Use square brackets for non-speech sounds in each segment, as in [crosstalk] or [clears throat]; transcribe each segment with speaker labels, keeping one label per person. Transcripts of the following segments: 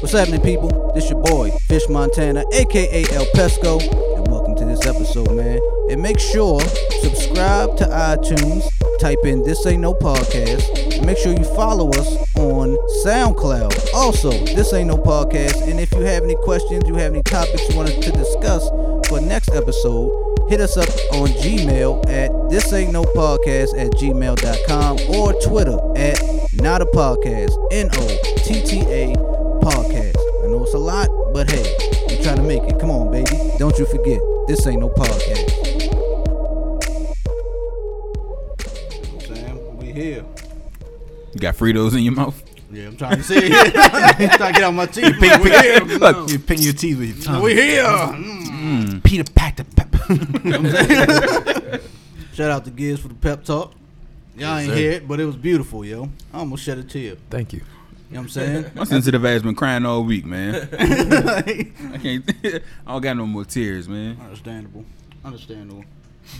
Speaker 1: What's happening, people? This your boy, Fish Montana, aka El Pesco, and welcome to this episode, man. And make sure subscribe to iTunes, type in This Ain't No Podcast, and make sure you follow us on SoundCloud. Also, This Ain't No Podcast, and if you have any questions, you have any topics you want us to discuss for next episode, hit us up on Gmail at this ain't no podcast at gmail.com or Twitter at not a podcast, N O T T A podcast. I know it's a lot, but hey, we're trying to make it. Come on, baby. Don't you forget, this ain't no podcast.
Speaker 2: Sam, we here.
Speaker 3: You got Fritos in your mouth.
Speaker 2: Yeah, I'm trying to see. [laughs] I'm trying to get out my teeth. man. we here.
Speaker 3: Look, you picking your teeth with your tongue.
Speaker 2: We here. Mm.
Speaker 3: Peter packed a pepper.
Speaker 1: Shout out to Giz for the pep talk. Y'all ain't
Speaker 2: sir.
Speaker 1: hear it, but it was beautiful, yo. I almost shed a tear.
Speaker 4: Thank you.
Speaker 1: You know what I'm
Speaker 4: [laughs]
Speaker 1: saying?
Speaker 3: My sensitive ass been crying all week, man. I can't. I don't got no more tears, man.
Speaker 1: Understandable. Understandable.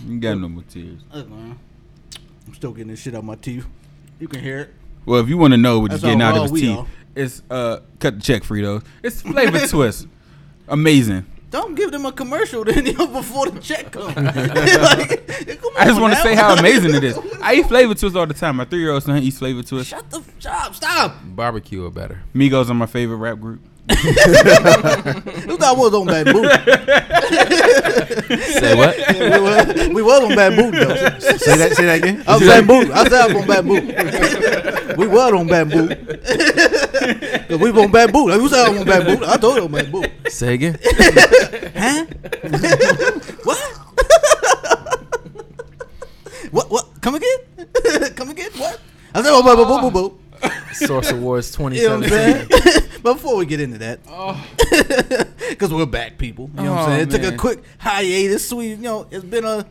Speaker 3: You got no more tears.
Speaker 1: Look, man. I'm still getting this shit out my teeth. You can hear it.
Speaker 3: Well, if you want to know what he's
Speaker 1: That's
Speaker 3: getting
Speaker 1: all
Speaker 3: out
Speaker 1: raw
Speaker 3: of his
Speaker 1: we
Speaker 3: teeth,
Speaker 1: are.
Speaker 3: it's uh cut the check, Fritos. It's flavor twist. Amazing.
Speaker 1: Don't give them a commercial [laughs] then yo, before the check
Speaker 3: [laughs]
Speaker 1: comes. Like, come
Speaker 3: I just
Speaker 1: on
Speaker 3: want to
Speaker 1: now.
Speaker 3: say how amazing it is. I eat flavor twist all the time. My three year old son eats flavor
Speaker 1: [laughs]
Speaker 3: twist.
Speaker 1: Shut the f- stop, stop.
Speaker 4: Barbecue or better.
Speaker 3: Migos are my favorite rap group.
Speaker 1: You thought we was on bad boot.
Speaker 4: Say
Speaker 2: [laughs]
Speaker 4: what?
Speaker 1: we, was, we was on bad boot though.
Speaker 4: say that. Say that again.
Speaker 1: I was bad boot. I said I was on bad boot. [laughs] we was on bad boot. [laughs] 'Cause we was on bad boot. You said I was on bad boot. I told you on bad boot.
Speaker 4: Say again.
Speaker 1: Huh? what? what? What? Come again? [laughs] Come again? What? I said, oh, boo, boo, boo, boo, boo.
Speaker 4: Source Awards
Speaker 1: You know what I'm
Speaker 4: 2017.
Speaker 1: saying? [laughs] Before we get into that, [laughs] because we're back, people. You know what I'm
Speaker 3: Oh,
Speaker 1: saying? It took a
Speaker 3: man.
Speaker 1: quick hiatus. We, you know, it's been a,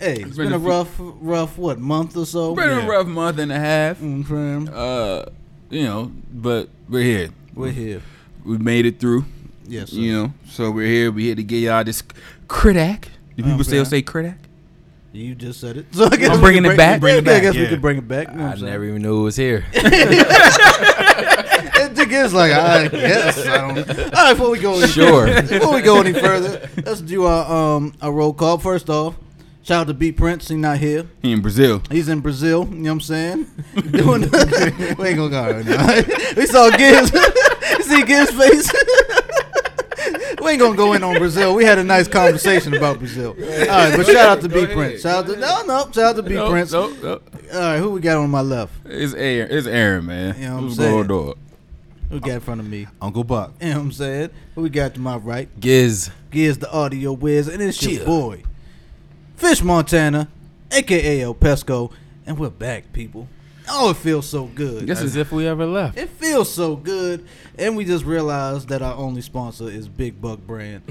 Speaker 1: hey, it's been,
Speaker 3: been
Speaker 1: a,
Speaker 3: a few-
Speaker 1: rough, rough what month or so.
Speaker 3: Been
Speaker 1: Yeah.
Speaker 3: a rough month and a half.
Speaker 1: You know what I'm saying?
Speaker 3: Uh, you know, but we're here.
Speaker 1: We're here.
Speaker 3: We made it through.
Speaker 1: Yes. Sir.
Speaker 3: You know, so we're here. We here to give y'all this critic. Do people still
Speaker 1: Okay.
Speaker 3: say critic?
Speaker 1: You just said it. [laughs] So I guess we
Speaker 3: bringing
Speaker 1: can
Speaker 3: it
Speaker 1: bring-
Speaker 3: back. Bring it
Speaker 1: yeah, I
Speaker 3: back,
Speaker 1: guess we
Speaker 2: yeah.
Speaker 1: could bring it back. You know what
Speaker 4: I
Speaker 1: I'm saying?
Speaker 4: never even knew it was here.
Speaker 1: [laughs] It just is like I guess. I don't. All right, before we go, any,
Speaker 4: Sure.
Speaker 1: [laughs] Before we go any further, let's do our um our roll call. First off, shout out to B Prince. He's not here.
Speaker 3: He in Brazil.
Speaker 1: He's in Brazil. You know what I'm saying? [laughs] Doing. we ain't gonna go right now. [laughs] we saw Gibbs. [laughs] You see Gibbs' face. [laughs] We ain't gonna go in on Brazil. We had a nice conversation about Brazil. All right, but shout out to
Speaker 3: Go
Speaker 1: B
Speaker 3: ahead.
Speaker 1: Prince. Shout out to no, no. Shout out to B
Speaker 3: Nope,
Speaker 1: Prince.
Speaker 3: nope, nope.
Speaker 1: All right, who we got on my left?
Speaker 3: It's Aaron. It's Aaron, man.
Speaker 1: You know what I'm
Speaker 3: What's
Speaker 1: saying?
Speaker 3: going on?
Speaker 1: Who got in front of me?
Speaker 2: Uncle Buck.
Speaker 1: You know what I'm saying? Who we got to my right?
Speaker 4: Giz.
Speaker 1: Gives the audio whiz, and it's your
Speaker 4: Chill.
Speaker 1: boy, Fish Montana, aka El Pesco, and we're back, people. Oh, it feels so good.
Speaker 3: Yes,
Speaker 4: As if we ever left.
Speaker 1: It feels so good, and we just realized that our only sponsor is Big Buck
Speaker 4: [laughs]
Speaker 1: Brand.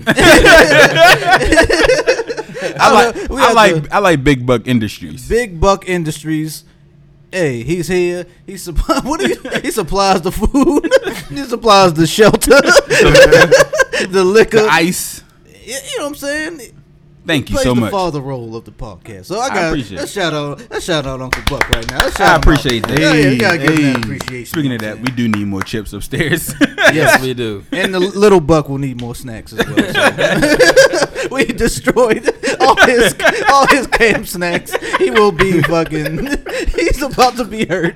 Speaker 3: I like.
Speaker 1: we
Speaker 3: I
Speaker 1: had
Speaker 3: like.
Speaker 1: the
Speaker 3: I like Big Buck Industries.
Speaker 1: Big Buck Industries. Hey, he's here. He supply. [laughs] What do you? He supplies the food. [laughs] he supplies the
Speaker 4: [laughs]
Speaker 1: shelter, [laughs] the liquor.
Speaker 3: the ice.
Speaker 1: you know what I'm saying?
Speaker 3: Thank you
Speaker 1: plays
Speaker 3: so
Speaker 1: the
Speaker 3: much.
Speaker 1: father role of the podcast. So I
Speaker 3: I
Speaker 1: got
Speaker 3: appreciate
Speaker 1: let's
Speaker 3: it.
Speaker 1: shout out let's shout out Uncle Buck right now. Let's shout
Speaker 3: I
Speaker 1: him
Speaker 3: appreciate
Speaker 1: out.
Speaker 3: that.
Speaker 1: Yeah, yeah, you gotta give him that
Speaker 3: Hey,
Speaker 1: appreciation.
Speaker 3: Speaking
Speaker 1: you
Speaker 3: of
Speaker 1: know
Speaker 3: that,
Speaker 1: what
Speaker 3: we do need more chips
Speaker 1: [laughs]
Speaker 3: upstairs. [laughs]
Speaker 4: Yes, we do.
Speaker 1: I'm saying? and the little Buck will need more snacks as well. so. [laughs] we destroyed all his all his camp snacks. He will be fucking. [laughs] He's about to be hurt.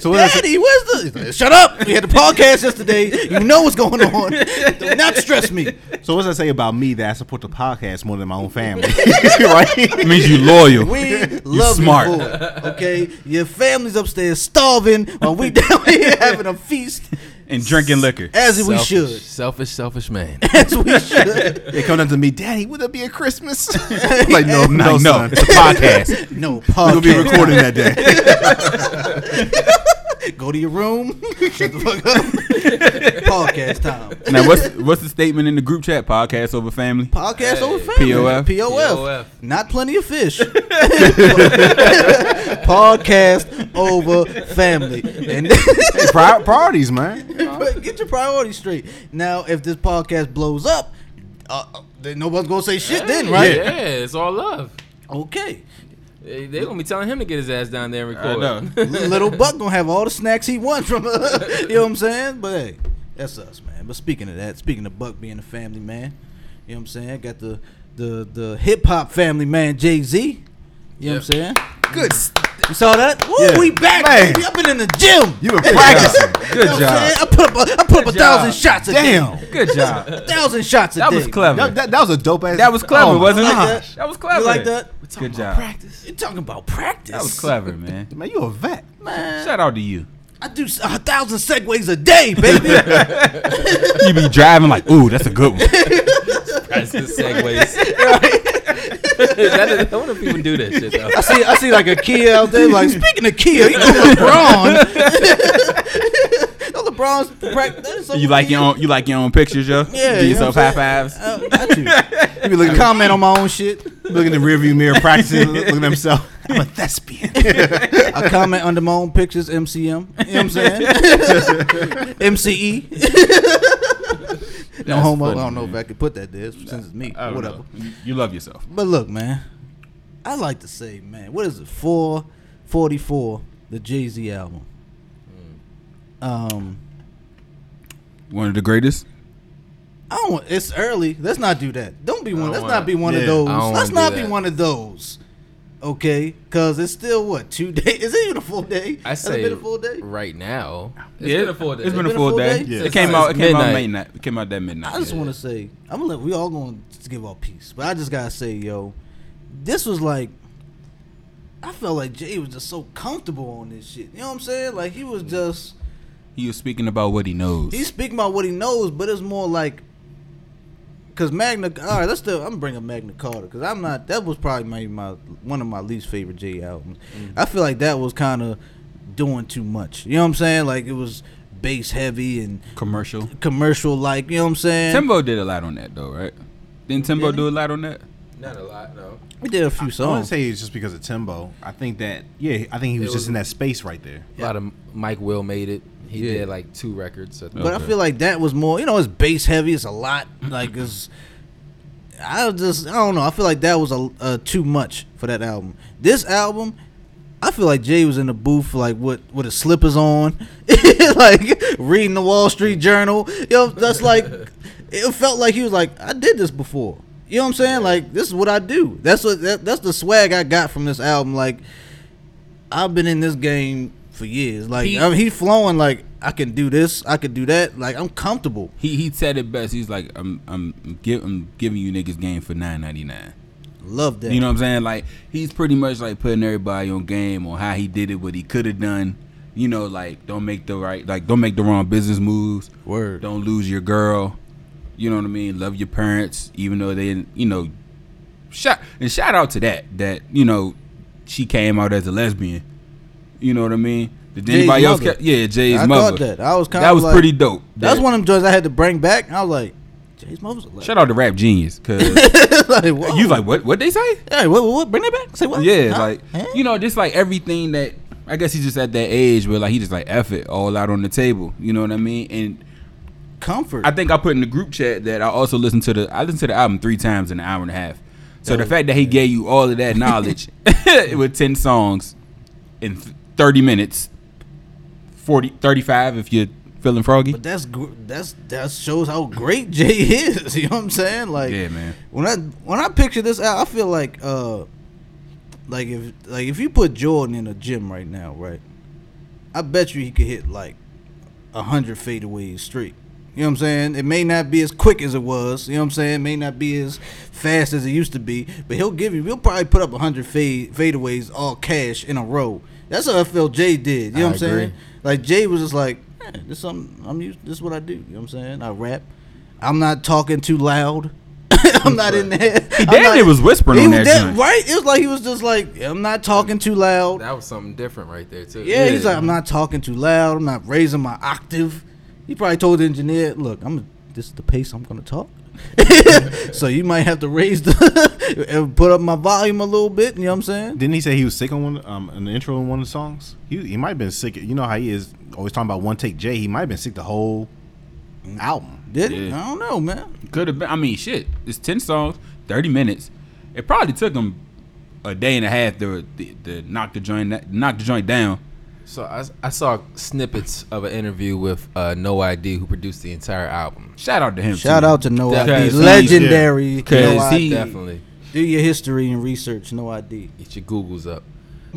Speaker 1: So Daddy, where's the? he's like, Shut up! We had the podcast yesterday. You know what's going on. Do not stress me.
Speaker 2: So what's that say about me that I support the podcast more than my own family? right?
Speaker 3: It means you loyal.
Speaker 1: We love
Speaker 3: smart.
Speaker 1: you, boy. Okay, your family's upstairs starving while we [laughs] down here having a feast
Speaker 3: and
Speaker 1: [laughs]
Speaker 3: drinking liquor.
Speaker 1: as we
Speaker 4: Selfish-
Speaker 1: should.
Speaker 4: Selfish, selfish
Speaker 1: [laughs]
Speaker 4: man.
Speaker 1: As we should.
Speaker 2: They come up to me, Daddy, would it be a Christmas? [laughs] I'm like, no,
Speaker 3: Nah,
Speaker 2: no,
Speaker 3: no.
Speaker 2: son. It's a
Speaker 1: [laughs]
Speaker 2: podcast.
Speaker 1: No
Speaker 2: We'll be
Speaker 1: podcast.
Speaker 2: recording that day.
Speaker 1: Go to your room. [laughs] Shut the fuck up. podcast time.
Speaker 3: Now, what's what's the statement in the group chat? Podcast over
Speaker 1: [laughs]
Speaker 3: family.
Speaker 1: Podcast
Speaker 4: Hey.
Speaker 1: over family.
Speaker 3: POF.
Speaker 1: POF.
Speaker 4: POF.
Speaker 1: Not plenty of fish.
Speaker 4: [laughs]
Speaker 1: [laughs] Podcast over family. And [laughs]
Speaker 2: Pri- priorities, man.
Speaker 1: But get your priorities straight. Now, if this podcast blows up, uh, uh, then no one's gonna say shit. then, right?
Speaker 4: Yeah, it's all love.
Speaker 1: Okay.
Speaker 4: They, they gonna be telling him to get his ass down there and
Speaker 3: I
Speaker 4: record.
Speaker 3: know.
Speaker 1: [laughs] Little Buck gonna have all the snacks he wants from. Uh, you know what I'm saying? But hey, That's us, man. But speaking of that, speaking of Buck being a family man, you know what I'm saying? Got the the the hip hop family man Jay Z. You know what I'm saying?
Speaker 2: Good.
Speaker 1: You saw that? Woo,
Speaker 2: Yeah.
Speaker 1: we back,
Speaker 2: Man.
Speaker 1: baby. I've been in the gym.
Speaker 2: You been practicing.
Speaker 1: You know
Speaker 3: Good
Speaker 1: what I'm
Speaker 3: job.
Speaker 1: saying? I put up a, I put up a
Speaker 3: Good
Speaker 1: thousand
Speaker 3: job.
Speaker 1: shots a
Speaker 2: Damn.
Speaker 1: day.
Speaker 3: Good job.
Speaker 1: A thousand shots a
Speaker 3: That
Speaker 1: day.
Speaker 3: was clever.
Speaker 2: That, that, that was a dope ass.
Speaker 3: That was clever,
Speaker 2: Oh my
Speaker 3: wasn't
Speaker 2: gosh.
Speaker 3: it? That was clever.
Speaker 1: You like that?
Speaker 3: Good job.
Speaker 4: Practice.
Speaker 1: You're talking about practice.
Speaker 3: That was clever, man.
Speaker 2: Man, you a vet.
Speaker 1: Man,
Speaker 3: Shout out to you.
Speaker 1: I do s- a thousand segues a day, baby.
Speaker 3: You be driving like, ooh, that's a good one.
Speaker 4: [laughs]
Speaker 1: [laughs]
Speaker 4: That's the segues. [laughs] that is, I wonder if people do that
Speaker 1: [laughs]
Speaker 4: shit though.
Speaker 1: I see, I see like a Kia out there. Like speaking of Kia, you know LeBron. [laughs] no, LeBron's practice. that is so
Speaker 3: You like your own, you like your own pictures, yo.
Speaker 1: Yeah,
Speaker 3: Give
Speaker 1: you know
Speaker 3: yourself
Speaker 1: what
Speaker 3: high
Speaker 1: I'm
Speaker 3: fives.
Speaker 1: Oh, got you. You be looking comment on my own shit.
Speaker 2: Looking in the rearview mirror, [laughs] practicing, looking at himself. I'm a thespian.
Speaker 1: I comment under my own pictures. MCM. You know what I'm saying? [laughs] MCE. no
Speaker 3: That's
Speaker 1: homo. I
Speaker 3: funny,
Speaker 1: E. don't know if
Speaker 3: man.
Speaker 1: I could put that there since it's me.
Speaker 3: I don't
Speaker 1: Whatever.
Speaker 3: know. You- You love yourself.
Speaker 1: But look, man, I like to say, man, what is it? Four forty four, the Jay Z album.
Speaker 3: Hmm.
Speaker 1: Um,
Speaker 3: One of the greatest.
Speaker 1: I don't. want- It's early. Let's not do that. Don't be one.
Speaker 4: don't
Speaker 1: Let's
Speaker 4: wanna-
Speaker 1: not be one
Speaker 2: yeah,
Speaker 1: of those.
Speaker 4: I don't
Speaker 1: Let's
Speaker 4: wanna
Speaker 1: not
Speaker 4: do
Speaker 1: be
Speaker 4: that.
Speaker 1: one of those. Okay, because it's still what two [laughs] days? Is it even a full day?
Speaker 4: I
Speaker 1: Has it
Speaker 4: say
Speaker 1: been a full day.
Speaker 4: right now.
Speaker 3: Yeah,
Speaker 4: been a full day.
Speaker 3: It's been a full day.
Speaker 1: Yeah.
Speaker 3: It came out. It came out
Speaker 4: Midnight.
Speaker 3: midnight. It came out that midnight.
Speaker 1: I just
Speaker 3: yeah.
Speaker 1: want to say, I'm gonna let we all going to give our peace, but I just gotta say, yo, this was like, I felt like Jay was just so comfortable on this shit. You know what I'm saying? Like he was just.
Speaker 3: He was speaking about what he knows.
Speaker 1: He's speaking about what he knows, but it's more like because Magna. All right, let's still. I'm bringing Magna Carta because I'm not. That was probably maybe my one of my least favorite J albums. I feel like that was kind of doing too much. You know what I'm saying? Like it was bass heavy and
Speaker 3: commercial.
Speaker 1: commercial like. You know what I'm saying?
Speaker 3: Timbo did a lot on that though, right? Didn't Timbo do a lot on that?
Speaker 4: Not a lot, no.
Speaker 1: we did a few
Speaker 2: I wouldn't
Speaker 1: songs.
Speaker 2: say it's just because of Timbo. I think that yeah, I think he was
Speaker 4: It
Speaker 2: just
Speaker 4: was-
Speaker 2: in that space right there.
Speaker 4: A lot of Mike Will made it. He
Speaker 1: Yeah.
Speaker 4: did like two records. I think.
Speaker 1: But I feel like that was more. You know, it's bass heavy. It's a lot. Like it's. I just I don't know. I feel like that was a, a too much for that album. This album, I feel like Jay was in the booth like with with his slippers on, [laughs] like reading the Wall Street Journal. You know, that's like it felt like he was like I did this before. You know what I'm saying? Like this is what I do. That's what that, that's the swag I got from this album. Like I've been in this game for years. Like
Speaker 4: He-
Speaker 1: I mean, he flowing like I can do this, I can do that. Like I'm comfortable.
Speaker 3: He he said it best. He's like, I'm I'm, give, I'm giving you niggas game for nine ninety nine.
Speaker 1: Love that.
Speaker 3: You know what I'm saying? Like he's pretty much like putting everybody on game on how he did it, what he could have done. You know, like don't make the right, like don't make the wrong business moves.
Speaker 1: Word.
Speaker 3: Don't lose your girl. You know what I mean? Love your parents, even though they, didn't- you know, shout and shout out to that that you know she came out as a lesbian. You know what I mean? Did
Speaker 1: Jay's
Speaker 3: anybody else?
Speaker 1: mother.
Speaker 3: Ca- yeah, Jay's
Speaker 1: I
Speaker 3: mother.
Speaker 1: thought that. I was kind
Speaker 3: that
Speaker 1: of
Speaker 3: was
Speaker 1: like,
Speaker 3: pretty dope.
Speaker 1: That's
Speaker 3: That-
Speaker 1: one of them joints I had to bring back. I was like, Jay's mother's a
Speaker 3: Shout out to Rap
Speaker 1: [laughs]
Speaker 3: Genius because
Speaker 1: like, whoa.
Speaker 3: you like what? What they say?
Speaker 1: hey, what, what, what? Bring that back? Say what?
Speaker 3: Yeah,
Speaker 1: Huh?
Speaker 3: like
Speaker 1: Huh?
Speaker 3: you know, just like everything that I guess he's just at that age where like he just like F it all out on the table. You know what I mean? And
Speaker 1: comfort.
Speaker 3: I think I put in the group chat that I also listened to the I listened to the album three times in an hour and a half. So the fact that he gave you all of that knowledge [laughs] with ten songs in th- thirty minutes, 40, 35 if you're feeling froggy.
Speaker 1: but that's gr- that's that shows how great [laughs] Jay is. You know what I'm saying? Like,
Speaker 3: Yeah, man.
Speaker 1: When I when I picture this out, I feel like uh, like if like if you put Jordan in a gym right now, right? I bet you he could hit like a hundred fadeaways straight. You know what I'm saying? It may not be as quick as it was. You know what I'm saying? It may not be as fast as it used to be, but he'll give you. He'll probably put up a hundred fade fadeaways all cash in a row. That's how I felt Jay did. You know
Speaker 4: I
Speaker 1: what I'm saying?
Speaker 4: agree.
Speaker 1: Like Jay was just like, eh, this something I'm used. This is what I do. You know what I'm saying? I rap. I'm not talking too loud. [laughs] I'm not in there.
Speaker 3: He
Speaker 1: I'm
Speaker 3: damn
Speaker 1: not-
Speaker 3: near was whispering
Speaker 1: He
Speaker 3: on
Speaker 1: was
Speaker 3: that
Speaker 1: dead-
Speaker 3: joint.
Speaker 1: right? It was like he was just like, I'm not talking too loud.
Speaker 4: that was something different right there too.
Speaker 1: Yeah, he's like, I'm not talking too loud. I'm not raising my octave. He probably told the engineer, look, I'm this is the pace I'm gonna talk. [laughs] so you might have to raise the [laughs] and put up my volume a little bit. You know what I'm saying?
Speaker 2: Didn't he say he was sick on one um an intro in one of the songs? He he might have been sick. You know how he is always talking about one take J. He might have been sick the whole album.
Speaker 1: Did it?
Speaker 3: Yeah.
Speaker 1: I don't know, man.
Speaker 3: Could have been. I mean, shit. It's ten songs, thirty minutes. It probably took him a day and a half to to, to knock the joint knock the joint down.
Speaker 4: So I, I saw snippets of an interview with uh, No ID, who produced the entire album.
Speaker 3: Shout out to him.
Speaker 1: Shout
Speaker 3: too.
Speaker 1: out to No
Speaker 4: Because
Speaker 1: ID,
Speaker 3: he-
Speaker 1: legendary.
Speaker 3: Because
Speaker 1: No
Speaker 3: he-
Speaker 1: ID.
Speaker 4: Definitely
Speaker 1: Do your history and research. No ID.
Speaker 4: get your
Speaker 1: [laughs]
Speaker 4: Googles up.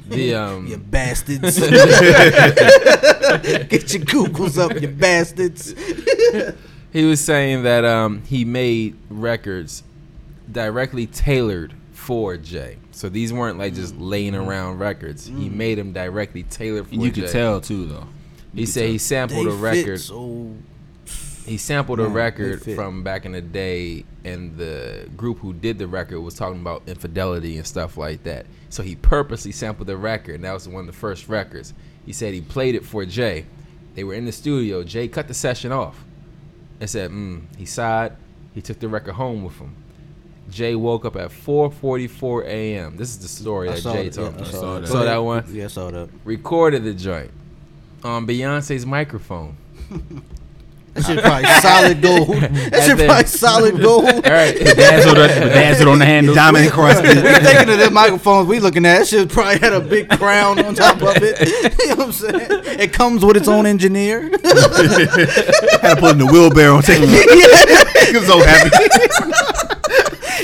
Speaker 4: The um,
Speaker 1: You bastards. [laughs] Get your Googles up, you bastards.
Speaker 4: he was saying that um, he made records directly tailored for Jay. So these weren't like just laying
Speaker 1: Mm.
Speaker 4: around records. He made them directly tailored for
Speaker 3: And you
Speaker 4: Jay.
Speaker 3: could tell too, though.
Speaker 4: He said he sampled
Speaker 1: They
Speaker 4: a record.
Speaker 1: fit so
Speaker 4: He sampled
Speaker 1: Yeah,
Speaker 4: a
Speaker 1: they
Speaker 4: record
Speaker 1: fit.
Speaker 4: from back in the day, and the group who did the record was talking about infidelity and stuff like that. So he purposely sampled the record, and that was one of the first records. He said he played it for Jay. They were in the studio. Jay cut the session off and said, mm, he sighed. He took the record home with him. Jay woke up at 4:44 a.m. This is the story
Speaker 1: I
Speaker 4: that
Speaker 1: saw
Speaker 4: Jay
Speaker 1: it, yeah,
Speaker 4: told
Speaker 1: I
Speaker 4: me.
Speaker 1: saw
Speaker 3: Saw
Speaker 1: it.
Speaker 3: that.
Speaker 4: Saw that one?
Speaker 1: Yeah, I saw that.
Speaker 4: Recorded the joint on
Speaker 1: [laughs]
Speaker 4: Beyonce's microphone.
Speaker 1: That shit probably solid gold. That shit
Speaker 4: At the-
Speaker 1: probably solid gold.
Speaker 4: All right, [laughs]
Speaker 3: Dazzled, [laughs] dazzled on the handle.
Speaker 5: Diamond
Speaker 1: we
Speaker 5: Crosby.
Speaker 1: thinking of the microphones we looking at. That shit probably had a big crown on top of it. [laughs] you know what I'm saying? It comes with its own engineer. [laughs]
Speaker 5: Had to put in the wheelbarrow and take it. He was so happy.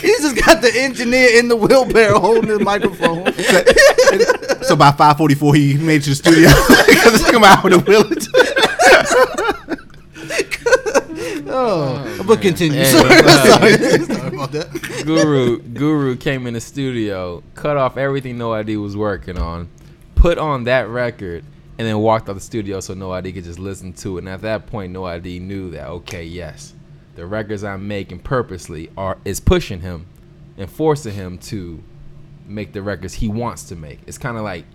Speaker 1: He's just got the engineer in the wheelbarrow holding the microphone.
Speaker 5: So by 5:44, he made it to
Speaker 2: [laughs]
Speaker 5: the studio because come out with a wheelchair.
Speaker 1: Oh, but continue.
Speaker 4: Hey,
Speaker 1: sorry, [laughs]
Speaker 4: uh,
Speaker 1: sorry.
Speaker 4: [laughs]
Speaker 1: sorry about that.
Speaker 4: Guru Guru came in the studio, cut off everything No ID was working on, put on that record, and then walked out the studio so No ID could just listen to it. And at that point, No ID knew that okay, yes, the records I'm making purposely are is pushing him and forcing him to make the records he wants to make. It's kind of like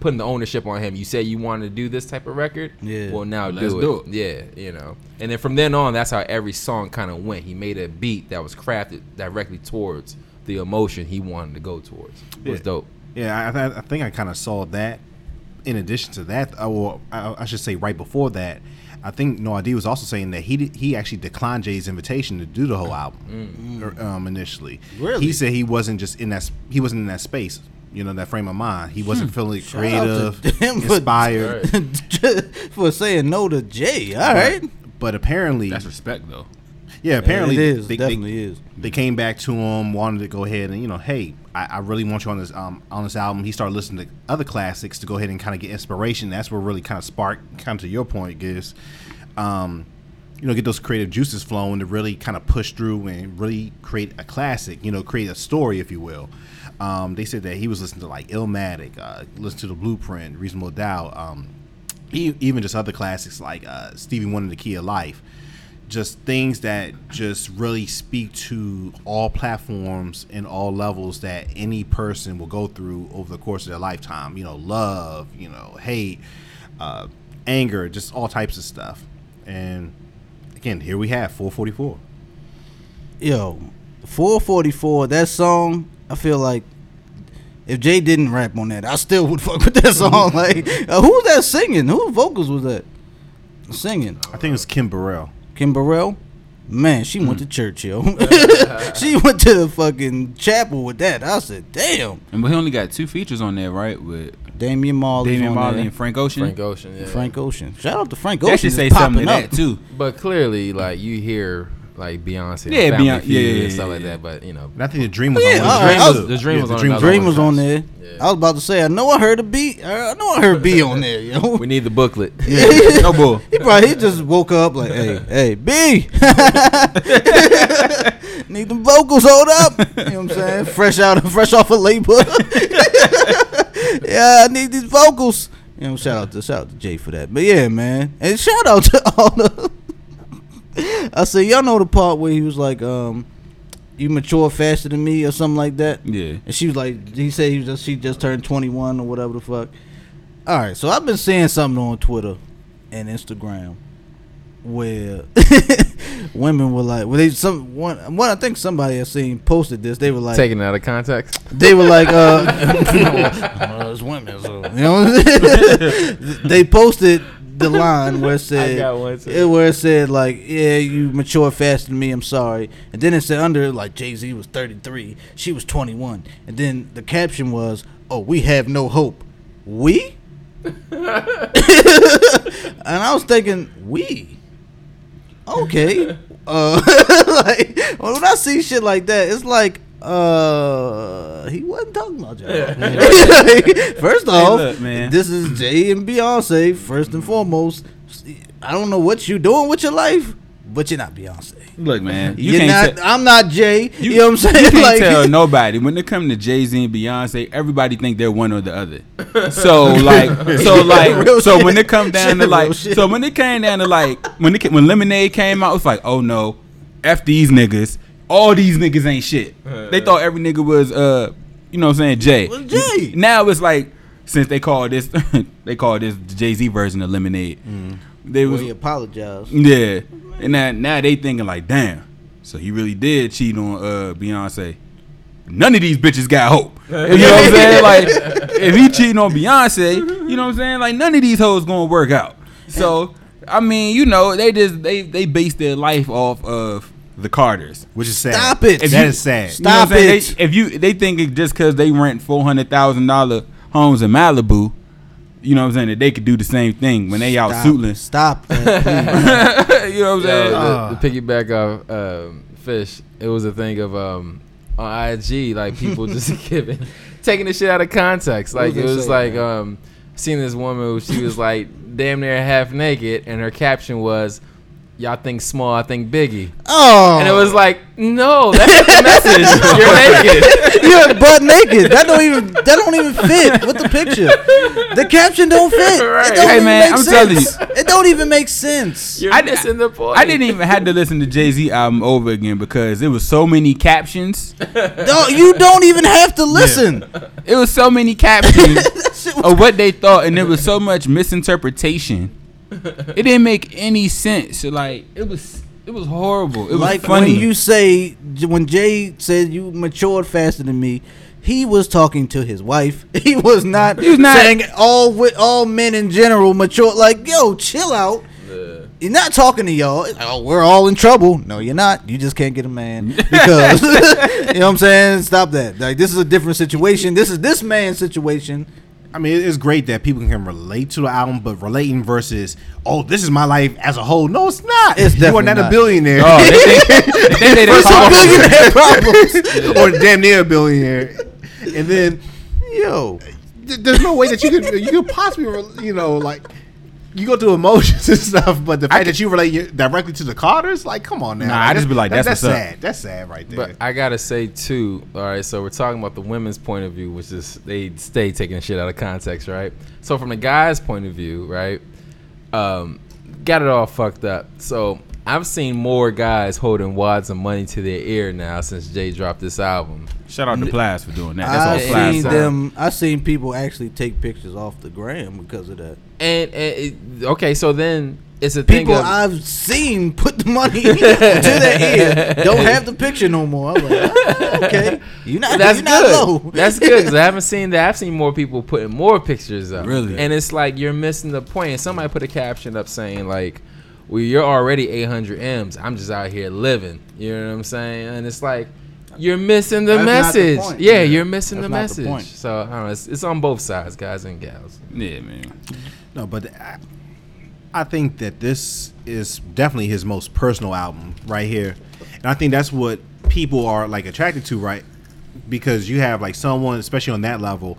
Speaker 4: putting the ownership on him. You say you want to do this type of record.
Speaker 1: Yeah.
Speaker 4: Well, now
Speaker 3: Let's
Speaker 4: do,
Speaker 3: do
Speaker 4: it. Yeah, you know. And then from then on, that's how every song kind of went. He made a beat that was crafted directly towards the emotion he wanted to go towards. It
Speaker 5: Yeah.
Speaker 4: was
Speaker 5: Mm-hmm.
Speaker 4: dope.
Speaker 5: Yeah, I, th- I think I kind of saw that. In addition to that, I- or I, I should say, right before that, I think No ID was also saying that he did, he actually declined Jay's invitation to do the whole album or, um, initially.
Speaker 1: Mm. Really?
Speaker 5: He said he wasn't just in that s- he wasn't in that space. You know that frame of mind. He wasn't feeling
Speaker 1: Hmm. out to
Speaker 5: creative,
Speaker 1: them for-
Speaker 5: inspired.
Speaker 1: For saying no to Jay. All right.
Speaker 5: But apparently,
Speaker 3: That's respect, though.
Speaker 5: yeah, apparently
Speaker 1: it is.
Speaker 5: they- they-
Speaker 1: definitely is.
Speaker 5: they came back to him, wanted to go ahead and you know, hey, I, I really want you on this um on this album. He started listening to other classics to go ahead and kind of get inspiration. That's what really kind of sparked, kind of to your point, Giz. Um, you know, get those creative juices flowing to really kind of push through and really create a classic. You know, create a story, if you will. Um, they said that he was listening to like Illmatic, uh, listen to the Blueprint, Reasonable Doubt, um, e- even just other classics like uh, Stevie Wonder, The Key of Life just things that just really speak to all platforms and all levels that any person will go through over the course of their lifetime. You know, love, you know, hate, uh, anger, just all types of stuff. And again, here we have 444.
Speaker 1: Yo, 444, that song, I feel like if Jay didn't rap on that, I still would [laughs] fuck with that
Speaker 3: Mm-hmm.
Speaker 1: song. like, uh, who was that singing? Whose vocals was that? Singing.
Speaker 5: I think it
Speaker 1: Uh-huh.
Speaker 5: was Kim Burrell.
Speaker 1: Kim Burrell? Man, she
Speaker 3: Mm.
Speaker 1: went to church,
Speaker 3: [laughs]
Speaker 1: yo. [laughs] she went to the fucking chapel with that. I said, damn.
Speaker 3: And but he only got two features on there, right? With
Speaker 1: Damian Marley.
Speaker 3: Damian Marley
Speaker 1: Marley
Speaker 3: and Frank Ocean.
Speaker 4: Frank Ocean. Yeah.
Speaker 1: and Frank Ocean. Shout out to Frank Ocean.
Speaker 3: That should
Speaker 1: is
Speaker 3: say something to
Speaker 1: popping [laughs]
Speaker 3: that too.
Speaker 4: But clearly, like you hear like Beyonce,
Speaker 3: Yeah,
Speaker 4: yeah, Family
Speaker 3: Beyonce-
Speaker 4: Feud
Speaker 3: yeah, yeah,
Speaker 4: and stuff
Speaker 3: yeah,
Speaker 4: like
Speaker 3: yeah.
Speaker 4: that. But you know,
Speaker 5: And I think the dream was
Speaker 1: Oh, Yeah,
Speaker 5: on
Speaker 1: all right. I was-
Speaker 4: The Dream was on another
Speaker 1: Dream
Speaker 4: one.
Speaker 1: was on there.
Speaker 4: Yeah.
Speaker 1: I was about to say, I know I heard a beat. I know I heard B on there,
Speaker 3: [laughs]
Speaker 1: yo.
Speaker 4: we need the booklet.
Speaker 3: no bull.
Speaker 1: He probably he just woke up like, hey, hey, B, [laughs] need them vocals hold up. You know what I'm saying? Fresh out, fresh off of labor. [laughs] yeah, I need these vocals. You know, shout out to shout out to Jay for that. But yeah, man, and shout out to [laughs] all the. I said, y'all know the part where he was like, um, you mature faster than me or something like that.
Speaker 3: Yeah.
Speaker 1: And she was like, he said he was just, she just turned 21 or whatever the fuck. All right, so I've been seeing something on Twitter and Instagram where [laughs] women were like, well, they some one, one I think somebody I seen posted this. They were like,
Speaker 4: Taking it out of context.
Speaker 1: they were like,
Speaker 4: [laughs]
Speaker 1: uh, well, it's women, so [laughs] you know. what I'm saying? they posted the line
Speaker 4: [laughs]
Speaker 1: where it said,
Speaker 4: got one, too.
Speaker 1: it- where it said like, yeah, you mature faster than me. I'm sorry. And then it said under like Jay Z was 33, she was 21, and then the caption was, oh, we have no hope. We? and I was thinking, we
Speaker 3: [laughs]
Speaker 1: okay. Uh, [laughs] like when I see shit like that, it's like uh he wasn't talking about y'all. [laughs] Like, First off,
Speaker 3: look, man.
Speaker 1: this is Jay and Beyonce first and foremost. I don't know what you doing with your life, but you're not Beyonce.
Speaker 3: Look, man, you
Speaker 1: You are not.
Speaker 3: can't. te-
Speaker 1: I'm not Jay. You, know what I'm
Speaker 3: you
Speaker 1: saying? [laughs]
Speaker 3: can't tell nobody when it come to Jay Z and Beyonce. Everybody think they're one or the other. So like, so
Speaker 1: [laughs] Real
Speaker 3: like, so when
Speaker 1: shit.
Speaker 3: it come down to
Speaker 1: Real
Speaker 3: like,
Speaker 1: shit.
Speaker 3: so when it came down to like, when it, ca- when Lemonade came out, it was like, oh no, f these niggas. All these niggas ain't shit. They thought every nigga was uh, you know what I'm saying, Jay.
Speaker 1: Was Jay.
Speaker 3: Now it's like since they call this [laughs] they call this Jay Z version of Lemonade. They
Speaker 1: Mm. well,
Speaker 3: was
Speaker 1: he apologized.
Speaker 3: yeah, and now now they thinking like, damn. So he really did cheat on uh Beyonce. None of these bitches got hope. [laughs] You know what I'm saying? Like, if he cheating on Beyonce, you know what I'm saying? Like, none of these hoes gonna work out. So, I mean, you know, they just they they base their life off of the Carters.
Speaker 5: Which is sad.
Speaker 1: Stop it.
Speaker 5: That is
Speaker 1: If you-
Speaker 5: sad.
Speaker 1: Stop.
Speaker 3: You know what I'm saying?
Speaker 1: it.
Speaker 3: They, if you they think it just because they rent four hundred thousand dollar homes in Malibu, you know what I'm saying? That they could do the same thing when they out
Speaker 1: Stop.
Speaker 3: suitless. [laughs]
Speaker 1: Stop. that, please.
Speaker 3: you know what I'm
Speaker 4: Yo,
Speaker 3: saying?
Speaker 5: Ah.
Speaker 4: the, the piggyback of um, fish, it was a thing of um, on IG, like people just [laughs] giving, taking the shit out of context.
Speaker 1: What
Speaker 4: Like
Speaker 1: was
Speaker 4: it
Speaker 1: they
Speaker 4: was
Speaker 1: saying,
Speaker 4: like um, seeing this woman, who she was like damn near half naked, and her caption was. Y'all think small, I think biggie.
Speaker 1: oh,
Speaker 4: And it was like, no, that's not the message. You're naked.
Speaker 1: you're butt naked. That don't even that don't even fit with the picture. The caption don't fit.
Speaker 4: Right.
Speaker 1: It don't
Speaker 3: Hey,
Speaker 1: even
Speaker 3: man,
Speaker 1: make
Speaker 3: I'm telling
Speaker 1: sense. It don't even make sense.
Speaker 4: You're
Speaker 3: I-
Speaker 4: missing the point.
Speaker 3: I didn't even had to listen to Jay Z album over again because it was so many captions.
Speaker 1: No, you don't even have to listen.
Speaker 3: It was so many
Speaker 1: [laughs]
Speaker 3: captions
Speaker 1: That shit was-
Speaker 3: of what they thought, and there was so much misinterpretation. It didn't make any sense. Like it was, it was horrible. It was
Speaker 1: like
Speaker 3: funny.
Speaker 1: when you say when Jay said you matured faster than me. He was talking to his wife. [laughs] He was not,
Speaker 3: He was not-
Speaker 1: saying all wi- all men in general mature. Like, yo, chill out. You're not talking to y'all. It's like, oh, we're all in trouble. No, you're not. You just can't get a man because [laughs] you know what I'm saying. Stop that. Like, this is a different situation. This is this man's situation.
Speaker 5: I mean, it's great that people can relate to the album, but relating versus, oh, this is my life as a whole. No, it's not.
Speaker 1: It's
Speaker 5: you are
Speaker 1: definitely
Speaker 5: not,
Speaker 1: not.
Speaker 5: a billionaire,
Speaker 3: oh, [laughs] they think, they think
Speaker 1: [laughs]
Speaker 3: they done
Speaker 1: It's a
Speaker 3: caught-
Speaker 1: billionaire problems.
Speaker 5: or damn near a billionaire. And then
Speaker 1: Yo,
Speaker 5: th- there's no way that you could you could possibly, re- you know, like you go through emotions [laughs] and stuff. But the fact that you relate your, directly to the Carters, like, come on now.
Speaker 3: Nah, I just be like, that's
Speaker 5: that's
Speaker 3: what's up.
Speaker 5: sad. That's sad right there.
Speaker 4: But I gotta say too. All right, so we're talking about the women's point of view, which is they stay taking shit out of context, right? So from the guy's point of view, right, um, got it all fucked up. So I've seen more guys holding wads of money to their ear now since Jay dropped this album.
Speaker 3: Shout out to Plas for doing that.
Speaker 1: I
Speaker 3: That's all
Speaker 4: class
Speaker 1: seen
Speaker 3: Plas.
Speaker 4: time.
Speaker 1: them. I seen people actually take pictures off the gram because of that.
Speaker 4: And, and it, okay, so then it's a
Speaker 1: people
Speaker 4: thing. Of,
Speaker 1: I've seen put the money [laughs] to their ear don't have the picture no more. I'm like, ah, okay, you not
Speaker 4: that's
Speaker 1: you not
Speaker 4: good.
Speaker 1: low. [laughs]
Speaker 4: That's good because I haven't seen that. I've seen more people putting more pictures up.
Speaker 3: Really?
Speaker 4: And it's like you're missing the point. And somebody put a caption up saying like, "Well, you're already 800 m's. I'm just out here living." You know what I'm saying? And it's like you're missing the
Speaker 1: That's not the
Speaker 4: message.
Speaker 1: point.
Speaker 4: yeah,
Speaker 1: Yeah.
Speaker 4: you're missing
Speaker 1: That's
Speaker 4: the
Speaker 1: not the
Speaker 4: message.
Speaker 1: point.
Speaker 4: so I don't know. It's, it's on both sides, guys and gals.
Speaker 3: Yeah, man.
Speaker 5: No, but I, I think that this is definitely his most personal album right here, and I think that's what people are like attracted to, right? Because you have like someone, especially on that level,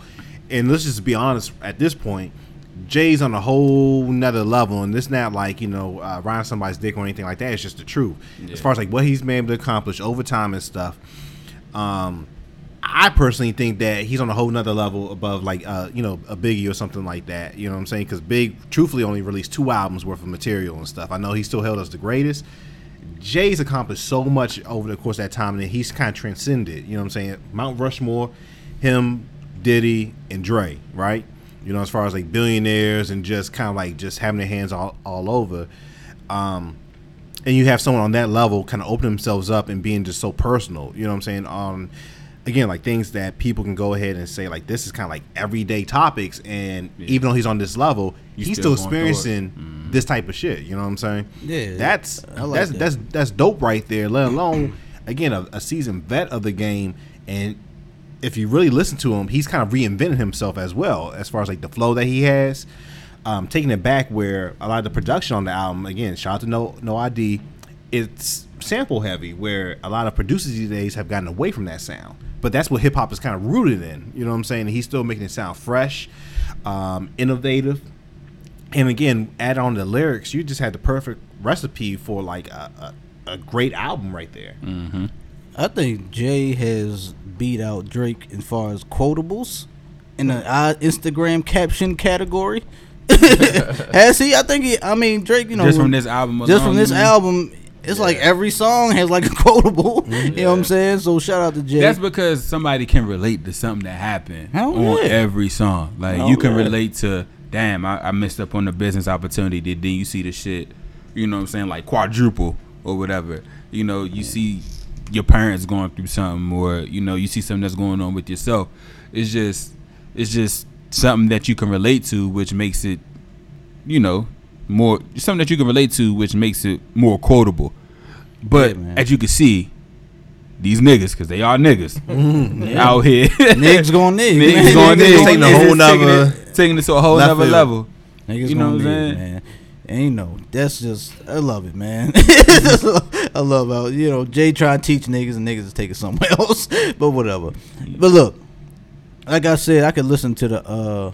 Speaker 5: and let's just be honest at this point. Jay's on a whole nother level, and it's not like you know uh, riding somebody's dick or anything like that. It's just the truth as far as like what he's been able to accomplish over time and stuff. Um, I personally think that he's on a whole nother level above like uh you know a Biggie or something like that. You know what I'm saying? Because Big truthfully only released two albums worth of material and stuff. I know he's still held as the greatest. Jay's accomplished so much over the course of that time, and he's kind of transcended. You know what I'm saying? Mount Rushmore, him, Diddy, and Dre, right? You know, as far as like billionaires and just kind of like just having their hands all all over. Um, and you have someone on that level kind of open themselves up and being just so personal you know what i'm saying um again like things that people can go ahead and say like this is kind of like everyday topics and even though he's on this level
Speaker 3: You
Speaker 5: he's
Speaker 3: still
Speaker 5: still,
Speaker 3: going through it. Mm-hmm.
Speaker 5: experiencing this type of shit you know what i'm saying
Speaker 1: Yeah,
Speaker 5: that's
Speaker 1: I like
Speaker 5: that's
Speaker 1: that.
Speaker 5: that's that's dope right there let alone again a, a seasoned vet of the game and if you really listen to him, he's kind of reinvented himself as well, as far as like the flow that he has, um, taking it back where a lot of the production on the album, again, shout out to No No ID, it's sample heavy, where a lot of producers these days have gotten away from that sound. But that's what hip hop is kind of rooted in. You know what I'm saying? And he's still making it sound fresh, um, innovative. And again, add on the lyrics, you just had the perfect recipe for like a, a, a great album right there.
Speaker 1: I think Jay has beat out Drake as far as quotables in the uh, Instagram caption category. [laughs] has he? I think he. I mean, Drake. You know,
Speaker 3: just from this album. Alone,
Speaker 1: just from this
Speaker 3: you mean?
Speaker 1: album, it's like every song has like a quotable. [laughs] You know what I'm saying? So shout out to Jay.
Speaker 3: That's because somebody can relate to something that happened
Speaker 1: Hell
Speaker 3: on
Speaker 1: yeah.
Speaker 3: every song. Like
Speaker 1: Hell
Speaker 3: you can
Speaker 1: yeah.
Speaker 3: relate to, damn, I, I missed up on the business opportunity. Did then you see the shit, you know what I'm saying, like quadruple or whatever. You know, you see your parents going through something, or you know, you see something that's going on with yourself. It's just, it's just something that you can relate to, which makes it you know, more something that you can relate to, which makes it more quotable. But
Speaker 1: Yeah, man.
Speaker 3: as you can see, these niggas, because they are niggas out here,
Speaker 1: niggas going niggas.
Speaker 3: [laughs]
Speaker 1: [laughs]
Speaker 3: niggas going
Speaker 5: Niggas
Speaker 3: niggas,
Speaker 5: taking a
Speaker 3: It's
Speaker 5: whole
Speaker 3: just taking
Speaker 5: nother-
Speaker 3: it- taking it to a whole
Speaker 5: left
Speaker 3: nother
Speaker 5: field.
Speaker 3: level.
Speaker 1: Niggas
Speaker 3: You
Speaker 1: gonna
Speaker 3: know what I'm
Speaker 1: be,
Speaker 3: saying?
Speaker 1: man. Ain't no. That's just I love it,
Speaker 3: [laughs]
Speaker 1: man. I love how you know Jay trying to teach niggas and niggas is taking somewhere [laughs] else. But whatever. But look, like I said, I could listen to the uh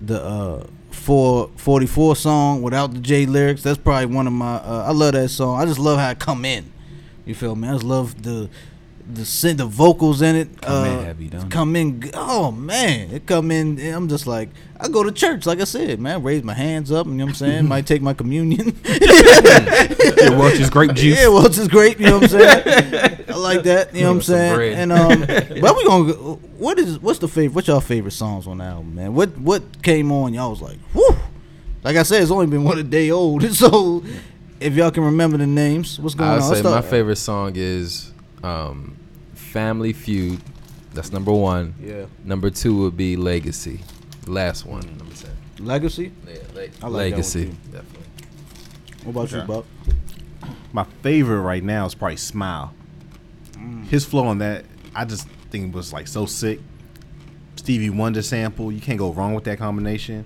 Speaker 1: the uh four forty four song without the J lyrics. That's probably one of my uh, I love that song. I just love how it come in. You feel me? I just love the the sing, the vocals in it.
Speaker 3: Come in
Speaker 1: uh,
Speaker 3: heavy, don't it?
Speaker 1: Come in. g- Oh man, it come in. and I'm just like I go to church. Like I said, man, raise my hands up. You know what I'm
Speaker 3: [laughs]
Speaker 1: saying? Might take my communion.
Speaker 3: Yeah, Welch's grape juice.
Speaker 1: Yeah, well, it's just great. You know what I'm
Speaker 4: [laughs]
Speaker 1: saying? I like that. You know what I'm
Speaker 4: With some bread.
Speaker 1: saying? And um, but we gonna go, what is what's the favorite? What's y'all favorite songs on the album, man? What what came on? Y'all was like, whoo! Like I said, it's only been one a day old. [laughs] So if y'all can remember the names, what's going
Speaker 4: I would
Speaker 1: on?
Speaker 4: say
Speaker 1: Let's
Speaker 4: my
Speaker 1: start-
Speaker 4: favorite song is um, Family Feud. That's number one.
Speaker 1: Yeah,
Speaker 4: Number two would be Legacy. Last one. Number ten.
Speaker 1: Legacy.
Speaker 4: Yeah,
Speaker 1: I
Speaker 4: leg-
Speaker 1: like that one
Speaker 4: Legacy.
Speaker 1: too.
Speaker 4: Definitely.
Speaker 1: What about you,
Speaker 5: Okay.
Speaker 1: Buck?
Speaker 5: My favorite right now is probably Smile.
Speaker 3: Mm.
Speaker 5: His flow on that, I just think was like so sick. Stevie Wonder sample, you can't go wrong with that combination.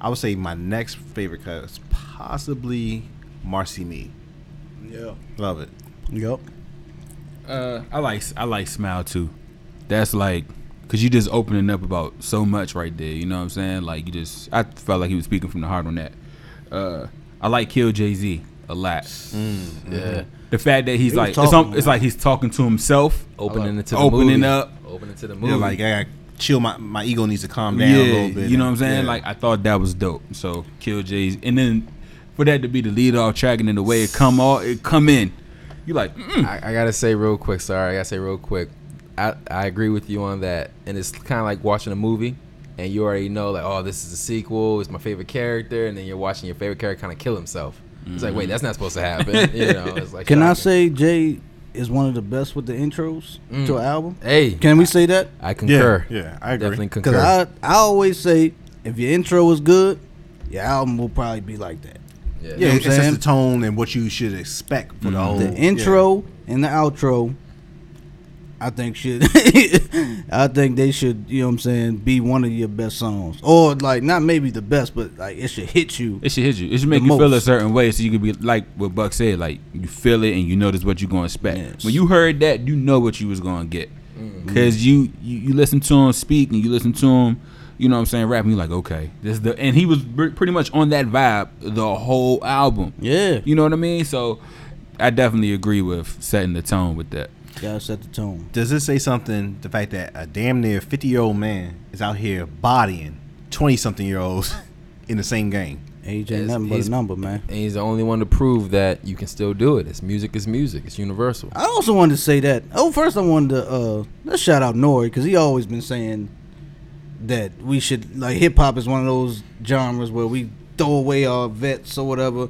Speaker 5: I would say my next favorite cut is possibly Marcy Me.
Speaker 1: Yeah.
Speaker 5: Love it.
Speaker 1: Yep.
Speaker 3: Uh, I like I like smile too. That's like because you just opening up about so much right there. You know what I'm saying? Like you just I felt like he was speaking from the heart on that. Uh, I like Kill Jay Z a lot.
Speaker 4: Yeah.
Speaker 3: The fact that he's
Speaker 1: He was
Speaker 3: like it's,
Speaker 1: talking
Speaker 3: al- it's like he's talking to himself,
Speaker 4: Opening it to the
Speaker 3: opening
Speaker 4: movie.
Speaker 3: up.
Speaker 4: Opening to the
Speaker 5: Yeah,
Speaker 4: movie.
Speaker 5: like I gotta chill. My my ego needs to calm
Speaker 3: Yeah,
Speaker 5: down a little bit.
Speaker 3: you know what I'm saying?
Speaker 5: Yeah.
Speaker 3: Like I thought that was dope. So Kill Jay's, and then for that to be the lead off track, and then the way it come all it come in, you like mm,
Speaker 4: I, I gotta say real quick. Sorry, I gotta say real quick. I, I agree with you on that, and it's kind of like watching a movie, and you already know like, oh, this is a sequel. It's my favorite character, and then you're watching your favorite character kind of kill himself. It's like, wait, that's not supposed to happen. [laughs] you know, it's like
Speaker 1: Can I
Speaker 4: shocking.
Speaker 1: say Jay is one of the best with the intros
Speaker 4: Mm.
Speaker 1: to an album?
Speaker 4: Hey,
Speaker 1: Can we say that?
Speaker 4: I
Speaker 5: yeah,
Speaker 4: concur.
Speaker 5: yeah, I agree.
Speaker 4: Definitely
Speaker 1: Because
Speaker 4: concur.
Speaker 1: I I always say if your intro is good, your album will probably be like that.
Speaker 4: yeah.
Speaker 5: yeah,
Speaker 1: know what
Speaker 5: it
Speaker 1: I'm
Speaker 5: sets
Speaker 1: saying?
Speaker 5: the tone and what you should expect for the whole
Speaker 1: The intro and the outro, I think should [laughs] I think they should, you know what I'm saying, be one of your best songs. Or like not maybe the best, but like it should hit you.
Speaker 3: it should hit you. It should make
Speaker 1: The
Speaker 3: you feel a
Speaker 1: most.
Speaker 3: certain way, so you could be like what Buck said, like you feel it and you know this what you're gonna expect.
Speaker 1: Yes.
Speaker 3: When you heard that, you know what you was gonna get,
Speaker 5: Mm-hmm.
Speaker 3: cause you, you you listen to him speak and you listen to him, you know what I'm saying, rap, and you like okay, this is the and he was br- pretty much on that vibe the whole album.
Speaker 1: Yeah.
Speaker 3: You know what I mean? So I definitely agree with setting the tone with that.
Speaker 1: Gotta set the tone.
Speaker 5: Does this say something? The fact that a damn near fifty year old man is out here bodying twenty something year olds [laughs] in the same game.
Speaker 1: Age
Speaker 4: Yes,
Speaker 1: ain't nothing but
Speaker 4: he's-
Speaker 1: a number, man.
Speaker 4: And he's the only one to prove that you can still do it. It's music is music. It's universal.
Speaker 1: I also wanted to say that. Oh, first I wanted to uh let's shout out Nori because he always been saying that we should like hip hop is one of those genres where we throw away our vets or whatever.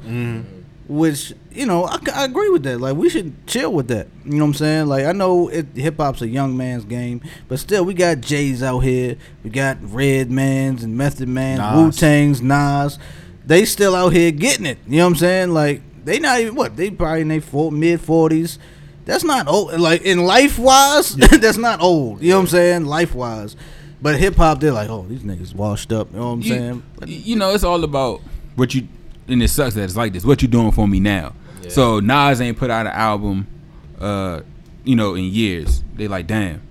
Speaker 1: Which you know I, c- I agree with that. Like we should chill with that. You know what I'm saying? Like I know it, hip hop's a young man's game, but still we got Jays out here, we got Red Mans and Method Mans,
Speaker 5: Nas.
Speaker 1: Wu Tangs, Nas. They still out here getting it. You know what I'm saying? Like they not even what they probably in their mid 40s. That's not old. Like in life wise, [laughs] that's not old. You know what I'm saying? Life wise. But hip hop, they're like, oh, these niggas washed up. You know what I'm saying?
Speaker 3: you, you know, it's all about what you. And it sucks that it's like this. What you doing for me now? So Nas ain't put out an album, uh, you know, in years. They like, damn,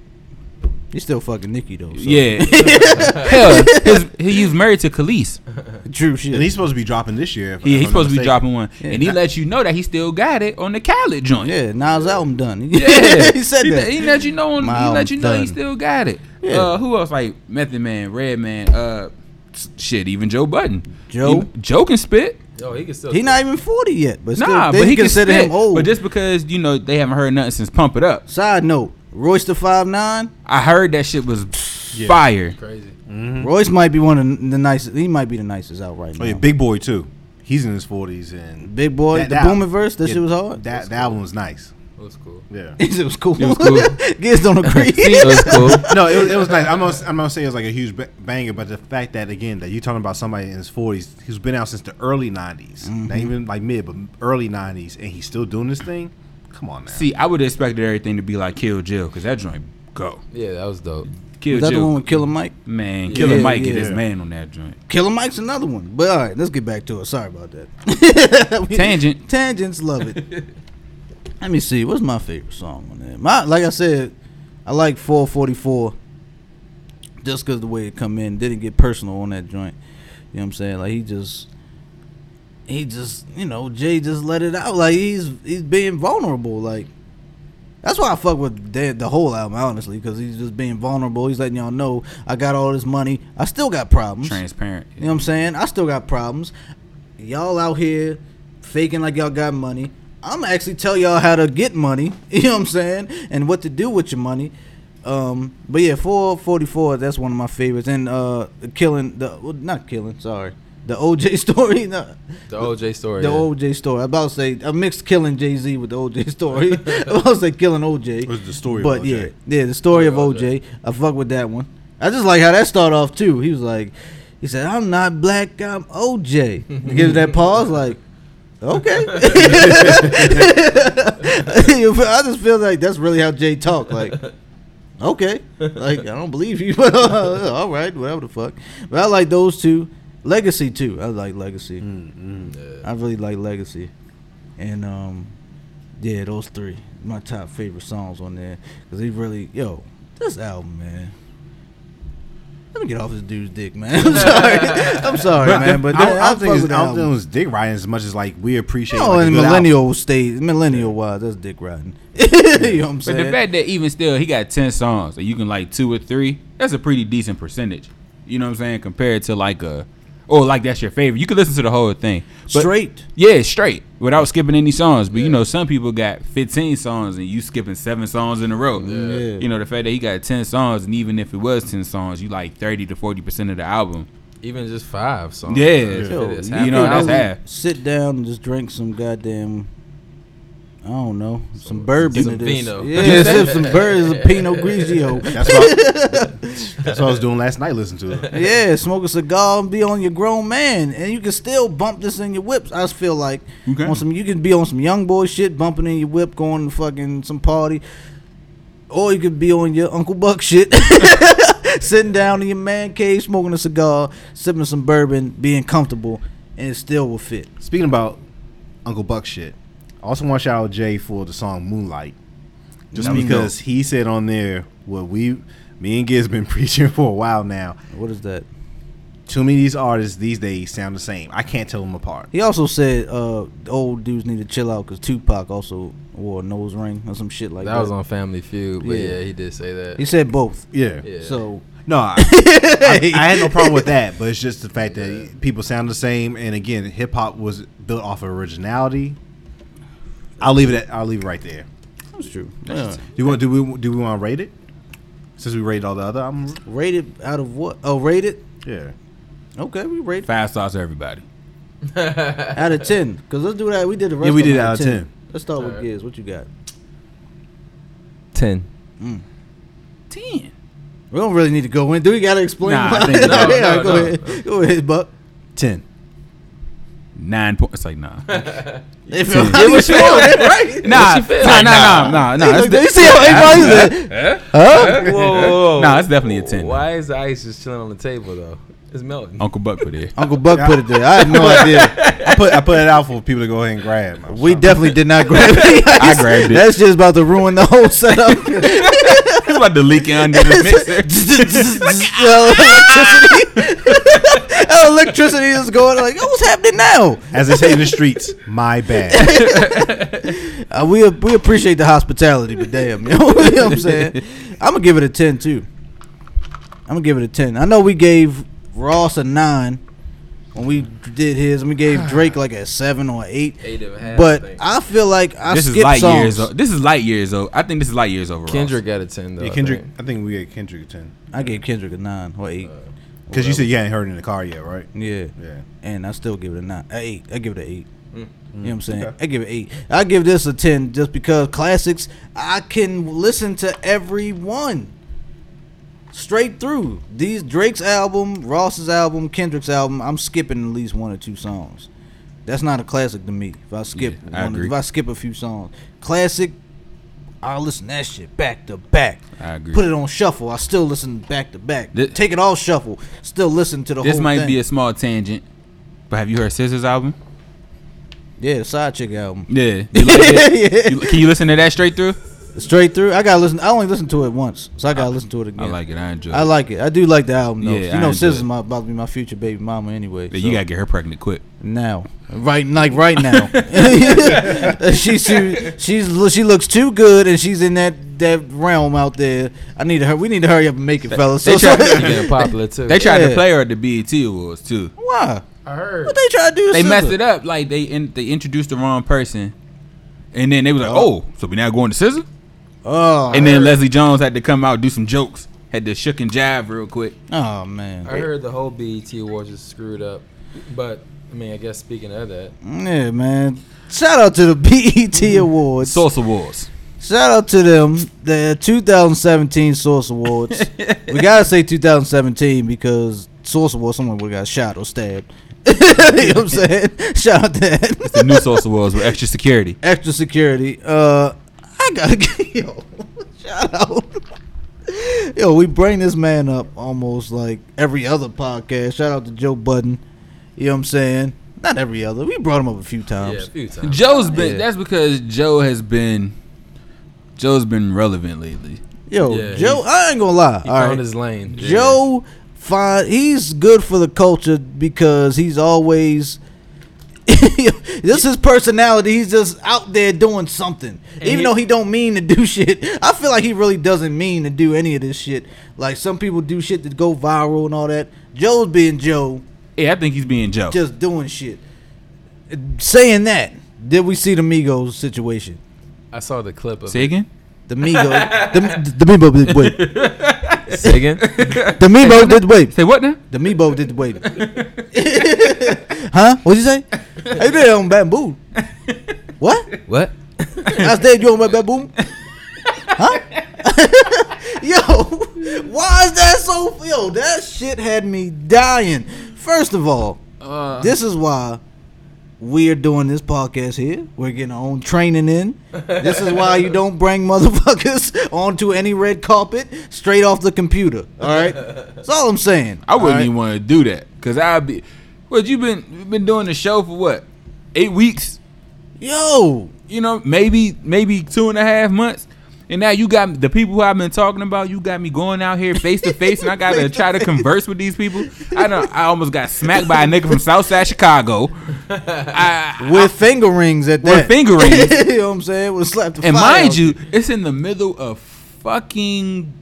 Speaker 1: He's still fucking Nicki though. So. [laughs]
Speaker 3: yeah, hell, his, he was married to Khalees.
Speaker 1: Drew shit.
Speaker 5: And he's supposed to be dropping this year. if-
Speaker 3: Yeah,
Speaker 5: if
Speaker 3: he's
Speaker 5: I'm not
Speaker 3: supposed to be
Speaker 5: mistaken.
Speaker 3: dropping one, and he
Speaker 1: Yeah.
Speaker 3: let you know that he still got it on the Khaled joint.
Speaker 1: yeah, Nas album done. [laughs]
Speaker 3: Yeah.
Speaker 1: he said
Speaker 3: he,
Speaker 1: that.
Speaker 3: let- He let you know. On, he
Speaker 1: Miles
Speaker 3: let you know he
Speaker 1: Dunn.
Speaker 3: still got it.
Speaker 1: Yeah.
Speaker 3: Uh, who else? Like Method Man, Red Man, uh, s- shit, even Joe Budden.
Speaker 1: Joe?
Speaker 3: He- Joe can spit.
Speaker 4: Yo, he can still.
Speaker 1: He not even forty yet, but still,
Speaker 3: nah,
Speaker 1: they
Speaker 3: but he can
Speaker 1: consider
Speaker 3: spit.
Speaker 1: him old.
Speaker 3: But just because you know they haven't heard nothing since Pump It Up,
Speaker 1: Side note: Royce the five nine.
Speaker 3: I heard that shit was fire.
Speaker 4: crazy.
Speaker 3: Mm-hmm.
Speaker 1: Royce might be one of the the nicest. He might be the nicest out right now.
Speaker 5: Oh yeah, Big Boy too. He's in his forties and
Speaker 1: Big Boy, the
Speaker 5: album-
Speaker 1: Boomerverse, that shit was hard?
Speaker 5: That that album was nice.
Speaker 4: It was cool.
Speaker 5: Yeah.
Speaker 1: [laughs] it was cool.
Speaker 3: It was cool.
Speaker 1: [laughs] Giz don't agree.
Speaker 4: It was cool.
Speaker 5: no, it was, it was nice. I'm gonna, I'm gonna say it was like a huge ba- banger, but the fact that again that you're talking about somebody in his 40s who's been out since the early 90s,
Speaker 1: Mm-hmm.
Speaker 5: not even like mid, but early 90s, and he's still doing this thing. Come on now.
Speaker 3: See, I would have expected everything to be like Kill Jill because that joint go.
Speaker 4: Yeah, that was dope.
Speaker 1: [laughs]
Speaker 3: Kill
Speaker 1: Is that the one
Speaker 3: Jill,
Speaker 1: with Killer Mike?
Speaker 3: man, Killer
Speaker 1: Yeah,
Speaker 3: Mike get
Speaker 1: yeah.
Speaker 3: his man on that joint.
Speaker 1: Killer Mike's another one. But all right, let's get back to it. Sorry about that. [laughs] We-
Speaker 3: Tangent.
Speaker 1: Tangents love it. [laughs] Let me see. What's my favorite song on there? My like I said, I like 444. Just cause the way it come in didn't get personal on that joint. You know what I'm saying? Like he just he just you know, Jay just let it out. Like he's he's being vulnerable. Like that's why I fuck with the, the whole album, honestly, because he's just being vulnerable. He's letting y'all know I got all this money. I still got problems.
Speaker 3: Transparent.
Speaker 1: You know what I'm saying? I still got problems. Y'all out here faking like y'all got money. I'm gonna actually tell y'all how to get money. [laughs] You know what I'm saying? And what to do with your money. Um, but yeah, 444. That's one of my favorites. And uh, killing the well, not killing. Sorry, the OJ [laughs] story. No,
Speaker 4: The OJ story.
Speaker 1: the
Speaker 4: Oh, yeah.
Speaker 1: OJ story. I about to say I mixed killing Jay Z with the OJ story. [laughs] I about to say killing OJ.
Speaker 5: was the story of
Speaker 1: But
Speaker 5: OJ.
Speaker 1: yeah, yeah, the story of OJ. I fuck with that one. I just like how that started off too. He was like, he said, "I'm not black, I'm OJ." He gives that pause, like, okay. [laughs] I just feel like that's really how Jay talk, like. Okay, like I don't believe you, [laughs] but all right, whatever the fuck. But I like those two, Legacy too. I like Legacy.
Speaker 5: Mm,
Speaker 1: I really like Legacy, and um, yeah, those three my top favorite songs on there because he really yo this album man. Let me get off this dude's dick, man. [laughs] I'm sorry, I'm sorry,
Speaker 5: [laughs]
Speaker 1: man, but
Speaker 5: I, don't- I
Speaker 1: I,
Speaker 5: don't think
Speaker 1: fuck
Speaker 5: it's,
Speaker 1: with the
Speaker 5: I don't think it
Speaker 1: album.
Speaker 5: was dick riding as much as like we appreciate.
Speaker 1: Oh,
Speaker 5: like, a
Speaker 1: and
Speaker 5: good album.
Speaker 1: millennial stage, millennial wise, that's dick riding. [laughs] you know what I'm
Speaker 3: But
Speaker 1: saying?
Speaker 3: the fact that even still he got ten songs and you can like two or three, that's a pretty decent percentage. You know what I'm saying? Compared to like a or like that's your favorite. You can listen to the whole thing. But
Speaker 1: Straight.
Speaker 3: Yeah, straight. Without skipping any songs. But you know, some people got fifteen songs and you skipping seven songs in a row.
Speaker 1: Yeah.
Speaker 3: You know, the fact that he got ten songs and even if it was ten songs, you like thirty to forty percent of the album.
Speaker 4: Even just five songs.
Speaker 3: Yeah.
Speaker 4: It
Speaker 1: Yo,
Speaker 4: is
Speaker 3: you know,
Speaker 1: can
Speaker 3: that's
Speaker 1: really
Speaker 3: half.
Speaker 1: Sit down and just drink some goddamn. I don't know some, bourbon.
Speaker 4: some
Speaker 1: to this.
Speaker 4: Pinot.
Speaker 1: Yeah, sip some bourbon, some Pinot Grigio.
Speaker 5: [laughs] That's what,
Speaker 1: [laughs]
Speaker 5: I, that's what I was doing last night. Listen to it.
Speaker 1: Yeah, smoke a cigar and be on your grown man, and you can still bump this in your whips. I just feel like
Speaker 3: You can.
Speaker 1: on some you can be on some young boy shit, bumping in your whip, going to fucking some party, or you could be on your Uncle Buck shit, [laughs] sitting down in your man cave, smoking a cigar, sipping some bourbon, being comfortable, and it still will fit.
Speaker 5: Speaking about Uncle Buck shit, I also want to shout out Jay for the song Moonlight. Just
Speaker 1: That was
Speaker 5: because he said on there what we, me and Giz been [laughs] preaching for a while now.
Speaker 1: What is that?
Speaker 5: Too many of these artists these days sound the same. I can't tell them apart.
Speaker 1: He also said uh, the old dudes need to chill out because Tupac also wore a nose ring or some shit like that.
Speaker 4: That was on Family Feud, but
Speaker 1: Yeah.
Speaker 4: yeah, he did say that.
Speaker 1: He said both.
Speaker 5: Yeah.
Speaker 4: yeah.
Speaker 1: So [laughs]
Speaker 5: No, I, I, I had no problem with that, but it's just the fact that people sound the same. And again, hip hop was built off of originality. I'll leave it. At, I'll leave it right there.
Speaker 1: that's true. Yeah.
Speaker 5: Do you want? Do we? Do we want to rate it? Since we rated all the other, I'm
Speaker 1: Rated out of what? Oh, rated.
Speaker 5: yeah.
Speaker 1: Okay, we rated
Speaker 3: Five stars to everybody.
Speaker 1: out of ten. Cause let's do that. We did the rest.
Speaker 5: we
Speaker 1: of them
Speaker 5: did out of 10.
Speaker 1: Let's start with
Speaker 4: Alright.
Speaker 1: Giz. What you got?
Speaker 4: ten.
Speaker 3: Ten.
Speaker 1: We don't really need to go in. [laughs] Do we gotta explain?
Speaker 3: Nah, I
Speaker 1: why?
Speaker 3: think-
Speaker 4: no,
Speaker 1: Yeah,
Speaker 4: no,
Speaker 1: go
Speaker 4: no.
Speaker 1: ahead. Go ahead, Buck.
Speaker 5: Ten.
Speaker 3: nine points. It's like nah, nah,
Speaker 2: It feels like you should.
Speaker 4: right?
Speaker 3: nah, nah, nah, nah, nah. It's
Speaker 1: You
Speaker 3: de-
Speaker 1: see how everybody's
Speaker 3: [laughs]
Speaker 1: like, huh?
Speaker 4: Whoa, whoa, whoa.
Speaker 3: Nah, it's definitely a 10.
Speaker 4: Why is the ice just chilling on the table though? It's melting.
Speaker 3: Uncle Buck put it. [laughs]
Speaker 1: Uncle Buck put it there. I had no idea.
Speaker 2: I put I put it out for people to go ahead and grab. I'm
Speaker 1: We
Speaker 2: sorry.
Speaker 1: definitely did not grab it.
Speaker 3: I grabbed it.
Speaker 1: That's just about to ruin the whole setup.
Speaker 3: It's about to leak
Speaker 1: [laughs]
Speaker 3: it under the mixer.
Speaker 1: uh, electricity. [laughs] Our electricity is going like, oh, what's happening now?
Speaker 2: as they say in the streets, my bad.
Speaker 1: [laughs] Uh, we we appreciate the hospitality, but damn, [laughs] you know what I'm saying? I'm gonna give it a ten too. I'm gonna give it a ten. I know we gave Ross a nine when we did his, and we gave Drake like a seven or eight.
Speaker 4: Eight and a half,
Speaker 1: But
Speaker 4: I think.
Speaker 1: I feel like I
Speaker 3: this is
Speaker 1: skipped
Speaker 3: light
Speaker 1: songs.
Speaker 3: years. o- This is light years. o- I think this is light years overall.
Speaker 4: Kendrick got a ten though.
Speaker 2: Yeah,
Speaker 4: I
Speaker 2: Kendrick,
Speaker 4: think.
Speaker 2: I think we get Kendrick a ten
Speaker 1: I gave Kendrick a nine or eight.
Speaker 3: Uh,
Speaker 2: because you said you hadn't heard it in the car yet, right?
Speaker 1: yeah,
Speaker 2: Yeah.
Speaker 1: and I still give it a nine, a eight. I give it an eight.
Speaker 3: Mm.
Speaker 1: You know what I'm saying?
Speaker 2: Okay.
Speaker 1: I give it eight. I give this a ten just because classics. I can listen to every one straight through. These Drake's album, Ross's album, Kendrick's album. I'm skipping at least one or two songs. That's not a classic to me. If I skip,
Speaker 3: Yeah, I
Speaker 1: one,
Speaker 3: agree.
Speaker 1: if I skip a few songs, classic. I listen to that shit back to back.
Speaker 3: I agree.
Speaker 1: Put it on shuffle. I still listen back to back.
Speaker 3: Thi-
Speaker 1: Take it all shuffle. Still listen to the
Speaker 3: This
Speaker 1: whole
Speaker 3: might
Speaker 1: thing.
Speaker 3: be a small tangent, but have you heard Scissors album?
Speaker 1: yeah, the side chick album.
Speaker 3: Yeah. You like that?
Speaker 1: [laughs] Yeah.
Speaker 3: You- can you listen to that straight through?
Speaker 1: Straight through. I gotta listen. I only listened to it once, so I gotta listen to it again.
Speaker 3: I like it. I enjoy it.
Speaker 1: I like it. I do like the album though.
Speaker 3: Yeah,
Speaker 1: you
Speaker 3: I
Speaker 1: know,
Speaker 3: enjoy
Speaker 1: SZA's
Speaker 3: it.
Speaker 1: my, about to be my future baby mama anyway.
Speaker 3: But
Speaker 1: so-
Speaker 3: you gotta get her pregnant quick.
Speaker 1: now, right, like right
Speaker 3: [laughs]
Speaker 1: now, [laughs] she she she's she looks too good, and she's in that that realm out there. I need her. We need to hurry up and make it, fellas. So,
Speaker 3: They tried,
Speaker 4: She getting popular
Speaker 3: [laughs]
Speaker 4: too.
Speaker 3: they tried
Speaker 1: Yeah.
Speaker 3: to play her at the BET Awards too.
Speaker 1: [laughs] why?
Speaker 4: I heard.
Speaker 1: What they try to do? to
Speaker 3: They
Speaker 1: SZA?
Speaker 3: messed it up. Like they in, they introduced the wrong person, and then they was like,
Speaker 1: Oh.
Speaker 3: "Oh, so we now going to Scissor?"
Speaker 1: Oh,
Speaker 3: And then Leslie Jones had to come out do some jokes. Had to shook and jive real quick.
Speaker 1: oh man,
Speaker 4: I heard the whole BET Awards is screwed up. But I mean, I guess speaking of that,
Speaker 1: yeah, man. Shout out to the [laughs] E BET Awards.
Speaker 3: Source Awards.
Speaker 1: Shout out to them, the 2017 Source Awards.
Speaker 4: [laughs]
Speaker 1: we gotta say 2017 because Source Awards, someone would got shot or stabbed. [laughs] you know
Speaker 4: [laughs]
Speaker 1: what I'm saying? Shout out to that.
Speaker 3: The new Source Awards with extra security.
Speaker 1: Extra security. Uh, I gotta [laughs] yo. Shout out. Yo, we bring this man up almost like every other podcast. Shout out to Joe Budden. You know what I'm saying? Not every other. We brought him up a few
Speaker 3: Oh.
Speaker 4: yeah, a
Speaker 1: times.
Speaker 4: few times.
Speaker 3: Joe's been.
Speaker 1: Yeah.
Speaker 3: That's because Joe has been. Joe's been relevant lately.
Speaker 1: Yo,
Speaker 4: Yeah,
Speaker 1: Joe,
Speaker 4: he-
Speaker 1: I ain't gonna lie.
Speaker 4: He
Speaker 1: All
Speaker 4: found
Speaker 1: right.
Speaker 4: his lane.
Speaker 1: Joe find he's good for the culture because he's always [laughs] this is personality. He's just out there doing something, even
Speaker 4: he-
Speaker 1: though he don't mean to do [laughs] shit. I feel like he really doesn't mean to do any of this shit. Like some people do shit that go viral and all that. Joe's being Joe,
Speaker 3: Yeah, I think he's being Joe.
Speaker 1: just doing shit. Saying that, did we see the Migos situation?
Speaker 4: I saw the clip of
Speaker 3: Say [laughs] again.
Speaker 1: The Migos, the, the Migos did wait.
Speaker 4: Sagan.
Speaker 1: The Migos did wait.
Speaker 3: Say what now?
Speaker 1: The Meebo did the waiting. huh? What'd you say? Hey, they on bamboo. What?
Speaker 4: what?
Speaker 1: I said you on my bamboo? Huh? [laughs] yo, why is that so? Yo, that shit had me dying. First of all,
Speaker 4: Uh,
Speaker 1: this is why we're doing this podcast here. We're getting our own training in. This is why you don't bring motherfuckers [laughs] onto any red carpet straight off the computer. All right, that's all I'm saying.
Speaker 3: I wouldn't
Speaker 1: all right?
Speaker 3: even want to do that because I'd be. What you been you been doing the show for what? Eight weeks.
Speaker 1: Yo,
Speaker 3: You know, maybe maybe two and a half months. And now you got the people who I've been talking about. You got me going out here face to face, and I gotta try to converse with these people. I don't. I almost got smacked by a nigga from Southside [laughs] Chicago. I,
Speaker 1: with finger rings at that. [laughs]
Speaker 3: With finger rings.
Speaker 1: you know what I'm saying? With slap the
Speaker 3: and
Speaker 1: fire
Speaker 3: mind
Speaker 1: out.
Speaker 3: you, it's in the middle of fucking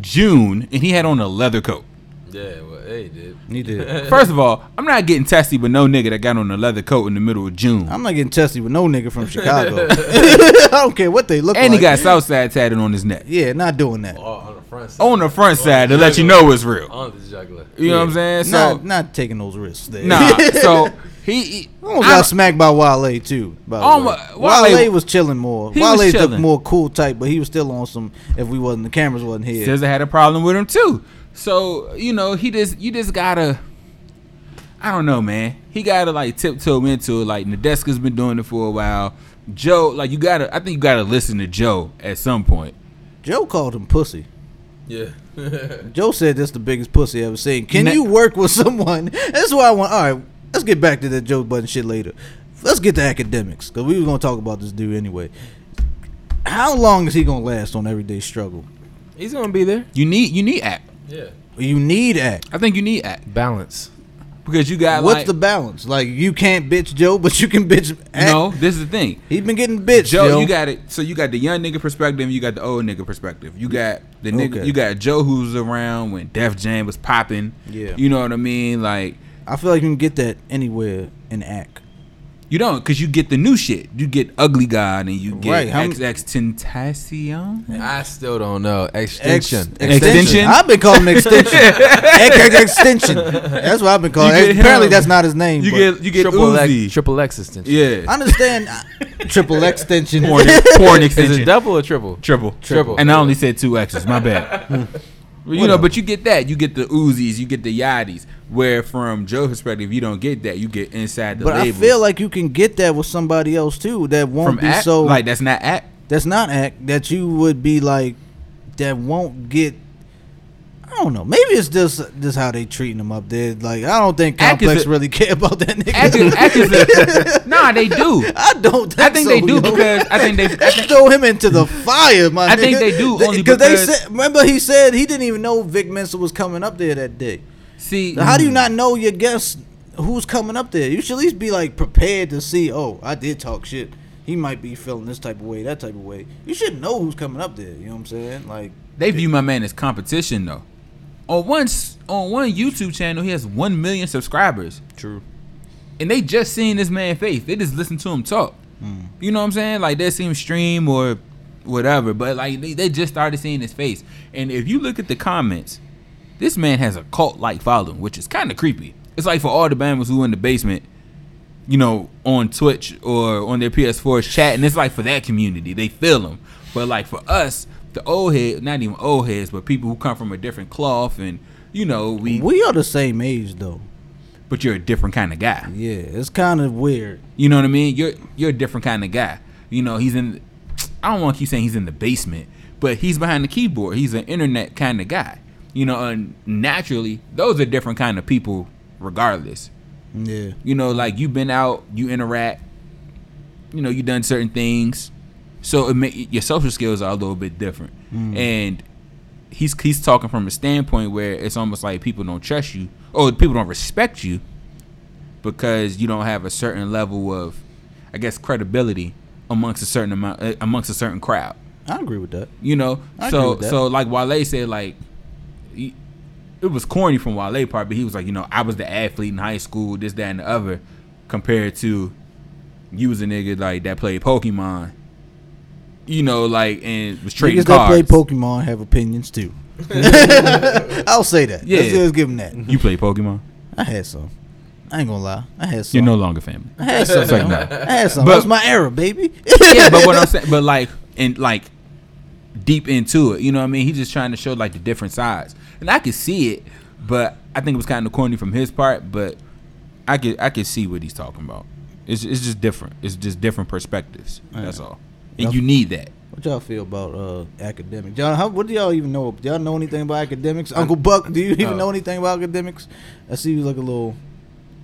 Speaker 3: June, and he had on a leather coat.
Speaker 4: yeah, well, hey, dude.
Speaker 1: he did.
Speaker 3: First of all, I'm not getting testy with no nigga that got on a leather coat in the middle of June.
Speaker 1: [laughs] I'm not getting testy with no nigga from [laughs] Chicago. I don't care what [laughs] they look
Speaker 3: and
Speaker 1: like.
Speaker 3: he got Southside tatted on his neck.
Speaker 1: yeah, not doing that.
Speaker 4: Oh, on the front side.
Speaker 3: On the front
Speaker 4: On
Speaker 3: side to
Speaker 4: the
Speaker 3: let you
Speaker 4: juggler.
Speaker 3: know it's real.
Speaker 4: On the juggler.
Speaker 3: You know what I'm saying? So
Speaker 1: not not taking those risks there. [laughs]
Speaker 3: nah. So he, he
Speaker 1: Almost
Speaker 3: I'm-
Speaker 1: got smacked by Wale too. By the
Speaker 3: Oh
Speaker 1: way.
Speaker 3: my-
Speaker 1: Wale,
Speaker 3: Wale-
Speaker 1: was chilling more.
Speaker 3: He
Speaker 1: Wale
Speaker 3: was
Speaker 1: the
Speaker 3: chilling.
Speaker 1: more cool type, but he was still on some. If we wasn't, the cameras wasn't here.
Speaker 3: SZA had a problem with him too. So you know, he just you just gotta. I don't know, man. He gotta like tiptoe into it. Like Nadeska's been doing it for a while. Joe, like you gotta, I think you gotta listen to Joe at some point.
Speaker 1: Joe called him pussy.
Speaker 4: Yeah. [laughs]
Speaker 1: Joe said that's the biggest pussy I ever seen. Can
Speaker 3: Ne-
Speaker 1: you work with someone? [laughs] That's why I want. All right, let's get back to that Joe Button shit later. Let's get to academics because we were gonna talk about this dude anyway. How long is he gonna last on everyday struggle?
Speaker 4: He's gonna be there.
Speaker 3: You need, you need act.
Speaker 4: Yeah.
Speaker 1: You need act.
Speaker 3: I think you need act
Speaker 4: Balance.
Speaker 3: because you got
Speaker 1: What's
Speaker 3: like,
Speaker 1: the balance? Like you can't bitch Joe, but you can bitch. Act.
Speaker 3: no. This is the thing.
Speaker 1: he's been getting bitched.
Speaker 3: Joe,
Speaker 1: Joe,
Speaker 3: you got it. So you got the young nigga perspective, and you got the old nigga perspective. You got the nigga,
Speaker 1: Okay.
Speaker 3: you got Joe who was around when Def Jam was popping.
Speaker 1: Yeah.
Speaker 3: you know what I mean. Like
Speaker 1: I feel like you can get that anywhere in act.
Speaker 3: you don't, because you get the new shit. You get Ugly God, and you get
Speaker 1: Right, how m-
Speaker 3: XX Tentacion.
Speaker 4: I still don't know.
Speaker 1: Ex-
Speaker 4: Extinction.
Speaker 3: Extension?
Speaker 1: I've been
Speaker 3: [laughs]
Speaker 1: calling it extension. Ex- ex- extension. That's what I've been calling.
Speaker 3: You
Speaker 1: it.
Speaker 3: get
Speaker 1: Apparently,
Speaker 3: him.
Speaker 1: that's not his name.
Speaker 3: You
Speaker 1: but-
Speaker 3: get you get
Speaker 4: triple
Speaker 3: Uzi.
Speaker 4: X. Triple X extension.
Speaker 1: I
Speaker 3: yeah,
Speaker 1: understand uh, triple [laughs] extension.
Speaker 3: [laughs] porn, porn
Speaker 4: Is it
Speaker 3: extension,
Speaker 4: double or triple?
Speaker 3: triple,
Speaker 4: Triple.
Speaker 3: and I only said two X's. My bad.
Speaker 1: [laughs]
Speaker 3: Well, you know, but you get that. You get the Uzis, you get the Yachties. Where from Joe's perspective, you don't get that. You get inside the
Speaker 1: But I
Speaker 3: label.
Speaker 1: feel like you can get that with somebody else too. That won't
Speaker 3: from
Speaker 1: be
Speaker 3: act,
Speaker 1: so.
Speaker 3: like that's not act.
Speaker 1: that's not act. That you would be like. That won't get. I don't know. Maybe it's just just how they treating him up there. Like I don't think
Speaker 3: Act is
Speaker 1: Complex
Speaker 3: a-
Speaker 1: really [laughs] care about that nigga. [laughs]
Speaker 3: Act is, act is a, nah, they do.
Speaker 1: I don't. Think
Speaker 3: I think
Speaker 1: so,
Speaker 3: they do
Speaker 1: yo.
Speaker 3: because
Speaker 1: [laughs]
Speaker 3: I think they. I
Speaker 1: They
Speaker 3: think,
Speaker 1: throw him into the fire, my
Speaker 3: I
Speaker 1: nigga.
Speaker 3: think they do
Speaker 1: they
Speaker 3: only because-
Speaker 1: said. Remember, he said he didn't even know Vic Mensa was coming up there that day.
Speaker 3: see,
Speaker 1: Now, How do you not know your guest who's coming up there? You should at least be like prepared to see, oh, I did talk shit. He might be feeling this type of way, that type of way. You should know who's coming up there. You know what I'm saying? Like,
Speaker 3: They view my man as competition though. On one s- on one YouTube channel, he has one million subscribers,
Speaker 4: True.
Speaker 3: and they just seen this man face. They just listen to him talk. You know what I'm saying? Like they see him stream or whatever, but like they, they just started seeing his face. And if you look at the comments, this man has a cult like following, which is kind of creepy. It's like for all the bammers who in the basement, you know, on Twitch or on their PS4s chat, and it's like for that community, they feel them. But like for us, the old head, not even old heads, but people who come from a different cloth, and you know, we.
Speaker 1: we are the same age, though.
Speaker 3: But you're a different kind of guy.
Speaker 1: Yeah, it's kind of weird.
Speaker 3: You know what I mean? You're you're a different kind of guy. You know, he's in. I don't want to keep saying he's in the basement, but he's behind the keyboard. He's an internet kind of guy. You know, and naturally, those are different kind of people, regardless.
Speaker 1: Yeah.
Speaker 3: You know, like you've been out, you interact, you know, you done certain things, so it may, your social skills are a little bit different. And he's he's talking from a standpoint where it's almost like people don't trust you or people don't respect you because you don't have a certain level of, I guess, credibility amongst a certain amount uh, amongst a certain crowd.
Speaker 1: I agree with that.
Speaker 3: You know,
Speaker 1: I agree
Speaker 3: so
Speaker 1: with that.
Speaker 3: so like Wale said, like he- it was corny from Wale part, but he was like, you know, I was the athlete in high school, this, that, and the other, compared to you was a nigga like that played Pokemon. You know, like and was trading
Speaker 1: Niggas that
Speaker 3: cards.
Speaker 1: play Pokemon have opinions
Speaker 3: [laughs]
Speaker 1: too. [laughs] I'll say that. Yeah. Let's,
Speaker 3: Yeah.
Speaker 1: let's give him that.
Speaker 3: you play
Speaker 1: [laughs]
Speaker 3: Pokemon.
Speaker 1: I had some. I ain't gonna lie. I had some.
Speaker 3: You're no
Speaker 1: [laughs]
Speaker 3: longer family.
Speaker 1: I had some.
Speaker 3: [laughs] It's like,
Speaker 1: yo.
Speaker 3: no.
Speaker 1: I had some.
Speaker 3: But-
Speaker 1: That's my era, baby.
Speaker 3: yeah, but what I'm saying, but like and like deep into it, you know what I mean? He's just trying to show like the different sides, and I could see it, but I think it was kind of corny from his part. But I could I could see what he's talking about. It's it's just different. It's just different perspectives. That's all, and
Speaker 1: Yep.
Speaker 3: you need that.
Speaker 1: What y'all feel about uh academics? Y'all, how, what do y'all even know? Do y'all know anything about academics? Uncle Buck, do you even
Speaker 4: No.
Speaker 1: know anything about academics? I see you like a little.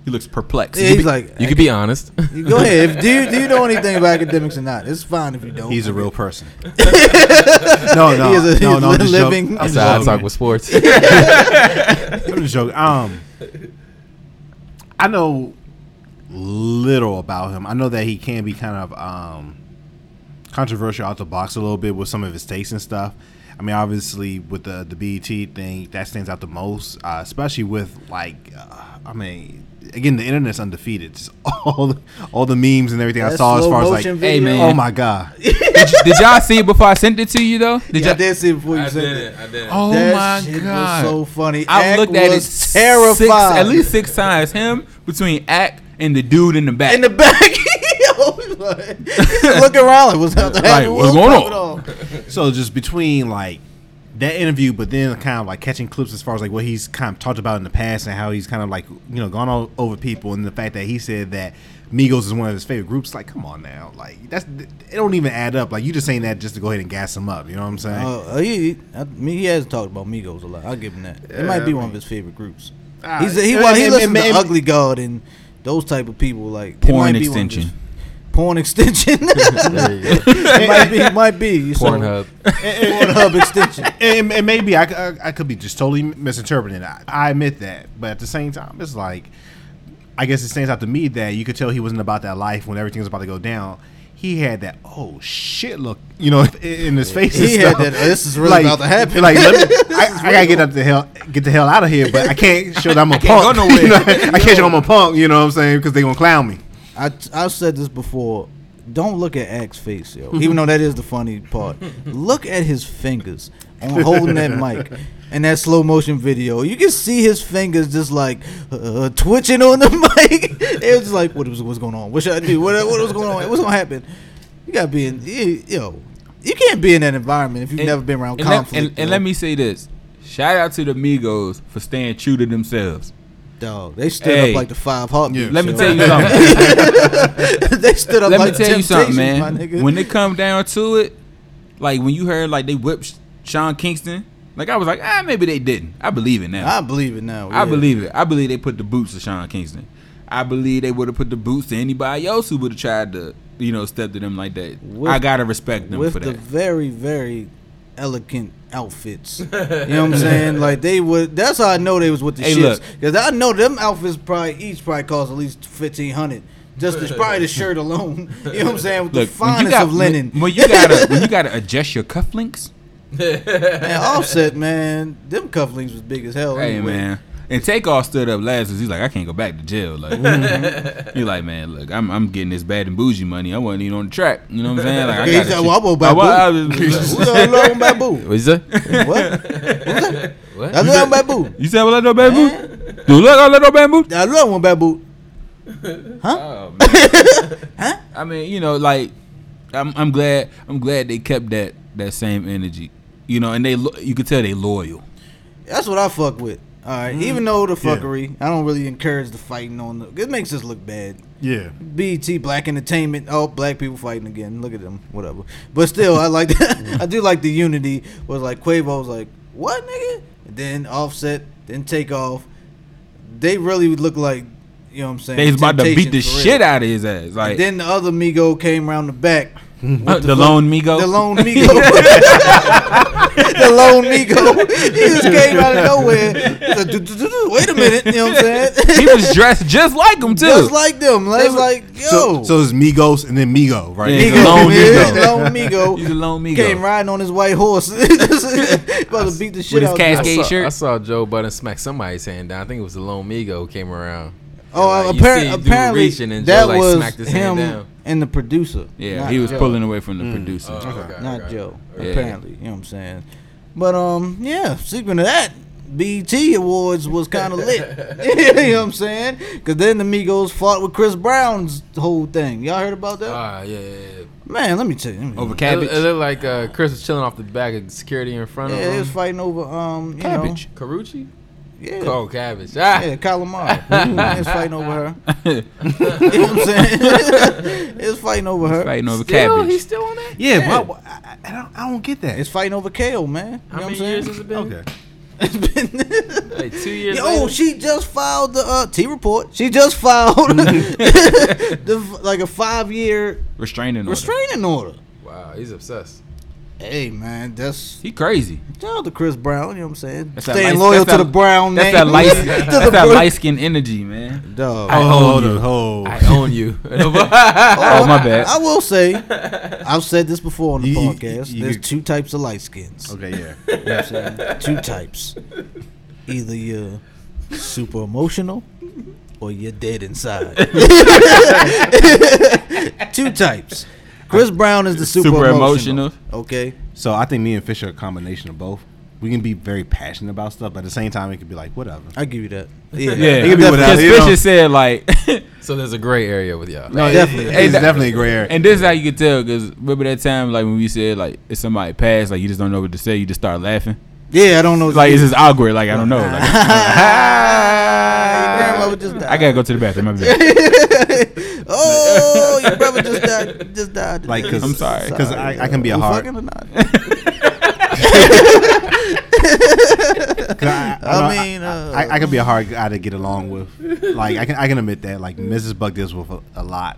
Speaker 3: He looks perplexed.
Speaker 1: Yeah, he's like,
Speaker 4: You could be honest.
Speaker 1: "Ac- go ahead. If, do you do you know anything about academics or not? It's fine if you don't.
Speaker 2: He's a real
Speaker 1: [laughs]
Speaker 2: person. no, no,
Speaker 1: He is a- he's
Speaker 2: no, no. I'm just
Speaker 1: living-
Speaker 2: joking.
Speaker 1: I'm
Speaker 2: I'm
Speaker 4: [laughs] That's how I
Speaker 2: just
Speaker 4: talk
Speaker 2: joking.
Speaker 4: with sports.
Speaker 2: I'm just joking. Um, I know little about him. I know that he can be kind of um, controversial out the box a little bit with some of his takes and stuff. I mean, obviously with the the BET thing, that stands out the most, uh, especially with like, uh, I mean, again, the internet's undefeated. Just [laughs] all the, all the memes and everything I
Speaker 1: That
Speaker 2: saw as
Speaker 1: slow
Speaker 2: far as like,
Speaker 1: motion
Speaker 3: hey, man.
Speaker 2: oh my god,
Speaker 3: did, y- did y'all see it before I sent it to you though? Did
Speaker 1: Yeah, I
Speaker 3: y'all?
Speaker 1: did see it before you said that.
Speaker 4: I did.
Speaker 3: Oh
Speaker 1: that
Speaker 3: my
Speaker 1: shit
Speaker 3: god!
Speaker 1: was so funny.
Speaker 3: I
Speaker 1: Ack
Speaker 3: looked at it
Speaker 1: was
Speaker 3: six-
Speaker 1: terrified.
Speaker 3: at least six times. Him between Act and the dude in the back.
Speaker 1: in [laughs] the [laughs] back. Yo, he's like- he's looking around like, what's,
Speaker 3: Like, what's going on?
Speaker 2: So just between like
Speaker 5: that interview, but then kind of like catching clips as far as like what he's kind of talked about in the past and how he's kind of like you know gone all over people and the fact that he said that Migos is one of his favorite groups. Like, come on now, like that's it don't even add up. Like you just saying that just to go ahead and gas him up. You know what I'm saying?
Speaker 1: Uh, uh, he, he- I mean, he has talked about Migos a lot. I'll give him that. It might be one of his favorite groups.
Speaker 5: Ah,
Speaker 1: He's a, he,
Speaker 5: it-
Speaker 1: well, he
Speaker 5: it-
Speaker 1: listens
Speaker 5: it-
Speaker 1: to
Speaker 5: it-
Speaker 1: Ugly God and those type of people like it
Speaker 3: Porn
Speaker 1: might be one of his-
Speaker 3: extension.
Speaker 1: Porn extension.
Speaker 4: There you go.
Speaker 1: [laughs] it might be. It might be. So,
Speaker 4: Pornhub.
Speaker 1: Pornhub extension.
Speaker 5: and, and maybe I, c- I- I could be just totally misinterpreting. it. I, I admit that, but at the same time, it's like I guess it stands out to me that you could tell he wasn't about that life when everything was about to go down. He had that oh shit look, you know, [laughs] in- in his face. and
Speaker 1: He had
Speaker 5: stuff.
Speaker 1: that, "This is really about to happen." [laughs]
Speaker 5: Like, let me, I, I gotta get out the hell, get the hell out of here, but I can't show
Speaker 1: [laughs]
Speaker 5: that I'm a
Speaker 3: can't
Speaker 5: punk. [laughs]
Speaker 3: go nowhere.
Speaker 5: you know? I can't show I'm a punk. You know what I'm saying? Because they gonna clown me.
Speaker 1: I I've said this before. Don't look at Ack's face,
Speaker 3: [laughs]
Speaker 1: yo. Even though that is the funny part. Look at his fingers on holding that mic in that slow motion video. You can see his fingers just like uh, twitching on the [laughs] mic. it was like, what was what's going on? What should I do? What what was going on? What's gonna happen? You gotta be in you, yo. You can't be in that environment if you've never been around
Speaker 3: and let-
Speaker 1: conflict.
Speaker 3: and, and let me say this: shout out to the Migos for staying true to themselves.
Speaker 1: dog. They stood
Speaker 3: Hey.
Speaker 1: up like the five heartbeats.
Speaker 5: Yeah.
Speaker 3: Let me
Speaker 1: yo. [laughs]
Speaker 3: tell you something.
Speaker 1: they stood up
Speaker 3: Let me
Speaker 1: like
Speaker 3: tell you something,
Speaker 1: Temptations, my
Speaker 3: man.
Speaker 1: nigga.
Speaker 3: When it come down to it, like when you heard like they whipped Sean Kingston, like I was like, ah, maybe they didn't. I believe it now.
Speaker 1: I believe it now.
Speaker 3: I
Speaker 1: Ah, yeah.
Speaker 3: believe it. I believe they put the boots to Sean Kingston. I believe they would have put the boots to anybody else who would have tried to, you know, step to them like that.
Speaker 1: With-
Speaker 3: I gotta respect them
Speaker 1: with
Speaker 3: for
Speaker 1: the
Speaker 3: that.
Speaker 1: very very elegant outfits. you know what I'm
Speaker 3: [laughs]
Speaker 1: saying? Like they would. That's how I know they was with the
Speaker 3: Hey,
Speaker 1: shits.
Speaker 3: look.
Speaker 1: Because I know them outfits probably each probably cost at least fifteen hundred. Just the, probably the shirt alone. [laughs] You know what I'm saying? With
Speaker 3: Look,
Speaker 1: the
Speaker 3: when you
Speaker 1: finest
Speaker 3: got
Speaker 1: of linen.
Speaker 3: when, when you gotta when
Speaker 1: [laughs]
Speaker 3: you gotta adjust your cufflinks,
Speaker 1: man, Offset man, them cufflinks was big as hell.
Speaker 3: hey
Speaker 1: anyway.
Speaker 3: man. And Takeoff stood up last, 'cause he's like, [laughs] I can't go back to
Speaker 1: [laughs]
Speaker 3: jail. Like, he like, man, look, I'm, I'm getting this bad and bougie money. I wasn't even on the track. You know what I'm saying? Like,
Speaker 1: Yeah, he said, well, I won't buy [laughs] Who the hell love
Speaker 3: [laughs]
Speaker 1: Babu?
Speaker 4: What'd you say?
Speaker 1: What?
Speaker 4: What?
Speaker 1: I love Babu.
Speaker 3: You said, well, I
Speaker 1: [laughs]
Speaker 3: know bamboo. Do look, I know bamboo.
Speaker 1: I love one Babu.
Speaker 3: Oh, man. I mean, you know, like I'm, I'm glad I'm glad they kept that that same energy. You know, and they lo- you could tell they loyal.
Speaker 1: That's what I fuck with. All right, even though the fuckery, I don't really encourage the fighting on the. It makes us look bad.
Speaker 5: Yeah.
Speaker 1: BT Black Entertainment. Oh, black people fighting again. Look at them. Whatever. But still, I like. I do like the [laughs] unity. Was like Quavo was like, "What nigga?" And then Offset, then take off. They really would look like, you know what I'm saying?
Speaker 3: They was about to beat the
Speaker 1: Temptations for real.
Speaker 3: shit out of his ass. Like
Speaker 1: And then the other Migo came around the back.
Speaker 3: uh, the, lone Migo.
Speaker 1: The lone Migo. the lone Migo. He just came out of nowhere. He's like, "Do, do, do, do." Wait a minute. You know what I'm saying?
Speaker 3: he was dressed just like him too.
Speaker 1: Just like them. Like, like yo.
Speaker 5: So, so it's Migos and then Migo, right?
Speaker 3: Yeah.
Speaker 5: Migo.
Speaker 3: He's
Speaker 1: Migo,
Speaker 3: a lone
Speaker 1: man. Lone
Speaker 3: Migo.
Speaker 1: Migo.
Speaker 3: [laughs] He's a lone Migo.
Speaker 1: Came riding on his white horse. [laughs] About to beat the shit
Speaker 3: his
Speaker 1: out of
Speaker 3: cascade.
Speaker 1: him.
Speaker 3: Skate
Speaker 4: I saw,
Speaker 3: shirt.
Speaker 4: I saw Joe Budden smack somebody's hand down. I think it was the Lone Migo who came around.
Speaker 1: Oh,
Speaker 4: Like, you see
Speaker 1: appar-
Speaker 4: dude
Speaker 1: apparently
Speaker 4: reaching and Joe,
Speaker 1: that
Speaker 4: like,
Speaker 1: was
Speaker 4: smacked his hand
Speaker 1: him
Speaker 4: down.
Speaker 1: and the producer.
Speaker 3: yeah,
Speaker 1: not
Speaker 3: he was
Speaker 1: Joe. Oh.
Speaker 3: pulling away from the producer.
Speaker 1: Not Joe,
Speaker 3: okay.
Speaker 1: apparently. You know what I'm saying? But, um, yeah, secret of that, BT Awards was kind of lit.
Speaker 4: [laughs]
Speaker 1: [laughs] you know what I'm saying? Because then the Migos fought with Chris Brown's whole thing. Y'all heard about that?
Speaker 4: Ah, yeah, yeah, yeah.
Speaker 1: Man, let me tell you. let me-
Speaker 3: Over
Speaker 4: It, look-
Speaker 3: cabbage.
Speaker 4: it looked like uh, Chris was chilling off the back of security in front
Speaker 1: yeah,
Speaker 4: of
Speaker 1: they
Speaker 4: him.
Speaker 1: was fighting over, um, you
Speaker 3: Cabbage.
Speaker 4: Carucci?
Speaker 1: know. Yeah.
Speaker 4: Oh, Cabbage. Ah.
Speaker 1: Yeah, Kyle
Speaker 4: [laughs]
Speaker 1: Lamar. They was fighting over her. [laughs] you know what I'm saying? [laughs] it's fighting over her.
Speaker 3: Fighting over
Speaker 4: Still,
Speaker 3: cabbage.
Speaker 4: he's still on that?
Speaker 5: Yeah, but why- I, I don't, I don't get that.
Speaker 1: It's fighting over KO, man. You know
Speaker 4: How
Speaker 1: what I'm
Speaker 4: many
Speaker 1: saying?
Speaker 4: years
Speaker 1: [laughs]
Speaker 4: has it been?
Speaker 5: okay.
Speaker 1: It's been
Speaker 4: Like two years
Speaker 1: Yo,
Speaker 4: later?
Speaker 1: oh, she just filed the uh, T report. She just filed [laughs] the, like a five year
Speaker 3: Restraining order.
Speaker 1: restraining order.
Speaker 4: Wow, he's obsessed.
Speaker 1: Hey man, that's
Speaker 3: He crazy.
Speaker 1: shout out to Chris Brown. You know what I'm saying?
Speaker 3: That's that
Speaker 1: Staying
Speaker 3: light-
Speaker 1: loyal to
Speaker 3: that's that-
Speaker 1: the Brown
Speaker 3: That's
Speaker 1: name. [laughs]
Speaker 3: that light.
Speaker 1: To
Speaker 3: that's
Speaker 1: the
Speaker 3: that
Speaker 1: Bro-
Speaker 3: light skin energy, man.
Speaker 1: Dog.
Speaker 5: Oh,
Speaker 3: own
Speaker 5: hold
Speaker 3: you.
Speaker 5: on, hold.
Speaker 4: I [laughs] own you.
Speaker 3: Oh, my bad.
Speaker 1: [laughs] I will say, I've said this before on the
Speaker 5: You- you-
Speaker 1: podcast.
Speaker 5: you-
Speaker 1: There's two types of light skins.
Speaker 5: Okay, [laughs] yeah.
Speaker 1: You know what I'm saying? Two types. Either you're super emotional or you're dead inside. [laughs] Two types. Chris Brown is the super,
Speaker 3: Super
Speaker 1: emotional.
Speaker 3: emotional.
Speaker 1: Okay.
Speaker 5: So I think me and Fisher are a combination of both. we can be very passionate about stuff, but at the same time, it could be like whatever.
Speaker 1: I give you that. Yeah,
Speaker 3: Yeah,
Speaker 5: It could be whatever,
Speaker 3: because
Speaker 5: you
Speaker 3: Fisher
Speaker 5: know?
Speaker 3: said like, [laughs]
Speaker 4: So there's a gray area with y'all.
Speaker 5: No,
Speaker 1: Definitely.
Speaker 5: definitely, it's
Speaker 3: Hey,
Speaker 5: definitely a gray area.
Speaker 3: and this is how you could tell because remember that time like when we said like if somebody passed like you just don't know what to say you just start laughing
Speaker 1: yeah. I don't know.
Speaker 3: like it's just awkward like I don't
Speaker 5: [laughs]
Speaker 3: know like,
Speaker 1: grandmother just died.
Speaker 3: I gotta go to the bathroom. My bad.
Speaker 1: [laughs] Oh, your brother just died. Just died.
Speaker 5: Like,
Speaker 1: today.
Speaker 5: 'cause- I'm
Speaker 3: sorry.
Speaker 5: 'cause I- I can be a
Speaker 1: You
Speaker 5: hard-
Speaker 1: fucking or not?
Speaker 5: 'Cause I,
Speaker 1: I
Speaker 5: I,
Speaker 1: mean,
Speaker 5: mean,
Speaker 1: uh,
Speaker 5: I, I can be a hard guy to get along with. Like I can, I can admit that. Like Mrs. Buck deals with a, a lot.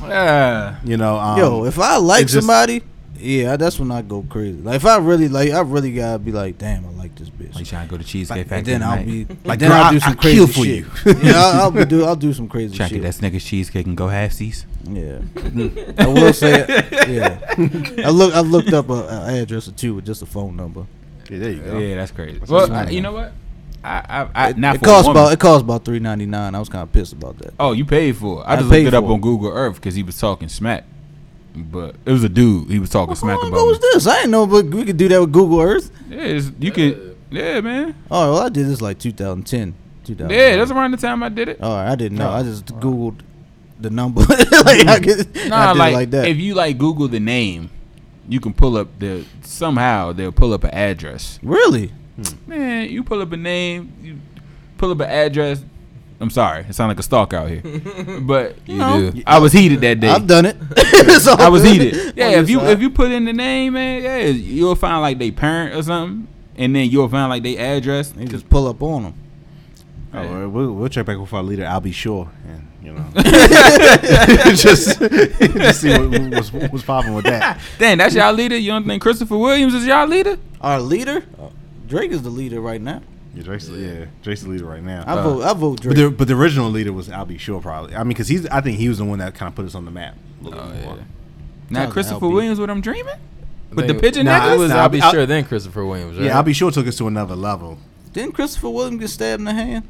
Speaker 3: Ah.
Speaker 5: You know, um,
Speaker 1: Yo, if I like
Speaker 5: it just-
Speaker 1: somebody, yeah, that's when I go crazy. Like if I really like, I really gotta be like, damn, I like this bitch.
Speaker 3: Like trying to go to cheesecake
Speaker 1: and
Speaker 3: factory.
Speaker 1: then I'll
Speaker 3: tonight.
Speaker 1: be
Speaker 5: Like,
Speaker 1: like, then
Speaker 5: girl,
Speaker 1: I'll do
Speaker 5: I-
Speaker 1: some
Speaker 5: I
Speaker 1: crazy
Speaker 5: kill for
Speaker 1: shit. [laughs]
Speaker 5: you.
Speaker 1: yeah, I'll, I'll be do I'll do some crazy
Speaker 3: trying to
Speaker 1: shit.
Speaker 3: get that Snickers cheesecake and go halfsies.
Speaker 1: Yeah, I will say, yeah. I look, I looked up a, a address or two with just a phone number.
Speaker 5: yeah, there you go.
Speaker 3: Yeah, that's crazy.
Speaker 1: what's
Speaker 3: Well,
Speaker 1: wrong
Speaker 3: I,
Speaker 1: with
Speaker 3: you
Speaker 1: that?
Speaker 3: know what? I, I, I not
Speaker 1: it
Speaker 3: for
Speaker 1: cost
Speaker 3: a woman.
Speaker 1: about it cost about three ninety nine. I was kind of pissed about that.
Speaker 3: Oh, you paid for it. I,
Speaker 1: I
Speaker 3: just looked
Speaker 1: paid
Speaker 3: it up
Speaker 1: for it.
Speaker 3: on Google Earth because he was talking smack. But it was a dude. He was talking smack
Speaker 1: How long
Speaker 3: about.
Speaker 1: ago was
Speaker 3: Me.
Speaker 1: this? I didn't know, but we could do that with Google Earth.
Speaker 3: Yeah, it's, you could. Yeah, man.
Speaker 1: Oh, well, I did this like 2010. 2000.
Speaker 3: Yeah, that's around the time I did it.
Speaker 1: Oh, I didn't know. I just googled the number. [laughs] like I, get, I
Speaker 3: Nah,
Speaker 1: did
Speaker 3: like,
Speaker 1: it like that.
Speaker 3: if you like Google the name, you can pull up the somehow they'll pull up an address.
Speaker 1: really?
Speaker 3: Man, you pull up a name, you pull up an address. I'm sorry, it sounds like a stalk out here, but you
Speaker 4: You
Speaker 3: know,
Speaker 4: do.
Speaker 3: I was heated that day.
Speaker 1: I've
Speaker 3: [laughs]
Speaker 1: done it. It's all
Speaker 3: I was [laughs]
Speaker 1: good. [laughs]
Speaker 3: heated.
Speaker 1: On
Speaker 3: Yeah,
Speaker 1: your
Speaker 3: if you
Speaker 1: side.
Speaker 3: if you put in the name, man, yeah, you'll find like they parent or something, and then you'll find like they address.
Speaker 1: You just pull up on them.
Speaker 5: Oh,
Speaker 3: Yeah.
Speaker 5: well, we'll, we'll check back with our leader. I'll be sure, and you know, [laughs] just, [laughs] just see what, what's, what's popping with that.
Speaker 3: Dang, that's y'all leader. You don't think Christopher Williams is y'all leader?
Speaker 1: Our leader,
Speaker 3: Oh.
Speaker 1: Drake is the leader right now.
Speaker 5: Yeah, Drake's, yeah, Drake's the leader right now.
Speaker 3: Uh,
Speaker 1: I vote. I vote
Speaker 5: but,
Speaker 1: Drake.
Speaker 5: the, but the original leader was I'll be sure probably. I mean, because he's I think he was the one that kind of put us on the map. A little
Speaker 3: Oh,
Speaker 5: bit
Speaker 3: yeah.
Speaker 5: more.
Speaker 3: Now
Speaker 1: Sounds
Speaker 3: Christopher
Speaker 1: LB.
Speaker 3: Williams, what I'm dreaming? With the
Speaker 4: They-
Speaker 3: pigeon
Speaker 4: nah,
Speaker 3: necklace?
Speaker 4: it was,
Speaker 5: Nah,
Speaker 4: I'll be
Speaker 5: I'll-
Speaker 4: sure then Christopher Williams,
Speaker 5: yeah.
Speaker 4: right?
Speaker 5: I'll be sure took us to another level.
Speaker 1: Didn't Christopher Williams get stabbed in the hand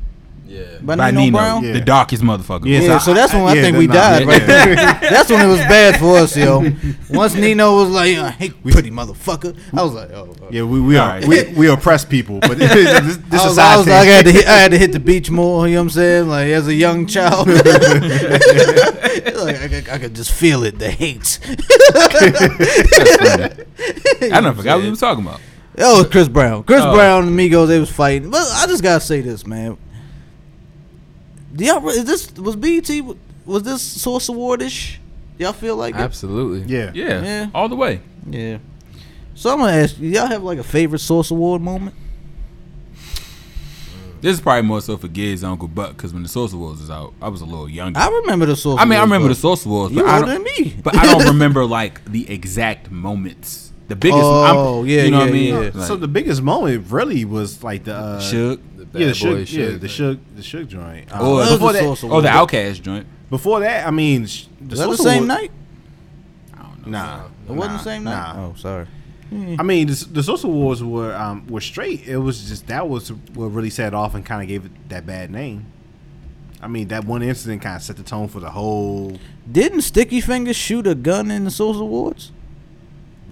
Speaker 4: Yeah.
Speaker 1: by,
Speaker 3: By
Speaker 1: Nino,
Speaker 3: Nino,
Speaker 1: Brown?
Speaker 5: yeah.
Speaker 3: the darkest motherfucker.
Speaker 5: Yeah,
Speaker 1: Yeah, so that's when I think we died
Speaker 5: yeah.
Speaker 1: right
Speaker 3: [laughs]
Speaker 1: That's when it was bad for us, yo. Once Nino was like, "I hate pretty motherfucker," I was like, "Oh."
Speaker 5: Yeah, we we are
Speaker 3: Alright.
Speaker 5: we, [laughs] we oppress people, but this, this
Speaker 1: I
Speaker 5: is
Speaker 1: was, I,
Speaker 5: side
Speaker 1: was like, I had
Speaker 5: thing. [laughs]
Speaker 1: to hit, I had to hit the beach more. You know what I'm saying? Like as a young child, [laughs] like I, could- I could just feel it, the [laughs] hate.
Speaker 3: I don't forgot what we were talking about.
Speaker 1: Oh, Chris Brown, Chris
Speaker 3: Oh.
Speaker 1: Brown and Migos, they was fighting. But I just gotta say this, man. Do y'all re- is this was BET was this Source Awardish? Y'all feel like it?
Speaker 4: Absolutely.
Speaker 5: yeah.
Speaker 3: Yeah,
Speaker 1: Yeah.
Speaker 3: all the way.
Speaker 1: Yeah. So I'm gonna ask you, y'all have like a favorite Source Award moment?
Speaker 3: This is probably more so for Giz Uncle Buck because when the Social Wars was out, I was a little younger.
Speaker 1: I
Speaker 3: I,
Speaker 1: remember the Source.
Speaker 3: mean, I
Speaker 1: Awards,
Speaker 3: remember the
Speaker 1: but
Speaker 3: Social Wars,
Speaker 1: You
Speaker 3: but I,
Speaker 1: older than
Speaker 3: don't,
Speaker 1: me,
Speaker 3: but I
Speaker 1: [laughs]
Speaker 3: don't remember like the exact moments. The biggest,
Speaker 1: Oh,
Speaker 3: I'm-
Speaker 1: yeah,
Speaker 3: you know what
Speaker 1: yeah,
Speaker 3: I mean.
Speaker 1: yeah.
Speaker 3: Like,
Speaker 5: so the biggest moment really was like the uh,
Speaker 3: Suge
Speaker 4: The bad
Speaker 5: yeah, the
Speaker 4: boy
Speaker 5: Suge, yeah,
Speaker 4: Suge
Speaker 5: the
Speaker 4: thing.
Speaker 5: Suge, the Suge joint. Uh,
Speaker 3: or,
Speaker 1: Those
Speaker 3: before
Speaker 1: are
Speaker 3: that,
Speaker 1: Source
Speaker 3: or the
Speaker 1: Awards.
Speaker 3: Outcast joint.
Speaker 5: Before that, I mean, sh-
Speaker 1: Was that the
Speaker 5: Source
Speaker 1: same
Speaker 5: Award-
Speaker 1: night?
Speaker 3: I don't know.
Speaker 5: Nah,
Speaker 1: It wasn't the same night.
Speaker 5: nah.
Speaker 1: Oh, sorry.
Speaker 5: I mean, the, the social wars were um, were straight. It was just that was what really set it off and kind of gave it that bad name. I mean, that one incident kind of set the tone for the whole.
Speaker 1: Didn't Sticky Fingers shoot a gun in the Source Awards?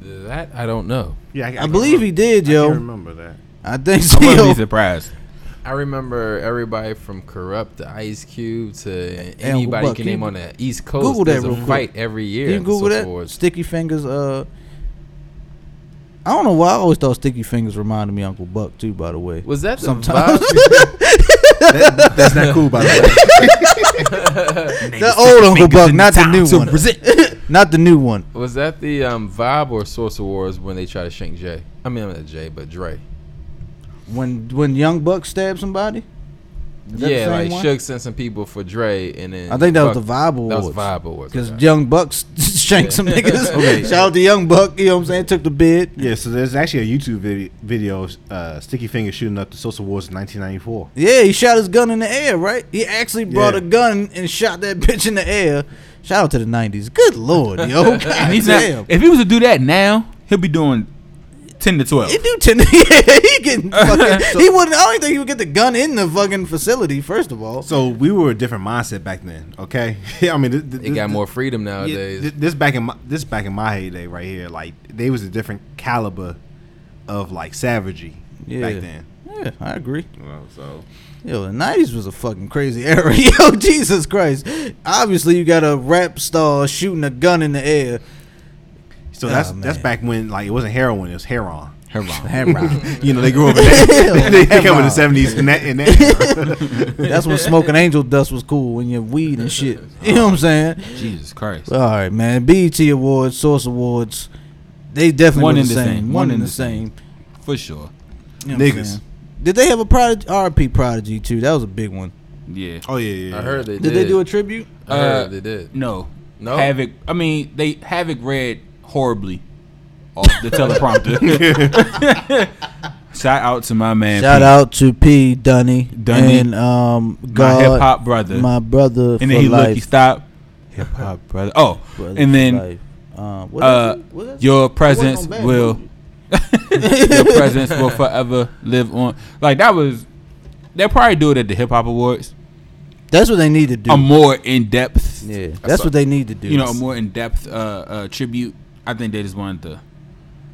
Speaker 4: That I don't know.
Speaker 5: Yeah,
Speaker 1: I believe he did,
Speaker 5: I
Speaker 1: yo.
Speaker 5: remember that.
Speaker 1: I think
Speaker 3: I
Speaker 1: so.
Speaker 3: wouldn't
Speaker 1: yo. [laughs]
Speaker 3: be surprised.
Speaker 4: I remember everybody from Corrupt to Ice Cube to
Speaker 1: And
Speaker 4: anybody you
Speaker 1: Buck,
Speaker 4: can
Speaker 1: you
Speaker 4: name on the East Coast.
Speaker 1: Google that
Speaker 4: There's
Speaker 1: real
Speaker 4: a
Speaker 1: quick.
Speaker 4: fight every year.
Speaker 1: you
Speaker 4: at the
Speaker 1: Google
Speaker 4: Social
Speaker 1: that?
Speaker 4: Awards.
Speaker 1: Sticky Fingers. Uh, I don't know why I always thought Sticky Fingers reminded me of Uncle Buck too. By the way,
Speaker 4: Was that
Speaker 3: [laughs]
Speaker 4: the
Speaker 1: Sometimes.
Speaker 4: vibe?
Speaker 5: That- that's not cool, by the way.
Speaker 3: [laughs]
Speaker 1: the old Uncle Buck, not the new one, [laughs] not the new one.
Speaker 4: Was that the um, vibe or Source Awards when they try to shank Jay? I mean, not Jay, but Dre.
Speaker 1: When when Young Buck stabbed somebody, Is that the
Speaker 4: Yeah,
Speaker 1: same
Speaker 4: like
Speaker 1: one?
Speaker 4: Suge sent some people for Dre, and then
Speaker 1: I think that was
Speaker 4: Buck-
Speaker 1: the Vibe
Speaker 4: That was
Speaker 1: Awards.
Speaker 4: Vibe Awards.
Speaker 1: Because
Speaker 4: okay.
Speaker 1: Young Bucks [laughs] shanked some niggas. Shout out to Young Buck, you know what I'm saying? Took the bid.
Speaker 5: Yeah, so there's actually a YouTube video, video uh, Sticky Finger shooting up the social wars in 1994.
Speaker 1: Yeah, he shot his gun in the air, right? He actually brought
Speaker 5: Yeah.
Speaker 1: a gun and shot that [laughs] bitch in the air. Shout out to the 90s. Good lord, yo.
Speaker 3: And
Speaker 1: God
Speaker 3: he's
Speaker 1: damn.
Speaker 3: not, if he was to do that now, he'll be doing ten to twelve.
Speaker 1: He do ten. [laughs] yeah, he [laughs] getting fucking. he wouldn't. I don't think he would get the gun in the fucking facility. First of all,
Speaker 5: So we were a different mindset back then. Okay, [laughs] I mean, th- th-
Speaker 4: They got
Speaker 5: th-
Speaker 4: more freedom
Speaker 5: Yeah,
Speaker 4: nowadays.
Speaker 5: th- this back in my this back in my heyday right here, like they was a different caliber of like savagery. back
Speaker 1: Yeah.
Speaker 5: then.
Speaker 1: Yeah, I agree.
Speaker 5: You know, so
Speaker 1: Yo, the nineties was a fucking crazy era. [laughs] Yo, Jesus Christ. Obviously you got a rap star shooting a gun in the air.
Speaker 5: so
Speaker 1: Oh,
Speaker 5: that's that's
Speaker 1: man.
Speaker 5: back when like it wasn't heroin, it was heron.
Speaker 1: [laughs] Heron.
Speaker 5: You know, they grew up in [laughs] that, they came in the seventies in that in that era.
Speaker 1: That's when [laughs] smoking angel dust was cool when you weed and shit. You know what I'm saying?
Speaker 3: Jesus Christ.
Speaker 1: All right, man. BET Awards, Source Awards, they definitely
Speaker 3: One
Speaker 1: were
Speaker 3: and
Speaker 1: the
Speaker 3: the
Speaker 1: same.
Speaker 3: same.
Speaker 1: One, in the same.
Speaker 3: For sure.
Speaker 1: You know what I'm
Speaker 5: Niggas.
Speaker 1: saying? Did they have a Prodigy? RP Prodigy too. That was a big one.
Speaker 3: Yeah.
Speaker 5: Oh yeah, yeah. yeah.
Speaker 4: I heard they did.
Speaker 1: Did they do a tribute?
Speaker 4: I heard
Speaker 3: Uh,
Speaker 4: they did.
Speaker 3: No.
Speaker 4: No?
Speaker 3: Havoc. I mean, they Havoc read horribly off the teleprompter.
Speaker 1: [laughs]
Speaker 3: Shout out to my man.
Speaker 1: Shout
Speaker 3: Pete,
Speaker 1: out to P Dunny,
Speaker 3: Dunny.
Speaker 1: and um
Speaker 3: my hip
Speaker 1: God, my,
Speaker 3: hop brother.
Speaker 1: brother for
Speaker 3: and then he
Speaker 1: life.
Speaker 3: looked. He stopped. Hip hop brother. Oh,
Speaker 1: brother
Speaker 3: and
Speaker 1: for
Speaker 3: then
Speaker 1: life. Uh, what
Speaker 3: uh,
Speaker 1: else is- what else-
Speaker 3: your
Speaker 1: wasn't on
Speaker 3: presence
Speaker 1: Bad
Speaker 3: will.
Speaker 1: Mood.
Speaker 3: [laughs] your
Speaker 1: [laughs]
Speaker 3: presence will forever live on. Like that was, they'll probably do it at the hip hop awards.
Speaker 1: That's what they need to do.
Speaker 3: A more in depth,
Speaker 1: yeah, that's what they need to do.
Speaker 3: you know, a more in depth uh, uh, tribute. I think they just wanted to.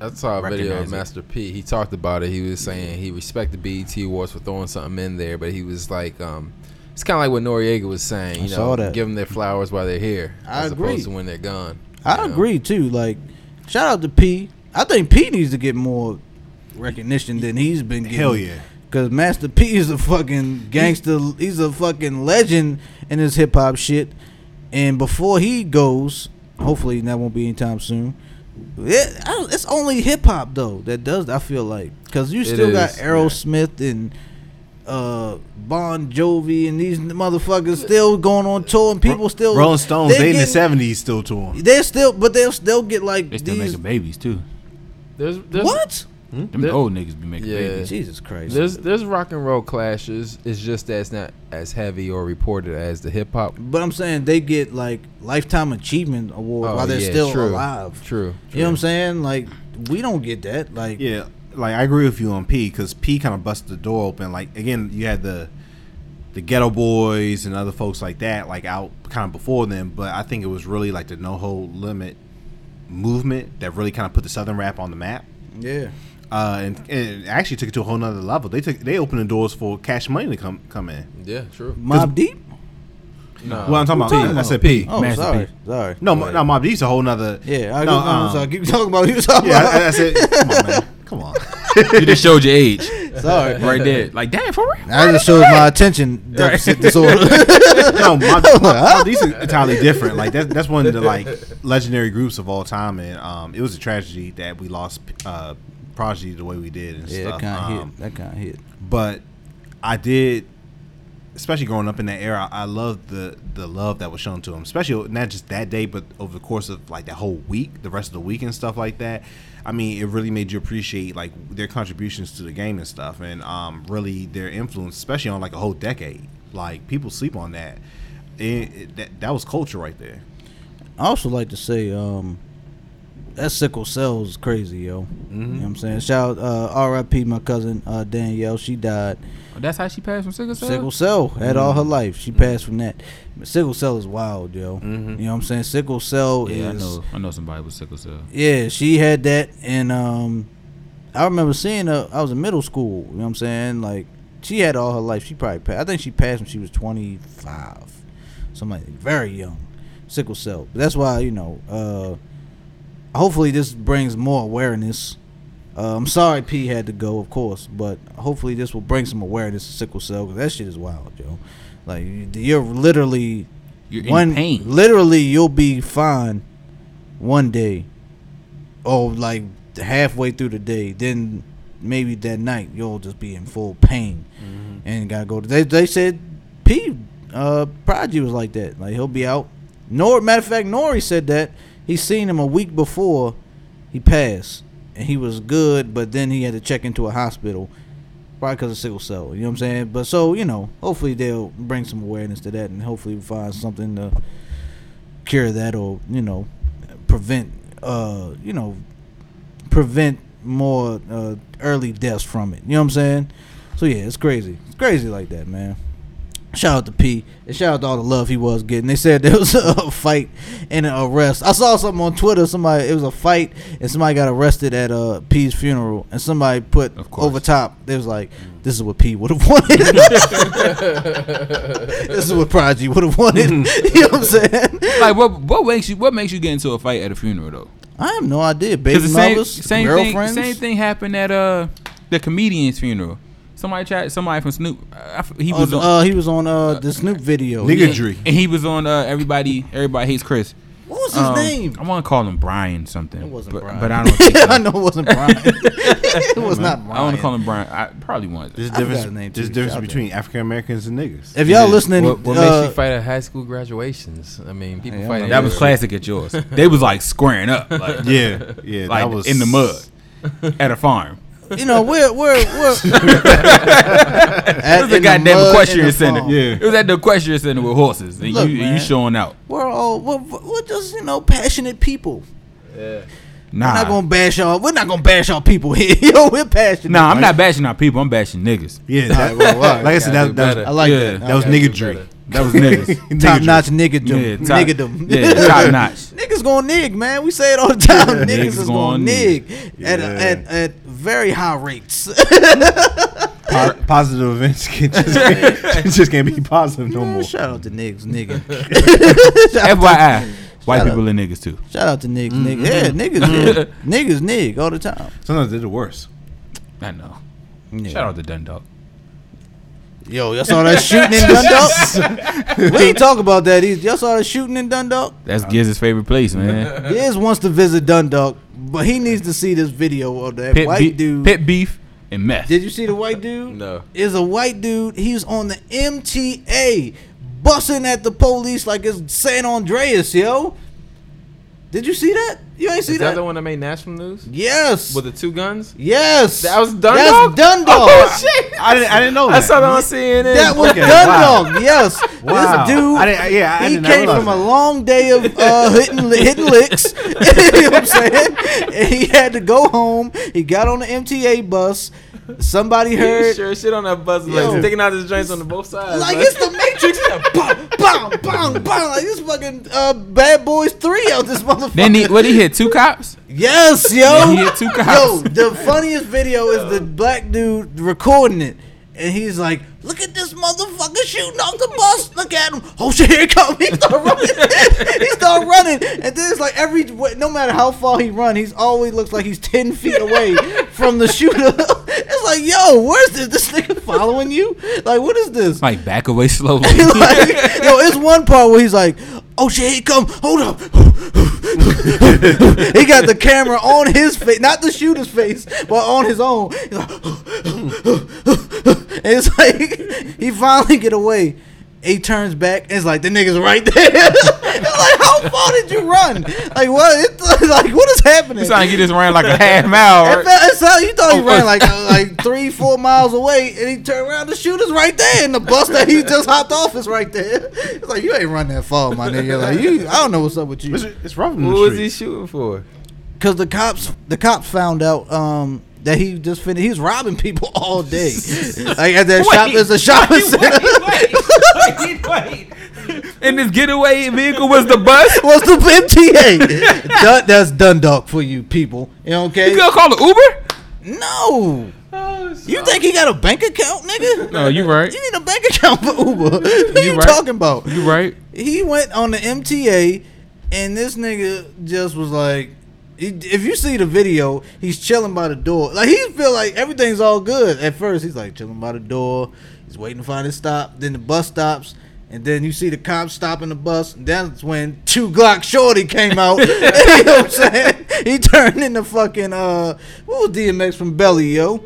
Speaker 4: I saw a video
Speaker 3: Recognize
Speaker 4: of
Speaker 3: it.
Speaker 4: Master P. He talked about it. He was saying he respected BET Awards for throwing something in there, but he was like, um, it's kind of like what Noriega was saying. You
Speaker 1: I
Speaker 4: know,
Speaker 1: saw that.
Speaker 4: give them their flowers while they're here,
Speaker 1: I
Speaker 4: as
Speaker 1: agree.
Speaker 4: opposed to when they're gone.
Speaker 1: I
Speaker 4: you know?
Speaker 1: agree too. Like, shout out to P. I think P needs to get more recognition than he's been getting.
Speaker 5: Hell yeah.
Speaker 1: Cause Master P is a fucking gangster. He's a fucking legend in his hip hop shit. And before he goes, hopefully that won't be anytime soon. It, I, it's only hip hop though that does. I feel like because you
Speaker 4: It
Speaker 1: still got
Speaker 4: is, yeah.
Speaker 1: Aerosmith and uh Bon Jovi and these motherfuckers still going on tour and people still
Speaker 5: Rolling Stones, they, in the
Speaker 1: getting-
Speaker 5: seventies still to them.
Speaker 1: they're still, but they'll still get like
Speaker 3: They still
Speaker 1: these. Hmm?
Speaker 3: making babies too.
Speaker 4: There's, there's
Speaker 1: what?
Speaker 3: Them
Speaker 4: There-
Speaker 3: old niggas be making
Speaker 4: Yeah.
Speaker 3: babies.
Speaker 1: Jesus Christ!
Speaker 4: There's there's rock and roll clashes. It's just that it's not as heavy or reported as the hip hop.
Speaker 1: but I'm saying they get like lifetime achievement award
Speaker 4: Oh,
Speaker 1: while they're
Speaker 4: yeah,
Speaker 1: still
Speaker 4: true,
Speaker 1: alive.
Speaker 4: True.
Speaker 1: You know what I'm saying? Like we don't get that. Like
Speaker 5: Yeah, like I agree with you on P because P kind of busted the door open. Like again, you had the the Ghetto Boys and other folks like that, like out kind of before them. But I think it was really like the No Hold Limit movement that really kind of put the Southern rap on the map.
Speaker 1: yeah,
Speaker 5: Uh, and, and actually took it to a whole nother level. They took they opened the doors for Cash Money to come come in.
Speaker 4: Yeah, true.
Speaker 1: Mob Deep.
Speaker 4: No.
Speaker 5: well, I'm talking about.
Speaker 1: talking
Speaker 5: I
Speaker 1: about?
Speaker 5: said P.
Speaker 1: Oh,
Speaker 3: Master
Speaker 1: sorry,
Speaker 3: P.
Speaker 1: sorry.
Speaker 5: No, Mo- no, Mob Deep's a whole nother.
Speaker 1: Yeah, I
Speaker 5: no,
Speaker 1: I'm
Speaker 5: um,
Speaker 1: sorry. Keep talking about who you talking
Speaker 5: yeah. I,
Speaker 1: [laughs] about.
Speaker 5: I said, come on, man,
Speaker 1: [laughs]
Speaker 5: come on.
Speaker 3: you just showed your age
Speaker 1: sorry.
Speaker 3: right there. Like damn, for real.
Speaker 1: I just showed my attention deficit
Speaker 5: [laughs]
Speaker 1: disorder.
Speaker 5: no, Mob, Mob, Mob Deep's entirely different. Like that's that's one of the like legendary groups of all time, and um, it was a tragedy that we lost uh, Prodigy the way we did and
Speaker 1: yeah, that
Speaker 5: stuff.
Speaker 1: kind of
Speaker 5: Um,
Speaker 1: hit. That kind of hit.
Speaker 5: But I did, especially growing up in that era, I loved the the love that was shown to him, especially not just that day, but over the course of like the whole week, the rest of the week and stuff like that. I mean, it really made you appreciate like their contributions to the game and stuff, and um, really their influence, especially on like a whole decade. Like people sleep on that. It, it- that that was culture right there.
Speaker 1: I also like to say, um, that sickle cell is crazy, yo. You
Speaker 5: Mm-hmm.
Speaker 1: know what I'm saying? Shout out, uh, RIP, my cousin, uh, Danielle. She died.
Speaker 3: Oh, That's how she passed from sickle cell.
Speaker 1: Sickle cell had all her life. She
Speaker 3: Mm-hmm.
Speaker 1: passed from that. But sickle cell is wild, yo. You know what I'm saying? Sickle cell
Speaker 3: Yeah, I
Speaker 1: is.
Speaker 3: know. I know somebody with sickle cell.
Speaker 1: Yeah, she had that, and um, I remember seeing her. I was in middle school. You know what I'm saying? Like she had all her life. She probably passed. I think she passed when she was 25, something like that. very young, sickle cell. But that's why you know. Uh, hopefully this brings more awareness. Uh, I'm sorry P had to go, of course, but hopefully this will bring some awareness to sickle cell because that shit is wild, yo. Like you're literally
Speaker 3: You're
Speaker 1: one
Speaker 3: in pain.
Speaker 1: literally you'll be fine one day or like halfway through the day then maybe that night you'll just be in full pain
Speaker 3: Mm-hmm.
Speaker 1: and gotta go to they, they said p uh prodigy was like that like he'll be out nor matter of fact nori said that he seen him a week before he passed and he was good but then he had to check into a hospital Probably because of sickle cell. You know what I'm saying? But so you know, hopefully they'll bring some awareness to that, and hopefully we find something to cure that, or you know, prevent, uh, you know, prevent more uh, early deaths from it. You know what I'm saying? So yeah, it's crazy. It's crazy like that, man. Shout out to P and shout out to all the love he was getting. They said [laughs] there was a fight and an arrest. I saw something on Twitter. Somebody it was a fight and somebody got arrested at uh, P's funeral, and somebody put
Speaker 3: Of course. Mm.
Speaker 1: over top. They was like, "This is what P would have wanted. [laughs]
Speaker 3: [laughs]
Speaker 1: this is what Prodigy would have
Speaker 3: [laughs]
Speaker 1: wanted." you know what I'm saying?
Speaker 3: Like what? What makes you? What makes you get into a fight at a funeral though?
Speaker 1: I have no idea. Baby
Speaker 3: Because the same,
Speaker 1: mothers,
Speaker 3: same thing,
Speaker 1: girlfriends.
Speaker 3: same thing happened at uh the comedian's funeral. Somebody tried. Somebody from Snoop. I f he
Speaker 1: Oh,
Speaker 3: was
Speaker 1: the-
Speaker 3: on,
Speaker 1: uh, he was on uh, the Snoop video.
Speaker 2: Nigga
Speaker 1: Yeah.
Speaker 2: Dre.
Speaker 3: and he was on uh everybody. Everybody hates Chris.
Speaker 1: What was his
Speaker 3: Um,
Speaker 1: name?
Speaker 3: I want to call him Brian something. It
Speaker 1: wasn't
Speaker 3: but,
Speaker 1: Brian.
Speaker 3: But I
Speaker 1: [laughs]
Speaker 3: don't. Think
Speaker 1: I know it wasn't Brian.
Speaker 3: [laughs]
Speaker 1: it was not Brian.
Speaker 3: I want to call him Brian. I probably was.
Speaker 2: There's a
Speaker 1: I forgot
Speaker 2: difference.
Speaker 1: the name,
Speaker 2: There's a
Speaker 1: too.
Speaker 2: difference
Speaker 1: Shout out.
Speaker 2: between African Americans and niggas.
Speaker 1: If y'all listening,
Speaker 4: What, what
Speaker 1: uh,
Speaker 4: makes you fight at high school graduations? I mean, people
Speaker 1: Yeah, I
Speaker 4: fight.
Speaker 1: know.
Speaker 3: That was
Speaker 4: everywhere.
Speaker 3: classic at yours. [laughs] They was like squaring up, like,
Speaker 2: yeah, yeah,
Speaker 3: like
Speaker 2: that was
Speaker 3: in the mud at
Speaker 1: [laughs]
Speaker 3: a farm.
Speaker 1: you know, we're we're
Speaker 3: [laughs]
Speaker 1: we're. [laughs]
Speaker 3: It was a goddamn equestrian center.
Speaker 2: Yeah.
Speaker 3: It was at the equestrian center with horses, and
Speaker 1: Look,
Speaker 3: you and
Speaker 1: man.
Speaker 3: you showing out.
Speaker 1: We're all we're, we're just you know passionate people.
Speaker 3: Nah,
Speaker 1: We're
Speaker 3: Ah.
Speaker 1: not gonna bash y'all. We're not gonna bash y'all people here. [laughs] Yo, we're passionate.
Speaker 3: nah, I'm not bashing our people. I'm bashing niggas.
Speaker 2: Yeah, that, like I said,
Speaker 4: Gotta
Speaker 2: that, that
Speaker 4: do better.
Speaker 1: I like
Speaker 3: Yeah.
Speaker 1: that.
Speaker 2: That was
Speaker 4: gotta do
Speaker 2: nigga Dre.
Speaker 4: better.
Speaker 3: That was niggas. [laughs]
Speaker 1: top notch nigga
Speaker 3: yeah,
Speaker 1: them.
Speaker 3: top,
Speaker 1: Nigga them.
Speaker 3: yeah,
Speaker 1: [laughs]
Speaker 3: top notch.
Speaker 1: Niggas gonna nig, man. We say it all the time.
Speaker 3: Yeah,
Speaker 1: niggas,
Speaker 3: niggas
Speaker 1: is
Speaker 3: gonna
Speaker 1: gonna nig,
Speaker 3: nig.
Speaker 1: at,
Speaker 2: Yeah.
Speaker 1: at at very high rates.
Speaker 2: Po- positive events can [laughs] just, just can't be positive
Speaker 1: [laughs]
Speaker 2: no more.
Speaker 1: Shout out to niggas, nigga.
Speaker 3: FYI, white
Speaker 1: Shut up.
Speaker 3: people are niggas too.
Speaker 1: Shout out to niggas, nigga. Yeah, niggas, yeah. niggas, nig all the time.
Speaker 2: Sometimes they're the worst.
Speaker 3: I know.
Speaker 1: Yeah.
Speaker 3: Shout out to Dundalk.
Speaker 1: Yo, y'all saw that shooting in Dundalk? we ain't talk about that either. Y'all saw that shooting in Dundalk?
Speaker 3: That's Giz's favorite place, man.
Speaker 1: Giz wants to visit Dundalk, but he needs to see this video of that
Speaker 3: [laughs] Pit,
Speaker 1: white
Speaker 3: be-
Speaker 1: dude.
Speaker 3: pit beef and meth.
Speaker 1: Did you see the white dude?
Speaker 4: No.
Speaker 1: Is a white dude. He's on the MTA, bussing at the police like it's San Andreas, yo. Did you see that? You ain't see
Speaker 4: Is
Speaker 1: that?
Speaker 4: that the one that made national news
Speaker 1: Yes.
Speaker 4: with the two guns?
Speaker 1: yes.
Speaker 4: That was Dundalk.
Speaker 1: That's Dundalk.
Speaker 4: Oh
Speaker 1: [laughs]
Speaker 4: shit!
Speaker 2: I didn't. I didn't know.
Speaker 4: I saw that on CNN. [laughs]
Speaker 1: That was
Speaker 2: Okay, wow.
Speaker 1: Dundalk. Yes.
Speaker 2: Wow.
Speaker 1: This dude.
Speaker 2: I didn't- I- yeah, I
Speaker 1: he
Speaker 2: did not
Speaker 1: came
Speaker 2: realize
Speaker 1: from a
Speaker 2: that.
Speaker 1: long day of uh, hitting li- hitting licks. [laughs] you know what I'm saying? And he had to go home. He got on the MTA bus. Somebody
Speaker 4: He
Speaker 1: heard.
Speaker 4: sure as shit on that bus,
Speaker 1: Yo.
Speaker 4: like sticking out his joints on the both sides.
Speaker 1: Like
Speaker 4: man. [laughs]
Speaker 1: it's the Matrix. [laughs] Bang, bang, bang, bang. Like this fucking uh, Bad Boys Three out this motherfucker.
Speaker 3: Then he what he hit two cops?
Speaker 1: yes,
Speaker 3: Then
Speaker 1: yo.
Speaker 3: he hit two
Speaker 1: Yo,
Speaker 3: cops.
Speaker 1: the funniest video is the black dude recording it. And he's like, look at this motherfucker shooting off the bus. Look at him. Oh shit, here it come. He start running. [laughs] he start running. And then it's like every, no matter how far he run, he's always looks like he's 10 feet away from the shooter. [laughs] it's like, yo, where's this? This nigga following you? Like, what is this?
Speaker 3: Like back away [laughs]
Speaker 1: [laughs]
Speaker 3: slowly.
Speaker 1: like, yo, it's one part where he's like, "Oh shit, he come, hold up." [laughs] he got the camera on his face, not the shooter's face, but on his own. [laughs] He's like, and it's like he finally get away. He turns back and it's like the niggas right there. [laughs] it's like how far did you run? Like what? It's like what is happening?
Speaker 3: He's trying to get this ran like a half mile.
Speaker 1: It [laughs]
Speaker 3: Right?
Speaker 1: felt- it sound- you thought he
Speaker 3: Oh,
Speaker 1: ran
Speaker 3: uh,
Speaker 1: like
Speaker 3: [laughs]
Speaker 1: uh, like three, four miles away, and he turned around. The shooter's right there, and the bus that
Speaker 3: [laughs]
Speaker 1: he just hopped off is right there. It's like you ain't run that far, my nigga. Like you, I don't know what's up with
Speaker 2: It's,
Speaker 1: you.
Speaker 2: it's rough. in
Speaker 4: Who
Speaker 2: the
Speaker 4: was he
Speaker 2: streets.
Speaker 4: shooting for?
Speaker 1: Because the cops, the cops found out um, that he just finished. He was robbing people [laughs] all
Speaker 3: [laughs]
Speaker 1: day. like at that shop, it's a shopping [laughs] center.
Speaker 3: wait, wait, wait, wait. And this getaway vehicle was the bus.
Speaker 1: What's the MTA? Dun, that's Dundalk for you people. You know, okay?
Speaker 3: You gonna call it Uber?
Speaker 1: No, you think he got a bank account, nigga?
Speaker 3: No, you right.
Speaker 1: You need a bank account for Uber. What you
Speaker 3: right.
Speaker 1: talking about?
Speaker 3: You right.
Speaker 1: He went on the MTA, and this nigga just was like, if you see the video, he's chilling by the door. Like he feel like everything's all good at first. He's like chilling by the door. He's waiting to find his stop. Then the bus stops. And then you see the cops stopping the bus. And that's when Two Glock Shorty came out. [laughs] you know what I'm saying? He turned into fucking uh, what was DMX from Belly, yo?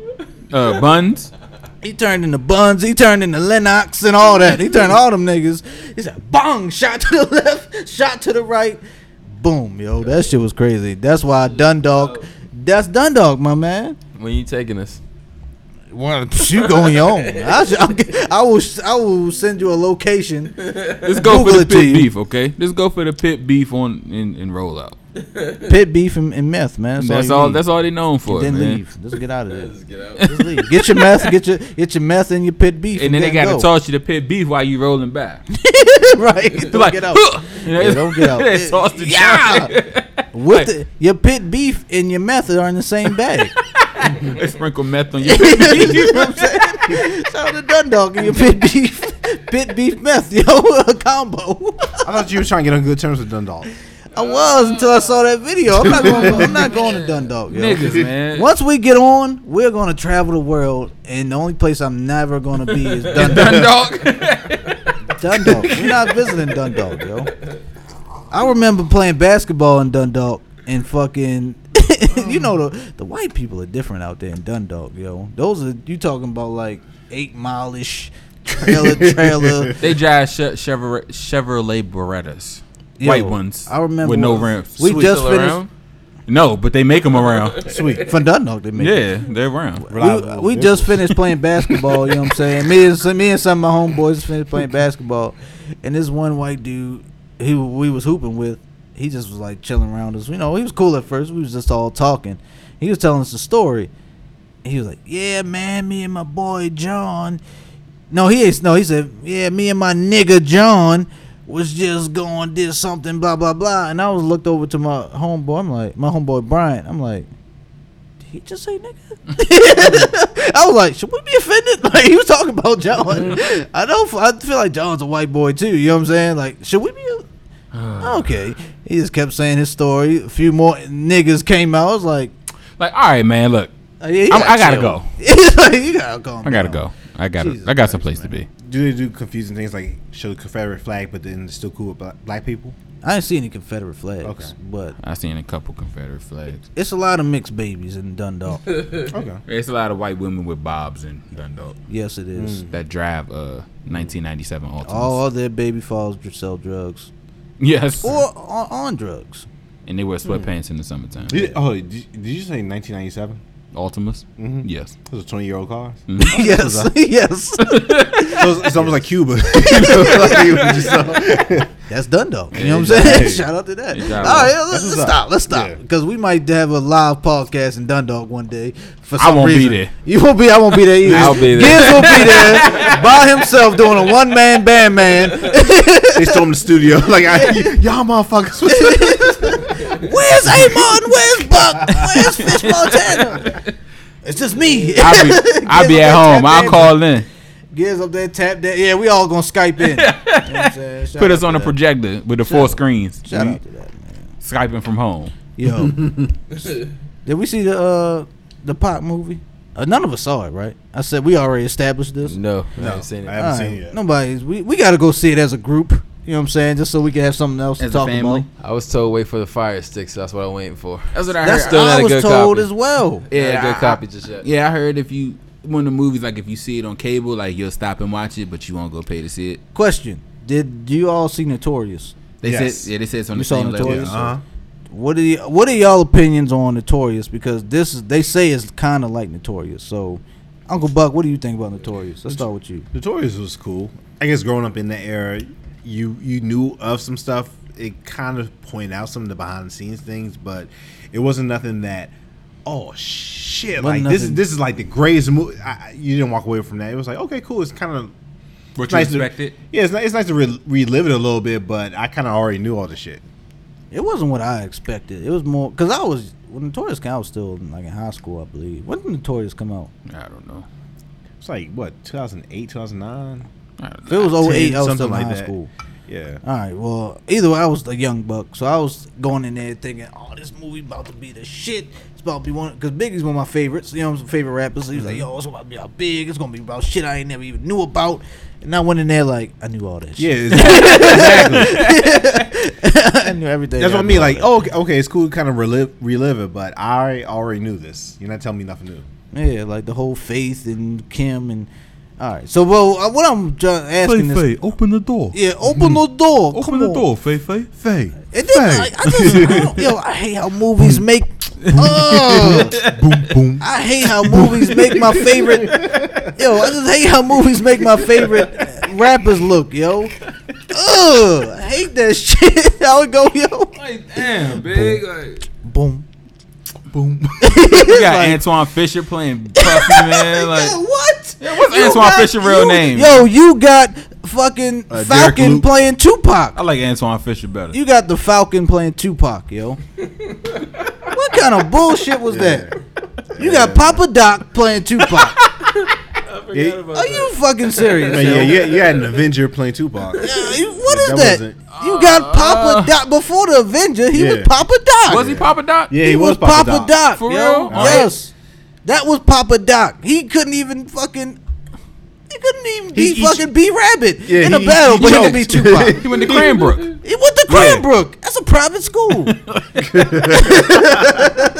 Speaker 3: Uh, buns.
Speaker 1: He turned into Buns. He turned into Lennox and all that. He turned all them niggas. He said, bong, shot to the [laughs] left, shot to the right. Boom, yo. That shit was crazy. That's why Dundalk. That's Dundalk, my man.
Speaker 4: When you taking us?
Speaker 1: Well, you go on your own. I, sh- I'll get- I will. s- I will send you a location.
Speaker 3: Let's go
Speaker 1: Google
Speaker 3: for
Speaker 1: it to
Speaker 3: the pit
Speaker 1: you.
Speaker 3: beef, okay? Let's go for the pit beef on and, and roll out.
Speaker 1: Pit beef and, and meth, man. That's,
Speaker 3: that's
Speaker 1: all.
Speaker 3: all.
Speaker 1: you need.
Speaker 3: That's all they known for.
Speaker 1: then
Speaker 3: man.
Speaker 1: leave. Let's get out of there.
Speaker 4: Just get out.
Speaker 1: Just leave. Get your meth. Get your get your meth and your pit beef.
Speaker 3: And then they gotta
Speaker 1: go.
Speaker 3: toss you to pit beef while you rolling back.
Speaker 1: [laughs] right. Don't
Speaker 3: [laughs] like,
Speaker 1: get out.
Speaker 3: You know,
Speaker 1: Yeah, don't get out.
Speaker 3: they [laughs] toss the
Speaker 1: Yeah.
Speaker 3: yeah.
Speaker 1: With the, your pit beef and your meth are in the same bag.
Speaker 3: they sprinkle meth on you.
Speaker 1: [laughs] you know what I'm [laughs] saying? Sound the dun dog and your pit beef, pit beef meth, yo, [laughs] a combo.
Speaker 2: [laughs] I thought you were trying to get on good terms with Dundalk.
Speaker 1: I was until I saw that video. I'm not going. I'm not going to Dundalk, yo.
Speaker 3: Niggas, man.
Speaker 1: Once we get on, we're gonna travel the world, and the only place I'm never gonna be [laughs] is Dundalk. [laughs] Dundalk. We're not visiting Dundalk, yo. I remember playing basketball in Dundalk and fucking. [laughs] you know the the white people are different out there in Dundalk, yo. Those are you talking about like eight mile ish trailer trailer.
Speaker 3: They drive che- Chevrolet, Chevrolet Berettas,
Speaker 1: Yo,
Speaker 3: [laughs] white ones.
Speaker 1: I remember
Speaker 3: with no
Speaker 1: when-
Speaker 3: rims.
Speaker 1: We just
Speaker 4: still
Speaker 1: finished
Speaker 4: around?
Speaker 3: No, but they make
Speaker 1: [laughs]
Speaker 3: them around.
Speaker 2: Sweet.
Speaker 1: from Dundalk. They made
Speaker 3: yeah, they're around.
Speaker 2: Reliable
Speaker 1: we, we just finished playing basketball. You know what I'm saying? Me and some, me and some of my homeboys finished playing basketball, and this one white dude he we was hooping with, he just was like chilling around us. You know, he was cool at first. We was just all talking. He was telling us a story. He was like, "Yeah, man, me and my boy John." No, he ain't. No, he said, "Yeah, me and my nigga John." Was just going did something blah blah blah, and I was looked over to my homeboy. I'm like my homeboy Brian. I'm like, did he just say nigga? [laughs] I was like, should we be offended? [laughs] Like he was talking about John. I don't. I feel like John's a white boy too. You know what I'm saying? Like, should we be?
Speaker 3: Uh.
Speaker 1: Okay. He just kept saying his story. A few more niggas came out. I was like,
Speaker 3: Like, all right, man. Look,
Speaker 1: oh, yeah, you
Speaker 3: I'm- I gotta
Speaker 1: chill. [laughs]
Speaker 3: go.
Speaker 1: It's like, you gotta go.
Speaker 3: I gotta go. I got. to
Speaker 1: Jesus
Speaker 3: I got
Speaker 1: Christ,
Speaker 3: some place to be.
Speaker 2: Do they do confusing things like show the Confederate flag, but then it's still cool with black, black people?
Speaker 1: I ain't seen any Confederate flags,
Speaker 2: Okay.
Speaker 1: but
Speaker 3: I seen a couple Confederate flags.
Speaker 1: it's a lot of mixed babies in
Speaker 3: [laughs]
Speaker 1: Dundalk.
Speaker 2: Okay.
Speaker 3: It's a lot of white women with bobs in Dundalk
Speaker 1: yes, it is.
Speaker 3: that drive uh 1997 Altimas.
Speaker 1: All their baby fathers sell drugs
Speaker 3: yes,
Speaker 1: or on, on drugs. [laughs]
Speaker 3: and they wear sweatpants in the summertime.
Speaker 2: Did, oh, did, you- did you say 1997?
Speaker 3: Altimas.
Speaker 1: Mm-hmm.
Speaker 2: Mhm.
Speaker 3: Yes.
Speaker 2: Those are 20 year old cars.
Speaker 1: yes, [laughs] yes.
Speaker 2: So it's, it's almost like Cuba. [laughs] You know, like, it was just so-
Speaker 1: That's Dundalk. You know what I'm
Speaker 3: Yeah,
Speaker 1: saying? [laughs]
Speaker 2: exactly.
Speaker 1: Shout out to that.
Speaker 3: Exactly.
Speaker 1: All right,
Speaker 2: That's
Speaker 1: let's, let's
Speaker 2: what's up.
Speaker 1: stop. Let's stop
Speaker 2: Yeah.
Speaker 1: because we might have a live podcast in Dundalk one day. For
Speaker 3: I
Speaker 1: some
Speaker 3: won't be
Speaker 1: reason.
Speaker 3: there.
Speaker 1: [laughs] You won't be. I won't be there either.
Speaker 4: I'll be there.
Speaker 1: Giz will
Speaker 3: [laughs]
Speaker 1: be there by himself doing a one man band man. [laughs]
Speaker 2: they stormed the studio. Like, I, y'all motherfuckers. What's
Speaker 1: Where's Amon? Where's Buck? Where's Fish Montana? It's just me.
Speaker 3: I'll be. I'll be
Speaker 1: Give
Speaker 3: at
Speaker 1: them
Speaker 3: home.
Speaker 1: that [laughs]
Speaker 3: I'll
Speaker 1: baby.
Speaker 3: call in.
Speaker 1: [laughs] Giz up there, tap that. Yeah, we all gonna Skype in. You know what I'm saying? Shout
Speaker 3: Put
Speaker 1: out
Speaker 3: us on
Speaker 1: to
Speaker 3: a
Speaker 1: that.
Speaker 3: projector with the four screens.
Speaker 1: Shout
Speaker 3: We
Speaker 1: out to that.
Speaker 3: Skyping from home.
Speaker 2: [laughs]
Speaker 1: Yo, did we see the uh the pop movie? Uh, none of us saw it, right? I said we already established this.
Speaker 4: No, I
Speaker 2: No,
Speaker 4: haven't seen
Speaker 2: I
Speaker 4: it.
Speaker 2: haven't
Speaker 1: All
Speaker 2: seen
Speaker 1: right,
Speaker 2: it yet.
Speaker 1: Nobody's. We, we got to go see it as a group. You know what I'm saying? Just so we can have something else
Speaker 3: As
Speaker 1: to
Speaker 3: a
Speaker 1: talk
Speaker 3: family?
Speaker 1: about.
Speaker 4: I was told wait for the fire sticks. that's what I'm waiting for.
Speaker 3: That's what I
Speaker 1: That's
Speaker 3: heard.
Speaker 4: still not
Speaker 1: I
Speaker 4: a
Speaker 1: was
Speaker 4: good
Speaker 1: told
Speaker 4: copy.
Speaker 1: as well.
Speaker 4: Yeah,
Speaker 3: I-
Speaker 4: good copy just yet.
Speaker 3: Yeah, I heard if you one of the movies, like if you see it on cable, like you'll stop and watch it, but you won't go pay to see it.
Speaker 1: Question: Did you all see Notorious?
Speaker 3: They
Speaker 2: Yes.
Speaker 3: said, yeah, they said it's on
Speaker 1: You
Speaker 3: the
Speaker 1: saw
Speaker 3: same level.
Speaker 1: Notorious?
Speaker 3: Uh-huh.
Speaker 2: Uh-huh.
Speaker 1: What are y what are y'all opinions on Notorious? Because this is they say it's kind of like Notorious. So, Uncle Buck, what do you think about Notorious? Let's start with you.
Speaker 2: Notorious was cool. I guess growing up in that era, you you knew of some stuff. It kind of pointed out some of the behind the scenes things, but it wasn't nothing that. Oh shit!
Speaker 1: Wasn't
Speaker 2: like this is
Speaker 1: nothing-
Speaker 2: this is like the greatest movie. I, I- you didn't walk away from that. It was like okay, cool. It's kind of
Speaker 3: What you
Speaker 2: nice to
Speaker 3: expected?
Speaker 2: yeah. It's, ni- it's nice to re- relive it a little bit, but I kind of already knew all the shit.
Speaker 1: It wasn't what I expected. It was more because I was when Notorious came out I was still like in high school, I believe. When did Notorious come out?
Speaker 3: I don't know.
Speaker 2: It's like what 2008, 2009.
Speaker 3: I don't
Speaker 1: If it was 08, I was
Speaker 2: something
Speaker 1: still in
Speaker 2: like
Speaker 1: high
Speaker 2: that.
Speaker 1: school.
Speaker 2: Yeah.
Speaker 1: All right. Well, either way, I was a young buck, so I was going in there thinking, "Oh, this movie about to be the shit. It's about to be one because Biggie's one of my favorites. You know, I'm favorite rappers. So he was like, "Yo, it's about to be about big. It's gonna be about shit I ain't never even knew about." And I went in there like I knew all that.
Speaker 2: Yeah.
Speaker 1: shit.
Speaker 2: it's-
Speaker 1: [laughs]
Speaker 2: exactly.
Speaker 1: I knew [laughs] everything.
Speaker 2: That's what I
Speaker 1: knew
Speaker 2: mean.
Speaker 1: all
Speaker 2: Like,
Speaker 1: that.
Speaker 2: oh, okay, okay, it's cool to kind of relive, relive it, but I already knew this. You're not telling me nothing new.
Speaker 1: yeah, like the whole Faith and Kim and all right. So, well, uh, what I'm ju- asking is,
Speaker 6: open the door. Mm-hmm.
Speaker 1: yeah, open the door. Come on.
Speaker 6: Fei Fei. Fei.
Speaker 1: It didn't, like, I just, I
Speaker 6: [laughs]
Speaker 1: don't- yo, I hate how movies make. Ugh.
Speaker 6: boom, boom.
Speaker 1: I hate how movies make my favorite. Yo, I just hate how movies make my favorite rappers look, yo. Ugh, I hate that shit. [laughs] I would go, yo.
Speaker 3: Like, damn, big. Like,
Speaker 7: Boom. Boom.
Speaker 1: [laughs]
Speaker 3: you got Antoine Fisher playing Puffy, man. Like,
Speaker 1: Yeah, what?
Speaker 3: what's
Speaker 1: You
Speaker 3: Antoine
Speaker 1: got-
Speaker 3: Fisher's real
Speaker 1: you-
Speaker 3: name?
Speaker 1: Yo, you got fucking
Speaker 5: Uh, Derek
Speaker 1: Falcon
Speaker 5: Luke.
Speaker 1: playing Tupac.
Speaker 3: I like Antoine Fisher better.
Speaker 1: You got the Falcon playing Tupac, yo. what kind of bullshit was that? You got Papa Doc playing Tupac.
Speaker 5: [laughs] Yeah,
Speaker 1: Are you fucking serious?
Speaker 5: yeah,
Speaker 1: yo?
Speaker 5: yeah, yeah, you had an Avenger playing Tupac.
Speaker 1: Uh, you- What is
Speaker 5: That
Speaker 1: that?
Speaker 5: wasn't-
Speaker 1: You got
Speaker 3: Uh,
Speaker 1: Papa Doc before the Avenger. He was
Speaker 5: Yeah.
Speaker 1: Papa Doc.
Speaker 3: was he Papa Doc?
Speaker 5: Yeah, he, was, Papa, Doc.
Speaker 3: For
Speaker 1: yo.
Speaker 3: real? Alright.
Speaker 1: Yes, that was Papa Doc. He couldn't even fucking. He couldn't even be
Speaker 5: He- he-
Speaker 1: fucking B Rabbit
Speaker 5: Yeah,
Speaker 1: in a
Speaker 5: he-
Speaker 1: battle,
Speaker 5: he
Speaker 1: but he could
Speaker 5: choked.
Speaker 1: be
Speaker 5: [laughs]
Speaker 1: Tupac.
Speaker 3: He went to Cranbrook.
Speaker 1: He went to Cranbrook. That's a private school. [laughs] hey,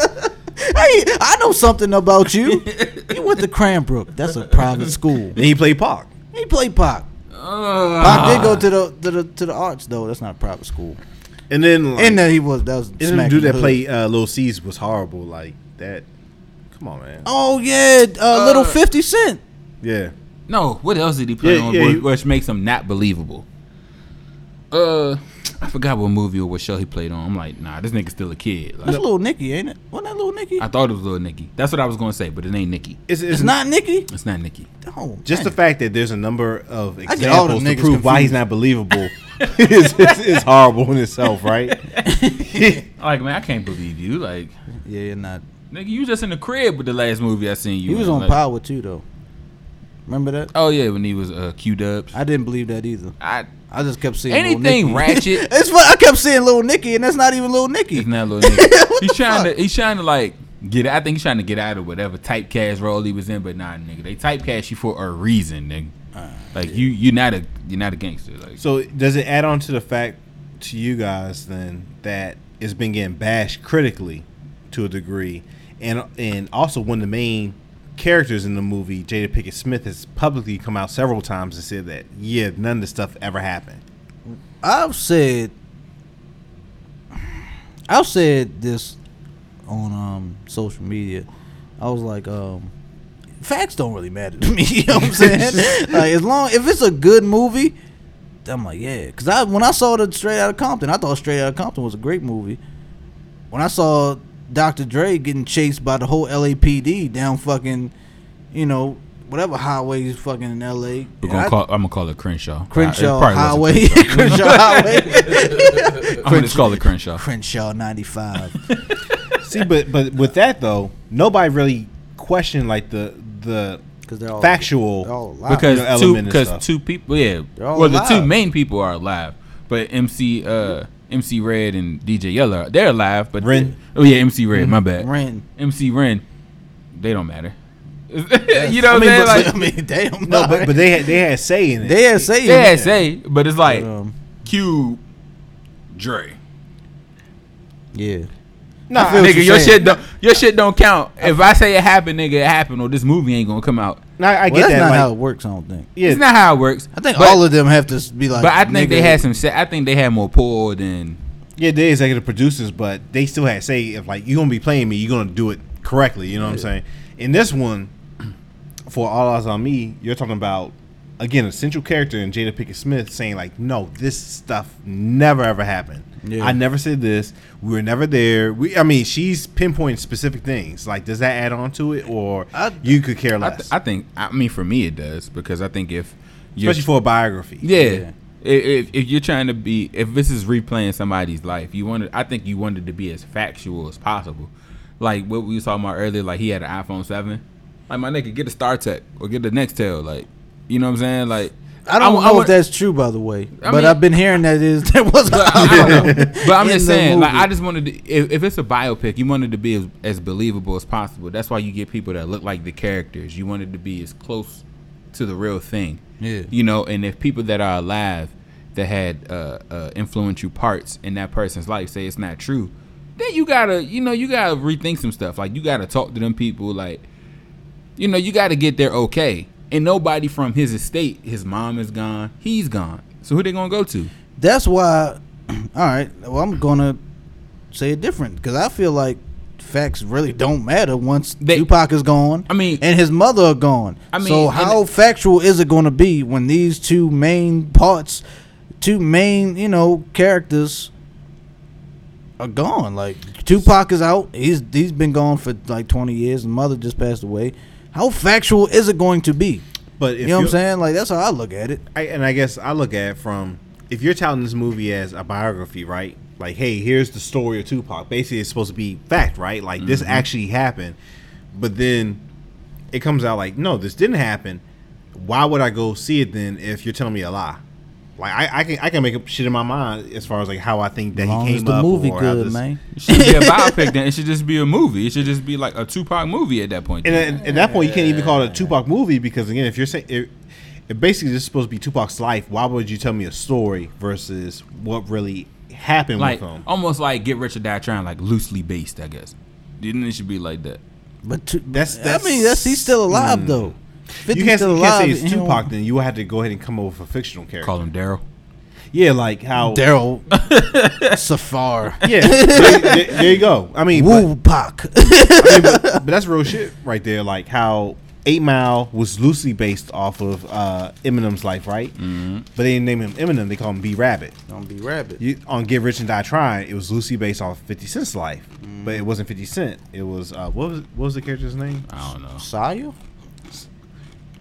Speaker 1: I know something about you. He went to Cranbrook. That's a private school.
Speaker 5: Then he played Pac.
Speaker 1: He played Pac. Pac
Speaker 3: Uh,
Speaker 1: did go to the to the to the arts though. That's not a private school.
Speaker 5: And then like,
Speaker 1: And that he was that was
Speaker 5: and then the
Speaker 1: smack
Speaker 5: dude
Speaker 1: in the
Speaker 5: that
Speaker 1: hood.
Speaker 5: played uh, Lil C's was horrible. Like that. Come on, man.
Speaker 1: Oh yeah, uh, little Fifty Cent.
Speaker 5: Yeah.
Speaker 3: no, what else did he play
Speaker 5: Yeah,
Speaker 3: on
Speaker 5: yeah,
Speaker 3: which-
Speaker 5: you-
Speaker 3: which makes him not believable? Uh, I forgot what movie or what show he played on. I'm like, nah, this nigga's still a kid. Like,
Speaker 1: That's little Nicky, ain't it? Wasn't that little Nicky?
Speaker 3: I thought it was Little Nicky. That's what I was gonna say, but it ain't Nicky.
Speaker 5: It's, it's,
Speaker 1: It's
Speaker 5: not
Speaker 1: not Nicky.
Speaker 3: It's not Nicky.
Speaker 1: Oh,
Speaker 5: just the
Speaker 1: man.
Speaker 5: fact that there's a number of
Speaker 1: get all them
Speaker 5: examples to prove
Speaker 1: niggas
Speaker 5: why he's
Speaker 1: [laughs]
Speaker 5: not believable [laughs] is, is, is horrible in itself, right?
Speaker 3: Like, man, I can't believe you. Like,
Speaker 1: yeah, you're not.
Speaker 3: nigga, you just in the crib with the last movie I seen you.
Speaker 1: He was
Speaker 3: in.
Speaker 1: on
Speaker 3: Like-
Speaker 1: Power too, though. Remember that?
Speaker 3: Oh yeah, when he was uh, Q Dubs.
Speaker 1: I didn't believe that either.
Speaker 3: I
Speaker 1: I just kept seeing Lil
Speaker 3: Anything
Speaker 1: Nicky.
Speaker 3: ratchet.
Speaker 1: [laughs] it's fun. I kept seeing little Nicky, and that's not even little Nicky.
Speaker 3: It's not little nigga. he's
Speaker 1: the
Speaker 3: trying
Speaker 1: fuck?
Speaker 3: to he's trying to like get I think he's trying to get out of whatever typecast role he was in, but nah nigga. They typecast you for a reason, nigga. like you you're not a you're not a gangster. Like
Speaker 5: So does it add on to the fact to you guys then that it's been getting bashed critically to a degree, and and also one of the main characters in the movie, Jada Pickett Smith, has publicly come out several times and said that yeah, none of this stuff ever happened.
Speaker 1: I've said, I've said this on um social media. I was like, um, facts don't really matter to me. [laughs] you know what I'm saying? like, as long if it's a good movie, I'm like, yeah. Because I when I saw the Straight Outta Compton, I thought Straight Outta Compton was a great movie. When I saw Dr. Dre getting chased by the whole LAPD down fucking, you know, whatever highways fucking in LA.
Speaker 3: we're gonna
Speaker 1: I-
Speaker 3: call I'm gonna call it Crenshaw.
Speaker 1: Crenshaw
Speaker 3: It probably wasn't
Speaker 1: Highway. [laughs] Crenshaw
Speaker 3: [laughs]
Speaker 1: Highway.
Speaker 3: I'm gonna just call it
Speaker 1: [laughs]
Speaker 3: Crenshaw.
Speaker 1: Crenshaw 95.
Speaker 5: See, but but with that though, nobody really questioned like the the
Speaker 1: [laughs] 'Cause they're all-
Speaker 5: factual
Speaker 1: they're all alive.
Speaker 3: Because
Speaker 5: you know,
Speaker 3: two
Speaker 5: element and
Speaker 3: because
Speaker 5: stuff.
Speaker 3: two people yeah.
Speaker 1: They're all
Speaker 3: Well the two
Speaker 1: alive.
Speaker 3: main people are alive. But MC uh MC Red and DJ Yellow, they're alive, but
Speaker 5: Ren.
Speaker 3: oh yeah, MC Red, my bad.
Speaker 1: Ren.
Speaker 3: MC Ren, they don't matter. [laughs] you know what I
Speaker 1: I
Speaker 3: am
Speaker 1: mean,
Speaker 3: saying?
Speaker 1: but- [laughs]
Speaker 3: Like,
Speaker 1: I mean, damn.
Speaker 5: no, but, but they had they had say in it.
Speaker 1: they had say
Speaker 3: yeah, say, but it's like
Speaker 1: um,
Speaker 3: Q, Dre.
Speaker 1: yeah.
Speaker 5: Nah,
Speaker 1: I feel what
Speaker 3: Nigga,
Speaker 1: you're
Speaker 3: your
Speaker 1: saying.
Speaker 3: shit don't your shit don't count. If I say it happened, nigga, it happened. Or this movie ain't gonna come out.
Speaker 5: Nah, I
Speaker 1: Well,
Speaker 5: get
Speaker 1: that's
Speaker 5: that.
Speaker 1: not
Speaker 5: like,
Speaker 1: how it works, I don't think.
Speaker 5: yeah,
Speaker 3: It's not how it works.
Speaker 1: I think
Speaker 3: But-
Speaker 1: all of them have to s- be like.
Speaker 3: But I think they
Speaker 1: nigga,
Speaker 3: had some. sa- I think they had more pull than.
Speaker 5: Yeah, they're executive producers, but they still had say if like you're gonna be playing me, you're gonna do it correctly. You know what I'm saying? In this one, [clears throat] for All Eyes on Me, you're talking about again a central character in Jada Pickett Smith saying like, "No, this stuff never ever happened.
Speaker 1: Yeah.
Speaker 5: I never said this. We were never there. We, I mean, she's pinpointing specific things. Like, does that add on to it, or
Speaker 1: I-
Speaker 5: you could care
Speaker 3: I,
Speaker 5: less,
Speaker 3: th- I think. I mean, for me, it does because I think if you're
Speaker 5: especially for a biography?
Speaker 3: Yeah.
Speaker 1: Yeah.
Speaker 3: I- If, if you're trying to be, if this is replaying somebody's life, you wanted. I think you wanted to be as factual as possible. Like what we was talking about earlier, like he had an iPhone seven. Like my nigga, get a StarTech or get the Nextel. Like, you know what I'm saying? Like,
Speaker 1: I don't
Speaker 3: wa-
Speaker 1: know if
Speaker 3: wa-
Speaker 1: that's true, by the way.
Speaker 3: I
Speaker 1: but
Speaker 3: mean-
Speaker 1: I've been hearing that is [laughs] there was.
Speaker 3: But, I, I don't know. [laughs]
Speaker 1: [laughs]
Speaker 3: but I'm
Speaker 1: In
Speaker 3: just
Speaker 1: the
Speaker 3: saying, like,
Speaker 1: movie.
Speaker 3: I just wanted to. If, if it's a biopic, you wanted to be as, as believable as possible. That's why you get people that look like the characters. You wanted to be as close to the real thing.
Speaker 1: Yeah.
Speaker 3: You know, and if people that are alive that had uh, uh, influential parts in that person's life say it's not true, then you gotta, you know, you gotta rethink some stuff. Like you gotta talk to them people. Like you know, you got to get there okay. And nobody from his estate, his mom is gone, he's gone. So who they gonna go to?
Speaker 1: That's why. [clears throat] All right. Well, I'm gonna say it different because I feel like facts really don't matter once
Speaker 3: They-
Speaker 1: Tupac is gone.
Speaker 3: I mean-
Speaker 1: and his mother are gone.
Speaker 3: I
Speaker 1: I
Speaker 3: mean,
Speaker 1: mean, so
Speaker 3: and-
Speaker 1: how factual is it going to be when these two main parts two main, you know, characters are gone. Like Tupac is out. He's he's been gone for like twenty years. and mother just passed away. How factual is it going to be?
Speaker 5: But if
Speaker 1: you know what I'm
Speaker 5: you're-
Speaker 1: saying? Like that's how I look at it.
Speaker 5: I, and I guess I look at it from if you're telling this movie as a biography, right? Like, hey, here's the story of Tupac. Basically, it's supposed to be fact, right? Like this
Speaker 1: Mm-hmm.
Speaker 5: actually happened, but then it comes out like, no, this didn't happen. Why would I go see it then if you're telling me a lie? Like I, I can I can make up shit in my mind as far as like how I think that
Speaker 1: As long
Speaker 5: he
Speaker 1: as
Speaker 5: came
Speaker 1: the
Speaker 5: up
Speaker 1: movie
Speaker 5: or how
Speaker 1: good,
Speaker 5: this-
Speaker 1: man.
Speaker 3: It should be a biopic then. It should just be a movie. It should just be like a Tupac movie at that point.
Speaker 5: And at, at that point, you can't even call it a Tupac movie because again, if you're saying it, it basically this is supposed to be Tupac's life, why would you tell me a story versus what really happened
Speaker 3: like oh,
Speaker 5: with him?
Speaker 3: almost like Get Rich or Die Trying, like loosely based, I guess. Didn't it should be like that?
Speaker 1: But tu-
Speaker 5: That's- mm.
Speaker 1: I mean that's he's still alive though. 50's
Speaker 5: You can't,
Speaker 1: still
Speaker 5: you can't say
Speaker 1: alive,
Speaker 5: it's
Speaker 1: you know.
Speaker 5: Tupac. Then you would have to go ahead and come up with a fictional character.
Speaker 3: Call him Daryl.
Speaker 5: Yeah, like how.
Speaker 1: Daryl
Speaker 3: [laughs]
Speaker 1: Safar.
Speaker 5: [laughs] yeah, there, there- there you go. I mean, but,
Speaker 1: Woo
Speaker 5: [laughs]
Speaker 1: Pac.
Speaker 5: I mean, but, but that's real shit right there. Like how Eight Mile was loosely based off of uh, Eminem's life, right? Mm-hmm. But they didn't name him Eminem. They call him B Rabbit.
Speaker 1: Don't be rabbit.
Speaker 5: you, on Get Rich and Die Trying, it was loosely based off 50 Cent's life, but it wasn't 50 Cent. It was uh, what was what was the character's name?
Speaker 3: I don't know.
Speaker 1: Saya?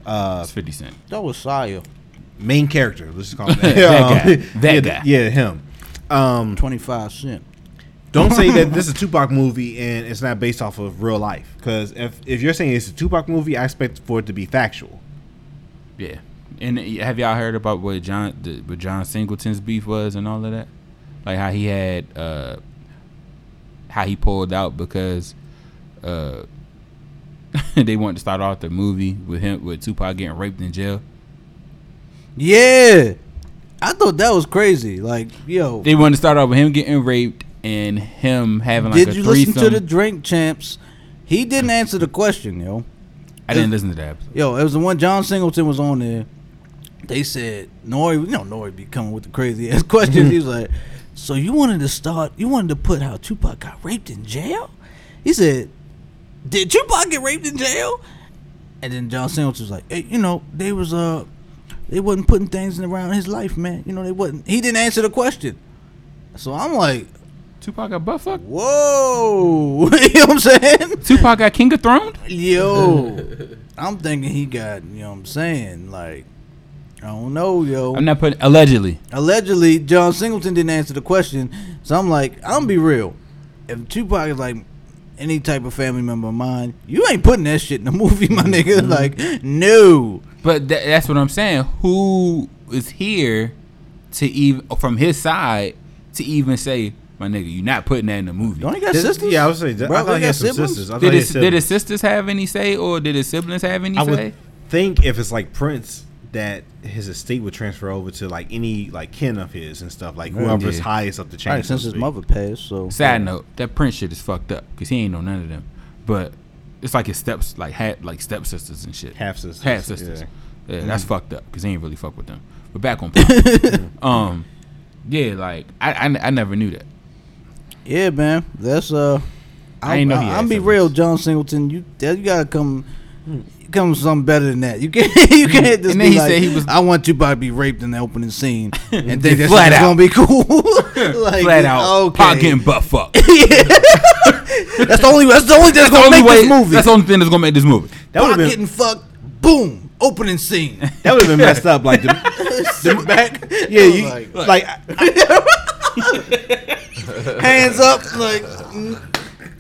Speaker 5: Uh,
Speaker 3: It's Fifty Cent.
Speaker 1: That was Saya.
Speaker 5: main character. Let's just call him that.
Speaker 3: [laughs] That
Speaker 5: Um, [laughs]
Speaker 3: guy. That
Speaker 5: yeah,
Speaker 3: guy.
Speaker 5: Yeah, him. Um,
Speaker 1: Twenty five cent.
Speaker 5: don't say that this is
Speaker 3: [laughs]
Speaker 5: a Tupac movie and it's not based off of real life. Because if if you're saying it's a Tupac movie, I expect for it to be factual.
Speaker 3: Yeah. And uh, have y'all heard about what John the, what John Singleton's beef was and all of that? Like how he had uh how he pulled out because uh [laughs] they wanted to start off the movie with him with Tupac getting raped in jail.
Speaker 1: Yeah. I thought that was crazy. Like, yo,
Speaker 3: They wanted to start off with him getting raped and him having like
Speaker 1: did
Speaker 3: a
Speaker 1: you
Speaker 3: threesome.
Speaker 1: listen to the drink champs? He didn't answer the question, yo.
Speaker 3: I didn't listen to that episode.
Speaker 1: Yo, it was the one John Singleton was on there. They said Nori, you know Nori be coming with the crazy ass [laughs] questions. he was like, "So you wanted to start? You wanted to put how Tupac got raped in jail?" He said, "Did Tupac get raped in jail?" And then John Singleton was like, hey, "You know, they was uh, they wasn't putting things around his life, man. You know, they wasn't. He didn't answer the question. So I'm like,
Speaker 3: Tupac got butt fucked.
Speaker 1: whoa, [laughs] you know what I'm saying?"
Speaker 3: Tupac got King of Throned.
Speaker 5: [laughs]
Speaker 1: Yo, I'm thinking he got, you know what I'm saying? Like, I don't know, yo.
Speaker 3: I'm not putting allegedly.
Speaker 1: Allegedly, John Singleton didn't answer the question. So I'm like, I'm gonna be real. If Tupac is like any type of family member of mine, you ain't putting that shit in the movie,
Speaker 5: Mm-hmm.
Speaker 1: my nigga. Like, no.
Speaker 3: But tha- that's what I'm saying. Who is here to even from his side to even say, my nigga, you not putting that in the movie?
Speaker 1: Don't he got
Speaker 5: Did-
Speaker 1: sisters?
Speaker 5: Yeah, I was saying.
Speaker 1: Bro,
Speaker 5: I thought
Speaker 1: they
Speaker 5: he had
Speaker 1: got
Speaker 5: some
Speaker 1: siblings?
Speaker 5: sisters. I thought
Speaker 3: Did
Speaker 5: he
Speaker 3: his,
Speaker 5: had
Speaker 3: did his
Speaker 5: siblings.
Speaker 3: sisters have any say, or did his siblings have any
Speaker 5: I
Speaker 3: say?
Speaker 5: would think if it's like Prince, that his estate would transfer over to like any like kin of his and stuff, like whoever's
Speaker 3: Yeah.
Speaker 5: highest up the chain.
Speaker 1: Right,
Speaker 5: so
Speaker 1: since
Speaker 5: to
Speaker 1: his
Speaker 5: speak.
Speaker 1: mother passed, so
Speaker 3: Side note: That Prince shit is fucked up because he ain't know none of them. But it's like his steps, like had like stepsisters and shit,
Speaker 5: half sisters,
Speaker 3: half sisters.
Speaker 5: yeah.
Speaker 3: Yeah,
Speaker 1: Mm-hmm.
Speaker 3: that's fucked up because he ain't really fuck with them. But back
Speaker 1: [laughs]
Speaker 3: on, point. um, yeah, like I, I I never knew that.
Speaker 1: Yeah, man. That's uh.
Speaker 3: I ain't know he had
Speaker 1: I'm be
Speaker 3: siblings.
Speaker 1: real, John Singleton. You that, you gotta come. Come with something better than that. You can't. [laughs] You can't just
Speaker 3: Hmm.
Speaker 1: be
Speaker 3: And then he
Speaker 1: like,
Speaker 3: said he was-
Speaker 1: I want Tupac to be raped in the opening scene,
Speaker 3: [laughs]
Speaker 1: and think that's
Speaker 3: Flat
Speaker 1: gonna
Speaker 3: out.
Speaker 1: be cool. [laughs] like,
Speaker 3: Flat out,
Speaker 1: Okay.
Speaker 3: Pac getting
Speaker 1: [laughs]
Speaker 3: butt fucked.
Speaker 1: That's the only. That's the only thing that's,
Speaker 3: the
Speaker 1: gonna
Speaker 3: only
Speaker 1: make
Speaker 3: way-
Speaker 1: this movie.
Speaker 3: That's the only thing that's gonna make this movie.
Speaker 5: That would
Speaker 1: Pac
Speaker 5: have been
Speaker 1: getting fucked. Boom. Opening scene.
Speaker 5: that would have been messed up.
Speaker 1: [laughs]
Speaker 5: Like the, the
Speaker 3: [laughs]
Speaker 5: back. Yeah,
Speaker 1: I'm
Speaker 3: Oh
Speaker 5: you,
Speaker 1: like-
Speaker 5: like,
Speaker 1: Hands up. Like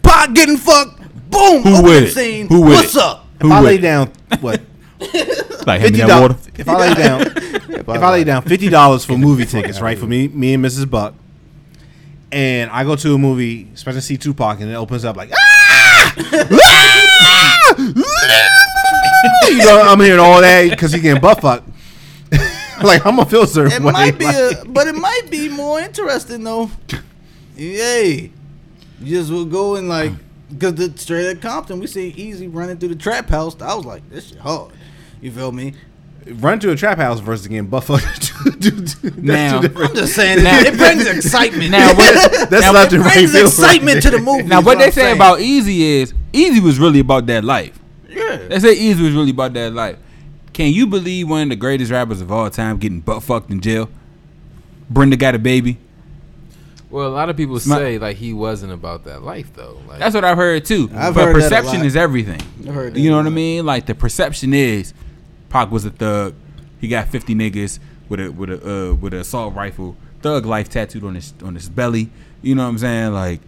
Speaker 1: Pac getting fucked. Boom.
Speaker 3: Who
Speaker 1: opening
Speaker 3: with it?
Speaker 1: scene.
Speaker 3: Who with
Speaker 1: What's
Speaker 3: it?
Speaker 1: up?
Speaker 5: if I
Speaker 3: would?
Speaker 5: lay down
Speaker 3: [laughs]
Speaker 5: what
Speaker 3: Like hand
Speaker 5: fifty
Speaker 3: me that
Speaker 5: dollars.
Speaker 3: water.
Speaker 5: If I
Speaker 3: [laughs]
Speaker 5: lay down, if I lay down fifty dollars for movie tickets, right? For me, me and Mrs. Buck, and I go to a movie, especially see Tupac, and it opens up like ah, Ah! you know, I'm hearing all that because he getting butt fucked. [laughs] like I'm gonna feel a certain
Speaker 1: It
Speaker 5: way.
Speaker 1: might be,
Speaker 5: like-
Speaker 1: a, [laughs] but it might be more interesting though. Yay! You just will go and like, cause the straight at Compton, we see Easy running through the trap house. I was like, this shit hard. You feel me?
Speaker 5: run to a trap house versus getting butt fucked. [laughs] That's two
Speaker 3: Now-
Speaker 5: different-
Speaker 1: I'm just saying
Speaker 3: Now-
Speaker 1: it, it
Speaker 5: [laughs]
Speaker 1: brings excitement.
Speaker 3: Now
Speaker 1: [laughs]
Speaker 3: what?
Speaker 5: That's
Speaker 3: now,
Speaker 5: left and
Speaker 1: it
Speaker 5: right
Speaker 1: brings
Speaker 5: field.
Speaker 1: excitement to the movie.
Speaker 3: now
Speaker 1: is
Speaker 3: what they
Speaker 1: I'm
Speaker 3: say
Speaker 1: saying.
Speaker 3: about Easy is Easy was really about that life.
Speaker 1: yeah,
Speaker 3: They say Easy was really about that life. Can you believe one of the greatest rappers of all time getting butt fucked in jail? Brenda got a baby.
Speaker 4: Well, a lot of people
Speaker 3: Smi-
Speaker 4: say like he wasn't about that life though. Like,
Speaker 3: That's what I've heard too.
Speaker 1: I've
Speaker 3: but
Speaker 1: heard that a
Speaker 3: perception
Speaker 1: lot.
Speaker 3: is everything.
Speaker 1: I've heard that
Speaker 3: you
Speaker 1: a
Speaker 3: know what I
Speaker 1: lot.
Speaker 3: mean? Like the perception is, Pac was a thug. He got fifty niggas with a with a uh, with an assault rifle, thug life tattooed on his on his belly. You know what I'm saying? Like,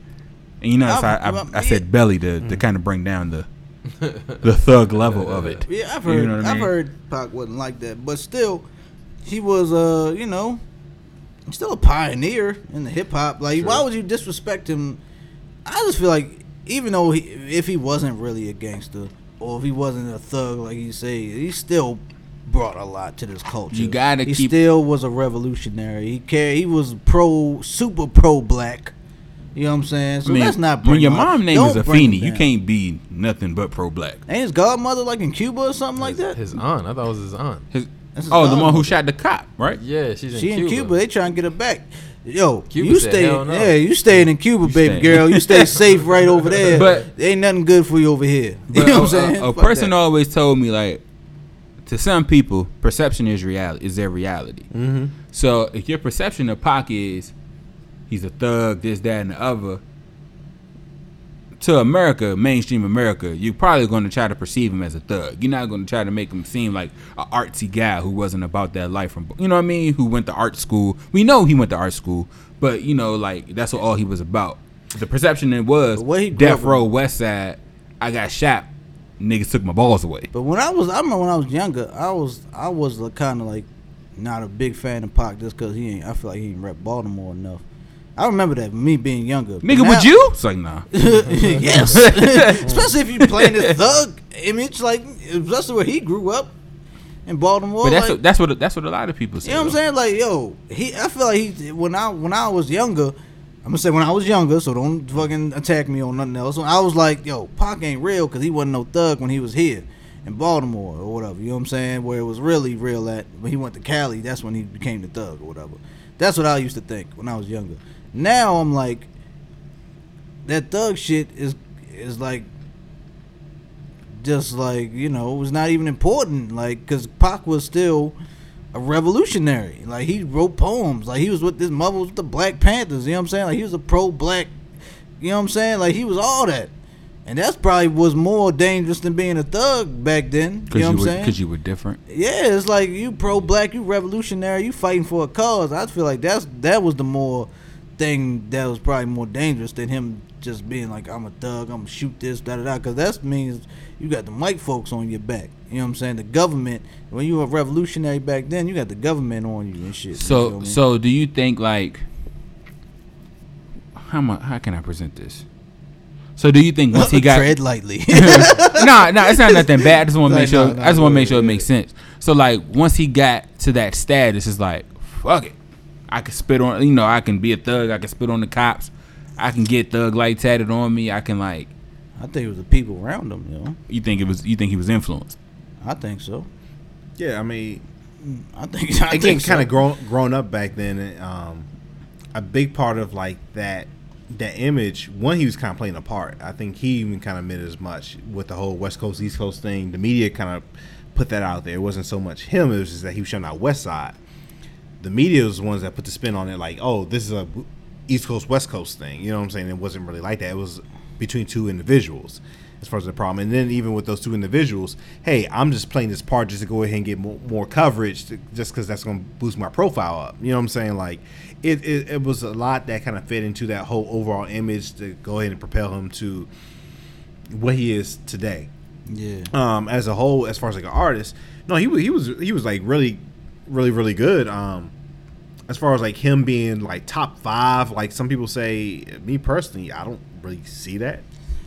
Speaker 3: and you know
Speaker 1: I'm-
Speaker 3: I, I,
Speaker 1: I'm-
Speaker 3: I said belly to, to kind of bring down the the thug level of it.
Speaker 1: Yeah, I've
Speaker 3: You
Speaker 1: heard.
Speaker 3: know what I
Speaker 1: I've
Speaker 3: mean?
Speaker 1: heard Pac wasn't like that, but still, he was. Uh, you know, still a pioneer in the hip hop. Like, why would you disrespect him? I just feel like, even though he, if he wasn't really a gangster or if he wasn't a thug, like you say, he still brought a lot to this culture.
Speaker 3: You gotta
Speaker 1: He
Speaker 3: keep-
Speaker 1: still was a revolutionary. He care. He was pro, super pro black. You know what I'm saying? So
Speaker 3: I mean,
Speaker 1: let's not bring
Speaker 3: when your
Speaker 1: him up.
Speaker 3: mom name
Speaker 1: Don't
Speaker 3: is
Speaker 1: bring him
Speaker 3: Afeni, you
Speaker 1: down.
Speaker 3: can't be nothing but pro black.
Speaker 1: Ain't his godmother like in Cuba or something like that?
Speaker 4: his aunt. I thought it was his aunt.
Speaker 1: That's his
Speaker 3: Oh, the
Speaker 1: mom.
Speaker 3: one who shot the cop, right?
Speaker 4: Yeah, she's in
Speaker 1: She
Speaker 4: Cuba.
Speaker 1: in Cuba. They trying to get her back. Yo,
Speaker 4: Cuba
Speaker 1: you
Speaker 4: said,
Speaker 1: stay.
Speaker 4: "Hell no."
Speaker 1: Yeah, you staying in Cuba, baby
Speaker 3: stay.
Speaker 1: girl. You stay safe right over there.
Speaker 3: But-
Speaker 1: But ain't nothing good for you over here. [laughs] You know
Speaker 3: But a-
Speaker 1: what I'm saying?
Speaker 3: A, a
Speaker 1: Fuck
Speaker 3: person
Speaker 1: that.
Speaker 3: always told me like, to some people, perception is reality. Is their reality. Mm-hmm. So if your perception of Pac is, he's a thug, this, that, and the other. To America, mainstream America, you're probably going to try to perceive him as a thug. You're not going to try to make him seem like an artsy guy who wasn't about that life from, you know what I mean? Who went to art school. We know he went to art school, but you know, like that's what all he was about. The perception it was
Speaker 1: The way he grew
Speaker 3: death
Speaker 1: up-
Speaker 3: row west side. I got shot. Niggas took my balls away.
Speaker 1: But when I was, I remember when I was younger, I was, I was kind of like not a big fan of Pac just because he ain't. I feel like he ain't rep Baltimore enough. I remember that me being younger. But
Speaker 3: Nigga,
Speaker 1: now-
Speaker 3: would you? It's like nah.
Speaker 1: [laughs] yes. especially if you playing this thug image, like especially where he grew up in Baltimore.
Speaker 3: But that's
Speaker 1: like,
Speaker 3: what, that's what that's what a lot of people say.
Speaker 1: You know what I'm
Speaker 3: though.
Speaker 1: saying? Like, yo, he. I feel like he when I when I was younger. I'm gonna say when I was younger, so don't fucking attack me on nothing else. When I was like, yo, Pac ain't real because he wasn't no thug when he was here in Baltimore or whatever. You know what I'm saying? Where it was really real at when he went to Cali, that's when he became the thug or whatever. That's what I used to think when I was younger. Now I'm like, that thug shit is is like just like you know it was not even important like because Pac was still a revolutionary like he wrote poems like he was with his mother was with the Black Panthers you know what I'm saying like he was a pro black you know what I'm saying like he was all that and that's probably was more dangerous than being a thug back then you know what I'm
Speaker 3: were,
Speaker 1: saying
Speaker 3: 'cause you were different.
Speaker 1: yeah, it's like you pro black, you revolutionary, you fighting for a cause. I feel like that's that was the more thing that was probably more dangerous than him just being like I'm a thug, I'm gonna shoot this, da da da. Because that means you got the white folks on your back. You know what I'm saying? The government. When you were a revolutionary back then, you got the government on you and shit. you feel
Speaker 3: So
Speaker 1: me? [laughs]
Speaker 3: so do you think like how mu how can I present this? So do you think once
Speaker 1: [laughs]
Speaker 3: he [laughs] got
Speaker 1: tread lightly.
Speaker 3: no, no, it's not nothing bad. I just want to
Speaker 1: Like,
Speaker 3: make sure.
Speaker 1: nah, nah,
Speaker 3: I just want to
Speaker 1: yeah,
Speaker 3: make sure it
Speaker 1: yeah.
Speaker 3: makes sense. So like once he got to that status, it's like fuck it. I can spit on you know I can be a thug. I can spit on the cops. I can get thug light tatted on me. I can like
Speaker 1: I think it was the people around him. You know,
Speaker 3: you think it was you think he was influenced.
Speaker 1: I think so.
Speaker 5: Yeah, I mean,
Speaker 1: I think [laughs] I
Speaker 5: again,
Speaker 1: think so.
Speaker 5: kind of grown grown up back then. And, um, a big part of like that that image. One, he was kind of playing a part. I think he even kind of meant as much with the whole West Coast East Coast thing. The media kind of put that out there. It wasn't so much him. It was just that he was showing out West Side. The media was the ones that put the spin on it. Like, oh, this is a East Coast West Coast thing. You know what I'm saying? It wasn't really like that. It was between two individuals. As far as the problem, and then even with those two individuals, hey, I'm just playing this part just to go ahead and get more, more coverage, to, just because that's going to boost my profile up. You know what I'm saying? Like, it, it it was a lot that kind of fit into that whole overall image to go ahead and propel him to what he is today
Speaker 1: yeah.
Speaker 5: um, as a whole, as far as like an artist, no, he was he was he was like really, really, really good. Um, as far as like him being like top five, like some people say, me personally, I don't really see that.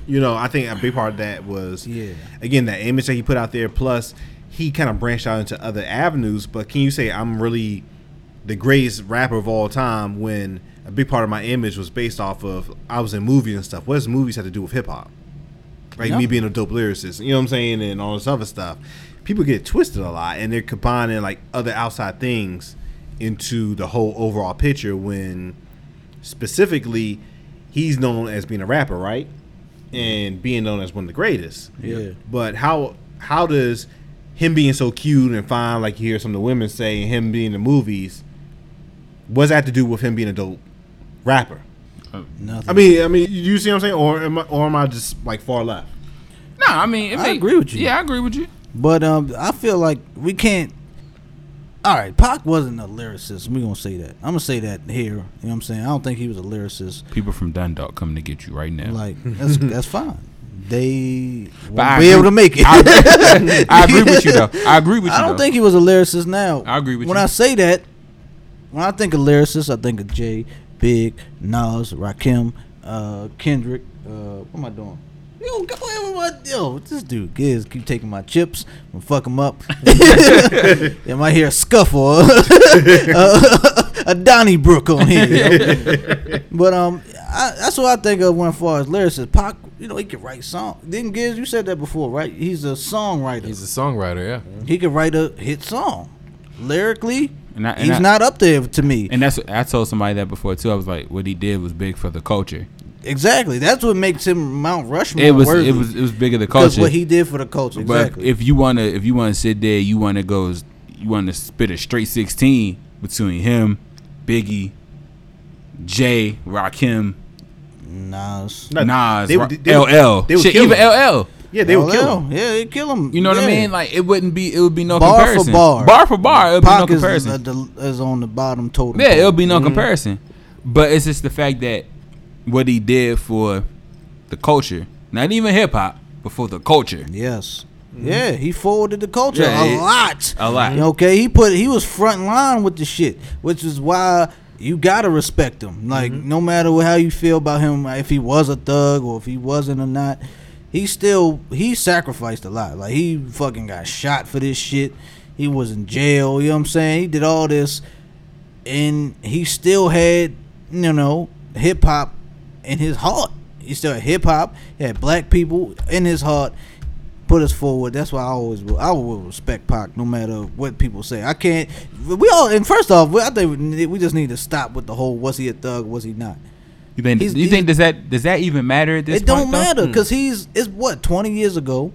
Speaker 5: You know, I think a big part of that was
Speaker 1: [sighs] Yeah.
Speaker 5: again that image that he put out there. Plus, he kind of branched out into other avenues. But can you say I'm really the greatest rapper of all time when a big part of my image was based off of I was in movies and stuff? What does movies have to do with hip hop? like me
Speaker 1: Nothing.
Speaker 5: being a dope lyricist, you know what I'm saying, and all this other stuff. People get twisted a lot, and they're combining like other outside things into the whole overall picture. When specifically, he's known as being a rapper, right, and being known as one of the greatest.
Speaker 1: Yeah.
Speaker 5: But how how does him being so cute and fine, like you hear some of the women say, and him being in the movies,
Speaker 2: What does that have to do with him being a dope rapper?
Speaker 1: Nothing.
Speaker 2: I mean, I mean, you see what I'm saying, or am I, or am I just like far left?
Speaker 3: No, I mean, it
Speaker 1: I agree with you.
Speaker 3: Yeah, I agree with you.
Speaker 1: But um, I feel like we can't. All right, Pac wasn't a lyricist. We're gonna say that. I'm gonna say that here. You know what I'm saying? I don't think he was a lyricist.
Speaker 3: People from Dundalk coming to get you right now.
Speaker 1: Like that's
Speaker 3: [laughs]
Speaker 1: that's fine. They
Speaker 3: But I
Speaker 1: won't be able
Speaker 3: agree-
Speaker 1: to make it.
Speaker 3: I agree,
Speaker 1: [laughs]
Speaker 3: I agree with you though. I agree with you.
Speaker 1: I don't
Speaker 3: though.
Speaker 1: think he was a lyricist now.
Speaker 3: I agree with
Speaker 1: when
Speaker 3: you.
Speaker 1: I say that, when I think of lyricists, I think of Jay, Big, Nas, Rakim, uh, Kendrick. Uh, what am I doing? Yo, go ahead with my- yo, this dude gives keep taking my chips and fuck him up. [laughs] you might hear a scuffle, [laughs] a, uh, a Donnybrook on here. yo.
Speaker 3: [laughs]
Speaker 1: But um, I, that's what I think of when far as lyricist. Pac, you know, he could write songs. Didn't Giz? You said that before, right? He's a songwriter.
Speaker 4: He's a songwriter, yeah.
Speaker 1: He could write a hit song. Lyrically,
Speaker 3: And I- and
Speaker 1: he's
Speaker 3: I-
Speaker 1: not up there to me.
Speaker 3: And that's I told somebody that before too. I was like, what he did was big for the culture.
Speaker 1: exactly. That's what makes him Mount Rushmore.
Speaker 3: It was
Speaker 1: worthy.
Speaker 3: it was it was bigger the
Speaker 1: because
Speaker 3: culture.
Speaker 1: what he did for the culture.
Speaker 3: But
Speaker 1: Exactly.
Speaker 3: if you wanna if you wanna sit there, you wanna go, you wanna spit a straight sixteen between him, Biggie, Jay, Rakim,
Speaker 1: Nas.
Speaker 2: No,
Speaker 3: Nas,
Speaker 2: they
Speaker 3: Ra-
Speaker 2: would- they would-
Speaker 3: LL,
Speaker 2: they would
Speaker 3: shit,
Speaker 2: kill
Speaker 3: even
Speaker 2: him.
Speaker 3: LL.
Speaker 2: Yeah, they would kill
Speaker 1: LL.
Speaker 2: him.
Speaker 1: Yeah, they kill him.
Speaker 3: You know what I
Speaker 1: Yeah.
Speaker 3: mean? Like it wouldn't be it would be no
Speaker 1: Bar for
Speaker 3: comparison.
Speaker 1: bar.
Speaker 3: bar for bar, it would be no
Speaker 1: Pac is,
Speaker 3: comparison.
Speaker 1: at the- is on the bottom total.
Speaker 3: Yeah, it'll be
Speaker 1: Mm-hmm.
Speaker 3: no comparison. But it's just the fact that what he did for the culture, not even hip hop, but for the culture.
Speaker 1: Yes. Yeah, he forwarded the culture
Speaker 3: Yeah,
Speaker 1: a
Speaker 3: it-
Speaker 1: lot.
Speaker 3: a lot.
Speaker 1: Okay, he put he was front line with the shit, which is why you gotta respect him. Like
Speaker 3: Mm-hmm.
Speaker 1: no matter how you feel about him, like, if he was a thug or if he wasn't or not, he still he sacrificed a lot. Like he fucking got shot for this shit. He was in jail. You know what I'm saying? He did all this, and he still had you know hip hop in his heart. He still had hip hop. He had black people in his heart. Put us forward. That's why I always will. I will respect Pac no matter what people say. I can't. We all and first off, we- I think we need- we just need to stop with the whole was he a thug? Was he not?
Speaker 3: You think?
Speaker 1: He's-
Speaker 3: you think does that does that even matter at this
Speaker 1: it
Speaker 3: point?
Speaker 1: don't
Speaker 3: though?
Speaker 1: matter because he's it's what twenty years ago.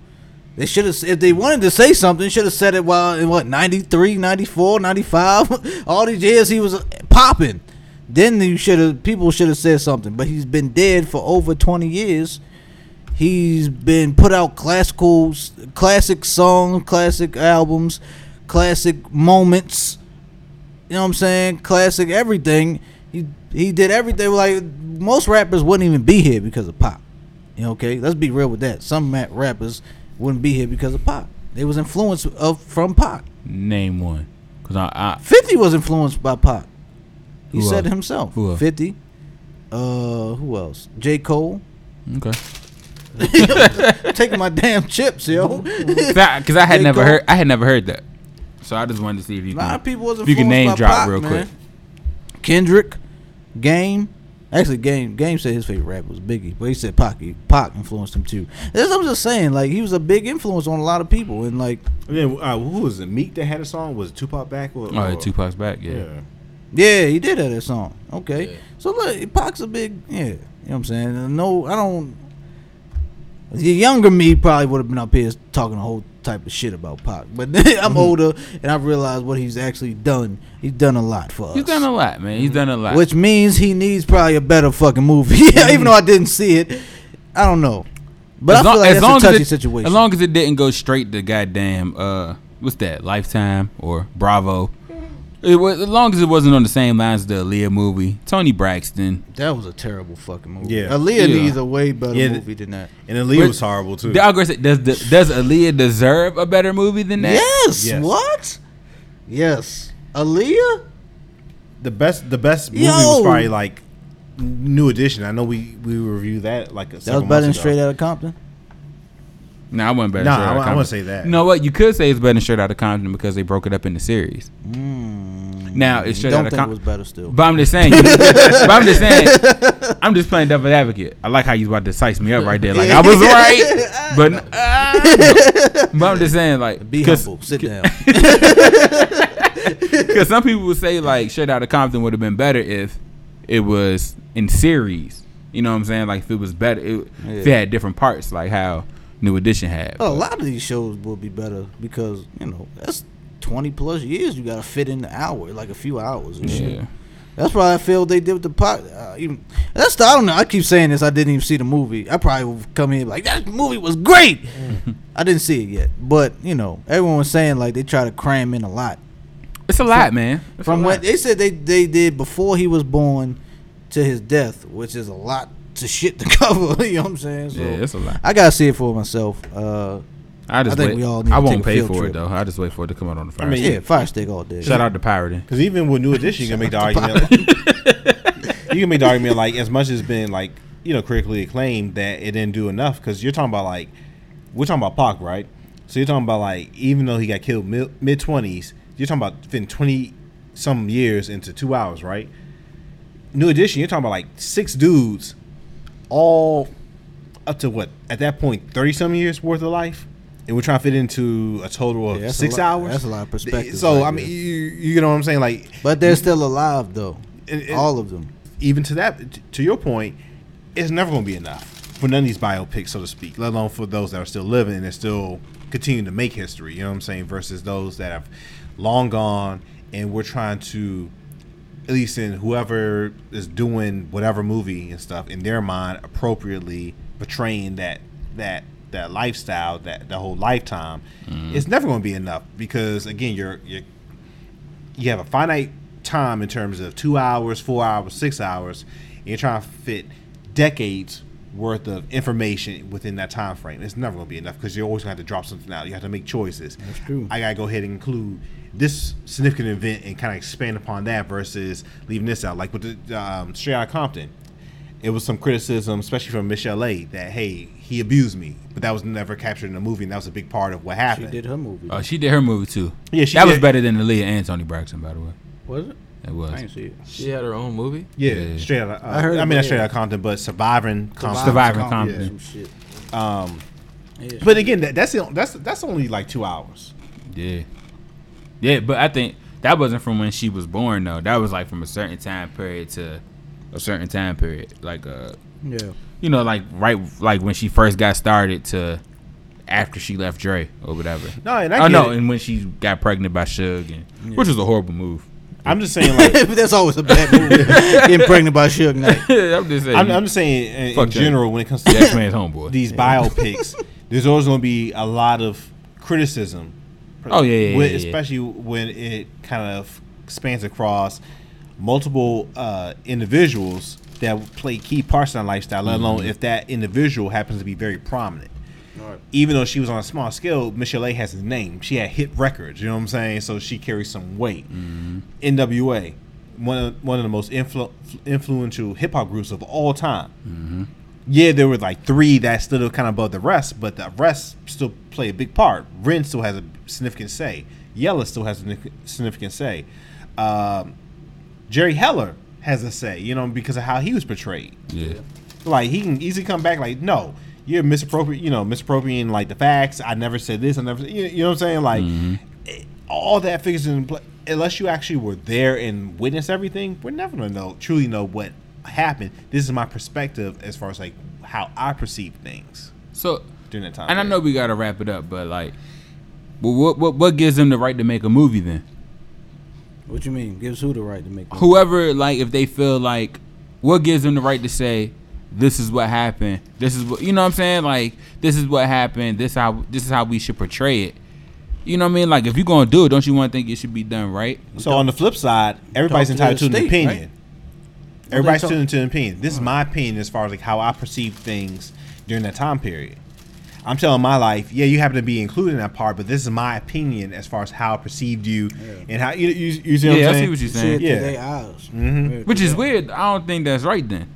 Speaker 1: They should have if they wanted to say something, should have said it while in what 93, 94, 95, [laughs] all these years he was uh, popping. Then you should have people should have said something. But he's been dead for over twenty years. He's been put out classical, classic songs, classic albums, classic moments. You know what I'm saying? Classic everything. He he did everything. Like most rappers wouldn't even be here because of pop. You know, okay, let's be real with that. Some ma- rappers wouldn't be here because of pop. They was influenced of from pop.
Speaker 3: Hmm. Name one, because I, I
Speaker 1: Fifty was influenced by pop. He
Speaker 3: Who
Speaker 1: said
Speaker 3: else?
Speaker 1: it himself.
Speaker 3: Who else?
Speaker 1: Fifty. Uh, who else? J. Cole.
Speaker 3: okay
Speaker 1: [laughs] Taking my [laughs] damn chips, yo. A
Speaker 3: because I had
Speaker 1: J.
Speaker 3: never
Speaker 1: Cole.
Speaker 3: heard I had never heard that, so I just wanted to see if you
Speaker 1: lot of
Speaker 3: can,
Speaker 1: people was influenced
Speaker 3: if you can name
Speaker 1: by
Speaker 3: drop
Speaker 1: Pac,
Speaker 3: real
Speaker 1: man.
Speaker 3: quick.
Speaker 1: Kendrick, Game. Actually, Game Game said his favorite rapper was Biggie, but he said Pac. Pac influenced him too. That's what I'm just saying. Like he was a big influence on a lot of people, and like
Speaker 2: And then uh, who was it? Meek that had a song was it Tupac back or,
Speaker 3: Oh,
Speaker 2: or-
Speaker 3: Tupac's back, yeah.
Speaker 2: Yeah.
Speaker 1: yeah, he did have that song. Okay,
Speaker 4: Yeah.
Speaker 1: so look, Pac's a big yeah. You know what I'm saying? No, I don't. The younger me probably would have been up here talking a whole type of shit about Pac, but [laughs]
Speaker 3: Mm-hmm.
Speaker 1: I'm older and I realize what he's actually done. He's done a lot for us.
Speaker 3: He's done a lot, man. He's done a lot.
Speaker 1: Which means he needs probably a better fucking movie. [laughs]
Speaker 3: Mm-hmm.
Speaker 1: yeah, even though I didn't see it, I don't know. But I feel like that's a touchy
Speaker 3: it,
Speaker 1: situation.
Speaker 3: As long as it didn't go straight to goddamn uh what's that, Lifetime or Bravo. It was, as long as it wasn't on the same lines as the Aaliyah movie, Tony Braxton.
Speaker 1: that was a terrible fucking movie.
Speaker 2: Yeah.
Speaker 1: Aaliyah
Speaker 3: Yeah.
Speaker 1: needs a way better
Speaker 2: Yeah, th-
Speaker 1: movie than that.
Speaker 2: And then Lee
Speaker 3: But-
Speaker 2: was horrible too.
Speaker 3: The algorithm does the, does Aaliyah deserve a better movie than that?
Speaker 1: Yes.
Speaker 2: Yes.
Speaker 1: What? Yes. Aaliyah.
Speaker 2: The best, the best movie
Speaker 1: Yo.
Speaker 2: was probably like New Edition. I know we we reviewed that like a
Speaker 1: That was better than Straight Outta Compton.
Speaker 3: Uh, Nah, I wasn't better.
Speaker 2: Nah,
Speaker 3: Straight
Speaker 2: I
Speaker 3: Outta
Speaker 2: wa- I
Speaker 3: Compton.
Speaker 2: wouldn't say that.
Speaker 3: You know what? You could say it's better than Straight Outta Compton because they broke it up into series. Now it's Straight
Speaker 1: Hmm. Mm, Don't
Speaker 3: Outta
Speaker 1: think it was
Speaker 3: Compton.
Speaker 1: better still.
Speaker 3: But I'm just saying. but I'm just saying. I'm just playing devil's advocate. I like how you about to size me up right there. Like I was right, but
Speaker 1: [laughs]
Speaker 3: uh, but [laughs] I'm just saying like
Speaker 1: Be
Speaker 3: because
Speaker 1: humble. Sit
Speaker 3: [laughs]
Speaker 1: down.
Speaker 3: Because some people would say like Straight Outta Compton would have been better if it was in series. You know what I'm saying? Like if it was better, it, if it
Speaker 1: Yeah. Oh,
Speaker 3: had different parts, like how New Edition had.
Speaker 1: a lot of these shows will be better because you know that's twenty plus years. You got to fit in the hour, like a few hours. And
Speaker 3: yeah.
Speaker 1: shit. That's why I feel they did with the pot. Uh, even, that's the, I don't know. I keep saying this. I didn't even see the movie. I probably would come in like that movie was great.
Speaker 3: Mm.
Speaker 1: I didn't see it yet, but you know, everyone was saying like they try to cram in a lot
Speaker 3: It's a lot, man. It's
Speaker 1: from
Speaker 3: a
Speaker 1: what
Speaker 3: lot.
Speaker 1: they said they they did before he was born to his death, which is a lot to shit to [laughs] cover. you know what I'm saying? So
Speaker 3: Yeah, it's a lot.
Speaker 1: I gotta see it for myself. Uh,
Speaker 3: I just
Speaker 1: I think
Speaker 3: wait.
Speaker 1: we all need
Speaker 3: I
Speaker 1: to take a
Speaker 3: won't pay
Speaker 1: field
Speaker 3: for
Speaker 1: trip.
Speaker 3: it though. I just wait for it to come out on the fire.
Speaker 5: mean,
Speaker 1: yeah, fire stick all day.
Speaker 3: Shout out to pirating.
Speaker 5: Because even with New Edition, you can make the argument. Like, you can make the argument like [laughs] as much as it's been like you know critically acclaimed that it didn't do enough. Because you're talking about like we're talking about Pac, right? So you're talking about like even though he got killed mid twenties, you're talking about fitting twenty some years into two hours, right? New Edition, you're talking about like six dudes, all up to what at that point thirty some years worth of life. And we're trying to fit into a total of
Speaker 1: Yeah, that's a
Speaker 5: six
Speaker 1: lot-
Speaker 5: hours.
Speaker 1: that's a lot of perspective
Speaker 5: So
Speaker 1: right
Speaker 5: I mean,
Speaker 1: there.
Speaker 5: you, you know what I'm saying? Like
Speaker 1: But they're still alive though.
Speaker 5: And- and-
Speaker 1: all of them.
Speaker 5: even to that to your point, it's never going to be enough for none of these biopics, so to speak. Let alone for those that are still living and they're still continuing to make history. You know what I'm saying? Versus those that have long gone, and we're trying to, at least in whoever is doing whatever movie and stuff, in their mind, appropriately portraying that that that lifestyle, that the whole lifetime. It's never going to be enough because again, you're you're you have a finite time in terms of two hours, four hours, six hours, and you're trying to fit decades worth of information within that time frame. It's never going to be enough because you're always going to have to drop something out. You have to make choices. That's
Speaker 1: true.
Speaker 5: I got to go ahead and include this significant event and kind of expand upon that versus leaving this out. Like with the um, Straight Outta Compton, it was some criticism, especially from Michelle A, that hey, he abused me, but that was never captured in the movie, and that was a big part of what
Speaker 1: She
Speaker 5: happened.
Speaker 1: did her movie.
Speaker 3: Oh, she did her movie too.
Speaker 5: Yeah, she
Speaker 3: that was
Speaker 5: did.
Speaker 3: better than Aaliyah and Tony Braxton, by the way.
Speaker 1: was it?
Speaker 3: It
Speaker 1: I
Speaker 3: was
Speaker 1: didn't see it.
Speaker 4: She had her own movie.
Speaker 5: Yeah,
Speaker 3: Yeah.
Speaker 5: straight out. Of, uh,
Speaker 1: I
Speaker 5: I
Speaker 1: heard
Speaker 5: mean,
Speaker 1: about
Speaker 5: not straight
Speaker 1: it.
Speaker 5: out of Compton, but surviving Compton.
Speaker 3: Surviving
Speaker 1: Compton, some
Speaker 3: Compton.
Speaker 1: shit.
Speaker 5: Um,
Speaker 1: Yeah.
Speaker 5: but again, that, that's the- that's that's only like two hours.
Speaker 3: yeah, yeah. But I think that wasn't from when she was born though. That was like from a certain time period to a certain time period, like uh,
Speaker 1: yeah.
Speaker 3: you know, like right, like when she first got started to after she left Dre or whatever.
Speaker 5: No, and I
Speaker 3: Oh
Speaker 5: get
Speaker 3: no,
Speaker 5: it.
Speaker 3: and when she got pregnant by Suge, and, which was a horrible move. [laughs]
Speaker 5: I'm just saying, like,
Speaker 1: That's always a bad [laughs] movie. Getting pregnant by Suge Knight.
Speaker 3: I'm just saying,
Speaker 5: I'm, I'm just saying in,
Speaker 3: Fuck
Speaker 5: in
Speaker 3: that.
Speaker 5: general when it comes
Speaker 3: that's
Speaker 5: to
Speaker 3: man's homeboy.
Speaker 5: these biopics, there's always going to be a lot of criticism.
Speaker 3: Oh, yeah, yeah,
Speaker 5: When-
Speaker 3: yeah, yeah.
Speaker 5: especially when it kind of spans across multiple uh, individuals that play key parts in our lifestyle. Let alone if that individual happens to be very prominent. even though she was on a small scale, Michelle A has his name. She had hit records, you know what I'm saying? So she carries some weight. NWA, one of one of the most influ- influential hip hop groups of all time. Yeah, there were like three that stood up kind of above the rest, but the rest still play a big part. Ren still has a significant say. Yella still has a signific- significant say. Um, Jerry Heller has a say, you know, because of how he was portrayed.
Speaker 3: yeah.
Speaker 5: Like he can easily come back. Like no, you're misappropriate. You know, misappropriating like the facts. I never said this. I never. said-" You, you know what I'm saying? Like
Speaker 3: Mm-hmm.
Speaker 5: it- all that figures in play. Unless you actually were there and witnessed everything, we're never gonna know truly know what happened. This is my perspective as far as like how I perceive things
Speaker 3: So,
Speaker 5: during that time.
Speaker 3: and I
Speaker 5: period.
Speaker 3: know we gotta wrap it up, but like, well, what what what gives them the right to make a movie then?
Speaker 1: What you mean? Gives who the right to make? Who?
Speaker 3: Whoever, like, if they feel like, what gives them the right to say, this is what happened. This is what you know what I'm saying. Like, this is what happened. This how this is how we should portray it. You know what I mean? Like, if you're gonna do it, don't you want to think it should be done right?
Speaker 5: So on the flip side, everybody's
Speaker 1: Talk to the
Speaker 5: entitled to an
Speaker 1: state,
Speaker 5: opinion.
Speaker 1: right?
Speaker 5: Everybody's
Speaker 1: talk- Uh-huh.
Speaker 5: entitled to an opinion. This is my opinion as far as like how I perceive things during that time period. I'm telling my life, yeah, you happen to be included in that part, but this is my opinion as far as how I perceived you and how you you, you see what
Speaker 3: yeah,
Speaker 5: I'm
Speaker 3: I see
Speaker 5: saying.
Speaker 3: what you're
Speaker 1: See it
Speaker 3: saying.
Speaker 5: Yeah.
Speaker 1: through their eyes.
Speaker 3: Which is weird. I don't think that's right then.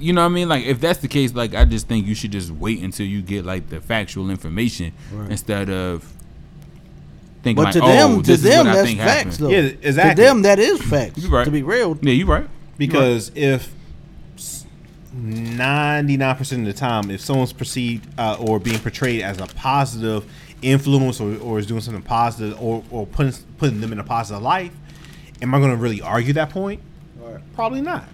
Speaker 3: You know what I mean? Like if that's the case, like I just think you should just wait until you get like the factual information
Speaker 1: Right.
Speaker 3: instead of thinking
Speaker 1: But
Speaker 3: like,
Speaker 1: to
Speaker 3: oh,
Speaker 1: them, to
Speaker 3: this is
Speaker 1: them,
Speaker 3: what I
Speaker 1: that's
Speaker 3: think
Speaker 1: facts,
Speaker 3: happened.
Speaker 1: though.
Speaker 5: Yeah, exactly.
Speaker 1: To them, that is facts.
Speaker 3: You right.
Speaker 1: To be real,
Speaker 3: Yeah, you right.
Speaker 5: because if ninety nine percent of the time, if someone's perceived uh, or being portrayed as a positive influence or, or is doing something positive or, or putting putting them in a positive light, am I going to really argue that point? Probably not.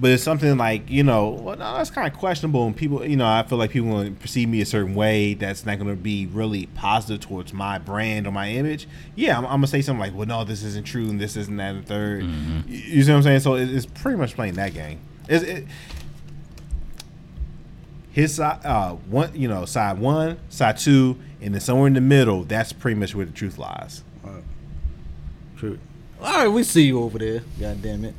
Speaker 5: But it's something like you know, well, no, that's kind of questionable, and people, you know, I feel like people want to perceive me a certain way that's not going to be really positive towards my brand or my image. Yeah, I'm, I'm gonna say something like, "Well, no, this isn't true, and this isn't that, and 3rd You, you see what I'm saying? So it, it's pretty much playing that game. It's, it, his side, uh, one, you know, side one, side two, and then somewhere in the middle. That's pretty much where the truth lies.
Speaker 1: True. All right, we see you over there. God damn it.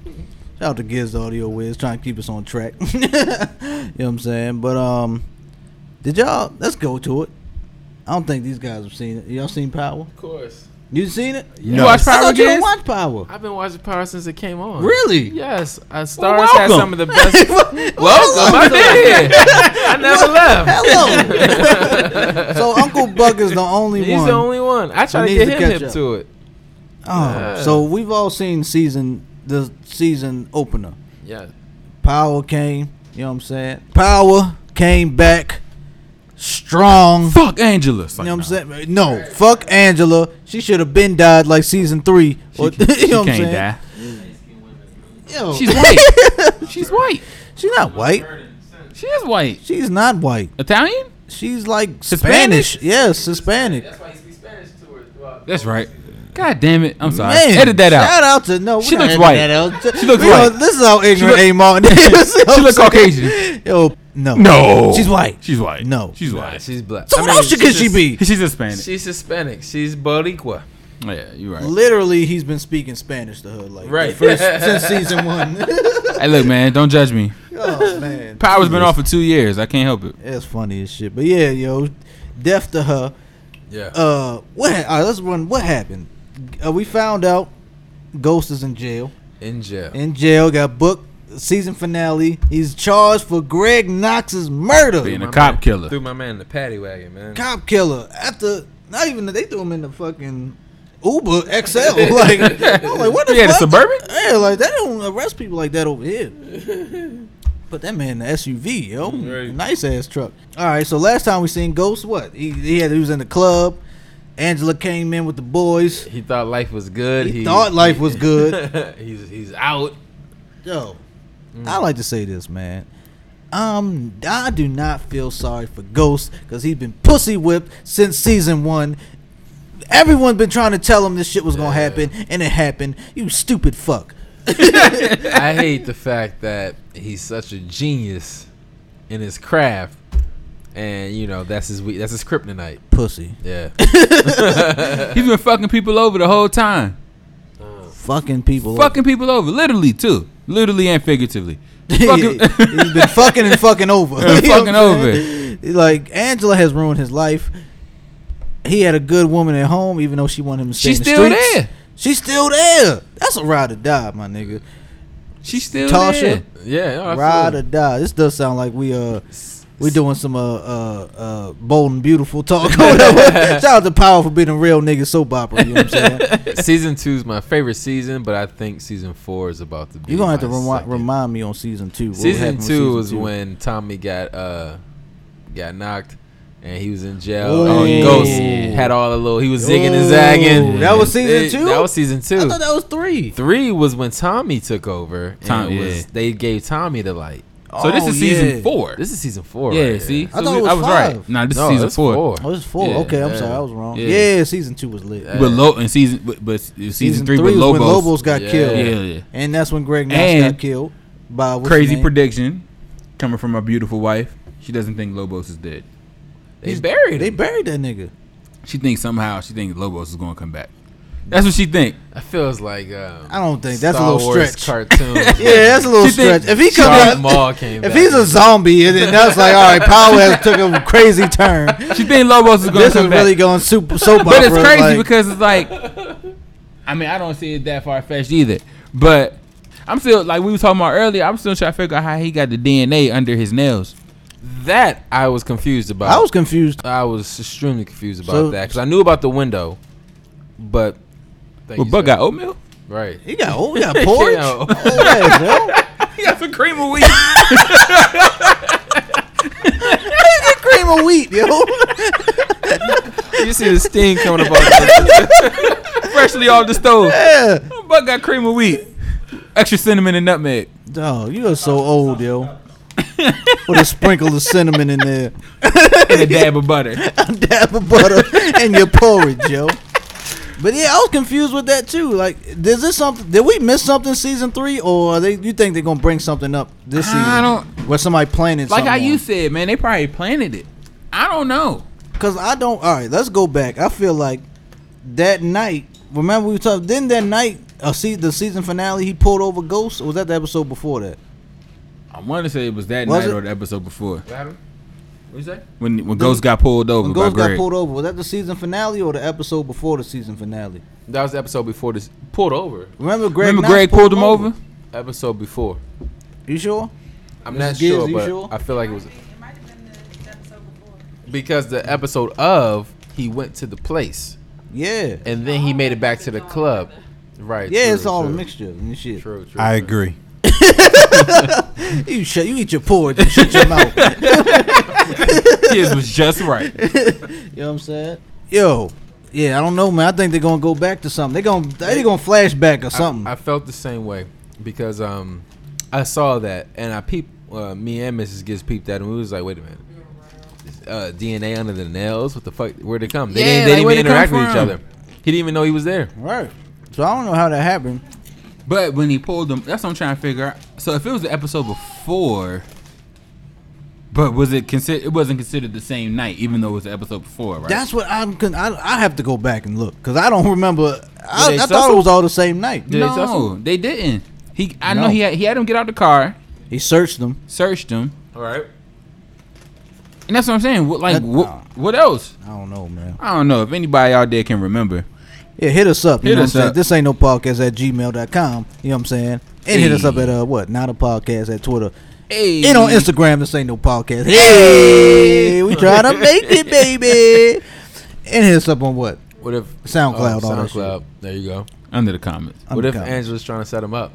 Speaker 1: Shout out to Giz Audio Wiz trying to keep us on track. [laughs] you know what I'm saying? But um, did y'all? Let's go to it. I don't think these guys have seen it. Y'all seen Power?
Speaker 4: Of course.
Speaker 1: You seen it?
Speaker 4: You watch
Speaker 1: I
Speaker 4: Power
Speaker 1: thought you don't
Speaker 4: Kids?
Speaker 1: watch Power.
Speaker 4: I've been watching Power since it came on.
Speaker 1: Really?
Speaker 4: Yes. Uh, Stars had some of
Speaker 1: [laughs]
Speaker 3: [laughs]
Speaker 4: the best. [laughs]
Speaker 1: Welcome. [laughs]
Speaker 4: Welcome. I'm still here. I never left.
Speaker 1: Hello.
Speaker 3: [laughs]
Speaker 1: so Uncle Buck is the only
Speaker 4: He's
Speaker 1: one.
Speaker 4: the only one. I try
Speaker 1: He
Speaker 4: to
Speaker 1: needs
Speaker 4: get
Speaker 1: to
Speaker 4: him
Speaker 1: catch
Speaker 4: hip
Speaker 1: up.
Speaker 4: to it.
Speaker 1: oh,
Speaker 4: Yeah.
Speaker 1: so we've all seen season the season opener.
Speaker 4: Yeah.
Speaker 1: Power came. You know what I'm saying? Power came back strong.
Speaker 3: Fuck Angela. It's
Speaker 1: You
Speaker 3: like,
Speaker 1: know
Speaker 3: nah.
Speaker 1: what I'm saying? No, fuck Angela. She should have been died like season three. Or, [laughs] you know what I'm saying? [laughs] Yo,
Speaker 3: She's white. She's white.
Speaker 1: she's not white.
Speaker 3: She is white.
Speaker 1: She's not white.
Speaker 3: Italian?
Speaker 1: She's like
Speaker 3: Hispanic?
Speaker 1: Spanish. Yes, Hispanic.
Speaker 4: why you speak Spanish to her.
Speaker 3: That's right. God damn it. I'm sorry.
Speaker 1: Man,
Speaker 3: Edit that out.
Speaker 1: Shout out to no.
Speaker 3: She
Speaker 1: we're not editing
Speaker 3: looks white.
Speaker 1: that out.
Speaker 3: She looks
Speaker 1: We don't-
Speaker 3: white.
Speaker 1: This is how ignorant
Speaker 3: look-
Speaker 1: Amon
Speaker 3: [laughs]
Speaker 1: is. You know
Speaker 3: She
Speaker 1: what
Speaker 3: look
Speaker 1: I'm saying?
Speaker 3: Caucasian.
Speaker 1: Yo, no.
Speaker 3: No.
Speaker 1: She's white.
Speaker 3: She's white.
Speaker 1: No.
Speaker 3: She's
Speaker 4: Nah,
Speaker 3: white.
Speaker 4: she's black.
Speaker 1: So what else could
Speaker 4: she's
Speaker 1: she
Speaker 4: His-
Speaker 1: be?
Speaker 3: She's Hispanic.
Speaker 4: She's Hispanic. She's Boricua.
Speaker 3: yeah, you're right.
Speaker 1: Literally, he's been speaking Spanish to her like
Speaker 4: Right.
Speaker 1: first,
Speaker 3: [laughs]
Speaker 1: since season one. [laughs]
Speaker 3: Hey, look, man, don't judge me.
Speaker 1: oh man.
Speaker 3: Power's been off for two years. I can't help it.
Speaker 1: That's funny as shit. But yeah, yo, death to her.
Speaker 4: Yeah.
Speaker 1: Uh, what? Ha- all right, let's run. What happened? Uh, we found out Ghost is in jail.
Speaker 4: In jail.
Speaker 1: In jail, got booked. Season finale. He's charged for Greg Knox's murder.
Speaker 3: Being a
Speaker 4: my
Speaker 3: cop
Speaker 4: man.
Speaker 3: killer.
Speaker 4: Threw my man in the paddy wagon, man.
Speaker 1: Cop killer. After not even they threw him in the fucking Uber XL. [laughs] Like, I'm like what the
Speaker 3: Yeah, the
Speaker 1: fuck?
Speaker 3: Suburban?
Speaker 1: Yeah, like they don't arrest people like that over here. But that man in the SUV, yo,
Speaker 4: Right.
Speaker 1: nice ass truck. All right, so last time we seen Ghost, what he he, had, he was in the club. Angela came in with the boys.
Speaker 4: He thought life was good.
Speaker 1: He thought life was
Speaker 3: [laughs]
Speaker 1: good.
Speaker 4: [laughs] he's he's out.
Speaker 1: Yo,
Speaker 3: Mm.
Speaker 1: I like to say this, man. Um, I do not feel sorry for Ghost because he's been pussy whipped since season one. Everyone's been trying to tell him this shit was gonna happen, and it happened. You stupid fuck.
Speaker 4: I hate the fact that he's such a genius in his craft, and you know that's his we- that's his kryptonite.
Speaker 1: Pussy. [coughs]
Speaker 4: Yeah,
Speaker 3: He's been fucking people over the whole time.
Speaker 1: Fucking people. up.
Speaker 3: Fucking people over, literally too, literally and figuratively.
Speaker 1: [laughs]
Speaker 3: Fucking- [laughs]
Speaker 1: he's been fucking and fucking over.
Speaker 3: And
Speaker 1: You know what
Speaker 3: fucking
Speaker 1: I'm saying? Like Angela has ruined his life. He had a good woman at home, even though she wanted him to stay
Speaker 3: She's
Speaker 1: in the
Speaker 3: still
Speaker 1: streets.
Speaker 3: there.
Speaker 1: She's still there. That's a ride or die, my nigga.
Speaker 3: She's still
Speaker 1: Tasha.
Speaker 3: there.
Speaker 4: yeah. no,
Speaker 1: Ride or
Speaker 4: absolutely.
Speaker 1: die. This does sound like we uh we doing some uh uh uh bold and beautiful talk. [laughs] or whatever.
Speaker 3: [laughs]
Speaker 1: Shout out to Power for being a real nigga soap opera. You know what I'm
Speaker 3: [laughs]
Speaker 1: saying?
Speaker 4: season two is my favorite season, but I think season four is about to be.
Speaker 1: You're gonna have to
Speaker 4: my
Speaker 1: remi-
Speaker 4: second.
Speaker 1: remind me on season two. what
Speaker 4: Season
Speaker 1: happened with
Speaker 4: two was
Speaker 1: two.
Speaker 4: when Tommy got uh got knocked. And he was in jail.
Speaker 1: Ooh.
Speaker 4: And Ghost had all the little. He was zigging and
Speaker 1: Ooh,
Speaker 4: zagging.
Speaker 1: Oh, that was season
Speaker 4: It-
Speaker 1: two?
Speaker 4: That was season two.
Speaker 1: I thought that was three.
Speaker 4: Three was when Tommy took over.
Speaker 3: Tom-
Speaker 4: and it was,
Speaker 3: yeah.
Speaker 4: They gave Tommy the light.
Speaker 3: So this
Speaker 1: Oh,
Speaker 3: is season
Speaker 1: yeah.
Speaker 3: four.
Speaker 4: This is season four.
Speaker 3: yeah,
Speaker 4: right
Speaker 3: see,
Speaker 4: here.
Speaker 1: I
Speaker 3: So
Speaker 1: thought
Speaker 3: we-
Speaker 1: it was
Speaker 3: I was right.
Speaker 1: five.
Speaker 3: Nah, this
Speaker 4: No,
Speaker 3: is season
Speaker 4: that's
Speaker 3: four.
Speaker 1: Oh, it was four.
Speaker 3: Yeah,
Speaker 1: okay, I'm
Speaker 4: yeah.
Speaker 1: sorry, I was wrong. Yeah,
Speaker 3: Yeah.
Speaker 1: season two was lit.
Speaker 3: But low in season, but, but season, three, with
Speaker 1: was
Speaker 3: Lobos.
Speaker 1: when Lobos got
Speaker 4: Yeah.
Speaker 1: killed.
Speaker 3: yeah, yeah.
Speaker 1: And that's when Greg Knox
Speaker 3: And-
Speaker 1: got killed by what's his
Speaker 3: Crazy
Speaker 1: name?
Speaker 3: prediction coming from my beautiful wife. She doesn't think Lobos is dead.
Speaker 4: They buried
Speaker 1: They
Speaker 4: him.
Speaker 1: buried that nigga.
Speaker 3: She thinks somehow she thinks Lobos is going to come back. That's what she think.
Speaker 4: That feels like um,
Speaker 1: I don't think that's
Speaker 4: Star
Speaker 1: a little
Speaker 4: Wars
Speaker 1: stretch. [laughs]
Speaker 4: Cartoon.
Speaker 1: yeah, that's a little
Speaker 3: She think
Speaker 1: stretch. If he comes
Speaker 4: Darth
Speaker 1: out,
Speaker 4: Maul came
Speaker 1: if
Speaker 4: back.
Speaker 1: he's a zombie, and then that's like, all right, Power has took a crazy turn.
Speaker 3: She think Lobos is going
Speaker 1: This
Speaker 3: to
Speaker 1: is
Speaker 3: come back.
Speaker 1: really going super soap opera.
Speaker 3: but it's crazy
Speaker 1: like-
Speaker 3: because it's like, [laughs] I mean, I don't see it that far fetched either. But I'm still like we were talking about earlier. I'm still trying to figure out how he got the DNA under his nails.
Speaker 4: that I was confused about.
Speaker 1: I was confused.
Speaker 4: I was extremely confused about
Speaker 1: So-
Speaker 4: that because I knew about the window, but thank
Speaker 3: Well,
Speaker 4: you,
Speaker 3: Bug
Speaker 4: sir.
Speaker 3: got oatmeal. [laughs]
Speaker 4: right.
Speaker 1: He got oh, he got porridge.
Speaker 4: Yeah.
Speaker 1: Oh, yeah, yo.
Speaker 3: He got some cream of wheat. [laughs]
Speaker 1: He got cream of wheat, yo.
Speaker 4: [laughs] You see the steam coming [laughs] up. off
Speaker 3: freshly off the stove. [laughs]
Speaker 1: Yeah.
Speaker 3: Bug got cream of wheat, extra cinnamon and nutmeg.
Speaker 1: Dog, you are so old, yo. With a sprinkle of cinnamon in there,
Speaker 3: and a dab of [laughs] butter.
Speaker 1: a dab of butter, and your porridge, yo. But yeah, I was confused with that too. Like, is this something? Did we miss something season three, or are they? You think they're gonna bring something up this season?
Speaker 3: I don't-
Speaker 1: Where somebody planning
Speaker 3: Like
Speaker 1: something
Speaker 3: how
Speaker 1: on
Speaker 3: you
Speaker 1: it?
Speaker 3: said, man, they probably planted it. I don't know.
Speaker 1: Cause I don't. All right, let's go back. I feel like that night. Remember we were talking. Then that night, uh, see the season finale. He pulled over Ghost. Or was that the episode before that?
Speaker 3: I want to say it was that
Speaker 1: Was
Speaker 3: night
Speaker 1: it?
Speaker 3: or the episode before
Speaker 4: What you say?
Speaker 3: when when Ghost got pulled over
Speaker 1: When
Speaker 3: by
Speaker 1: Ghost got
Speaker 3: Greg.
Speaker 1: pulled over. Was that the season finale or the episode before the season finale?
Speaker 4: That was the episode before this. Pulled over.
Speaker 1: Remember Greg?
Speaker 3: Remember
Speaker 1: Knox
Speaker 3: Greg pulled him over? [laughs]
Speaker 4: Episode before.
Speaker 1: You sure?
Speaker 4: I'm
Speaker 1: Mrs.
Speaker 4: not
Speaker 1: Gibbs,
Speaker 4: sure,
Speaker 1: you
Speaker 4: but
Speaker 1: sure?
Speaker 4: I feel like it was
Speaker 8: It might have been the the episode before.
Speaker 4: because the episode of he went to the place
Speaker 1: Yeah.
Speaker 4: and then he made it back
Speaker 8: Oh,
Speaker 4: to the club. Right.
Speaker 1: Yeah,
Speaker 4: true,
Speaker 1: it's all
Speaker 4: true.
Speaker 1: a mixture and shit.
Speaker 4: True, true.
Speaker 5: I
Speaker 4: true.
Speaker 5: agree.
Speaker 1: You shut. You eat your porridge and shut your
Speaker 3: [laughs]
Speaker 1: mouth. You
Speaker 3: His was just right.
Speaker 1: know what I'm saying? Yo. Yeah, I don't know, man. I think they're gonna go back to something. They're gonna they're gonna flashback or something.
Speaker 4: I felt the same way because um, I saw that and I peeped. Uh, me and Mrs. Gibbs peeped that and we was like, wait a minute. Uh, DNA under the nails? What the fuck? Where'd it come? They
Speaker 3: Yeah,
Speaker 4: didn't,
Speaker 3: like,
Speaker 4: they didn't
Speaker 3: where'd
Speaker 4: even
Speaker 3: it come
Speaker 4: interact with each
Speaker 3: from?
Speaker 4: other. He didn't even know he was there.
Speaker 1: right. So I don't know how that happened.
Speaker 3: But when he pulled them, that's what I'm trying to figure out. So if it was the episode before, but was it considered? It wasn't considered the same night, even though it was the episode before, right?
Speaker 1: That's what I'm. con- I, I have to go back and look because I don't remember. I,
Speaker 4: they
Speaker 1: I thought
Speaker 4: tussle?
Speaker 1: it was all the same night.
Speaker 3: Did
Speaker 4: they tussle?
Speaker 3: no, they didn't. He, I
Speaker 1: No.
Speaker 3: know he had, he had him get out the car,
Speaker 1: He searched them.
Speaker 3: searched him,
Speaker 4: All right.
Speaker 3: and that's what I'm saying. What, like,
Speaker 1: That-
Speaker 3: what,
Speaker 1: nah.
Speaker 3: what else?
Speaker 1: I don't know, man.
Speaker 3: I don't know if anybody out there can remember.
Speaker 1: Yeah, hit us up. You
Speaker 3: Hit
Speaker 1: know
Speaker 3: us
Speaker 1: what I'm saying?
Speaker 3: up.
Speaker 1: This ain't no podcast at gmail.com. You know what I'm saying? And hit us up
Speaker 3: Hey.
Speaker 1: at uh, what? Not a podcast at Twitter.
Speaker 3: Hey,
Speaker 1: And on Instagram, this ain't no podcast. Hey, we trying to make it, baby. And hit us up on what?
Speaker 4: What if uh,
Speaker 1: SoundCloud, all that shit.
Speaker 4: SoundCloud. There you go.
Speaker 3: under the comments.
Speaker 1: I'm
Speaker 4: what if
Speaker 1: coming.
Speaker 4: Angela's trying to set
Speaker 1: [laughs]
Speaker 4: him up?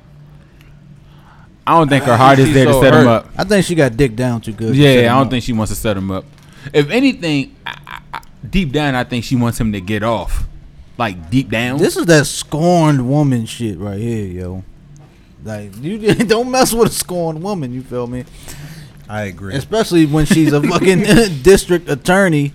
Speaker 3: I don't think her heart is
Speaker 4: She's
Speaker 3: there to
Speaker 4: so
Speaker 3: set him
Speaker 4: hurt.
Speaker 3: up.
Speaker 1: I think she got dick down too good.
Speaker 3: Yeah, I don't think she wants to set him up. If anything, I, I, I, deep down, I think she wants him to get off. Like deep down,
Speaker 1: This is that scorned woman shit right here, yo. Like you [laughs] don't mess with a scorned woman. You feel me?
Speaker 5: I agree.
Speaker 1: Especially when she's
Speaker 3: [laughs]
Speaker 1: a fucking [laughs] district attorney.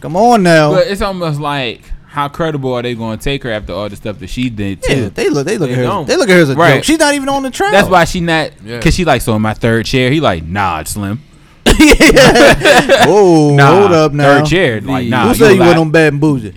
Speaker 1: Come on now.
Speaker 3: But it's almost like how credible are they going to take her after all the stuff that she did too?
Speaker 1: yeah, they look. They look
Speaker 4: They
Speaker 1: at her.
Speaker 4: don't.
Speaker 1: They look at her as a
Speaker 3: Right.
Speaker 1: joke. She's not even on the trial.
Speaker 3: That's why [laughs] she not
Speaker 4: Yeah.
Speaker 3: because she like so in my third chair. He like nah, it's slim.
Speaker 1: [laughs] Yeah. Whoa,
Speaker 3: Nah,
Speaker 1: hold up now.
Speaker 3: Third chair, like
Speaker 4: Who
Speaker 3: nah.
Speaker 1: Who
Speaker 3: you
Speaker 1: said you
Speaker 3: a
Speaker 1: went
Speaker 3: lot.
Speaker 1: on bad and bougie?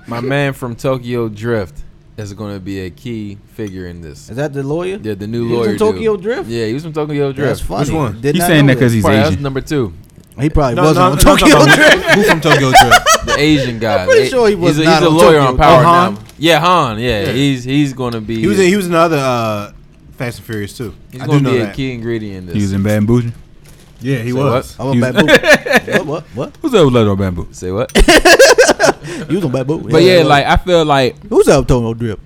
Speaker 3: [laughs]
Speaker 4: My man from Tokyo Drift is going to be a key figure in this.
Speaker 1: Is that the lawyer?
Speaker 4: Yeah, the new
Speaker 1: He was
Speaker 4: lawyer.
Speaker 1: in Tokyo
Speaker 4: dude.
Speaker 1: Drift?
Speaker 4: Yeah, he was from Tokyo Drift.
Speaker 1: That's funny.
Speaker 5: Which one?
Speaker 1: Did
Speaker 3: He's
Speaker 1: not
Speaker 3: saying
Speaker 1: know
Speaker 3: that because he's
Speaker 4: Probably, that was
Speaker 3: Asian.
Speaker 4: number two,
Speaker 1: he probably
Speaker 5: No,
Speaker 1: wasn't
Speaker 5: no,
Speaker 1: on
Speaker 5: no,
Speaker 1: Tokyo
Speaker 5: no,
Speaker 1: [laughs]
Speaker 5: no.
Speaker 1: Drift.
Speaker 5: Who from Tokyo Drift?
Speaker 4: the Asian guy.
Speaker 1: pretty
Speaker 4: They-
Speaker 1: sure he was
Speaker 4: he's a,
Speaker 1: not
Speaker 4: he's a
Speaker 1: on
Speaker 4: lawyer
Speaker 1: Tokyo
Speaker 4: on Power
Speaker 5: Drift. Oh, Han?
Speaker 4: now. Yeah, Han. Yeah, he's he's going to be.
Speaker 5: He was in, he was in the other uh, Fast and Furious too.
Speaker 4: he's
Speaker 5: I
Speaker 4: going
Speaker 5: do
Speaker 4: to
Speaker 5: know
Speaker 4: be a
Speaker 5: that.
Speaker 4: key ingredient in this.
Speaker 3: He was in bamboo.
Speaker 5: Yeah, he
Speaker 4: Say
Speaker 5: was.
Speaker 1: I'm on bad bougie. what? What? What?
Speaker 3: Who's up with Little Bamboo?
Speaker 4: Say what?
Speaker 1: [laughs] You was on bad bougie.
Speaker 3: But yeah, like I feel like,
Speaker 1: who's up Tokyo [laughs] Drift?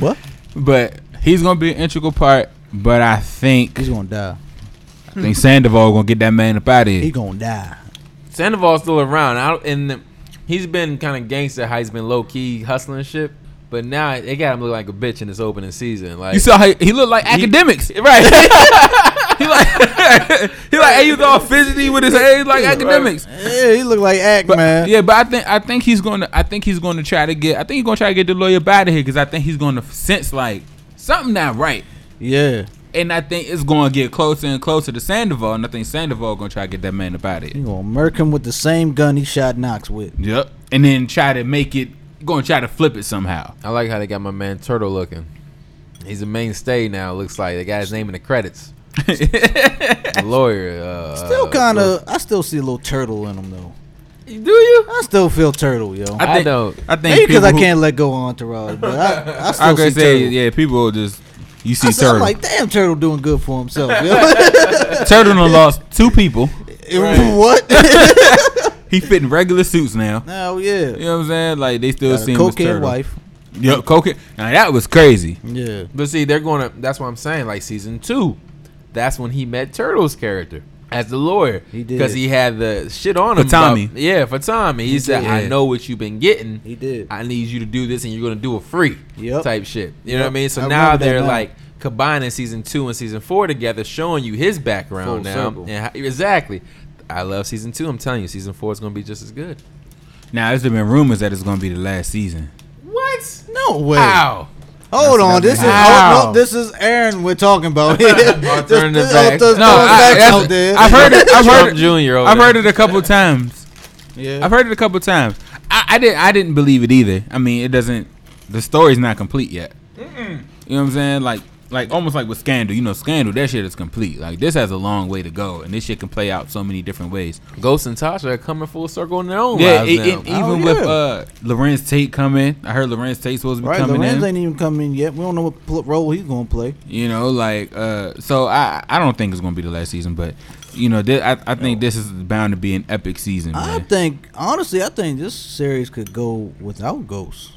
Speaker 1: what?
Speaker 3: but he's gonna be an integral part. But I think
Speaker 1: He's gonna die.
Speaker 3: I think Sandoval gonna get that man up out of
Speaker 1: He
Speaker 3: here.
Speaker 1: gonna die.
Speaker 4: Sandoval's still around. I don't, and the- he's been kind of gangster. How he's been low key hustling shit. But now they got him look like a bitch in this opening season. Like
Speaker 3: You saw how he, he looked like academics, [laughs] right? he like [laughs] he like he was all fidgety with his head like academics.
Speaker 1: Yeah, he look like act
Speaker 3: But,
Speaker 1: man.
Speaker 3: Yeah, but I think I think he's going to I think he's going to try to get I think he's going to try to get the lawyer out of here because I think he's going to sense like something not right,
Speaker 1: Yeah,
Speaker 3: and I think it's going to get closer and closer to Sandoval, and I think Sandoval going to try to get that man up out of
Speaker 1: he
Speaker 3: here.
Speaker 1: gonna murk him with the same gun he shot Knox with.
Speaker 3: Yep, and then try to make it going to try to flip it somehow.
Speaker 4: I like how they got my man Turtle looking. He's a mainstay now. Looks like they got his name in
Speaker 5: [laughs]
Speaker 4: the credits. The lawyer. Uh,
Speaker 1: Still kind of. I still see a little turtle in him though.
Speaker 4: Do you?
Speaker 1: I still feel turtle, yo.
Speaker 4: I
Speaker 3: think,
Speaker 4: don't.
Speaker 3: I think
Speaker 1: Maybe because I
Speaker 3: people who-
Speaker 1: can't let go of Entourage, but I, I still
Speaker 3: [laughs] I
Speaker 1: see
Speaker 3: could say
Speaker 1: turtle.
Speaker 3: yeah, people will just you see
Speaker 1: I said, I'm
Speaker 3: turtle.
Speaker 1: like, damn, Turtle doing good for himself.
Speaker 3: [laughs]
Speaker 1: Yo.
Speaker 3: turtle done lost two people.
Speaker 1: [laughs] what?
Speaker 3: He fit in regular suits now.
Speaker 1: Hell Oh, yeah.
Speaker 3: You know what I'm saying? Like they still
Speaker 1: Got
Speaker 3: see
Speaker 1: a
Speaker 3: him as
Speaker 1: cocaine
Speaker 3: turtle.
Speaker 1: wife.
Speaker 3: Yep, cocaine. Now that was crazy.
Speaker 1: Yeah.
Speaker 4: But see, they're going to. That's what I'm saying. Like season two, that's when he met Turtle's character. as the lawyer.
Speaker 1: He did.
Speaker 4: because he had the shit on
Speaker 3: For
Speaker 4: him. about-
Speaker 3: Tommy.
Speaker 4: yeah, for Tommy. He, said,
Speaker 1: did.
Speaker 4: "I know what you've been getting.
Speaker 1: He did.
Speaker 4: I need you to do this, and you're gonna do it free."
Speaker 1: Yep.
Speaker 4: Type shit. You know what I mean? So
Speaker 5: I
Speaker 4: now
Speaker 5: remember that
Speaker 4: they're
Speaker 5: now.
Speaker 4: like combining season two and season four together, showing you his
Speaker 1: Full
Speaker 4: background now.
Speaker 1: circle.
Speaker 4: And how, exactly. I love season two. I'm telling you, season four is gonna be just as good.
Speaker 3: Now, there's been rumors that it's going to be the last season.
Speaker 4: What?
Speaker 5: No way.
Speaker 4: Wow.
Speaker 1: Hold on, this is
Speaker 4: Wow.
Speaker 1: oh, no, this is Aaron we're talking
Speaker 3: [laughs]
Speaker 1: about. [laughs] here. Just throw
Speaker 4: Alternative facts.
Speaker 1: those-
Speaker 4: No,
Speaker 1: those
Speaker 4: I-
Speaker 1: facts
Speaker 3: that's-
Speaker 1: out there.
Speaker 3: I've heard it. I've heard
Speaker 4: Trump
Speaker 3: it.
Speaker 4: Jr. over
Speaker 3: I've
Speaker 4: there.
Speaker 3: heard it a couple times.
Speaker 1: Yeah.
Speaker 3: I've heard it a couple times. I, I didn't. I didn't believe it either. I mean, it doesn't. The story's not complete yet. You know what I'm saying? Like, like almost like with Scandal. You know, Scandal. That shit is complete. Like, this has a long way to go, and this shit can play out so many different ways.
Speaker 4: Ghost and Tasha are coming full circle in their own
Speaker 3: Yeah,
Speaker 4: lives
Speaker 3: it,
Speaker 4: now.
Speaker 3: it- even
Speaker 1: Oh,
Speaker 3: with
Speaker 1: yeah.
Speaker 3: uh, Lorenz Tate coming. I heard Lorenz Tate's supposed to be
Speaker 1: Right,
Speaker 3: coming
Speaker 1: Lorenz
Speaker 3: in.
Speaker 1: ain't even coming yet. We don't know what pl- role he's gonna play.
Speaker 3: You know, like uh, so I I don't think it's gonna be the last season, but you know, thi- I I think this is bound to be an epic season.
Speaker 1: I
Speaker 3: Man.
Speaker 1: think honestly, I think this series could go without ghosts.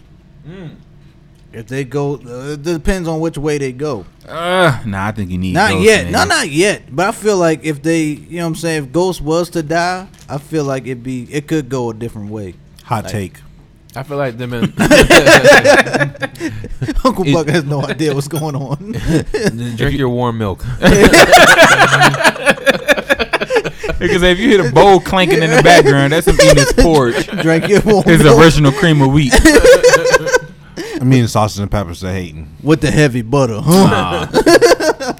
Speaker 1: If they go, uh, it depends on which way they go.
Speaker 3: Uh, nah, I think you need
Speaker 1: Not
Speaker 3: Ghost,
Speaker 1: yet,
Speaker 3: man.
Speaker 1: no, not yet. But I feel like if they, you know, what I'm saying, if Ghost was to die, I feel like it'd be, it could go a different way. [laughs]
Speaker 5: Hot take.
Speaker 4: I feel like
Speaker 3: [laughs]
Speaker 4: them in
Speaker 1: Uncle
Speaker 3: It-
Speaker 1: Buck has no idea what's going
Speaker 3: [laughs]
Speaker 1: on.
Speaker 4: drink your warm [laughs] milk.
Speaker 3: because if you hear the bowl clanking in the background, that's some
Speaker 1: [laughs]
Speaker 3: Enos porridge.
Speaker 1: Drink your warm
Speaker 3: His
Speaker 1: milk
Speaker 3: original cream of wheat.
Speaker 5: I mean, sausage and peppers are hating.
Speaker 1: with the heavy butter,
Speaker 4: [laughs]
Speaker 1: huh?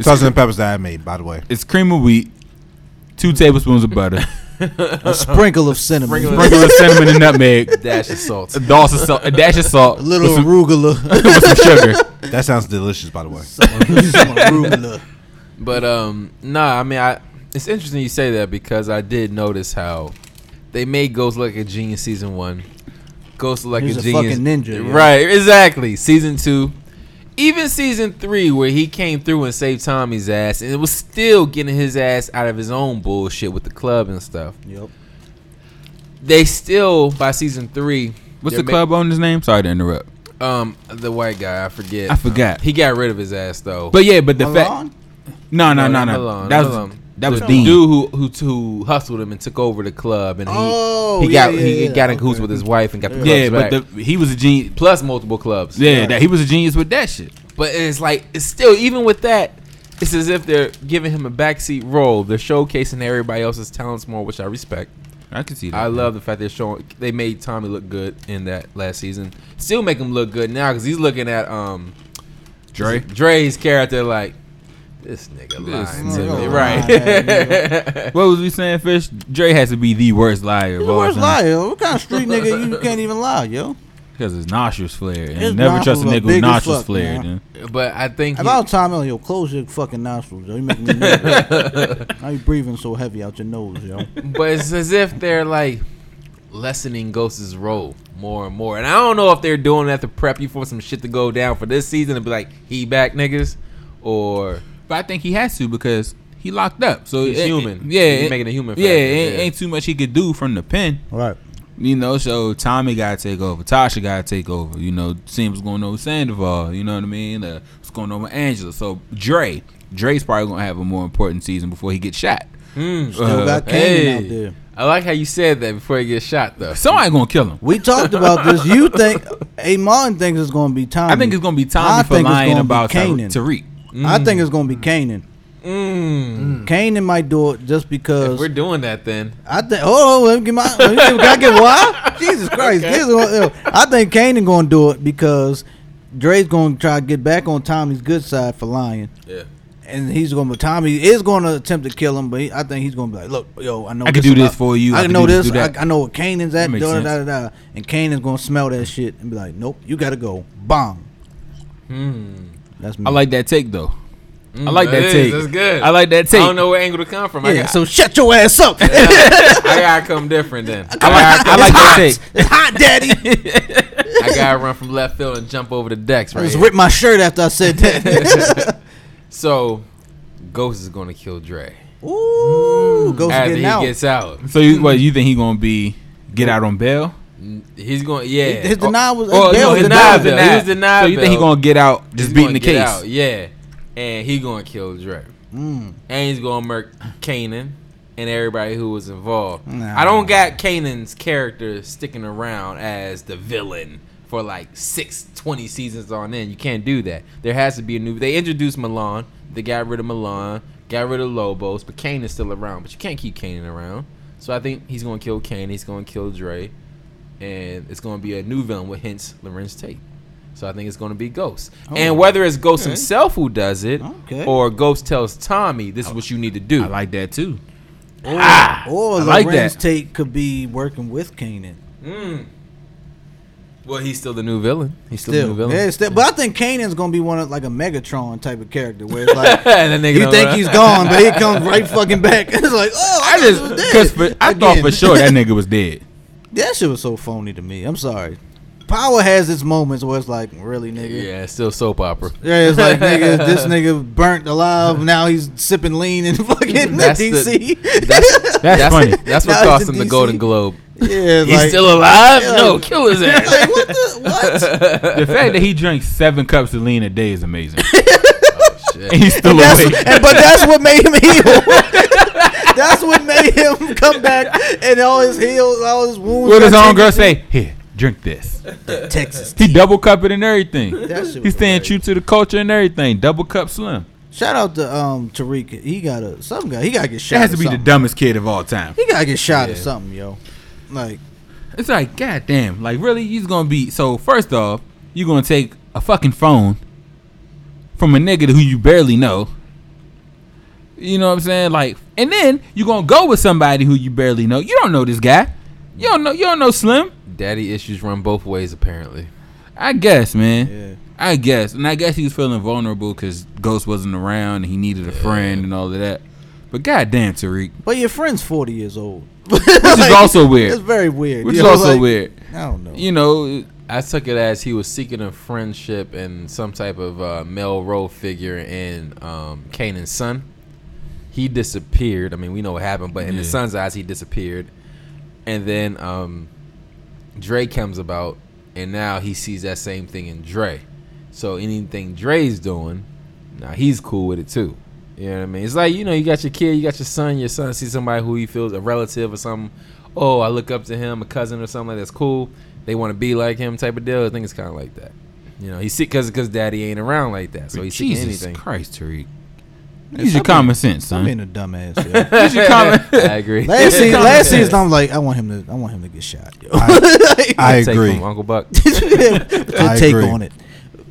Speaker 5: sausage and peppers that I made, by the way.
Speaker 3: It's cream of wheat, two tablespoons of butter,
Speaker 1: a sprinkle of cinnamon,
Speaker 4: Sprinkle
Speaker 1: [laughs]
Speaker 4: of-
Speaker 3: sprinkle of cinnamon and nutmeg,
Speaker 4: Dash of salt.
Speaker 3: a dash of salt, a dash of salt,
Speaker 1: a little
Speaker 3: with some,
Speaker 1: arugula, [laughs]
Speaker 3: with some sugar.
Speaker 5: That sounds delicious, by the way.
Speaker 1: some
Speaker 4: [laughs]
Speaker 1: arugula.
Speaker 4: But um, nah. I mean, I it's interesting you say that because I did notice how they made Ghost look like a genius season one, Ghost look like
Speaker 1: He's
Speaker 4: a
Speaker 1: a
Speaker 4: genius
Speaker 1: fucking ninja, yeah.
Speaker 4: right? Exactly. Season two, even season three, where he came through and saved Tommy's ass, and it was still getting his ass out of his own bullshit with the club and stuff.
Speaker 1: Yep.
Speaker 4: They still by season three.
Speaker 3: What's
Speaker 4: they're
Speaker 3: the club owner's name? Sorry to interrupt.
Speaker 4: ma- Um, the white guy. I forget.
Speaker 3: I forgot.
Speaker 4: He got rid of his ass though.
Speaker 3: But yeah, but the fact.
Speaker 1: Milan?
Speaker 3: No, no, no, no.
Speaker 4: No, not Milan,
Speaker 3: that was
Speaker 4: Milan.
Speaker 3: that was
Speaker 4: the
Speaker 3: Dean.
Speaker 4: dude who, who who hustled him and took over the club, and he
Speaker 1: Oh,
Speaker 4: he
Speaker 1: yeah,
Speaker 4: got
Speaker 1: yeah,
Speaker 4: he
Speaker 1: yeah,
Speaker 4: got in
Speaker 1: okay.
Speaker 4: cahoots with his wife and got the clubs
Speaker 3: Yeah,
Speaker 4: back.
Speaker 3: but the, he was a genius.
Speaker 4: plus multiple clubs.
Speaker 3: Yeah, that he was a genius with that shit.
Speaker 4: but it's like it's still even with that, it's as if they're giving him a backseat role. They're showcasing everybody else's talents more, which I respect.
Speaker 3: I can see that.
Speaker 4: I love the fact they're showing they made Tommy look good in that last season. Still make him look good now because he's looking at um
Speaker 3: Dre.
Speaker 4: Dre's character like this nigga lying
Speaker 1: nigga
Speaker 4: to me,
Speaker 1: lying,
Speaker 4: [laughs] right?
Speaker 3: What was we saying, Fish? Dre has to be the worst liar.
Speaker 1: He's the worst liar. What kind of street nigga
Speaker 4: [laughs]
Speaker 1: you can't even lie, yo?
Speaker 3: Because his nostrils flared. And
Speaker 1: His
Speaker 3: never trust
Speaker 1: nostrils
Speaker 3: a
Speaker 1: are
Speaker 3: nigga with
Speaker 1: big as
Speaker 3: nostrils
Speaker 1: fuck,
Speaker 3: flared.
Speaker 1: man.
Speaker 3: yeah.
Speaker 4: But I think he-
Speaker 1: About time, yo, close your fucking nostrils, yo. You making me
Speaker 4: [laughs]
Speaker 1: nervous. How you breathing so heavy out your nose, yo?
Speaker 4: but it's as if they're like lessening Ghost's role more and more. And I don't know if they're doing that to prep you for some shit to go down for this season and be like, he back niggas, or
Speaker 3: But I think he has to because he locked up. So
Speaker 4: He's
Speaker 3: it-
Speaker 4: human.
Speaker 3: It, yeah,
Speaker 4: He's
Speaker 3: it-
Speaker 4: making a human
Speaker 3: Yeah,
Speaker 4: factor,
Speaker 3: it
Speaker 4: yeah.
Speaker 3: ain't too much he could do from the pen.
Speaker 1: Right.
Speaker 3: You know, so Tommy got to take over. Tasha got to take over. You know, seeing what's going on with Sandoval. You know what I mean? Uh, what's going on with Angela. So Dre. Dre's probably going to have a more important season before he gets shot.
Speaker 4: Hmm.
Speaker 3: Uh,
Speaker 1: Still got Kanan out there.
Speaker 4: I like how you said that before he gets shot [laughs] though.
Speaker 3: Somebody going to kill him.
Speaker 1: We talked about this. You think Amon thinks it's gonna be Tommy?
Speaker 3: I think it's going to be Tommy
Speaker 1: I
Speaker 3: for
Speaker 1: think it's
Speaker 3: lying
Speaker 1: gonna be
Speaker 3: about Ty-
Speaker 1: Kanan.
Speaker 3: Tariq.
Speaker 1: I think it's gonna be Kanan. Mm. Kanan might do it just
Speaker 4: If
Speaker 1: because.
Speaker 4: we're doing that then.
Speaker 1: I think. Oh, let me get my. Let me get, can I get
Speaker 3: [laughs]
Speaker 1: why? Jesus Christ! This is what- yo, I think Kanan gonna do it because Dre's gonna try to get back on Tommy's good side for lying.
Speaker 4: Yeah.
Speaker 1: and he's gonna. Tommy is gonna attempt to kill him, but he, I think he's gonna be like, "Look, yo, I know
Speaker 3: I could do
Speaker 1: about-
Speaker 3: this for you.
Speaker 1: I,
Speaker 3: I could
Speaker 1: know
Speaker 3: do this,
Speaker 1: this.
Speaker 3: do that."
Speaker 1: I, I know what Kanan's
Speaker 3: That
Speaker 1: at. Da,
Speaker 3: makes
Speaker 1: da,
Speaker 3: sense.
Speaker 1: da, da, da. And Kanan's gonna smell that shit and be like, "Nope, you gotta go." Bomb. That's me.
Speaker 3: Hmm. I like that take though. I like that
Speaker 4: Hmm. is,
Speaker 3: take.
Speaker 4: That's good.
Speaker 3: I like that
Speaker 4: I
Speaker 3: take.
Speaker 4: don't know where angle to come from. I,
Speaker 1: Yeah,
Speaker 4: got,
Speaker 1: so shut your ass up. [laughs] it's
Speaker 4: [laughs] I gotta come different then.
Speaker 3: I like, I like that take.
Speaker 1: hot, daddy.
Speaker 4: [laughs] I gotta run from left field and jump over the decks
Speaker 1: I
Speaker 4: right.
Speaker 1: just
Speaker 4: here.
Speaker 1: ripped my shirt after I said
Speaker 3: [laughs]
Speaker 1: that.
Speaker 4: So, Ghost is gonna kill Dre
Speaker 1: Ooh, Ghost
Speaker 4: after he
Speaker 1: getting out.
Speaker 4: gets out.
Speaker 3: [laughs] So you, what you think he gonna be? Get out on bail?
Speaker 4: He's going. Yeah.
Speaker 1: His denial was.
Speaker 4: Oh,
Speaker 1: his bail
Speaker 4: no,
Speaker 1: was
Speaker 4: his
Speaker 1: denied.
Speaker 4: denial. He was denied
Speaker 3: So you think he
Speaker 4: bail.
Speaker 3: gonna get out just
Speaker 4: He's
Speaker 3: beating
Speaker 4: gonna
Speaker 3: the
Speaker 4: get
Speaker 3: case?
Speaker 4: out, yeah, and he gonna kill Dre. And he's gonna murk Kanan. and everybody who was involved.
Speaker 1: Nah.
Speaker 4: I don't got Kanan's character sticking around as the villain for like six, 20 seasons on end. You can't do that. There has to be a new. They introduced Milan. They got rid of Milan. Got rid of Lobos, but Kanan is still around. But you can't keep Kanan around. So I think he's gonna kill Kanan. He's gonna kill Dre, and it's gonna be a new villain with hence Lorenz Tate. So I think it's gonna be Ghost. and whether it's Ghost himself who does it,
Speaker 1: Oh. Okay.
Speaker 4: or Ghost tells Tommy, "This is what you need to do."
Speaker 3: I like that too.
Speaker 1: Or, or
Speaker 3: I like
Speaker 1: Lorenz
Speaker 3: that.
Speaker 1: Tate could be working with Kanan.
Speaker 4: Well, he's still the new villain. He's still, the new
Speaker 1: Still,
Speaker 4: villain. [laughs]
Speaker 1: yeah, still. But I think Kanan's gonna be one of like a Megatron type of character where it's like
Speaker 4: And that nigga
Speaker 1: you
Speaker 4: don't
Speaker 1: think
Speaker 4: know.
Speaker 1: he's gone, but he comes right fucking back. [laughs] it's like, oh, I,
Speaker 3: I just because I thought for
Speaker 1: [laughs]
Speaker 3: sure that nigga was [laughs] dead.
Speaker 1: that shit was so phony to me. I'm sorry. Power has its moments where it's like, really, nigga.
Speaker 4: Yeah, it's still soap opera.
Speaker 1: Yeah, it's like nigga, this nigga burnt alive. Now he's sipping lean in [laughs] fucking
Speaker 4: That's the-
Speaker 1: DC.
Speaker 4: [laughs] That's
Speaker 3: That's, funny.
Speaker 4: [laughs] that's what
Speaker 1: Now
Speaker 4: cost
Speaker 1: he's
Speaker 4: him
Speaker 1: in
Speaker 4: the
Speaker 1: DC.
Speaker 4: Golden Globe.
Speaker 1: [laughs] yeah,
Speaker 4: He's
Speaker 1: like,
Speaker 4: still alive?
Speaker 1: Yeah.
Speaker 4: No, kill his
Speaker 1: [laughs]
Speaker 4: ass.
Speaker 1: like, what the what?
Speaker 3: [laughs] The fact that he drank seven cups of lean a day is amazing. [laughs]
Speaker 4: Shit.
Speaker 3: Oh, And he's still
Speaker 1: That's,
Speaker 3: awake.
Speaker 1: and, but that's what made him heal. [laughs] that's what made him come back and all his heals, all his wounds.
Speaker 3: What does his
Speaker 1: got
Speaker 3: own
Speaker 1: taken-
Speaker 3: girl say? Here, drink this.
Speaker 1: Texas.
Speaker 3: He double cup it and everything.
Speaker 1: That shit
Speaker 3: He's
Speaker 1: was
Speaker 3: staying
Speaker 1: hilarious.
Speaker 3: true to the culture and everything. Double cup slim.
Speaker 1: Shout out to um Tariq. He got a some guy. He got to get shot.
Speaker 3: That has to
Speaker 1: or
Speaker 3: be the
Speaker 1: something.
Speaker 3: dumbest kid of all time.
Speaker 1: He got to get shot or
Speaker 4: Yeah.
Speaker 1: something, yo. Like
Speaker 3: It's like, goddamn, like really, he's gonna be. So first off, you gonna take a fucking phone from a nigga who you barely know. You know what I'm saying? Like, and then you gonna go with somebody who you barely know. You don't know this guy. You don't know. You don't know Slim.
Speaker 4: Daddy issues run both ways, apparently.
Speaker 3: I guess, man.
Speaker 1: Yeah.
Speaker 3: I guess, and I guess he was feeling vulnerable because Ghost wasn't around and he needed a friend and all of that. But goddamn,
Speaker 1: [laughs]
Speaker 3: Tariq,
Speaker 1: But your friend's forty years old, [laughs] which
Speaker 3: which is also
Speaker 1: It's
Speaker 3: weird.
Speaker 1: very weird.
Speaker 3: Which
Speaker 1: you
Speaker 3: is
Speaker 1: know,
Speaker 3: also
Speaker 1: like,
Speaker 3: weird.
Speaker 1: I don't know.
Speaker 3: You know,
Speaker 4: I took it as he was seeking a friendship and some type of uh, male role figure in um, Kanan's son. He disappeared. I mean, we know what happened, but in the
Speaker 3: Yeah.
Speaker 4: son's eyes, he disappeared. And then um, Dre comes about, and now he sees that same thing in Dre. So anything Dre's doing, now he's cool with it too. You know what I mean? It's like you know, you got your kid, you got your son. Your son sees somebody who he feels a relative or something. Oh, I look up to him, a cousin or something. Like that's cool. They want to be like him, type of deal. I think it's kind of like that. You know, he's sick because because daddy ain't around like that, so he's seeking
Speaker 3: Jesus
Speaker 4: anything.
Speaker 3: Christ, Tariq. Use your common sense,
Speaker 1: I'm
Speaker 3: son.
Speaker 1: being a
Speaker 3: [laughs]
Speaker 1: dumbass. Yo.
Speaker 3: Use your common.
Speaker 1: [laughs]
Speaker 4: I agree.
Speaker 1: last season, last
Speaker 4: Yeah.
Speaker 1: season, I'm like, I want him to, I want him to get shot. Yo. [laughs]
Speaker 5: I
Speaker 4: Take
Speaker 5: agree.
Speaker 4: from Uncle Buck.
Speaker 1: What's your
Speaker 5: [laughs] I
Speaker 1: take
Speaker 5: agree.
Speaker 1: on it?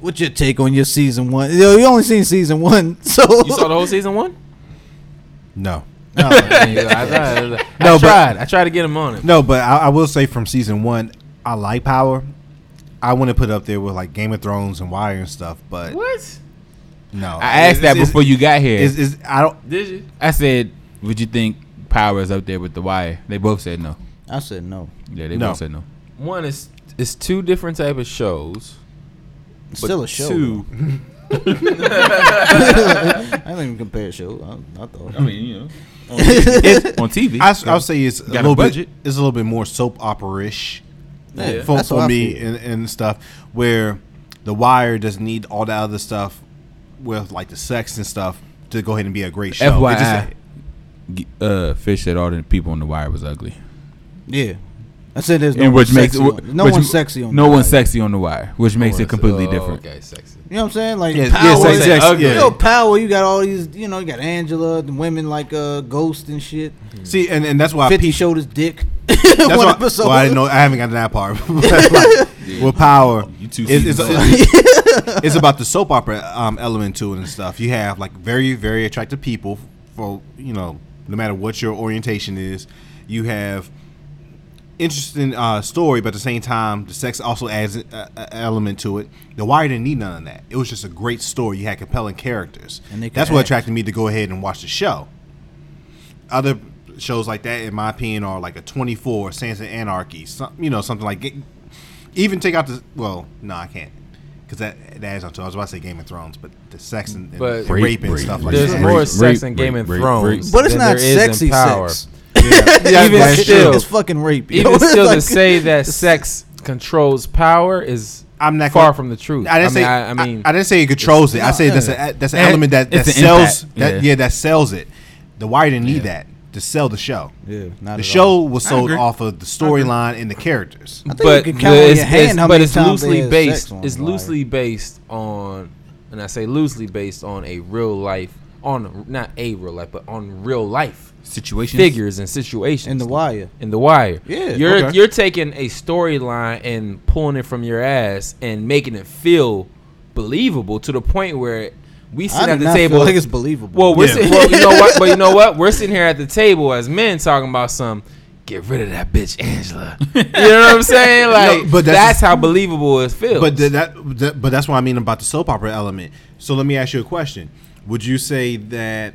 Speaker 1: What's your take on your season one? Yo, you only seen season one, [laughs] so
Speaker 4: You saw the whole season one?
Speaker 5: No.
Speaker 1: No.
Speaker 4: I, I- I
Speaker 5: No, but-
Speaker 4: tried. I tried to get him on it.
Speaker 5: No, but I, I will say from season one, I like Power. I want to put it up there with like Game of Thrones and Wire and stuff, but
Speaker 4: What?
Speaker 5: no.
Speaker 3: I asked that before you got here.
Speaker 5: Is is I don't.
Speaker 4: Did you?
Speaker 3: I said, "Would you think Power is up there with the Wire?" They both said no.
Speaker 1: I said no.
Speaker 3: Yeah, they
Speaker 5: No.
Speaker 3: both said no.
Speaker 4: One is it's two different type of shows.
Speaker 1: It's Still a show.
Speaker 3: Two.
Speaker 1: I didn't even compare a show. I, I thought.
Speaker 3: I mean, you [laughs] know, on TV. on TV.
Speaker 5: I, will say it's a
Speaker 3: Got a
Speaker 5: little bit.
Speaker 3: budget.
Speaker 5: It's a little bit more soap opera-ish
Speaker 1: Yeah,
Speaker 5: for,
Speaker 1: that's how
Speaker 5: for
Speaker 1: I
Speaker 5: me
Speaker 1: feel.
Speaker 5: and, and stuff. Where the Wire doesn't need all the other stuff with like the sex and stuff to go ahead and be a great show. It just-
Speaker 3: FYI, g- uh, Fish said all the people on the wire was ugly,
Speaker 1: Yeah. I said there's no
Speaker 3: and
Speaker 1: one
Speaker 3: which makes
Speaker 1: sexy
Speaker 3: wh-
Speaker 1: on- no
Speaker 3: which-
Speaker 1: one's sexy on
Speaker 3: no
Speaker 1: the
Speaker 3: one's
Speaker 1: body.
Speaker 3: sexy on the wire, which makes it completely different.
Speaker 4: oh, Okay, sexy.
Speaker 1: You know what I'm saying? Like
Speaker 5: Yes,
Speaker 1: power,
Speaker 5: yes,
Speaker 1: is-
Speaker 5: yes, yes,
Speaker 1: you
Speaker 5: yes.
Speaker 1: know power. You got all these, you know, you got Angela, the women like uh, Ghost and shit.
Speaker 5: see, and, and that's why I
Speaker 1: Fifty showed his dick. [laughs]
Speaker 5: That's
Speaker 1: One
Speaker 5: why,
Speaker 1: episode.
Speaker 5: Well, I didn't know. I haven't gotten that
Speaker 1: [laughs]
Speaker 5: part. [laughs] But, like, with power,
Speaker 1: Oh,
Speaker 3: You two
Speaker 5: it's, it's,
Speaker 1: [laughs]
Speaker 3: seasons
Speaker 5: it's- it's about the soap opera um, element to it and stuff. You have like very, very attractive people for you know, no matter what your orientation is. You have interesting uh, story, but at the same time, the sex also adds an element to it. The Wire didn't need none of that. It was just a great story. You had compelling characters,
Speaker 1: And they could
Speaker 5: that's what
Speaker 1: act.
Speaker 5: attracted me to go ahead and watch the show other shows like that, in my opinion, are like a 24, Sands of Anarchy, some, you know, something like. Even take out the well, no, I can't, because that that adds on to. I was about to say Game of Thrones, but the sex and, and
Speaker 4: But-
Speaker 5: rape, and
Speaker 3: Rape,
Speaker 5: stuff
Speaker 3: rape,
Speaker 5: like [laughs]
Speaker 4: There's
Speaker 5: that.
Speaker 4: more
Speaker 3: rape,
Speaker 4: sex in
Speaker 3: rape,
Speaker 4: Game of
Speaker 3: rape,
Speaker 4: Thrones,
Speaker 1: but it's
Speaker 4: than
Speaker 1: not
Speaker 4: there is in
Speaker 1: sexy
Speaker 4: Power.
Speaker 1: sex. [laughs]
Speaker 5: Yeah,
Speaker 4: Even
Speaker 5: that's
Speaker 4: still-
Speaker 5: true.
Speaker 1: it's fucking rape. yo. [laughs]
Speaker 4: Even
Speaker 1: It's
Speaker 4: still, to
Speaker 1: like-
Speaker 4: say that sex controls power is
Speaker 5: I'm not
Speaker 4: far
Speaker 5: gonna-
Speaker 4: from the truth.
Speaker 5: I didn't
Speaker 4: mean,
Speaker 5: say.
Speaker 4: I, I mean,
Speaker 5: I, didn't say it controls it. I say that's a that's an
Speaker 3: Eh,
Speaker 5: element that, that
Speaker 3: it's an
Speaker 5: sells
Speaker 3: impact,
Speaker 5: that.
Speaker 3: yeah.
Speaker 5: Yeah. that sells it. The wire didn't need that. to sell the show.
Speaker 1: Yeah, not
Speaker 5: the
Speaker 1: at
Speaker 5: show
Speaker 1: all.
Speaker 5: was
Speaker 3: I
Speaker 5: sold
Speaker 3: agree.
Speaker 5: off of the storyline and the characters.
Speaker 1: I think you can count on your hand how many times they
Speaker 4: loosely
Speaker 1: had
Speaker 4: based.
Speaker 1: sex on
Speaker 4: it's
Speaker 1: the wire.
Speaker 4: loosely based on, and I say loosely based on a real life, on not a real life, but on real life
Speaker 3: Situations.
Speaker 4: figures and situations.
Speaker 1: in the wire.
Speaker 4: In the wire.
Speaker 1: Yeah,
Speaker 4: You're
Speaker 1: okay.
Speaker 4: you're taking a storyline and pulling it from your ass and making it feel believable to the point where we sit
Speaker 1: I
Speaker 4: at
Speaker 1: do
Speaker 4: the
Speaker 1: not
Speaker 4: table.
Speaker 1: feel like it's believable.
Speaker 4: Well, we're
Speaker 5: Yeah.
Speaker 4: sit- well, you know what? But
Speaker 5: [laughs]
Speaker 4: you know what? We're sitting here at the table as men talking about some. Get rid of that bitch, Angela. You know what
Speaker 5: [laughs]
Speaker 4: I'm saying? Like,
Speaker 5: but
Speaker 4: but
Speaker 5: that's
Speaker 4: that's,
Speaker 5: just-
Speaker 4: how believable it feels.
Speaker 5: But th- that, that, but that's what I mean about the soap opera element. So let me ask you a question: Would you say that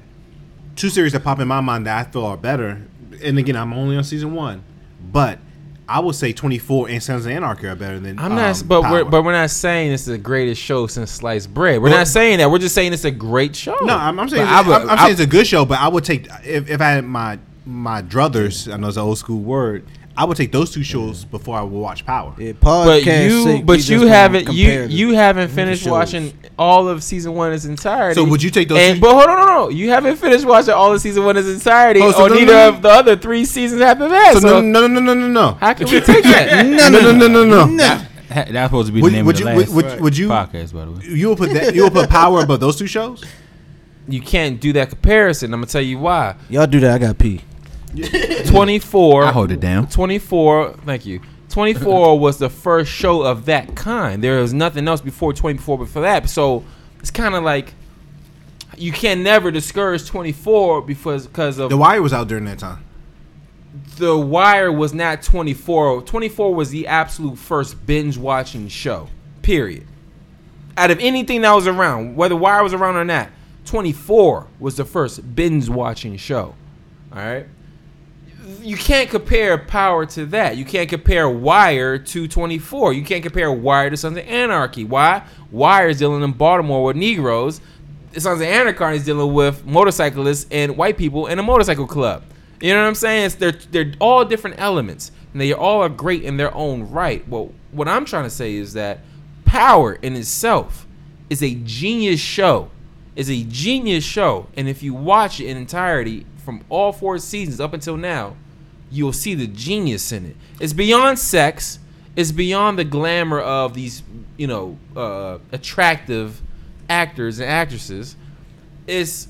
Speaker 5: two series that pop in my mind that I feel are better? And again, I'm only on season one, but I would say 24 and Sons of Anarchy are better than.
Speaker 4: I'm not,
Speaker 5: um,
Speaker 4: but we're
Speaker 5: Power.
Speaker 4: but we're not saying it's the greatest show since sliced bread. We're not saying that. We're just saying it's a great show.
Speaker 5: No, I'm, I'm saying it's,
Speaker 4: But
Speaker 5: I
Speaker 4: I would-
Speaker 5: am I'm saying it's a good show, but I would take if, if I had my my druthers. I know it's an old school word. I would take those two shows before I would watch Power.
Speaker 1: Yeah,
Speaker 4: but
Speaker 1: podcast
Speaker 4: you
Speaker 1: sake, we
Speaker 4: but
Speaker 1: just
Speaker 4: you
Speaker 1: gonna
Speaker 4: haven't you
Speaker 1: compare the-
Speaker 4: you haven't finished
Speaker 1: shows.
Speaker 4: watching all of season one in its entirety.
Speaker 5: So would you take those
Speaker 4: And,
Speaker 5: two-
Speaker 4: but hold on, no, no, you haven't finished watching all of season one in its entirety,
Speaker 5: Oh, so
Speaker 4: or
Speaker 5: no, no,
Speaker 4: neither
Speaker 5: no.
Speaker 4: of the other three seasons after that.
Speaker 5: So
Speaker 4: So,
Speaker 5: no, no, no, no, no, no,
Speaker 4: how can we take
Speaker 5: [laughs]
Speaker 4: that?
Speaker 5: no, no, no, no, no, no.
Speaker 4: [laughs]
Speaker 3: Ha- That's supposed to be
Speaker 5: Would-
Speaker 3: the name
Speaker 5: would
Speaker 3: of the
Speaker 5: you-
Speaker 3: last
Speaker 5: would- would- would you-
Speaker 3: podcast, by the way.
Speaker 5: You will put that. You will put Power above those two shows.
Speaker 4: You can't do that comparison. I'm gonna tell you why.
Speaker 1: Y'all do that. I got pee.
Speaker 4: 24
Speaker 3: I hold it down.
Speaker 4: 24 thank you
Speaker 5: [laughs]
Speaker 4: 24 was the first show of that kind there was nothing else before 24 before that so it's kind of like you can never discourage 24 because because of
Speaker 5: The Wire was out during that time.
Speaker 4: the wire was not 24 24 was the absolute first binge watching show period out of anything that was around whether wire was around or not 24 was the first binge watching show all right you can't compare power to that. You can't compare Wire to 24. You can't compare Wire to Sons of Anarchy. Why? Wire is dealing in Baltimore with Negroes. Sons of Anarchy is dealing with motorcyclists and white people in a motorcycle club. You know what I'm saying? It's, they're they're all different elements, and they all are great in their own right. Well, what I'm trying to say is that Power in itself is a genius show is a genius show, and if you watch it in entirety from all four seasons up until now, you'll see the genius in it. It's beyond sex. It's beyond the glamour of these, you know, uh, attractive actors and actresses. It's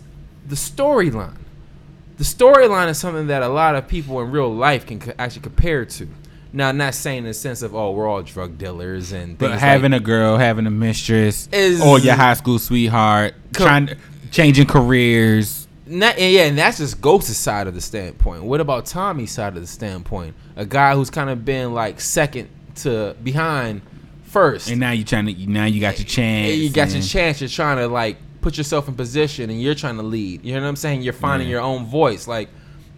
Speaker 4: the storyline. The storyline is something that a lot of people in real life can co- actually compare to. Now, I'm not saying in the sense of oh, we're all drug dealers and
Speaker 3: But
Speaker 4: things
Speaker 3: having
Speaker 4: like,
Speaker 3: a girl, having a mistress,
Speaker 4: Is-
Speaker 3: or your high school sweetheart,
Speaker 4: Co-
Speaker 3: trying to, changing careers.
Speaker 4: Not, and yeah, and that's just Ghost's side of the standpoint. What about Tommy's side of the standpoint? A guy who's kind of been like second to behind first.
Speaker 3: And now you trying to now you got your chance.
Speaker 4: And you got your
Speaker 3: and-
Speaker 4: chance. You're trying to like put yourself in position, and you're trying to lead. You know what I'm saying? You're finding your own voice. Like,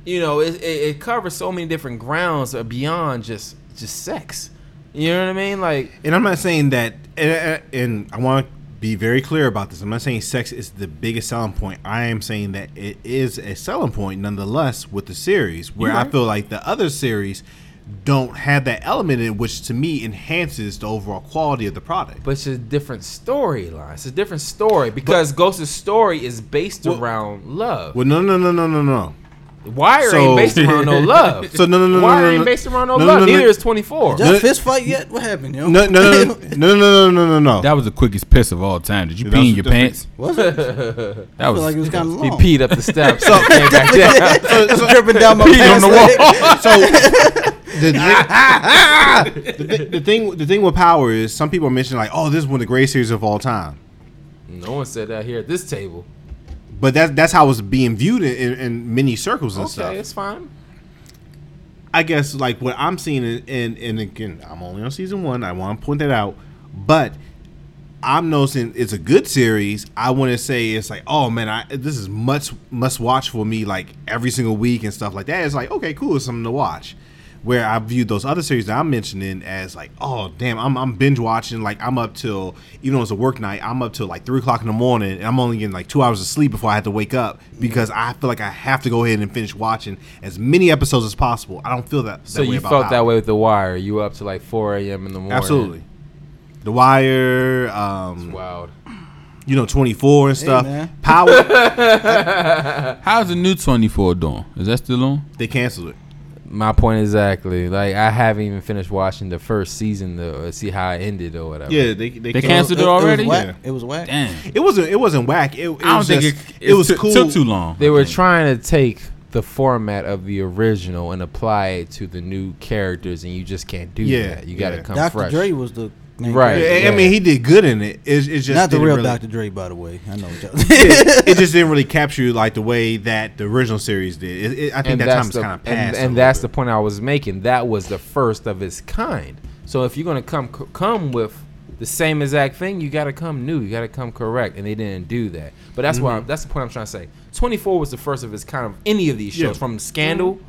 Speaker 4: you know, it, it, it covers so many different grounds uh, beyond just just sex. You know what I mean? Like,
Speaker 5: And I'm not saying that. And, and I want to be very clear about this. I'm not saying sex is the biggest selling point. I am saying that it is a selling point nonetheless with the series, where I feel like the other series don't have that element in it, which to me enhances the overall quality of the product.
Speaker 4: but it's a different storyline. It's a different story because Ghost's story is based around love.
Speaker 5: Well, no, no, no, no, no, no.
Speaker 4: Wire
Speaker 5: So-
Speaker 4: ain't based around [laughs] no love.
Speaker 5: So no, no, no, no,
Speaker 4: Wire
Speaker 5: no, no,
Speaker 4: ain't
Speaker 5: no.
Speaker 4: based around no,
Speaker 5: No, no,
Speaker 4: love.
Speaker 5: no, no.
Speaker 4: Neither is 24.
Speaker 1: Did
Speaker 5: No-
Speaker 1: y'all fist fight yet? What happened, yo?
Speaker 5: No, no, no, no, no, no, no, no, no, no.
Speaker 3: That was the quickest piss of all time. Did you
Speaker 5: Dude,
Speaker 3: pee in your
Speaker 5: that's- that's-
Speaker 1: Was
Speaker 3: pants?
Speaker 1: it? [laughs] I
Speaker 3: That
Speaker 1: feel
Speaker 3: was
Speaker 1: like it was kind of
Speaker 4: He
Speaker 1: long.
Speaker 4: peed up the steps. [laughs]
Speaker 1: [laughs] It's
Speaker 3: [laughs]
Speaker 1: dripping down my pants.
Speaker 5: so the, the, thi- the thing [laughs] the thing with power is some people are mentioning like oh this is one of the greatest series of all time
Speaker 4: no one said that here at this table.
Speaker 5: but that, that's how it's being viewed in, in, in many circles and
Speaker 4: Okay,
Speaker 5: stuff
Speaker 4: it's fine.
Speaker 5: i guess like what i'm seeing in, and and again i'm only on season one i want to point that out but i'm noticing it's a good series i want to say it's like oh man I, this is much must watch for me like every single week and stuff like that it's like okay cool it's something to watch where I viewed those other series that I'm mentioning as like, oh damn, I'm, I'm binge watching. Like I'm up till even though it's a work night, I'm up till like three o'clock in the morning, and I'm only getting like two hours of sleep before I have to wake up because I feel like I have to go ahead and finish watching as many episodes as possible. I don't feel that. that
Speaker 4: So
Speaker 5: way
Speaker 4: you
Speaker 5: about
Speaker 4: felt
Speaker 5: Power.
Speaker 4: that way with The Wire. You up to like 4 a.m. in the morning.
Speaker 5: Absolutely. The Wire, um,
Speaker 4: Wild.
Speaker 5: you know, 24 and stuff.
Speaker 1: man. [laughs]
Speaker 5: Power,
Speaker 3: How's the new 24 doing? Is that still on?
Speaker 5: they canceled it.
Speaker 4: My point exactly. Like I haven't even finished watching the first season to uh, see how it ended or whatever.
Speaker 5: Yeah, they they,
Speaker 3: They
Speaker 5: canceled.
Speaker 3: canceled it already?
Speaker 1: It was whack. It was whack.
Speaker 3: Damn.
Speaker 5: It wasn't it wasn't whack. It, it
Speaker 3: I don't
Speaker 5: was
Speaker 3: think
Speaker 5: just-
Speaker 3: it, it,
Speaker 5: was
Speaker 3: took-
Speaker 5: cool.
Speaker 3: took too long.
Speaker 4: They
Speaker 3: I
Speaker 4: were
Speaker 3: think.
Speaker 4: trying to take the format of the original and apply it to the new characters, and you just can't do
Speaker 5: Yeah,
Speaker 4: that. You got to
Speaker 5: yeah.
Speaker 4: come
Speaker 1: Dr.
Speaker 4: fresh.
Speaker 1: Dre was the main
Speaker 4: Right.
Speaker 1: character.
Speaker 5: Yeah, I-
Speaker 4: Yeah.
Speaker 5: I mean, he did good in it. It's, it's just
Speaker 1: Not the
Speaker 5: didn't
Speaker 1: real
Speaker 5: really-
Speaker 1: Dr. Dre, by the way. I know.
Speaker 4: [laughs]
Speaker 5: it, it just
Speaker 1: [laughs]
Speaker 5: didn't really capture like the way that the original series did. It, it, I think that time's
Speaker 4: the-
Speaker 5: kind of
Speaker 4: and-
Speaker 5: passed.
Speaker 4: And, that's the point I was making. That was the first of its kind. So if you're gonna come c- come with the same exact thing, you gotta come new. You gotta come correct, and they didn't do that. But that's why
Speaker 5: Mm-hmm.
Speaker 4: that's the point I'm trying to say. 24 was the first of its kind of any of these shows.
Speaker 5: Yeah.
Speaker 4: From Scandal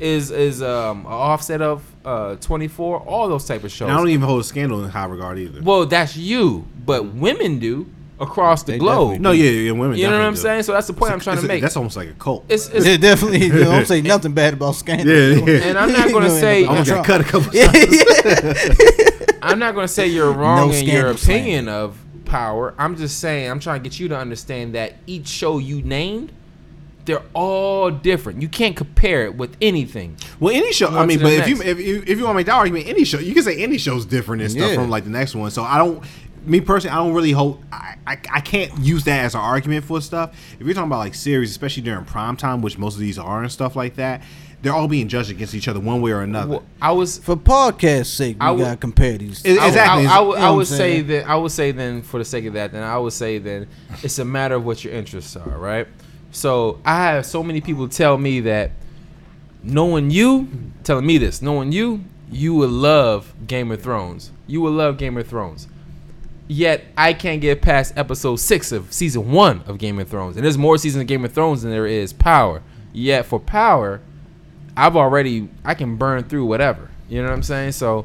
Speaker 4: is is um, a offset of uh, 24. All those type of shows.
Speaker 5: And I don't even hold scandal in high regard either.
Speaker 4: well, that's you, but women do across the
Speaker 1: They
Speaker 4: globe.
Speaker 5: no, yeah, yeah, women.
Speaker 4: you know what
Speaker 5: definitely
Speaker 4: I'm
Speaker 5: do.
Speaker 4: saying. So that's the point
Speaker 5: It's a-
Speaker 4: I'm trying
Speaker 5: it's
Speaker 4: to
Speaker 5: a-
Speaker 4: make.
Speaker 5: That's almost like a cult.
Speaker 4: it's, it's
Speaker 5: [laughs]
Speaker 1: It [laughs] definitely don't say nothing bad about Scandal.
Speaker 5: Yeah, yeah.
Speaker 4: [laughs] and I'm not gonna say
Speaker 5: I'm gonna cut a couple.
Speaker 4: I'm not going to say you're wrong in your
Speaker 1: scandal slam.
Speaker 4: opinion of power. I'm just saying I'm trying to get you to understand that each show you named, they're all different. You can't compare it with anything.
Speaker 5: Well, any show.
Speaker 4: Go on
Speaker 5: I mean,
Speaker 4: to the
Speaker 5: but if you,
Speaker 4: next.
Speaker 5: if you if you want to make that argument, any show you can say any show's different and stuff
Speaker 1: Yeah.
Speaker 5: from like the next one. So I don't. Me personally, I don't really hold. I, I I can't use that as an argument for stuff. If you're talking about like series, especially during prime time, which most of these are and stuff like that, they're all being judged against each other one way or another.
Speaker 4: Well, I was
Speaker 1: [laughs] For podcast sake, we
Speaker 4: I would-
Speaker 1: gotta compare these.
Speaker 5: It-
Speaker 4: I would-
Speaker 5: Exactly.
Speaker 4: I, would- I would-
Speaker 1: You know
Speaker 4: I
Speaker 1: what
Speaker 4: would
Speaker 1: I'm
Speaker 4: say
Speaker 1: saying?
Speaker 4: that I would say then for the sake of that, then I would say then it's a matter of what your interests are, right? So I have so many people tell me that knowing you, telling me this, knowing you, you will love Game of Thrones. You will love Game of Thrones. Yet I can't get past episode six of season one of Game of Thrones, and there's more seasons of Game of Thrones than there is Power. Yet for Power, I've already I can burn through whatever. You know what I'm saying? So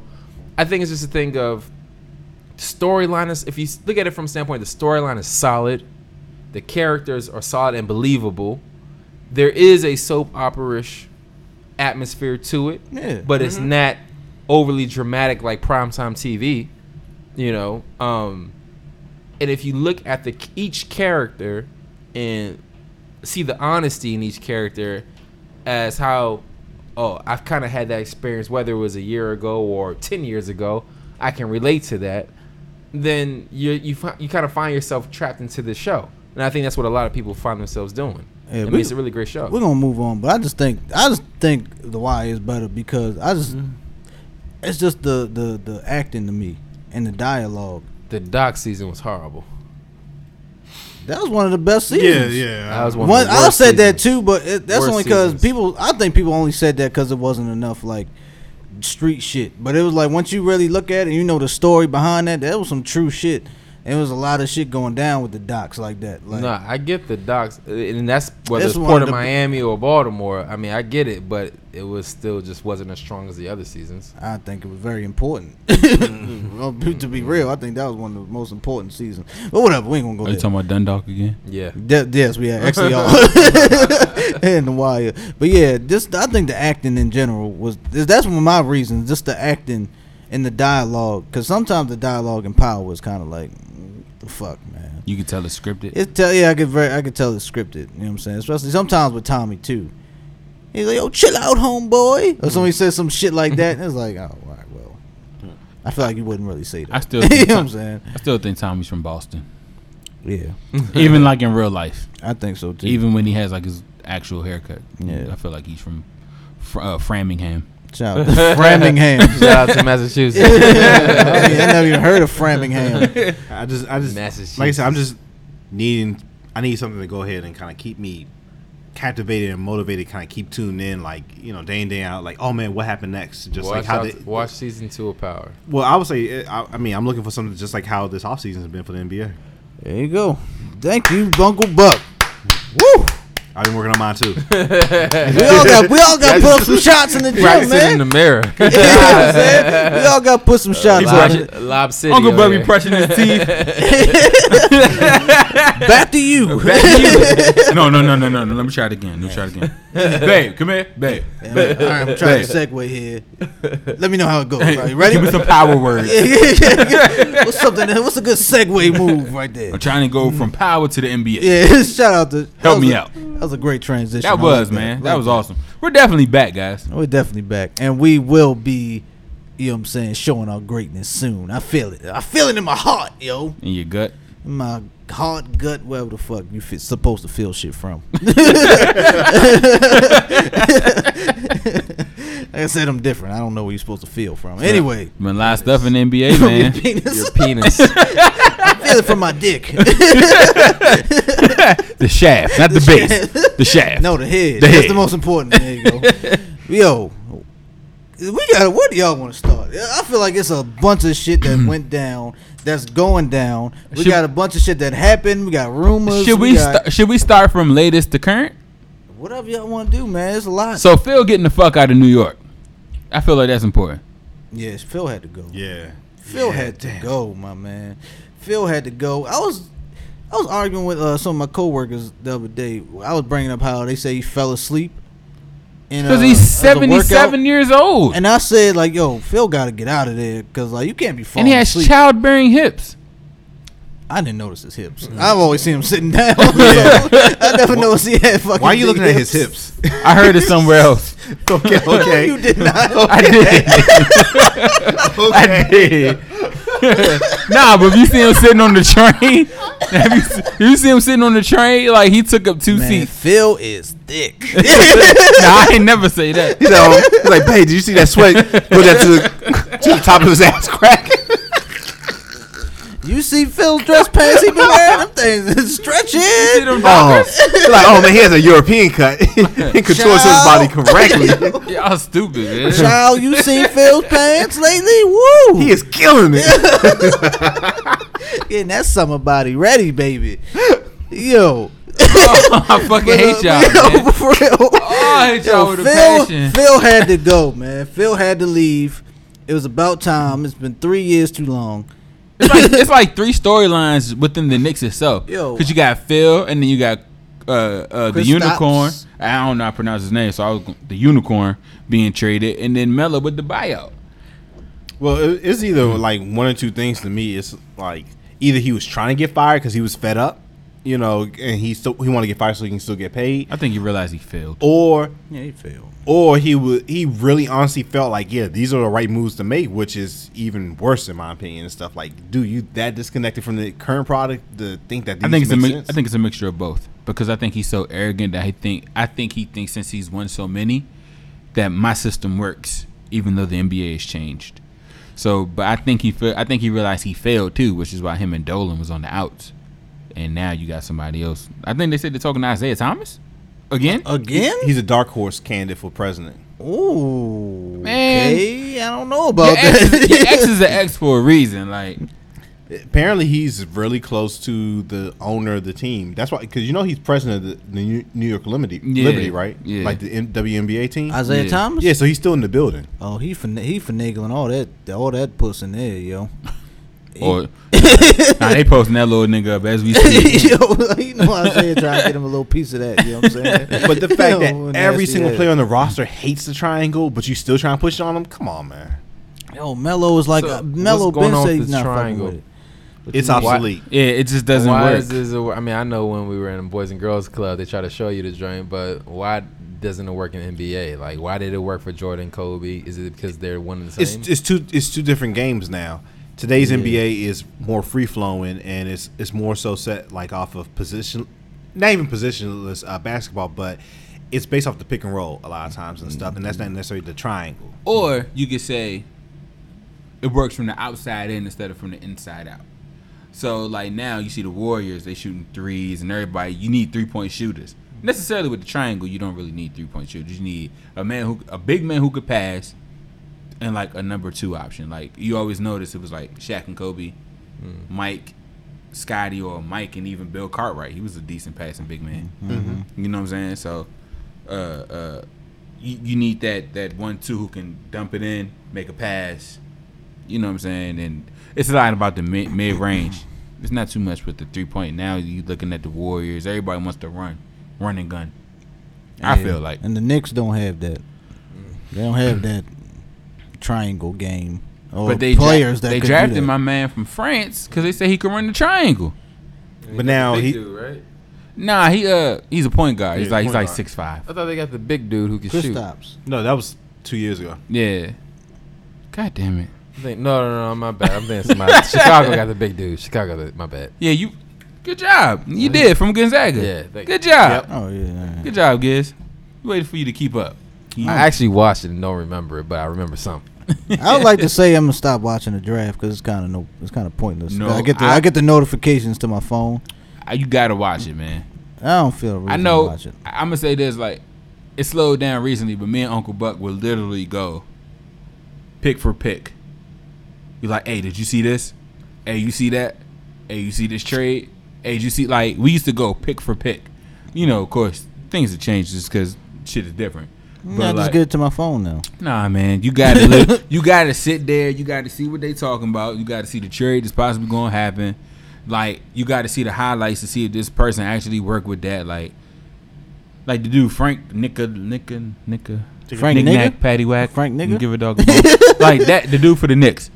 Speaker 4: I think it's just a thing of storyline is if you s- look at it from a standpoint, the storyline is solid, the characters are solid and believable. There is a soap opera-ish atmosphere to it,
Speaker 1: Yeah.
Speaker 4: but it's not overly dramatic like primetime TV. You know, um, and if you look at the each character and see the honesty in each character as how oh i've kind of had that experience whether it was a year ago or 10 years ago i can relate to that then you you, fi- you kind of find yourself trapped into the show and i think that's what a lot of people find themselves doing
Speaker 1: Yeah,
Speaker 4: i mean
Speaker 1: we-
Speaker 4: it's a really great show
Speaker 1: We're gonna move on, but I just think I just think the why is better because I just
Speaker 4: Mm-hmm.
Speaker 1: it's just the the the acting to me and the dialogue.
Speaker 4: the doc season was horrible
Speaker 1: That was one of the best
Speaker 5: yeah,
Speaker 1: seasons.
Speaker 5: yeah.
Speaker 4: that was one,
Speaker 1: One,
Speaker 4: of the
Speaker 1: I
Speaker 4: worst
Speaker 1: said that
Speaker 4: seasons.
Speaker 1: too, but it, that's
Speaker 4: Worst
Speaker 1: only 'cause only because
Speaker 4: seasons.
Speaker 1: people. I think people only said that because it wasn't enough like street shit. But it was like once you really look at it, you know the story behind that. That was some true shit. It was a lot of shit going down with the docs like that. Like,
Speaker 4: nah, I get the docs, uh, and that's whether
Speaker 1: This
Speaker 4: it's
Speaker 1: one
Speaker 4: Port
Speaker 1: of
Speaker 4: of
Speaker 1: the-
Speaker 4: Miami or Baltimore. I mean, I get it, but it was still just wasn't as strong as the other seasons.
Speaker 1: I think it was very
Speaker 3: [laughs]
Speaker 1: important. well, to be real, I think that was one of the most important seasons. But whatever, we ain't gonna go
Speaker 3: Are you
Speaker 1: there.
Speaker 3: talking about Dundalk again?
Speaker 4: Yeah,
Speaker 1: That- yes, we had
Speaker 3: [laughs]
Speaker 1: XLR [laughs] and the wire. But yeah, just I think the acting in general was is- that's one of my reasons. Just the acting and the dialogue, because sometimes the dialogue in power was kind of like, mm, the fuck, man.
Speaker 3: You can tell it's scripted.
Speaker 1: It's tell yeah, I could very I could tell it's scripted. You know what I'm saying? Especially sometimes with Tommy too. He's like, "Yo, chill out, homeboy," or somebody says some shit like that, and it's like, "Oh, all right, well." I feel like you wouldn't really say that. [laughs]
Speaker 3: I still
Speaker 1: you
Speaker 3: think
Speaker 1: know what I'm saying?
Speaker 3: I still think Tommy's from [laughs] Boston,
Speaker 1: Yeah,
Speaker 3: even like in real life.
Speaker 1: I think so too.
Speaker 3: Even when he has like his actual haircut,
Speaker 1: Yeah.
Speaker 3: I feel like he's from fr- uh, Framingham.
Speaker 1: Shout out to Framingham.
Speaker 4: [laughs] shout out to Massachusetts.
Speaker 1: I, mean, I never even heard of Framingham.
Speaker 5: I just, I just,
Speaker 4: Massachusetts.
Speaker 5: like I said, I'm just needing. I need something to go ahead and kind of keep me captivated and motivated. Kind of keep tuned in, like you know, day in day out. Like, oh man, what happened next? Just
Speaker 4: watch,
Speaker 5: like how
Speaker 4: out-
Speaker 5: they,
Speaker 4: watch season two of Power.
Speaker 5: Well, I would say, I, I mean, I'm looking for something just like how this offseason has been for the NBA.
Speaker 1: There you go. Thank you, Bunkle Buck. Woo!
Speaker 5: I've been working on mine
Speaker 1: We
Speaker 5: too.
Speaker 1: all got we all got to put up some shots in the gym,
Speaker 4: Practicing
Speaker 1: man.
Speaker 4: in
Speaker 5: [laughs]
Speaker 4: the mirror.
Speaker 1: [laughs] you know what I'm saying? We all got to put some shots.
Speaker 4: Lob,
Speaker 1: in.
Speaker 4: Lob City.
Speaker 3: Uncle
Speaker 4: over
Speaker 3: Bubby
Speaker 4: there.
Speaker 3: brushing his teeth.
Speaker 1: Back to
Speaker 3: [laughs]
Speaker 1: you.
Speaker 3: Back to you. No, no, no, no, no, no. Let me try it again. Let me try it again. babe, come here, babe.
Speaker 1: All right, I'm trying to segue here. Let me know how it goes. Right? You
Speaker 3: [laughs]
Speaker 1: ready? [laughs]
Speaker 3: Give me some power words.
Speaker 1: what's something? that- What's a good segue move right there?
Speaker 3: I'm trying to go from power to the NBA.
Speaker 1: Yeah, [laughs] shout out to that was
Speaker 3: me
Speaker 1: a-
Speaker 3: out.
Speaker 1: That was a great transition. I
Speaker 3: That
Speaker 1: like
Speaker 3: was man. That
Speaker 1: Like
Speaker 3: was awesome. We're definitely back, guys.
Speaker 1: We're definitely back, and we will be. You know what I'm saying? Showing our greatness soon. I feel it. I feel it in my heart, yo.
Speaker 3: In your gut.
Speaker 1: In my heart, gut, wherever the fuck you fit, supposed to feel shit from. [laughs] like I said, I'm different. I don't know where you're supposed to feel from. Anyway,
Speaker 3: Been a lot of stuff in the NBA, man.
Speaker 1: penis.
Speaker 5: [laughs]
Speaker 4: Your penis.
Speaker 1: [laughs] I feel it from my
Speaker 3: [laughs]
Speaker 1: dick.
Speaker 3: The shaft, not the, base. The shaft.
Speaker 1: [laughs] No, the head.
Speaker 3: The
Speaker 1: That's
Speaker 3: head.
Speaker 1: the most important. There you
Speaker 3: [laughs]
Speaker 1: go. Yo, we got. Where do y'all want to start? I feel like it's a bunch of shit that went down. That's going down. We
Speaker 3: Mm. Should-
Speaker 1: got a bunch of shit that happened. We got rumors.
Speaker 3: Should we
Speaker 1: got-
Speaker 3: sta- should we start from latest to current?
Speaker 1: Whatever y'all want to do, man. It's a lot.
Speaker 3: So Phil getting the fuck out of New York. I feel like that's important.
Speaker 1: yes, Phil had to go.
Speaker 5: yeah.
Speaker 1: Phil had to go, my man. Phil had to go. I was I was arguing with uh, some of my coworkers the other day. I was bringing up how they say he fell asleep. uh,
Speaker 3: Because he's seventy seven years old. And,
Speaker 1: And I said like, yo, Phil got to get out of there because like you can't be falling
Speaker 3: he has
Speaker 1: asleep.
Speaker 3: childbearing hips.
Speaker 1: I didn't notice his hips.
Speaker 5: Mm.
Speaker 1: I've always seen him
Speaker 5: [laughs]
Speaker 1: sitting down. [laughs] so I never noticed he had fucking.
Speaker 5: Why are you
Speaker 1: big
Speaker 5: looking at his hips?
Speaker 3: I heard it somewhere else.
Speaker 5: okay.
Speaker 1: No, [laughs] you
Speaker 5: Okay. [laughs]
Speaker 1: did not.
Speaker 3: I did. I did. nah, but if you see him sitting on the train, [laughs] have you, se- you see him sitting on the train, like he took up two
Speaker 1: Man,
Speaker 3: seats.
Speaker 1: Phil is
Speaker 3: [laughs]
Speaker 1: thick.
Speaker 3: Nah, I ain't never
Speaker 1: [laughs]
Speaker 3: say that.
Speaker 5: He's all- he's like, hey, did you see that sweat? Put that to the, to the top of his ass crack.
Speaker 1: you see Phil's dress pants he been wearing? Them things is
Speaker 3: See
Speaker 1: stretching.
Speaker 5: Oh,
Speaker 3: them dockers?
Speaker 5: like, oh man, he has a European cut. [laughs] he controls his body correctly.
Speaker 3: [laughs] Y'all stupid,
Speaker 1: [laughs]
Speaker 3: man. [laughs]
Speaker 1: Child, you seen Phil's pants lately? Woo!
Speaker 5: He is killing it.
Speaker 1: getting that summer body ready, baby. Yo,
Speaker 3: Oh, I
Speaker 1: But,
Speaker 3: fucking
Speaker 1: uh,
Speaker 3: hate y'all,
Speaker 1: [laughs] yo,
Speaker 3: man. Oh,
Speaker 1: for real.
Speaker 3: I hate y'all with a passion.
Speaker 1: Phil had to go, man. Phil had to leave. It was about time. It's been three years too long.
Speaker 3: It's like, it's like three storylines within the Knicks itself.
Speaker 1: Yo.
Speaker 3: Because you got Phil, and then you got uh, uh, the
Speaker 1: Kristaps.
Speaker 3: unicorn. I don't know how to pronounce his name, so I was gon- the unicorn being traded, and then Melo with the buyout.
Speaker 5: Well, it- it's either like one or two things to me. It's like either he was trying to get fired because he was fed up, you know, and he still he wanted to get fired so he can still get paid,
Speaker 3: I think you realize he failed.
Speaker 5: or
Speaker 1: Yeah, he failed.
Speaker 5: or he would he really honestly felt like yeah these are the right moves to make which is even worse in my opinion and stuff like do you that disconnected from the current product to think that these
Speaker 3: I think it's a
Speaker 5: make
Speaker 3: mi-
Speaker 5: sense?
Speaker 3: I think it's a mixture of both because I think he's so arrogant that I think I think he thinks since he's won so many that my system works even though the NBA has changed. So, but I think he fe- I think he realized he failed too, which is why him and Dolan was on the outs, and now you got somebody else. I think they said they're talking to Isaiah Thomas again.
Speaker 1: Again?
Speaker 5: he's a dark horse candidate for president
Speaker 1: Ooh.
Speaker 3: Man.
Speaker 1: Okay. I don't know
Speaker 3: Your
Speaker 1: about
Speaker 3: ex, is, your ex
Speaker 1: that.
Speaker 3: is an ex for a reason. Like
Speaker 5: apparently he's really close to the owner of the team that's why because you know he's president of the, the New- new york liberty,
Speaker 3: Yeah,
Speaker 5: liberty right
Speaker 3: yeah.
Speaker 5: like the M- WNBA
Speaker 1: [laughs]
Speaker 5: team
Speaker 1: Isaiah
Speaker 3: Yeah.
Speaker 1: Thomas?
Speaker 5: yeah so he's still in the building
Speaker 1: Oh, he fin- he finagling all that all that puss in there, yo.
Speaker 3: or nah, they posting that little nigga up as we
Speaker 1: [laughs]
Speaker 3: speak.
Speaker 1: yo, you know what I'm saying? Trying to get him a little piece of that. You know what I'm saying?
Speaker 5: [laughs] but the
Speaker 1: [laughs]
Speaker 5: fact that
Speaker 1: Yo,
Speaker 5: every
Speaker 1: Oh, nasty
Speaker 5: single
Speaker 1: ass.
Speaker 5: player on the roster hates the triangle but you still trying to push it on him come on man
Speaker 1: Yo, Melo is like
Speaker 4: So,
Speaker 1: uh, Melo
Speaker 4: what's going
Speaker 1: been
Speaker 4: on
Speaker 1: said
Speaker 4: with
Speaker 1: he's
Speaker 4: this
Speaker 1: not
Speaker 4: triangle?
Speaker 1: fucking with it.
Speaker 5: it's obsolete
Speaker 3: Yeah, it just doesn't
Speaker 4: why
Speaker 3: work.
Speaker 4: is this? A, I mean, I know when we were in the Boys and Girls Club, they try to show you the joint, but why doesn't it work in NBA? Like, why did it work for Jordan, Kobe? Is it because they're one and the
Speaker 5: it's
Speaker 4: same?
Speaker 5: it's two it's two different games now. Today's
Speaker 4: Yeah.
Speaker 5: NBA is more free flowing and it's it's more so set like off of position, not even positionless uh, basketball, but it's based off the pick and roll a lot of times and stuff, and that's not necessarily the triangle.
Speaker 3: Or you could say it works from the outside in instead of from the inside out. So like now you see the Warriors, they shooting threes and everybody you need three point shooters. Necessarily with the triangle, you don't really need three point shooters. You need a man who a big man who could pass and like a number two option. Like you always notice it was like Shaq and Kobe, Mike, Scotty or Mike and even Bill Cartwright. He was a decent passing big man. You know what I'm saying? So, uh, uh, you, you need that that one two who can dump it in, make a pass. You know what I'm saying? And it's a lot about the mid mid range. It's not too much with the three point. Now you looking at the Warriors. Everybody wants to run, run and gun. I
Speaker 1: Yeah.
Speaker 3: feel like
Speaker 1: And the Knicks don't have that. They don't have that triangle game or
Speaker 3: but they dra-
Speaker 1: players that
Speaker 3: they
Speaker 1: could do
Speaker 3: drafted
Speaker 1: that.
Speaker 3: my man from France because they said he can run the triangle.
Speaker 5: But now
Speaker 4: big
Speaker 5: he-
Speaker 4: dude, right?
Speaker 3: Nah, he uh he's a point guard. He's
Speaker 5: Yeah,
Speaker 3: like he's
Speaker 5: point
Speaker 3: like
Speaker 5: guard.
Speaker 3: six five.
Speaker 4: I thought they got the big dude who can
Speaker 1: Chris
Speaker 4: shoot.
Speaker 1: Stops.
Speaker 5: No, that was two years ago.
Speaker 3: Yeah. God damn it.
Speaker 4: I think, no, no, no, my bad. I'm thinking somebody. Chicago got the big dude. Chicago, got the, my bad.
Speaker 3: Yeah, you. Good job. You did from Gonzaga.
Speaker 4: Yeah, thank
Speaker 3: Good job.
Speaker 1: Oh yeah.
Speaker 3: Good job, Giz. We waited for you to keep up.
Speaker 4: I actually watched it and don't remember it, but I remember something.
Speaker 1: I would like to say I'm gonna stop watching the draft because it's kind of no, it's kind of pointless.
Speaker 3: No,
Speaker 1: I get the
Speaker 3: I-
Speaker 1: I, get the notifications to my phone.
Speaker 3: I, you gotta watch it, man.
Speaker 1: I don't feel. a Reason
Speaker 3: I know.
Speaker 1: To watch it.
Speaker 3: I, am gonna say this like it slowed down recently, but me and Uncle Buck will literally go pick for pick. You're like, hey, did you see this? Hey, you see that? Hey, you see this trade? Hey, did you see like we used to go pick for pick. You know, of course, things have changed just because shit is different.
Speaker 1: I just get it to my phone now.
Speaker 3: Nah, man, you gotta
Speaker 1: [laughs]
Speaker 3: li- you gotta sit there. You gotta see what they talking about. You gotta see the trade that's possibly gonna happen. Like you gotta see the highlights to see if this person actually worked with that. Like, like the dude Frank Nicka Nicka Nicka
Speaker 1: Frank
Speaker 3: Knick-Knack,
Speaker 1: Nigga?
Speaker 3: Patty Whack
Speaker 1: Frank Nigga?
Speaker 3: You give a dog a
Speaker 1: [laughs]
Speaker 3: bone. like that the dude for the Knicks.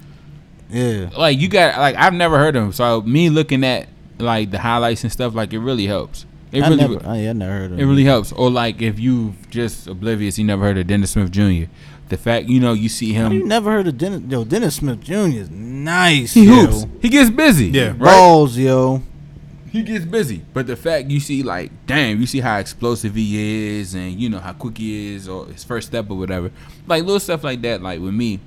Speaker 1: Yeah.
Speaker 3: Like you got like I've never heard of him. So me looking at like the highlights and stuff like it really helps. It
Speaker 1: I
Speaker 3: really
Speaker 1: never. I, yeah, I never heard of
Speaker 3: it really helps. Or like if you just oblivious, you never heard of Dennis Smith Jr. The fact you know you see him,
Speaker 1: You never heard of Dennis? Yo, Dennis Smith Jr. is nice.
Speaker 3: he
Speaker 1: yo.
Speaker 3: hoops, he gets busy.
Speaker 5: Yeah.
Speaker 3: right.
Speaker 1: Balls, yo.
Speaker 3: He gets busy. But the fact you see, like, damn, you see how explosive he is, and you know how quick he is, or his first step or whatever. Like little stuff like that. Like with me,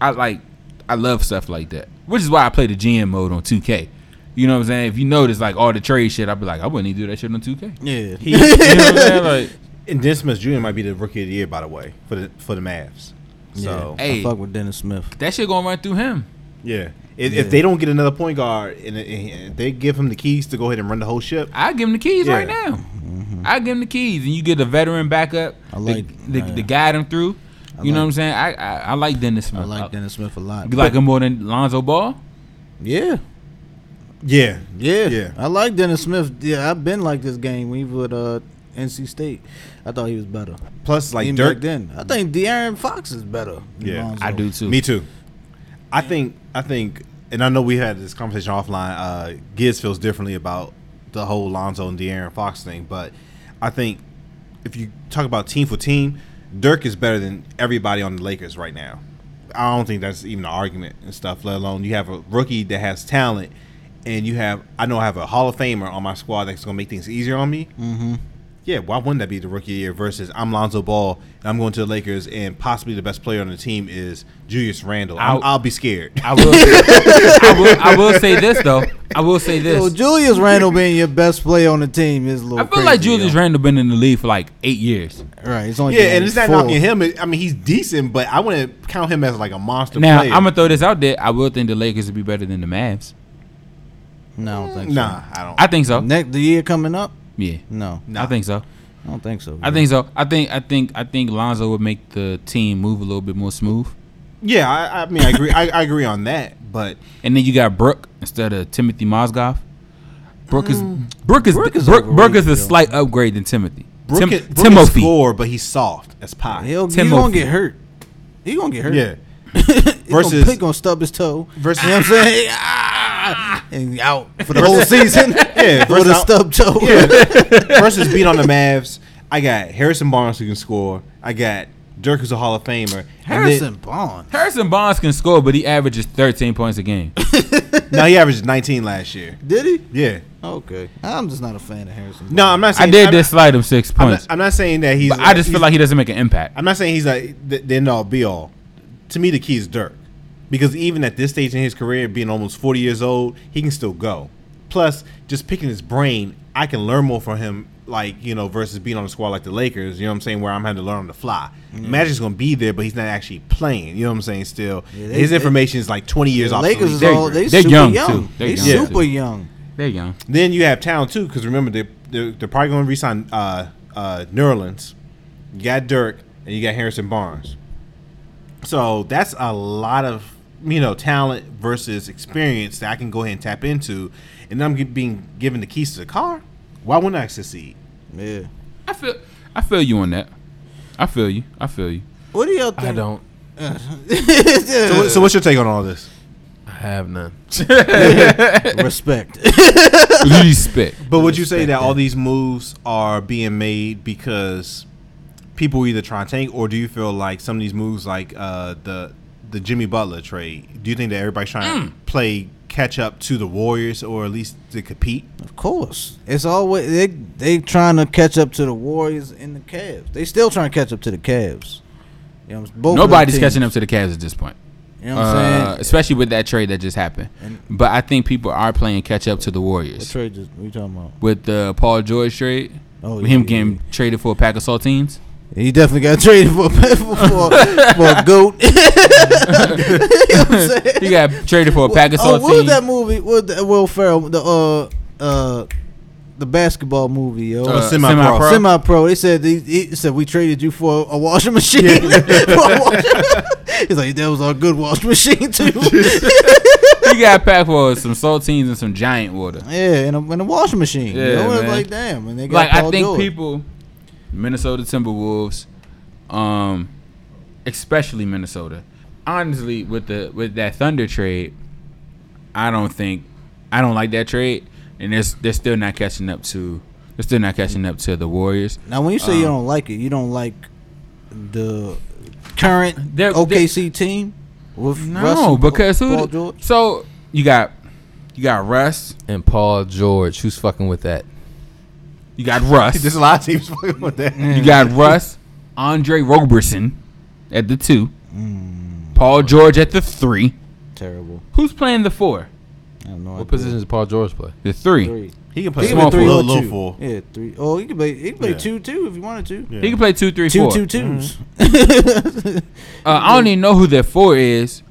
Speaker 3: I like, I love stuff like that, which is why I play the GM mode on 2K. You know what I'm saying? If you notice, like all the trade shit, I'd be like, I wouldn't even do that shit on 2K.
Speaker 1: [laughs] Yeah.
Speaker 3: you know what I'm saying? Like,
Speaker 5: And Dennis Smith Jr. might be the rookie of the year, by the way, for the for the Mavs. So
Speaker 1: yeah.
Speaker 3: Hey.
Speaker 1: I fuck with Dennis Smith.
Speaker 3: that shit going right through him.
Speaker 5: yeah, if,
Speaker 1: Yeah.
Speaker 5: if they don't get another point guard and, and they give him the keys to go ahead and run the whole ship,
Speaker 3: I give him the keys right
Speaker 5: Yeah.
Speaker 3: now. I give him the keys, and you get a veteran backup.
Speaker 1: Mm-hmm. I like-
Speaker 3: the, the,
Speaker 1: yeah.
Speaker 3: to guide him through.
Speaker 1: I
Speaker 3: you
Speaker 1: like-
Speaker 3: know what I'm saying? I I, I like Dennis
Speaker 1: I
Speaker 3: Smith.
Speaker 1: like Dennis Smith a lot.
Speaker 3: Uh, You like him more than Lonzo Ball?
Speaker 1: Yeah.
Speaker 5: yeah,
Speaker 1: Yeah.
Speaker 5: Yeah.
Speaker 1: I like Dennis Smith. Yeah, I've been like this game when he was at uh, NC State. I thought he was better.
Speaker 5: Plus, like
Speaker 1: Even
Speaker 5: Dirk.
Speaker 1: back then. I think De'Aaron Fox is better. than
Speaker 5: Yeah,
Speaker 1: Lonzo.
Speaker 3: I do too.
Speaker 5: Me too. I think. I think, and I know we had this conversation offline. Uh, Giz feels differently about the whole Lonzo and De'Aaron Fox thing, but I think if you talk about team for team, Dirk is better than everybody on the Lakers right now. I don't think that's even an argument and stuff. Let alone you have a rookie that has talent, and you have I know I have a Hall of Famer on my squad that's going to make things easier on me. Yeah, why wouldn't that be the rookie of the year versus I'm Lonzo Ball and I'm going to the Lakers and possibly the best player on the team is Julius Randle. I'll,
Speaker 3: I'll-
Speaker 5: I'll be
Speaker 3: [laughs]
Speaker 5: scared. [laughs]
Speaker 3: I will, I will. I will say this though. I will say
Speaker 1: So
Speaker 3: this.
Speaker 1: Julius Randle being your best player on the team is a little.
Speaker 3: I feel like
Speaker 1: crazy,
Speaker 3: Julius
Speaker 1: yo.
Speaker 3: Randle been in the league for like eight years.
Speaker 1: Right. It's only
Speaker 5: Yeah,
Speaker 1: been
Speaker 5: and it's not
Speaker 1: four.
Speaker 5: knocking him. I mean, he's decent, but I wouldn't count him as like a monster
Speaker 3: Now
Speaker 5: player.
Speaker 3: I'm gonna throw this out there. I will think the Lakers would be better than the Mavs.
Speaker 1: No, I don't think
Speaker 5: nah, I don't.
Speaker 3: I think so.
Speaker 1: so. Next the year coming up?
Speaker 3: Yeah,
Speaker 1: No,
Speaker 3: I think so.
Speaker 1: I don't think so.
Speaker 3: I think so. I think. I think. I think Lonzo would make the team move a little bit more smooth.
Speaker 5: yeah, I, I mean, I agree. I, I agree on that, but
Speaker 3: And then you got Brooke instead of Timothy Mozgov. Brooke is Brooke is Brooke
Speaker 1: Brooke
Speaker 3: is,
Speaker 1: is
Speaker 3: Brooke, Brooke is a
Speaker 1: overrated, though.
Speaker 3: slight upgrade than Timothy.
Speaker 5: Brook,
Speaker 3: Tim-
Speaker 5: Tim, Brook can
Speaker 3: Timothy.
Speaker 5: score, but he's soft as pie.
Speaker 1: he'll he
Speaker 3: Timothy.
Speaker 1: gonna get hurt. He gonna get hurt.
Speaker 5: yeah,
Speaker 1: versus
Speaker 5: versus-
Speaker 1: gonna, he gonna stub his toe.
Speaker 5: versus
Speaker 1: You know what I'm
Speaker 5: [laughs]
Speaker 1: saying? Ah, and out for the whole season
Speaker 5: yeah,
Speaker 1: with
Speaker 5: versus
Speaker 1: a stub toe.
Speaker 5: yeah. [laughs] versus beat on the Mavs. I got Harrison Barnes who can score. I got Dirk who's a Hall of Famer. And then-
Speaker 1: [laughs] Harrison Bond.
Speaker 3: Harrison Bonds can score, but he averages 13 points a [laughs] game.
Speaker 5: No, he averaged 19 last year.
Speaker 1: Did he?
Speaker 5: Yeah.
Speaker 1: Okay. I'm just not a fan of Harrison.
Speaker 5: No, I'm not.
Speaker 3: I
Speaker 5: Saying,
Speaker 3: did
Speaker 5: I'm
Speaker 3: this slide him six
Speaker 5: Not, I'm, not,
Speaker 3: points.
Speaker 5: I'm not saying that he's.
Speaker 3: but I just feel
Speaker 5: he's-
Speaker 3: like he doesn't make an impact.
Speaker 5: I'm not saying he's like the, the end all be all. To me, the key is Dirk, because even at this stage in his career, being almost 40 years old, he can still go. Plus, just picking his brain, I can learn more from him like you know versus being on a squad like the Lakers. You know what I'm saying? Where I'm having to learn on the fly. Magic's gonna be there, but he's not actually playing. You know what I'm saying? Still,
Speaker 1: Yeah, they-
Speaker 5: his
Speaker 1: they-
Speaker 5: information is like 20 years
Speaker 1: The
Speaker 5: off.
Speaker 1: Lakers is
Speaker 3: They're-
Speaker 1: all they
Speaker 3: they're
Speaker 1: super young.
Speaker 3: young, too. They're
Speaker 1: They
Speaker 3: young,
Speaker 1: super
Speaker 3: too.
Speaker 1: young.
Speaker 3: There you go.
Speaker 5: Then you have talent too, because remember they they're, they're probably going to resign uh, uh, Nerlens. You got Dirk and you got Harrison Barnes. So that's a lot of you know talent versus experience that I can go ahead and tap into, and I'm get, being given the keys to the car. Why wouldn't I succeed?
Speaker 1: Yeah.
Speaker 3: I feel I feel you on that. I feel you. I feel you.
Speaker 1: What do y'all think?
Speaker 4: I don't.
Speaker 5: So, what- so what's your take on all this?
Speaker 4: I have none. [laughs]
Speaker 1: [laughs] Respect.
Speaker 3: [laughs] Respect.
Speaker 5: But would you say that all these moves are being made because people either trying to tank, or do you feel like some of these moves, like uh, the the Jimmy Butler trade, do you think that everybody's trying
Speaker 3: Mm.
Speaker 5: to play catch up to the Warriors, or at least to [laughs] compete?
Speaker 1: Of course, it's always they they trying to catch up to the Warriors and the Cavs. They still trying to catch up to the Cavs. You know, both of the
Speaker 3: Nobody's
Speaker 1: teams.
Speaker 3: catching up to the Cavs at this point.
Speaker 1: You know what I'm
Speaker 3: Uh,
Speaker 1: saying?
Speaker 3: especially with that trade that just happened.
Speaker 1: And-
Speaker 3: But I think people are playing catch up to the
Speaker 1: What
Speaker 3: Warriors
Speaker 1: trade is, what you talking about?
Speaker 3: with the Paul George trade.
Speaker 1: Oh,
Speaker 3: with him
Speaker 1: yeah,
Speaker 3: getting traded for a pack of saltines.
Speaker 1: He definitely got traded [laughs] for for for, for a goat. [laughs] you know what I'm saying?
Speaker 3: He
Speaker 1: [laughs]
Speaker 3: got traded for a pack of
Speaker 1: oh, what was that
Speaker 3: saltines.
Speaker 1: movie? What the, Will Ferrell? The uh uh the basketball movie, yo.
Speaker 3: Uh,
Speaker 5: semi-pro.
Speaker 3: semi-pro.
Speaker 1: Semi pro. They said they, he said we traded you for a washing machine. [laughs] For a washing- [laughs] He's like that was our good washing machine too.
Speaker 3: [laughs] he got a pack for some saltines and some giant water.
Speaker 1: yeah, and a, and a washing machine. you
Speaker 3: Yeah,
Speaker 1: know? It's
Speaker 3: man.
Speaker 1: like damn, and they got
Speaker 3: like I
Speaker 1: Paul
Speaker 3: think
Speaker 1: George.
Speaker 3: people, Minnesota Timberwolves, um, especially Minnesota. Honestly, with the with that Thunder trade, I don't think I don't like that trade, and they're they're still not catching up to they're still not catching up to the Warriors.
Speaker 1: Now, when you say you
Speaker 5: Um,
Speaker 1: don't like it, you don't like the current
Speaker 3: They're-
Speaker 1: OKC team with
Speaker 3: No,
Speaker 1: Russell,
Speaker 3: because who?
Speaker 1: Paul
Speaker 3: the-
Speaker 1: George.
Speaker 3: So you got you got Russ,
Speaker 4: And Paul George, who's fucking with that?
Speaker 3: you got Russ,
Speaker 5: There's a lot of teams fucking with that.
Speaker 3: you got Russ, Andre Roberson at the two, Paul George at the three.
Speaker 1: Terrible.
Speaker 3: Who's playing the four?
Speaker 1: I have no
Speaker 4: What
Speaker 1: idea.
Speaker 4: position does Paul George play?
Speaker 3: The three.
Speaker 1: Three.
Speaker 5: He can play
Speaker 1: He can
Speaker 3: Small
Speaker 1: play three
Speaker 5: little,
Speaker 1: or
Speaker 5: little
Speaker 1: two.
Speaker 5: four.
Speaker 1: Yeah, three. Oh, he can play. He can play
Speaker 5: Yeah.
Speaker 1: two two if he wanted to.
Speaker 5: Yeah.
Speaker 3: He can play two, three,
Speaker 1: Two
Speaker 3: four.
Speaker 1: two
Speaker 3: Mm-hmm.
Speaker 1: twos.
Speaker 3: Uh, I don't even know who their four is,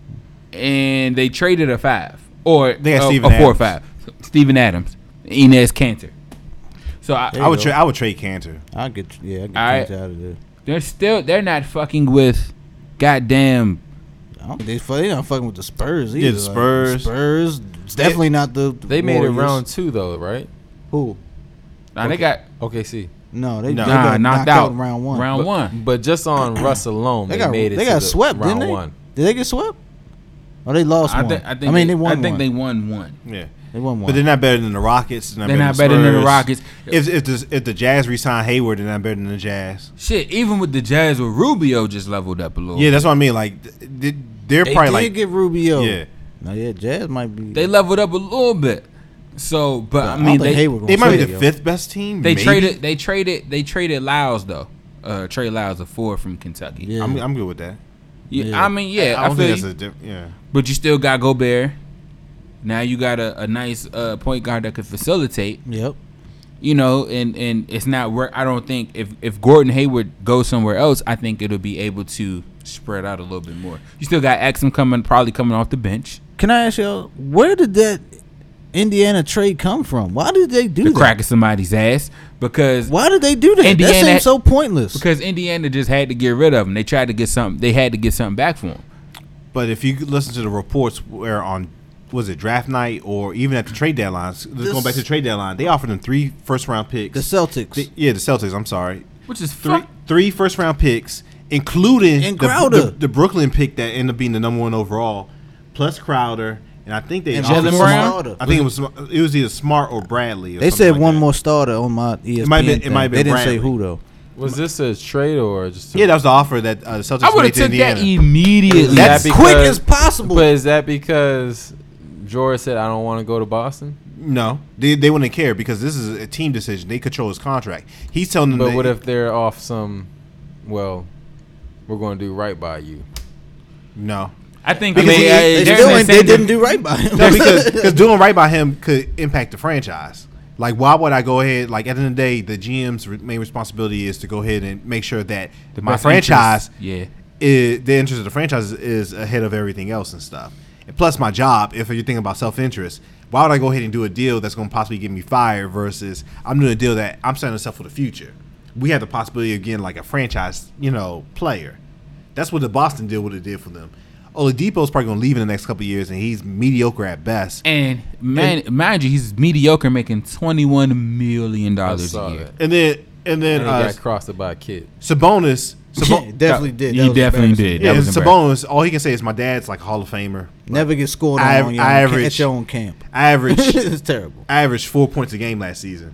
Speaker 3: and they traded a five or
Speaker 5: They got
Speaker 3: a,
Speaker 5: Steven
Speaker 3: a four or
Speaker 5: Adams.
Speaker 3: five. Steven Adams, Inez Cantor. So I,
Speaker 1: There
Speaker 5: I
Speaker 1: you
Speaker 5: would
Speaker 1: go.
Speaker 5: trade. I would trade Cantor.
Speaker 1: I get. Yeah, I get
Speaker 3: All right.
Speaker 1: kicked out of there.
Speaker 3: they're still they're not fucking with, goddamn.
Speaker 1: I don't, they fu- they not fucking with the Spurs either.
Speaker 5: Yeah, the
Speaker 1: like,
Speaker 5: Spurs.
Speaker 1: Spurs. It's definitely not the. the
Speaker 4: They made
Speaker 1: Warriors.
Speaker 4: it round two though, right?
Speaker 1: Who?
Speaker 3: Now they got
Speaker 4: Okay, see.
Speaker 1: No, they,
Speaker 5: Nah,
Speaker 1: they got
Speaker 3: nah, knocked out
Speaker 1: round one.
Speaker 3: Round
Speaker 4: But,
Speaker 3: one.
Speaker 4: but just on Russ alone,
Speaker 1: They
Speaker 4: they,
Speaker 1: got
Speaker 4: made it.
Speaker 1: they
Speaker 4: to
Speaker 1: got
Speaker 4: the
Speaker 1: swept, didn't
Speaker 4: round
Speaker 1: they?
Speaker 4: One.
Speaker 1: Did they get swept? Or they lost
Speaker 3: I
Speaker 1: one.
Speaker 3: think I think
Speaker 1: I mean, they,
Speaker 3: they,
Speaker 1: won.
Speaker 3: I think
Speaker 1: one.
Speaker 3: they won one.
Speaker 5: Yeah.
Speaker 1: They won one.
Speaker 5: But they're not better than the Rockets. They're not,
Speaker 3: They're
Speaker 5: better,
Speaker 3: not
Speaker 5: than
Speaker 3: better than the
Speaker 5: Spurs.
Speaker 3: Rockets.
Speaker 5: If if the, if the Jazz resign Hayward, they're not better than the Jazz.
Speaker 3: Shit, even with the Jazz, where Rubio just leveled up a little.
Speaker 5: Yeah, that's what I mean. Like th- th- they're
Speaker 1: They
Speaker 5: probably
Speaker 1: did
Speaker 5: like
Speaker 1: get Rubio.
Speaker 5: yeah.
Speaker 1: No, yeah, Jazz might be.
Speaker 3: they leveled up a little bit. So, but I
Speaker 1: don't
Speaker 3: mean,
Speaker 1: think
Speaker 3: they
Speaker 1: Hayward
Speaker 5: They
Speaker 1: gonna
Speaker 5: might be
Speaker 1: play,
Speaker 5: the
Speaker 1: yo.
Speaker 5: fifth best team.
Speaker 3: They
Speaker 5: maybe.
Speaker 3: traded. They traded. They traded Lyles though. Uh, Trey Lyles, a forward from Kentucky.
Speaker 1: Yeah.
Speaker 5: I'm, I'm good with that.
Speaker 3: Yeah,
Speaker 1: Yeah.
Speaker 3: I mean, yeah,
Speaker 5: I
Speaker 3: I,
Speaker 5: don't
Speaker 3: feel
Speaker 5: think
Speaker 3: you.
Speaker 5: that's a diff- yeah.
Speaker 3: but you still got Gobert. Now you got a, a nice uh, point guard that could facilitate.
Speaker 1: Yep.
Speaker 3: You know, and and it's not where I don't think if if Gordon Hayward goes somewhere else, I think it'll be able to spread out a little bit more. You still got Axum coming, probably coming off the bench.
Speaker 1: Can I ask y'all where did that Indiana trade come from? Why did they do
Speaker 3: The
Speaker 1: that?
Speaker 3: crack of somebody's ass because
Speaker 1: Why did they do that? that
Speaker 3: Indiana-
Speaker 1: seems so pointless.
Speaker 3: because Indiana just had to get rid of him. They tried to get something. They had to get something back for him.
Speaker 5: But if you listen to the reports where on was it draft night or even at the trade deadline, s- just going back to the trade deadline, they offered them three first round picks.
Speaker 1: the Celtics.
Speaker 5: Th- yeah, the Celtics. I'm sorry,
Speaker 3: Which is
Speaker 5: three
Speaker 3: fuck-
Speaker 5: three first round picks, including
Speaker 1: And
Speaker 5: the-
Speaker 1: Crowder.
Speaker 5: the, the Brooklyn pick that ended up being the number one overall, plus Crowder, and I think they
Speaker 1: And
Speaker 5: offered
Speaker 1: Jalen
Speaker 5: Smart-
Speaker 1: Brown?
Speaker 5: I think it was Sm- it was either Smart or Bradley. Or
Speaker 1: they
Speaker 5: something
Speaker 1: said
Speaker 5: like
Speaker 1: one
Speaker 5: that.
Speaker 1: more starter on my E ESPN.
Speaker 5: might be- it
Speaker 1: thing.
Speaker 5: might be
Speaker 1: they didn't say
Speaker 5: Bradley.
Speaker 1: who though.
Speaker 4: Was this a trade or just?
Speaker 5: Yeah, that was the offer that uh, the Celtics
Speaker 3: I would
Speaker 5: made
Speaker 3: have
Speaker 5: to
Speaker 3: took that
Speaker 5: Indiana.
Speaker 3: immediately.
Speaker 1: That's
Speaker 4: that
Speaker 1: quick
Speaker 4: because-
Speaker 1: as possible.
Speaker 4: But is that because George said I don't want to go to Boston?
Speaker 5: No, they, they wouldn't care because this is a team decision. They control his contract. He's telling them.
Speaker 4: But
Speaker 5: that-
Speaker 4: what if they're off some? Well, we're going to do right by you.
Speaker 5: No,
Speaker 3: I think
Speaker 1: I mean,
Speaker 3: they,
Speaker 1: they,
Speaker 3: uh,
Speaker 1: they
Speaker 3: they're
Speaker 1: still
Speaker 3: in the
Speaker 1: ain't- they
Speaker 3: same-
Speaker 4: [laughs]
Speaker 1: didn't do right by him.
Speaker 5: no, because because doing right by him could impact the franchise. Like, why would I go ahead? Like, at the end of the day, the GM's re- main responsibility is to go ahead and make sure that my
Speaker 3: best interest-
Speaker 5: franchise,
Speaker 3: yeah.
Speaker 5: is, the interest of the franchise is ahead of everything else and stuff. And plus, my job, if you're thinking about self interest, why would I go ahead and do a deal that's going to possibly get me fired versus I'm doing a deal that I'm setting us up for the future? We have the possibility of getting like a franchise, you know, player. That's what the Boston deal would have did for them. Oladipo's probably going to leave in the next couple of years, and he's mediocre at best.
Speaker 3: And man, mind you, he's mediocre, making twenty one million
Speaker 4: I
Speaker 3: dollars a
Speaker 4: saw
Speaker 3: year.
Speaker 4: that.
Speaker 5: And then, and then
Speaker 4: And he
Speaker 5: uh,
Speaker 4: got crossed by a kid.
Speaker 5: Sabonis, Sabo-
Speaker 1: Yeah, definitely did. That
Speaker 3: You
Speaker 1: was
Speaker 3: definitely
Speaker 1: embarrassing.
Speaker 3: did.
Speaker 5: yeah,
Speaker 3: that was embarrassing.
Speaker 5: Sabonis. All he can say is my dad's like Hall of Famer,
Speaker 1: [laughs] Never get scored on
Speaker 5: I-
Speaker 1: on your own, ca- at
Speaker 5: I average-
Speaker 1: your own camp.
Speaker 5: average,
Speaker 4: [laughs]
Speaker 1: it's terrible.
Speaker 5: averaged four points a game last season.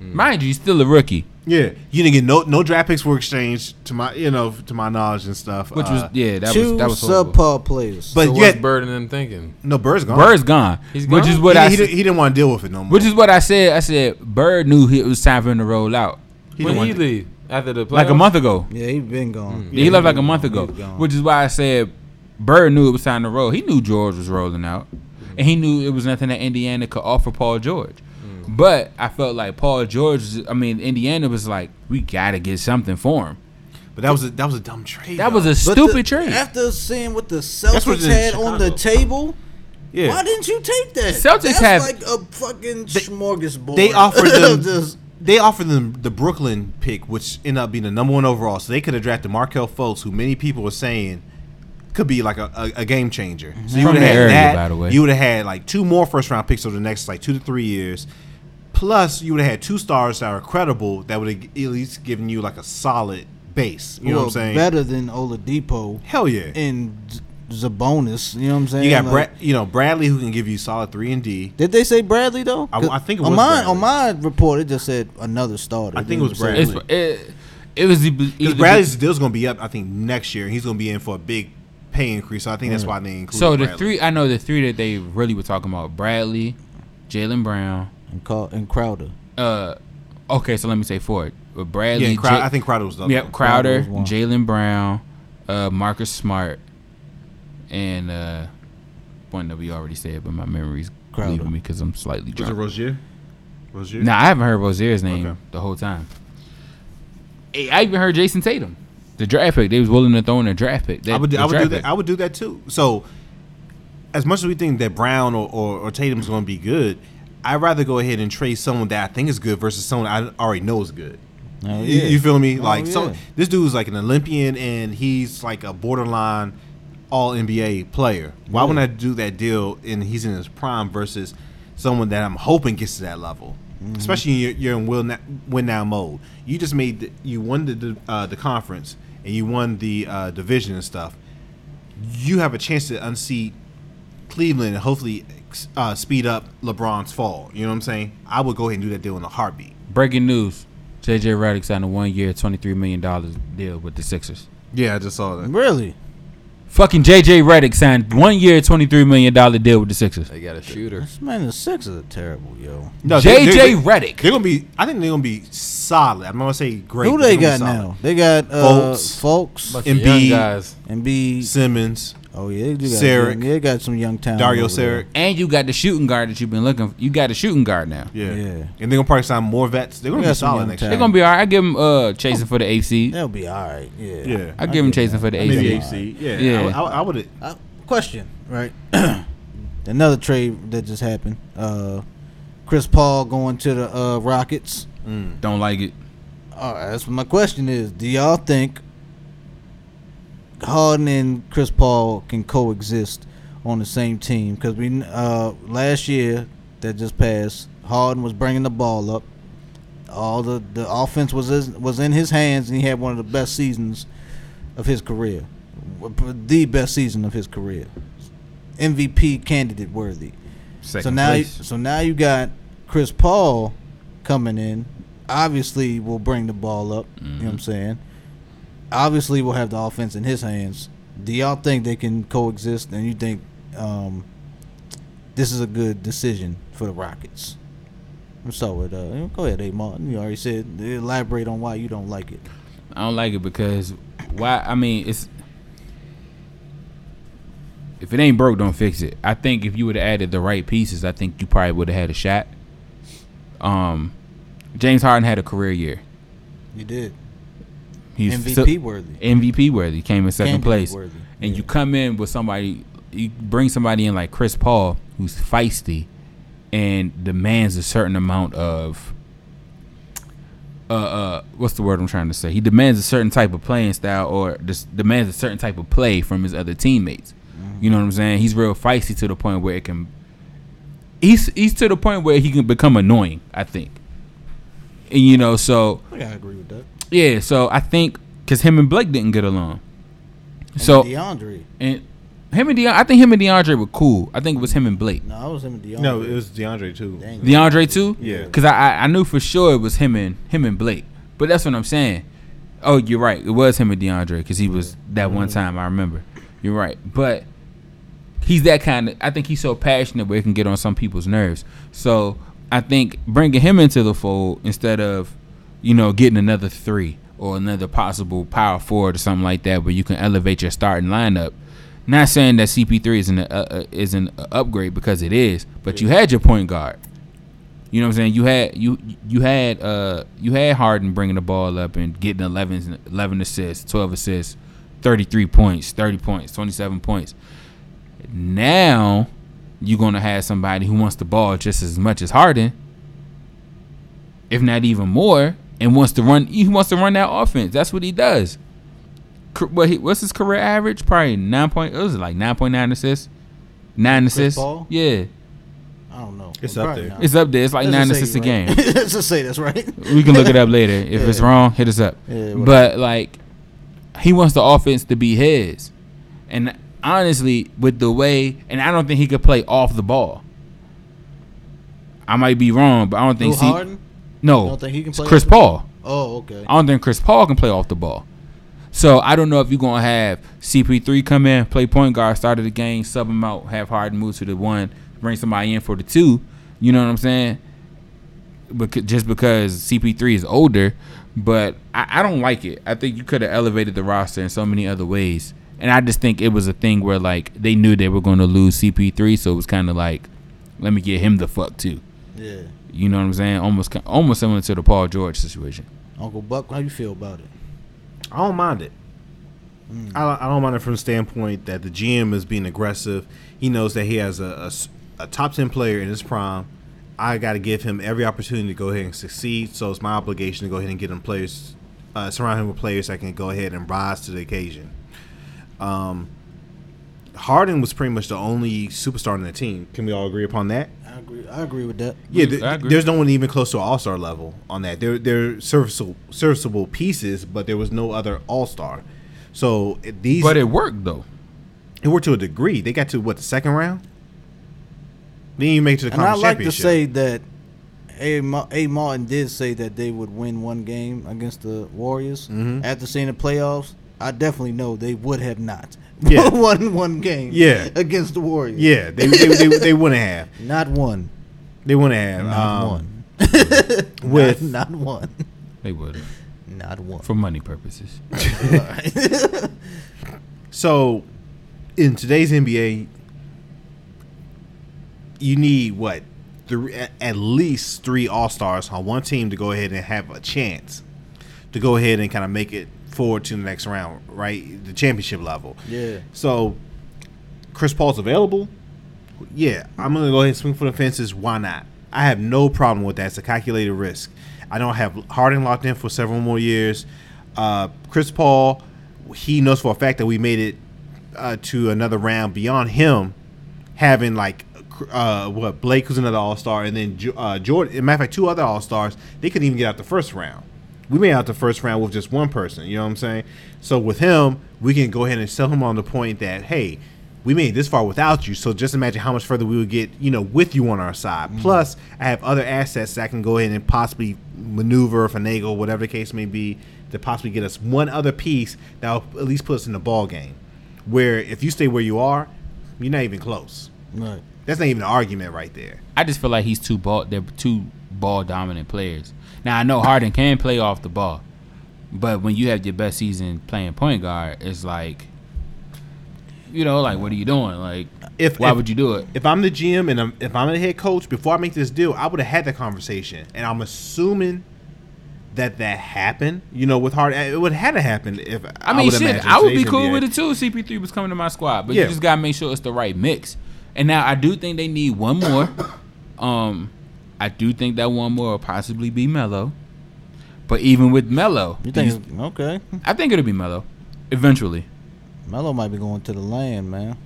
Speaker 3: Mind you, he's still a rookie,
Speaker 5: Yeah, you didn't get no no draft picks were exchanged to my you know to my knowledge and stuff.
Speaker 3: which was
Speaker 5: Uh,
Speaker 3: yeah, that
Speaker 1: Two
Speaker 3: was that was horrible.
Speaker 1: subpar players.
Speaker 5: but
Speaker 4: So what's
Speaker 5: yet
Speaker 4: Bird and them thinking?
Speaker 5: no Bird's gone.
Speaker 3: Bird's gone,
Speaker 4: He's
Speaker 3: which
Speaker 4: gone?
Speaker 3: is
Speaker 5: he,
Speaker 3: what I
Speaker 5: he,
Speaker 3: said-
Speaker 5: didn't- he didn't want to deal with it no more.
Speaker 3: which is what I said. I said Bird knew he- it was time for him to roll out,
Speaker 4: when
Speaker 5: don't
Speaker 4: he
Speaker 5: want
Speaker 4: leave after the playoffs?
Speaker 3: like a month ago.
Speaker 1: yeah, he been
Speaker 5: Mm.
Speaker 1: gone.
Speaker 3: he left like a month ago,
Speaker 1: He's gone.
Speaker 3: which is why I said Bird knew it was time to roll. He knew George was rolling out, and he knew it was nothing that Indiana could offer Paul George. But I felt like Paul George. I mean, Indiana was like, we gotta get something for him.
Speaker 5: but that was a, that was a dumb trade.
Speaker 3: That
Speaker 5: though.
Speaker 3: was a
Speaker 1: But
Speaker 3: stupid
Speaker 1: the-
Speaker 3: trade.
Speaker 1: After seeing what the
Speaker 5: what
Speaker 1: Celtics
Speaker 5: it is in
Speaker 1: had on the
Speaker 5: Chicago.
Speaker 1: table,
Speaker 5: yeah.
Speaker 1: why didn't you take that?
Speaker 3: Celtics
Speaker 1: That's
Speaker 3: have-
Speaker 1: like a fucking smorgasbord.
Speaker 5: They offered
Speaker 1: of [laughs]
Speaker 5: them
Speaker 1: just-
Speaker 5: they offered them the Brooklyn pick, which ended up being the number one overall. So they could have drafted Markel Fultz, who many people were saying could be like a, a, a game changer. So you
Speaker 3: From
Speaker 5: would have
Speaker 3: the
Speaker 5: had
Speaker 3: area,
Speaker 5: that.
Speaker 3: by the way.
Speaker 5: You would have had like two more first round picks over the next like two to three years. Plus, you would have had two stars that are credible that would have at least given you like a solid base. You know what I'm
Speaker 1: Well,
Speaker 5: saying?
Speaker 1: Better than Oladipo
Speaker 5: Hell yeah.
Speaker 1: and Z- Zabonis. You know what I'm saying?
Speaker 5: You got
Speaker 1: Like,
Speaker 5: Brad, you know Bradley who can give you solid three and D.
Speaker 1: Did they say Bradley though?
Speaker 5: I-
Speaker 1: 'Cause
Speaker 5: I think it
Speaker 1: on
Speaker 5: was
Speaker 1: mine on my
Speaker 5: Bradley.
Speaker 1: report it just said another starter.
Speaker 5: I think it was
Speaker 1: Didn't say-
Speaker 5: Bradley.
Speaker 3: It's, it, it was the
Speaker 5: Because Bradley's deal's going to be up, I think, next year. He's going to be in for a big pay increase. So I think that's why they included
Speaker 3: Mm. so the
Speaker 5: Bradley.
Speaker 3: three. I know the three that they really were talking about: Bradley, Jalen Brown.
Speaker 1: And, Car- and Crowder.
Speaker 3: Uh, okay, so let me say four: Uh, Bradley.
Speaker 5: Yeah, Crow-
Speaker 3: Ja-
Speaker 5: I think Crowder was the other
Speaker 3: Yep,
Speaker 5: one.
Speaker 3: Crowder,
Speaker 1: Crowder was
Speaker 3: Jalen Brown, uh, Marcus Smart, and uh, one that we already said, but my memory's
Speaker 1: Crowder.
Speaker 3: leaving me because I'm slightly
Speaker 5: Was it
Speaker 3: drunk.
Speaker 5: Rozier? Rozier?
Speaker 3: Nah, I haven't heard Rozier's name
Speaker 5: Okay.
Speaker 3: the whole time. Hey, I even heard Jason Tatum, the draft pick. They was willing to throw in a draft pick. That,
Speaker 5: I would, do-
Speaker 3: the
Speaker 5: I would
Speaker 3: draft
Speaker 5: do that.
Speaker 3: pick.
Speaker 5: I would do that too. So, as much as we think that Brown or, or, or Tatum's going to be good, I'd rather go ahead and trade someone that I think is good versus someone I already know is good.
Speaker 1: Oh,
Speaker 5: You-
Speaker 1: yeah.
Speaker 5: You feel me?
Speaker 1: Oh,
Speaker 5: Like so,
Speaker 1: yeah.
Speaker 5: this dude's like an Olympian and he's like a borderline All NBA player. Why wouldn't I do that deal? And he's in his prime versus someone that I'm hoping gets to that level. Especially you're, you're in will now, win now mode. You just made the, you won the the, uh, the conference and you won the uh, division and stuff. You have a chance to unseat Cleveland and hopefully uh, speed up LeBron's fall. You know what I'm saying? I would go ahead and do that deal in a heartbeat.
Speaker 3: Breaking news: J.J. Redick signed a one-year, twenty-three million dollars deal with the Sixers.
Speaker 5: Yeah, I just saw that.
Speaker 1: Really?
Speaker 3: Fucking J.J. Redick signed one-year, twenty-three million dollar deal with the Sixers.
Speaker 4: They got a
Speaker 3: [laughs]
Speaker 4: shooter.
Speaker 1: This man, the Sixers are terrible, yo.
Speaker 5: No, they-
Speaker 3: J.J.
Speaker 5: they-
Speaker 3: Redick.
Speaker 5: They're gonna be. I think they're gonna be solid. I'm not gonna say great.
Speaker 1: Who
Speaker 5: but
Speaker 1: they
Speaker 5: they're
Speaker 1: got
Speaker 5: gonna be
Speaker 1: now? They got uh,
Speaker 5: Fultz.
Speaker 1: Folks
Speaker 4: Bunch
Speaker 1: and
Speaker 4: of
Speaker 5: Embiid.
Speaker 4: young guys.
Speaker 1: B.
Speaker 5: Simmons,
Speaker 1: Oh yeah, they do got
Speaker 5: Saric.
Speaker 1: Some, they got some young talent.
Speaker 5: Dario
Speaker 1: over there.
Speaker 5: Saric.
Speaker 3: And you got the shooting guard that you've been looking. For. You got a shooting guard now.
Speaker 5: Yeah.
Speaker 1: Yeah.
Speaker 5: and they're gonna probably sign more vets. They're gonna
Speaker 1: We got
Speaker 5: be
Speaker 1: some
Speaker 5: solid
Speaker 1: young
Speaker 5: next
Speaker 1: talent.
Speaker 3: They're gonna be all right. I give them uh, chasing for the AC.
Speaker 1: They'll be all right. Yeah.
Speaker 5: year. Yeah,
Speaker 3: I give them chasing for the AC.
Speaker 5: maybe AC. Yeah,
Speaker 3: Yeah.
Speaker 5: I, I, I would.
Speaker 1: Uh, question, right? [clears throat] Another trade that just happened. Uh, Chris Paul going to the uh, Rockets.
Speaker 3: Don't like it.
Speaker 1: All right, that's what my question is. Do y'all think Harden and Chris Paul can coexist on the same team? Because we kn- uh, last year that just passed, Harden was bringing the ball up. All the the offense was his, was in his hands, and he had one of the best seasons of his career, the best season of his career, MVP candidate worthy so now, you, so now you got Chris Paul coming in. Obviously, will bring the ball up. You know what
Speaker 3: Mm-hmm.
Speaker 1: I'm saying? Obviously, will have the offense in his hands. Do y'all think they can coexist? And you think um, this is a good decision for the Rockets? I'm sorry. With, uh, go ahead, A. Martin. You already said elaborate on why you don't like it.
Speaker 3: I don't like it because why? I mean, it's if it ain't broke, don't fix it. I think if you would have added the right pieces, I think you probably would have had a shot. Um, James Harden had a career year.
Speaker 1: You did.
Speaker 3: He's
Speaker 1: MVP worthy.
Speaker 3: MVP worthy. Came in second
Speaker 1: Candidate
Speaker 3: place.
Speaker 1: worthy.
Speaker 3: And you come in with somebody, you bring somebody in like Chris Paul, who's feisty and demands a certain amount of. Uh, uh, what's the word I'm trying to say? He demands a certain type of playing style, or just demands a certain type of play from his other teammates.
Speaker 1: Mm-hmm.
Speaker 3: You know what I'm saying? He's real feisty to the point where it can. He's he's to the point where he can become annoying. I think, and you know, so
Speaker 6: I gotta agree with that.
Speaker 3: yeah, so I think because him and Blake didn't get along.
Speaker 1: And
Speaker 3: So
Speaker 1: DeAndre.
Speaker 3: and him and De- I think him and DeAndre were cool. I think it was him and Blake.
Speaker 1: No, I was him and DeAndre.
Speaker 5: No, it was DeAndre too.
Speaker 1: Dang.
Speaker 3: DeAndre too.
Speaker 5: Yeah.
Speaker 3: Because I, I I knew for sure it was him and him and Blake. But that's what I'm saying. Oh, you're right. It was him and DeAndre because he was that one time I remember. You're right, but he's that kind of. I think he's so passionate where it can get on some people's nerves. So I think bringing him into the fold instead of you know getting another three or another possible power forward or something like that where you can elevate your starting lineup. Not saying that CP3 isn't a, uh, is an upgrade because it is, but you had your point guard. You know what I'm saying? You had you you had uh you had Harden bringing the ball up and getting 11, 11 assists, 12 assists, 33 points, 30 points, 27 points. Now you're going to have somebody who wants the ball just as much as Harden, if not even more, and wants to run he wants to run that offense. That's what he does. Cr- What he, what's his career average? Probably 9 point it was like 9.9 assists. 9 assists.
Speaker 1: Paul?
Speaker 3: Yeah.
Speaker 1: I don't know.
Speaker 5: It's
Speaker 1: Well,
Speaker 5: up
Speaker 1: probably
Speaker 5: there.
Speaker 1: not.
Speaker 3: It's up there. It's like
Speaker 1: Let's
Speaker 3: 9
Speaker 1: just
Speaker 3: assists
Speaker 1: say
Speaker 3: a game.
Speaker 1: right. Let's just say [laughs] that's right.
Speaker 3: we can look
Speaker 1: [laughs]
Speaker 3: it up later. If it's wrong, hit us up.
Speaker 1: Yeah, whatever.
Speaker 3: but like, he wants the offense to be his, and honestly, with the way, and I don't think he could play off the ball. I might be wrong, but I don't
Speaker 1: Who
Speaker 3: think C-
Speaker 1: Harden?
Speaker 3: no,
Speaker 1: You don't think he can
Speaker 3: it's
Speaker 1: play
Speaker 3: Chris
Speaker 1: off the
Speaker 3: Paul.
Speaker 1: Oh, okay.
Speaker 3: I don't think Chris Paul can play off the ball. So I don't know if you're gonna have CP3 come in, play point guard, start of the game, sub him out, have Harden move to the one, bring somebody in for the two. You know what I'm saying? Because just because CP3 is older, but I, I don't like it. I think you could have elevated the roster in so many other ways, and I just think it was a thing where like they knew they were going to lose CP3, so it was kind of like, let me get him the fuck too.
Speaker 1: Yeah.
Speaker 3: You know what I'm saying? Almost ki- almost similar to the Paul George situation.
Speaker 1: Uncle Buck, how you feel about it?
Speaker 5: I don't mind it. I, I don't mind it from the standpoint that the GM is being aggressive. He knows that he has a, a s- a top 10 player in his prime. I got to give him every opportunity to go ahead and succeed. So it's my obligation to go ahead and get him players, uh, surround him with players that can go ahead and rise to the occasion. Um, Harden was pretty much the only superstar in the team. Can we all agree upon that?
Speaker 1: I agree. I agree with that.
Speaker 5: Yeah,
Speaker 3: Mm, I
Speaker 5: th-
Speaker 3: agree.
Speaker 5: there's no one even close to all star level on that. There, there are serviceable, serviceable pieces, but there was no other all star. So it- these,
Speaker 3: But it worked though.
Speaker 5: it worked to a degree. They got to what the second round. Then you make it to the
Speaker 1: And I
Speaker 5: conference
Speaker 1: like to
Speaker 5: championship.
Speaker 1: say that A. Ma- A. Martin did say that they would win one game against the Warriors
Speaker 5: Mm-hmm.
Speaker 1: after seeing the playoffs. I definitely know they would have not [laughs]
Speaker 5: Yeah.
Speaker 1: won one game
Speaker 5: Yeah.
Speaker 1: against the Warriors.
Speaker 5: yeah, they, they, they, they wouldn't have.
Speaker 1: Not one.
Speaker 5: They wouldn't have.
Speaker 3: [laughs]
Speaker 1: Not
Speaker 5: um,
Speaker 1: one.
Speaker 5: with
Speaker 1: Not one. [laughs]
Speaker 3: They would.
Speaker 1: Not one.
Speaker 3: for money purposes.
Speaker 5: so in today's NBA, you need what three, a- at least three All Stars on one team to go ahead and have a chance to go ahead and kind of make it forward to the next round, right? The championship level.
Speaker 1: Yeah.
Speaker 5: So Chris Paul's available. Yeah, I'm gonna go ahead and swing for the fences. Why not? I have no problem with that. It's a calculated risk. I don't have Harden locked in for several more years. Uh, Chris Paul, he knows for a fact that we made it uh, to another round beyond him having like uh, what Blake who's another All Star, and then Jo- uh, Jordan. As a matter of fact, two other All Stars. They couldn't even get out the first round. We made out the first round with just one person. You know what I'm saying? So with him, we can go ahead and sell him on the point that hey, we made it this far without you. So just imagine how much further we would get, you know, with you on our side. Plus, I have other assets that I can go ahead and possibly maneuver, finagle, whatever the case may be, to possibly get us one other piece that will at least put us in the ball game. Where if you stay where you are, you're not even close.
Speaker 1: Right.
Speaker 5: That's not even an argument right there.
Speaker 3: I just feel like he's too ball. They're two ball dominant players. Now I know Harden can play off the ball, but when you have your best season playing point guard, it's like, you know, like what are you doing? Like
Speaker 5: If
Speaker 3: Why
Speaker 5: if-
Speaker 3: would you do it?
Speaker 5: If I'm the GM and I'm, if I'm the head coach, before I make this deal, I would have had that conversation. And I'm assuming that that happened. You know, with hard, it would have had to happen. If
Speaker 3: I mean, shit,
Speaker 5: imagine
Speaker 3: I would be
Speaker 5: today's
Speaker 3: cool
Speaker 5: NBA.
Speaker 3: with it too. if CP3 was coming to my squad, but
Speaker 5: Yeah.
Speaker 3: you just gotta make sure it's the right mix. And now I do think they need one more. [coughs] um, I do think that one more will possibly be Mello. But even with Mello,
Speaker 1: You think okay?
Speaker 3: I think it'll be Mello eventually.
Speaker 1: Melo might be going to the land, man.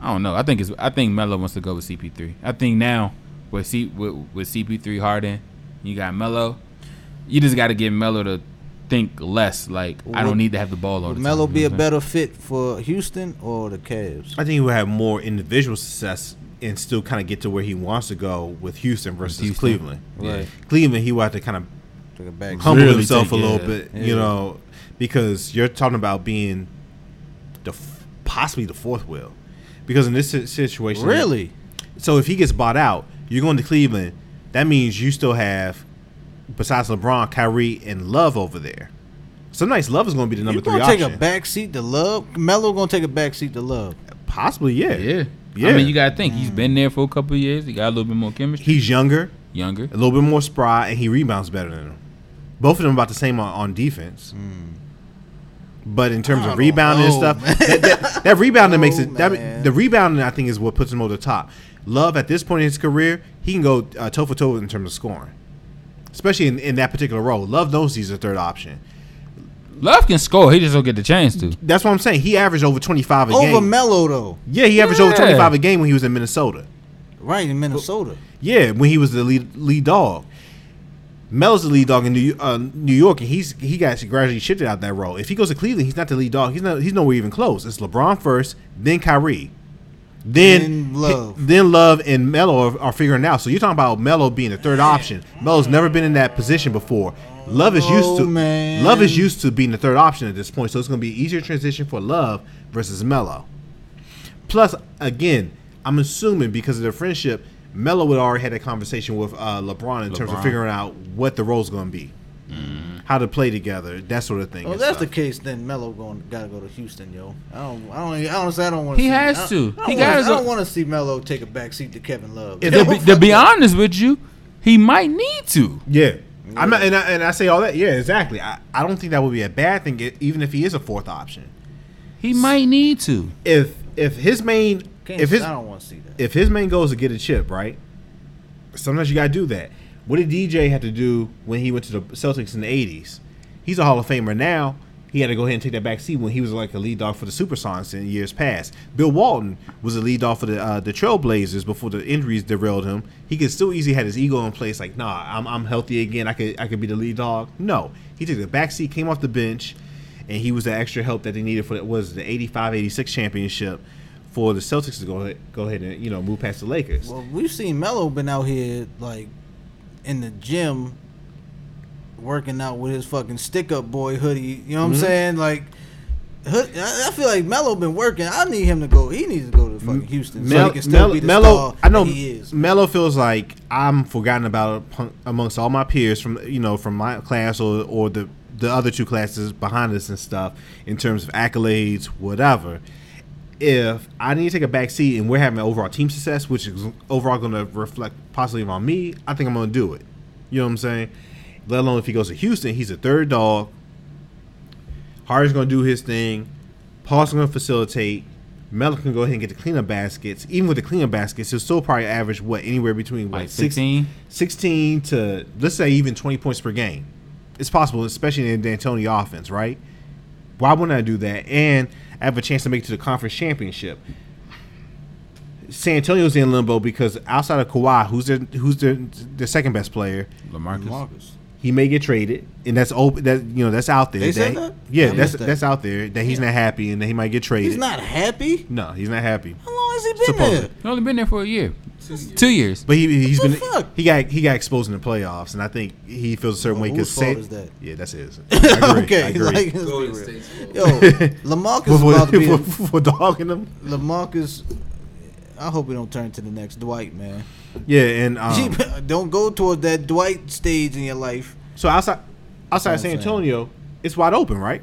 Speaker 3: I don't know. I think it's. I think Melo wants to go with CP3. I think now with C with, with CP3 Harden, you got Melo. You just got to get Melo to think less. Like I
Speaker 1: Would-
Speaker 3: don't need to have the ball all
Speaker 1: Would
Speaker 3: the
Speaker 1: Melo
Speaker 3: time,
Speaker 1: be
Speaker 3: you
Speaker 1: a
Speaker 3: know what I'm
Speaker 1: better fit for Houston or the Cavs?
Speaker 5: I think he would have more individual success and still kind of get to where he wants to go with Houston versus
Speaker 3: Houston.
Speaker 5: Cleveland.
Speaker 1: Right.
Speaker 5: Cleveland, he would have to kind of
Speaker 1: Took it back.
Speaker 5: humble
Speaker 3: Really
Speaker 5: himself
Speaker 3: take-
Speaker 5: a little
Speaker 3: yeah.
Speaker 5: bit,
Speaker 1: Yeah.
Speaker 5: you know, because you're talking about being the f- possibly the fourth wheel. Because in this si- situation,
Speaker 1: Really?
Speaker 5: So if he gets bought out, you're going to Cleveland. That means you still have, besides LeBron, Kyrie, and Love over there. So nice. Love is going to be the number
Speaker 1: you
Speaker 5: three
Speaker 1: gonna
Speaker 5: option.
Speaker 1: take a backseat to love? Melo gonna take a backseat to love?
Speaker 5: Possibly, yeah.
Speaker 3: saying? Yeah. I
Speaker 5: Yeah.
Speaker 3: mean, you gotta think. He's been there for a couple of years. He got a little bit more chemistry.
Speaker 5: He's younger,
Speaker 3: Younger.
Speaker 5: a little bit more spry, and he rebounds better than him. Both of them about the same on, on defense.
Speaker 1: Hmm.
Speaker 5: But in terms of rebounding
Speaker 1: know,
Speaker 5: and stuff, that, that, that rebounding makes
Speaker 1: Oh,
Speaker 5: it. That,
Speaker 1: man.
Speaker 5: the rebounding, I think, is what puts him over the top. Love at this point in his career, he can go uh, toe for toe in terms of scoring, especially in, in that particular role. Love knows he's a third option.
Speaker 3: Love can score. He just don't get the chance to.
Speaker 5: That's what I'm saying. He averaged over 25 a
Speaker 1: Over
Speaker 5: game.
Speaker 1: Melo though,
Speaker 5: yeah, he averaged over
Speaker 3: Yeah.
Speaker 5: 25 a game when he was in Minnesota.
Speaker 1: right in Minnesota.
Speaker 5: Yeah, when he was the lead lead dog. Mel's the lead dog in New, uh, New York, and he's he got gradually shifted out that role. If he goes to Cleveland, he's not the lead dog. He's not. He's nowhere even close. It's LeBron first, then Kyrie, then
Speaker 1: Then Love.
Speaker 5: then Love and Melo are, are figuring it out. So you're talking about Melo being the third option. Melo's never been in that position before. Love is used to
Speaker 1: Oh, man.
Speaker 5: Love is used to being the third option at this point. So it's going to be an easier transition for Love versus Melo. Plus, again, I'm assuming because of their friendship, Melo would already had a conversation with uh, LeBron in terms of
Speaker 3: LeBron.
Speaker 5: figuring out what the role's going to be, how to play together, that sort of thing.
Speaker 1: Well,
Speaker 5: and
Speaker 1: if Mm-hmm. Oh, that's the
Speaker 5: stuff.
Speaker 1: case. Then Melo going gotta go to Houston, yo. I don't. I don't. even- Honestly, I don't want.
Speaker 3: He has
Speaker 1: I,
Speaker 3: to.
Speaker 1: I
Speaker 3: He
Speaker 1: don't
Speaker 3: got his
Speaker 1: wanna- I
Speaker 3: own-
Speaker 1: don't want to see Melo take a backseat to Kevin Love.
Speaker 5: If
Speaker 1: Yo,
Speaker 3: To be, to
Speaker 1: fuck
Speaker 3: be
Speaker 1: that.
Speaker 3: honest with you, he might need to.
Speaker 5: Yeah. I'm not, and, I, and I say all that. Yeah, exactly. I, I don't think that would be a bad thing, e- even if he is a fourth option.
Speaker 3: He might need to.
Speaker 5: If if his main
Speaker 1: Can't-
Speaker 5: if his
Speaker 1: I don't want to see that.
Speaker 5: if his main goal is to get a chip, right? Sometimes you gotta do that. What did DJ have to do when he went to the Celtics in the eighties? He's a Hall of Famer now. He had to go ahead and take that back seat when he was like a lead dog for the Supersonics in years past. Bill Walton was a lead dog for the uh, the Trailblazers before the injuries derailed him. He could still easily had his ego in place, like, nah, I'm, I'm healthy again. I could I could be the lead dog. No, he took the back seat, came off the bench, and he was the extra help that they needed for what was the 85-86 championship for the Celtics to go ahead, go ahead and you know move past the Lakers.
Speaker 1: Well, we've seen Melo been out here like in the gym working out with his fucking stick up boy hoodie. You know what I'm
Speaker 5: Mm-hmm.
Speaker 1: saying? Like, hood, I I feel like Melo been working. I need him to go. He needs to go to fucking Houston so
Speaker 5: Mel-
Speaker 1: he can still
Speaker 5: Mel-
Speaker 1: be the
Speaker 5: Melo,
Speaker 1: star
Speaker 5: I know
Speaker 1: that he is.
Speaker 5: Melo feels like I'm forgotten about pun- amongst all my peers from you know from my class or or the the other two classes behind us and stuff in terms of accolades, whatever. If I need to take a back seat and we're having overall team success, which is overall going to reflect positively on me, I think I'm going to do it. You know what I'm saying? Let alone if he goes to Houston, he's a third dog. Harden's gonna do his thing. Paul's gonna facilitate. Melo can go ahead and get the cleanup baskets. Even with the cleanup baskets, he'll still probably average what anywhere between what
Speaker 3: Like
Speaker 5: six-
Speaker 3: 16?
Speaker 5: 16 to let's say even twenty points per game. It's possible, especially in the D'Antoni offense, right? Why wouldn't I do that? And I have a chance to make it to the conference championship. San Antonio's in limbo because outside of Kawhi, who's their who's their their second best player,
Speaker 3: Lamarcus.
Speaker 1: Marcus.
Speaker 5: he may get traded, and that's open. That you know, that's out there.
Speaker 1: They said that? I
Speaker 5: Yeah,
Speaker 1: missed
Speaker 5: that's
Speaker 1: that.
Speaker 5: that's out there that he's not happy and that he might get traded.
Speaker 1: He's not happy.
Speaker 5: No, he's not happy.
Speaker 1: How long has he been
Speaker 5: Supposedly.
Speaker 1: there?
Speaker 3: He only been there for a year. Two years.
Speaker 5: But he he's
Speaker 1: What
Speaker 5: been
Speaker 1: the fuck?
Speaker 5: he got he got exposed in the playoffs, and I think he feels a certain
Speaker 1: Well,
Speaker 5: way because
Speaker 1: whose fault is that?
Speaker 5: Yeah, that's
Speaker 1: [laughs]
Speaker 5: his. I agree. I
Speaker 1: okay,
Speaker 5: agree.
Speaker 1: like let's
Speaker 4: Golden
Speaker 1: be real.
Speaker 4: State's
Speaker 5: [laughs]
Speaker 4: fault.
Speaker 1: yo, Lamarcus
Speaker 5: for,
Speaker 1: is about to be
Speaker 5: [laughs] for,
Speaker 1: a-
Speaker 5: for, for dogging him.
Speaker 1: Lamarcus. I hope we don't turn to the next Dwight man. [laughs]
Speaker 5: Yeah, and um,
Speaker 1: don't go toward that Dwight stage in your life.
Speaker 5: so outside outside
Speaker 1: That's what
Speaker 5: San
Speaker 1: I'm saying.
Speaker 5: Antonio, it's wide open, right?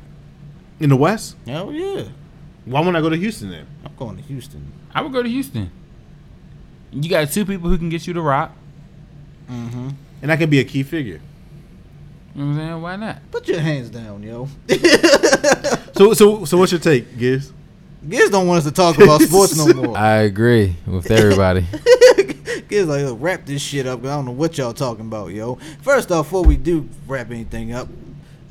Speaker 5: In the West,
Speaker 1: Hell Oh, yeah.
Speaker 5: Why wouldn't I go to Houston then?
Speaker 1: I'm going to Houston.
Speaker 3: I would go to Houston. You got two people who can get you the rock.
Speaker 5: And I could be a key figure.
Speaker 3: You know what I'm saying? Why not?
Speaker 1: Put your hands down, yo.
Speaker 5: So so so what's your take, Giz?
Speaker 1: Giz don't want us to talk [laughs] about sports no more.
Speaker 4: I agree with
Speaker 3: [laughs]
Speaker 4: everybody.
Speaker 1: Kids like, "Yo, wrap this shit up. 'cause I don't know what y'all talking about, yo. First off, before we do wrap anything up,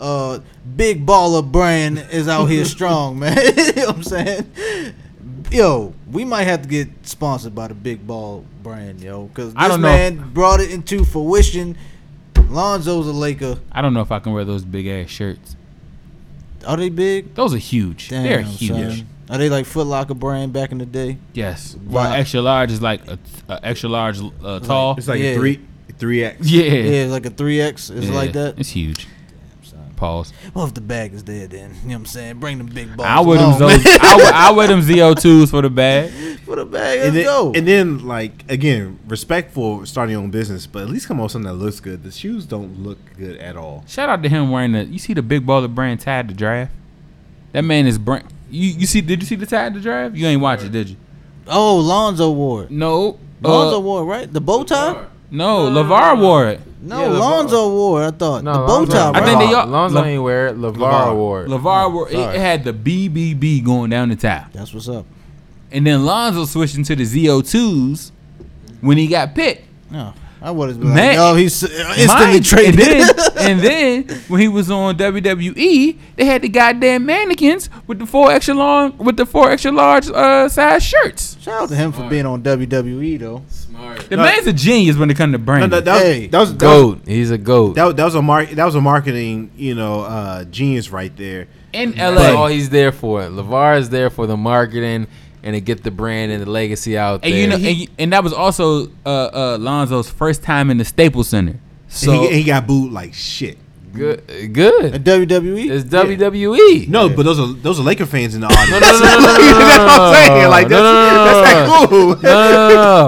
Speaker 1: uh, Big Baller Brand is out [laughs] here strong, man. you know what I'm saying? Yo, we might have to get sponsored by the Big Ball Brand, yo, because
Speaker 3: I
Speaker 1: this
Speaker 3: don't know
Speaker 1: man brought it into fruition. Lonzo's a Laker.
Speaker 3: I don't know if I can wear those big ass shirts.
Speaker 1: Are they big?
Speaker 3: Those are huge. They're
Speaker 1: Damn,
Speaker 3: huge.
Speaker 1: son. Are they like Foot Locker brand back in the day?
Speaker 3: Yes. Well,
Speaker 1: Wow.
Speaker 3: extra large is like a, a extra large uh, tall.
Speaker 5: It's like
Speaker 1: Yeah.
Speaker 5: a three three X.
Speaker 3: yeah.
Speaker 1: Yeah, it's like a 3X. It's like
Speaker 3: Yeah.
Speaker 1: that.
Speaker 3: It's huge.
Speaker 1: son.
Speaker 3: Pause.
Speaker 1: Well, if the bag is there, then, you know what I'm saying? Bring the big balls.
Speaker 3: I wear them.
Speaker 1: along,
Speaker 3: Zo- I, wear, I wear
Speaker 1: [laughs]
Speaker 3: them ZO2s for the bag.
Speaker 1: For the bag, let's
Speaker 5: And
Speaker 1: go.
Speaker 5: then, and then, like again, respectful starting your own business, but at least come up with something that looks good. The shoes don't look good at all.
Speaker 3: Shout out to him wearing the. You see the big baller brand tied to draft. That man is brand. You you see? Did you see the tied to draft? You ain't watch it, did you?
Speaker 1: oh, Lonzo wore it.
Speaker 3: No. uh,
Speaker 1: Lonzo wore it, right? The bow tie?
Speaker 3: no. Levar wore it.
Speaker 1: No,
Speaker 4: Yeah, LeVar.
Speaker 1: Lonzo wore it, I thought.
Speaker 4: No,
Speaker 1: the bow
Speaker 4: Lonzo-
Speaker 1: tie, right?
Speaker 3: I think they all-
Speaker 4: Lonzo
Speaker 3: Le-
Speaker 4: ain't wear it. Levar,
Speaker 5: LeVar.
Speaker 4: wore it.
Speaker 3: Levar wore. It,
Speaker 4: Sorry.
Speaker 3: it had the BBB going down the top,
Speaker 1: That's what's up.
Speaker 3: and then Lonzo switched into the ZO2s when he got picked.
Speaker 1: No, I would have been like,
Speaker 3: Man.
Speaker 1: yo, he's uh, instantly
Speaker 3: Mine-
Speaker 1: traded.
Speaker 5: [laughs]
Speaker 3: And then, and then when he was on WWE, they had the goddamn mannequins with the four extra long with the four extra large uh, size shirts.
Speaker 1: [laughs] Shout out to him for being on WWE, though.
Speaker 3: The man's a genius when it comes to
Speaker 5: No,
Speaker 3: branding.
Speaker 5: that, that was-
Speaker 1: Hey,
Speaker 5: that was that was-
Speaker 4: Goat. He's a goat.
Speaker 5: that, was- that was a mar- that was a marketing you know uh, genius right there.
Speaker 3: in
Speaker 4: That's all
Speaker 3: LA.
Speaker 4: he's there for. Levar is there for the marketing and to get the brand and the legacy out there.
Speaker 3: And you know, and, you- and that was also uh, uh, Lonzo's first time in the Staples Center.
Speaker 5: And
Speaker 3: So
Speaker 5: he, he got booed like shit.
Speaker 4: good, good.
Speaker 1: At WWE?
Speaker 4: It's E. WWE.
Speaker 5: No, but those are those are Laker fans in the [laughs] audience.
Speaker 4: no, no, no, no, no, no,
Speaker 5: that's what I'm saying. Like
Speaker 4: no,
Speaker 5: that's, that's not cool.
Speaker 4: [laughs] no, no,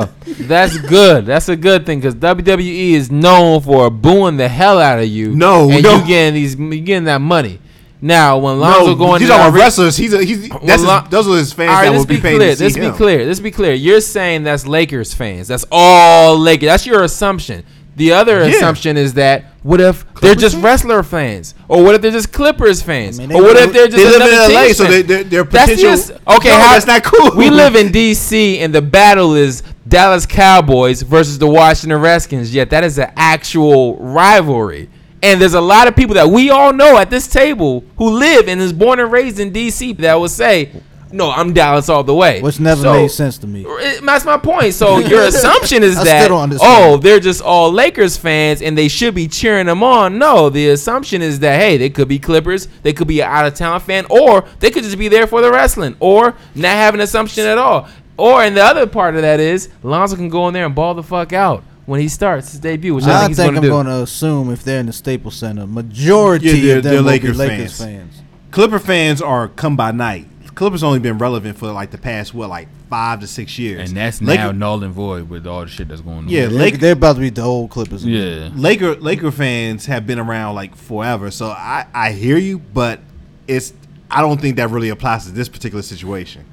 Speaker 4: no. That's good. That's a good thing because WWE E is known for booing the hell out of you.
Speaker 5: No,
Speaker 4: and
Speaker 5: no.
Speaker 4: you getting these, you getting that money. Now when Lonzo
Speaker 5: No,
Speaker 4: going,
Speaker 5: he's talking
Speaker 4: to that
Speaker 5: about
Speaker 4: ring-
Speaker 5: wrestlers. He's a, he's that's his,
Speaker 4: Lon-
Speaker 5: those are his fans
Speaker 4: All right,
Speaker 5: that
Speaker 4: let's
Speaker 5: will be,
Speaker 4: be
Speaker 5: paying
Speaker 4: clear.
Speaker 5: to see
Speaker 4: Let's
Speaker 5: him.
Speaker 4: be clear. Let's be clear. You're saying that's Lakers fans. That's all Lakers. That's your assumption. The other
Speaker 5: Yeah.
Speaker 4: assumption is that what if they're just wrestler fans, or what if they're just Clippers fans,
Speaker 1: I mean,
Speaker 4: or
Speaker 1: they
Speaker 4: what if
Speaker 1: live-
Speaker 4: they're just
Speaker 5: They live
Speaker 4: another
Speaker 5: in LA,
Speaker 4: team's
Speaker 5: so
Speaker 4: fan?
Speaker 5: they, they're, they're
Speaker 4: That's
Speaker 5: potential.
Speaker 4: just- okay,
Speaker 5: No,
Speaker 4: how-
Speaker 5: that's not cool.
Speaker 4: We live in D.C. and the battle is Dallas Cowboys versus the Washington Redskins. Yet that is an actual rivalry, and there's a lot of people that we all know at this table who live and is born and raised in D.C. that will say, "No, I'm Dallas all the way,"
Speaker 1: Which never
Speaker 4: So-
Speaker 1: made sense to me.
Speaker 4: It- that's my point.
Speaker 1: [laughs]
Speaker 4: So your assumption is
Speaker 1: I
Speaker 4: that
Speaker 1: still don't understand.
Speaker 4: oh, they're just all Lakers fans and they should be cheering them on. No, the assumption is that hey, they could be Clippers, they could be an out of town fan, or they could just be there for the wrestling, or not have an assumption at all. Or and the other part of that is Lonzo can go in there and ball the fuck out when he starts his debut, which I,
Speaker 1: I
Speaker 4: think he's
Speaker 1: think
Speaker 4: gonna
Speaker 1: I'm
Speaker 4: do.
Speaker 1: going to assume if they're in the Staples Center, majority
Speaker 5: Yeah, they're-
Speaker 1: of them
Speaker 5: they're
Speaker 1: will
Speaker 5: Lakers
Speaker 1: be Lakers
Speaker 5: fans.
Speaker 1: fans.
Speaker 5: Clipper fans are come by night. Clippers only been relevant for like the past what like five to six years,
Speaker 3: and that's
Speaker 5: Laker,
Speaker 3: now null and void with all the shit that's going on.
Speaker 5: Yeah,
Speaker 1: They're,
Speaker 5: Lake,
Speaker 1: they're about to be the old Clippers. again.
Speaker 3: yeah.
Speaker 5: Laker Laker fans have been around like forever. So I I hear you, but it's I don't think that really applies to this particular situation.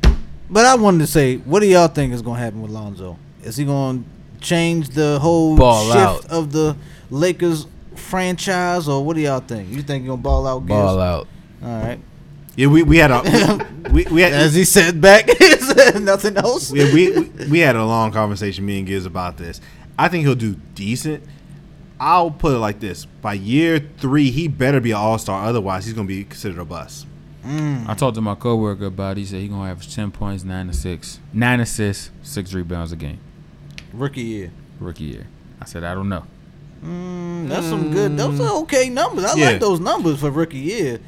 Speaker 1: But I wanted to say, what do y'all think is going to happen with Lonzo? Is he going to change the whole
Speaker 4: Ball
Speaker 1: shift
Speaker 4: out.
Speaker 1: of the Lakers franchise, or what do y'all think? You think he going to ball out? Giz?
Speaker 4: Ball out.
Speaker 1: All right.
Speaker 5: Yeah, we, we had a we, we had
Speaker 1: As he said back, [laughs] he said nothing else.
Speaker 5: we, we we had a long conversation me and Giz about this. I think he'll do decent. I'll put it like this: by year three, he better be an all star. Otherwise, he's going to be considered a bust.
Speaker 3: I talked to my coworker about. it. He said he gonna average ten points, nine assists, nine assists, six rebounds a game,
Speaker 1: Rookie year.
Speaker 3: rookie year. I said I don't know.
Speaker 1: Mm, that's some good. Those are okay numbers. I
Speaker 5: Yeah.
Speaker 1: like those numbers for rookie year.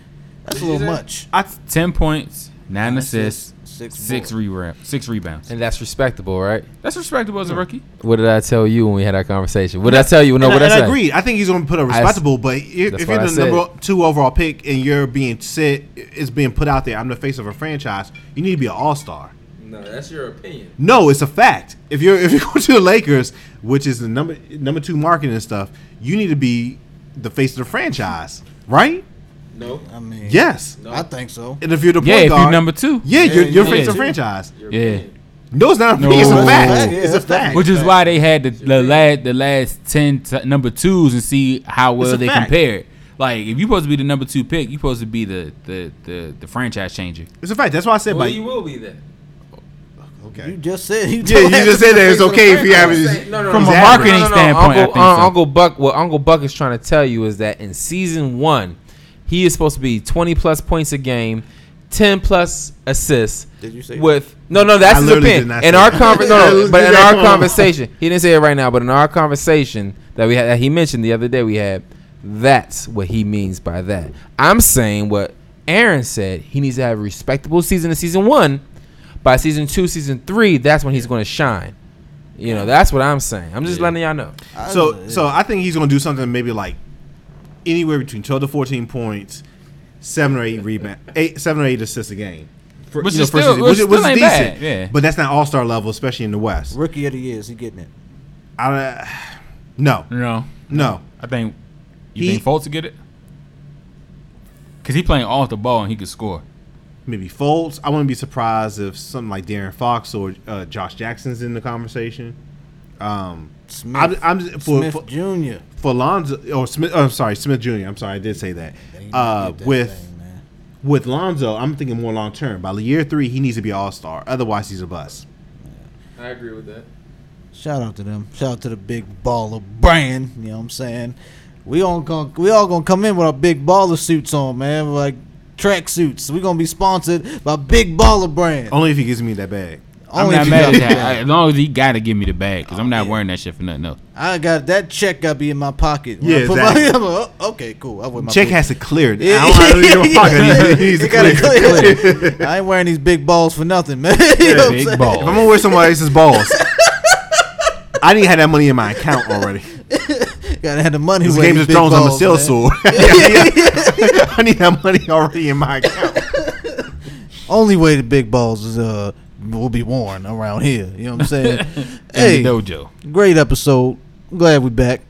Speaker 1: That's a little much.
Speaker 3: I ten points, nine, assists,
Speaker 1: Six.
Speaker 3: six
Speaker 1: boards.
Speaker 3: rebound, six rebounds.
Speaker 4: And that's respectable, right?
Speaker 3: That's respectable
Speaker 5: Hmm.
Speaker 3: as a rookie.
Speaker 4: What did I tell you when we had our conversation? What did I tell you? No,
Speaker 5: and
Speaker 4: what
Speaker 5: I,
Speaker 4: did
Speaker 5: and
Speaker 4: I
Speaker 5: I
Speaker 4: say?
Speaker 5: agree. I think he's going to put a respectable. but if, if
Speaker 4: what
Speaker 5: you're
Speaker 4: I
Speaker 5: the
Speaker 4: said.
Speaker 5: number two overall pick and you're being said it's being put out there, I'm the face of a franchise. You need to be an all star.
Speaker 4: No, that's your opinion.
Speaker 5: No, it's a fact. If you're if [laughs] you go to the Lakers, which is the number number two market and stuff, you need to be the face of the franchise, right?
Speaker 9: No.
Speaker 1: I mean,
Speaker 5: Yes.
Speaker 1: I think so.
Speaker 5: And if you're the point
Speaker 3: Yeah, if
Speaker 5: guard,
Speaker 3: you number two.
Speaker 5: yeah, you're, you're
Speaker 3: yeah,
Speaker 5: facing
Speaker 3: yeah.
Speaker 5: a franchise.
Speaker 3: Yeah.
Speaker 5: No, it's not. A,
Speaker 3: No.
Speaker 5: It's a
Speaker 3: It's a
Speaker 5: fact.
Speaker 1: fact, yeah,
Speaker 5: it's a
Speaker 1: that's
Speaker 5: fact.
Speaker 3: Which is why they had the, the last the last ten t- number twos and see how well
Speaker 5: It's a
Speaker 3: they
Speaker 5: fact.
Speaker 3: compare. Like if you're supposed to be the number two pick, you're supposed to be the the the, the franchise changer.
Speaker 5: It's a fact. That's why I said.
Speaker 9: Well,
Speaker 5: by,
Speaker 9: you will be then.
Speaker 1: You
Speaker 5: okay.
Speaker 1: just said you.
Speaker 5: [laughs] Yeah, you just
Speaker 1: [laughs]
Speaker 5: said that it's okay if you have
Speaker 9: Say-
Speaker 5: it.
Speaker 9: No, no,
Speaker 3: From
Speaker 9: no.
Speaker 3: a
Speaker 5: Exactly.
Speaker 3: marketing standpoint,
Speaker 4: Uncle,
Speaker 3: I
Speaker 4: uh,
Speaker 3: think so.
Speaker 4: Uncle Buck, what Uncle Buck is trying to tell you is that in season one, he is supposed to be twenty plus points a game, ten plus assists.
Speaker 1: Did you say
Speaker 4: with no, no, that's
Speaker 5: I
Speaker 4: his
Speaker 5: literally
Speaker 4: opinion.
Speaker 5: did not
Speaker 4: In
Speaker 5: say
Speaker 4: our
Speaker 5: that.
Speaker 4: conver- no, no, but in
Speaker 5: Did
Speaker 4: our
Speaker 5: that.
Speaker 4: conversation, he didn't say it right now. But in our conversation that we had, that he mentioned the other day, we had that's what he means by that. I'm saying what Aaron said. He needs to have a respectable season in season one. By season two, season three, that's when he's going to shine. You know, that's what I'm saying. I'm just letting y'all know.
Speaker 5: So, so I think he's going to do something maybe like anywhere between twelve to fourteen points, seven or eight rebound, [laughs] eight, seven or eight assists a game. For,
Speaker 3: Which
Speaker 5: you know,
Speaker 3: is
Speaker 5: for
Speaker 3: still-
Speaker 5: season-
Speaker 3: which still ain't bad, yeah.
Speaker 5: But that's not all star level, especially in the West.
Speaker 1: Rookie of the year, is he getting it?
Speaker 5: I, [sighs] uh, no,
Speaker 3: No,
Speaker 5: no.
Speaker 3: I think you
Speaker 5: He-
Speaker 3: think Fultz will get it because he playing off the ball and he could score.
Speaker 5: maybe Fultz. I wouldn't be surprised if something like Darren Fox or uh, Josh Jackson's in the conversation. Um, I'm,
Speaker 1: Smith,
Speaker 5: I'm just- for,
Speaker 1: Smith
Speaker 5: for
Speaker 1: Jr.
Speaker 5: for Lonzo or Smith. Oh, I'm sorry, Smith Jr. I'm sorry, I did say that. Uh, with with Lonzo, I'm thinking more long term. By the year three, he needs to be All Star. Otherwise, he's a bust.
Speaker 9: I agree with that.
Speaker 1: Shout out to them. Shout out to the big baller brand. You know what I'm saying? We all gonna we all gonna come in with our big baller suits on, man. Like track suits. We gonna be sponsored by Big Baller Brand.
Speaker 5: Only if he gives me that bag.
Speaker 1: Only if Oh,
Speaker 3: I'm not
Speaker 1: you
Speaker 3: mad at
Speaker 1: got-
Speaker 3: that. I- as long as he got to give me the bag because I'm not wearing that shit for nothing else.
Speaker 1: I got that check. Got to be in my pocket. When
Speaker 5: Yeah,
Speaker 1: I put my-
Speaker 5: exactly.
Speaker 1: [laughs] I'm like, oh, okay, cool. I wear my
Speaker 5: Check
Speaker 1: big-
Speaker 5: has to clear it.
Speaker 1: Yeah.
Speaker 5: I don't, I
Speaker 1: [laughs]
Speaker 5: don't even [laughs]
Speaker 1: Yeah.
Speaker 5: fucking- he needs
Speaker 1: You
Speaker 5: to
Speaker 1: gotta
Speaker 5: clear it. [laughs]
Speaker 1: clear it. I ain't wearing these big balls for nothing, man. [laughs] You know what I'm
Speaker 3: Big
Speaker 1: saying?
Speaker 5: If
Speaker 3: ball.
Speaker 5: I'm gonna wear somebody else's balls, I need to have that money in my account
Speaker 1: [laughs]
Speaker 5: already.
Speaker 1: Gotta have the money.
Speaker 5: This
Speaker 1: where
Speaker 5: Game
Speaker 1: these
Speaker 5: of
Speaker 1: big
Speaker 5: Thrones on the
Speaker 1: balls,
Speaker 5: sale
Speaker 1: man. [laughs]
Speaker 5: sword. [laughs] I need that [laughs] money already in my account.
Speaker 1: Only way the big balls is uh will be worn around here. You know what I'm saying?
Speaker 3: Hey,
Speaker 1: hey,
Speaker 3: dojo.
Speaker 1: great episode. I'm glad we back.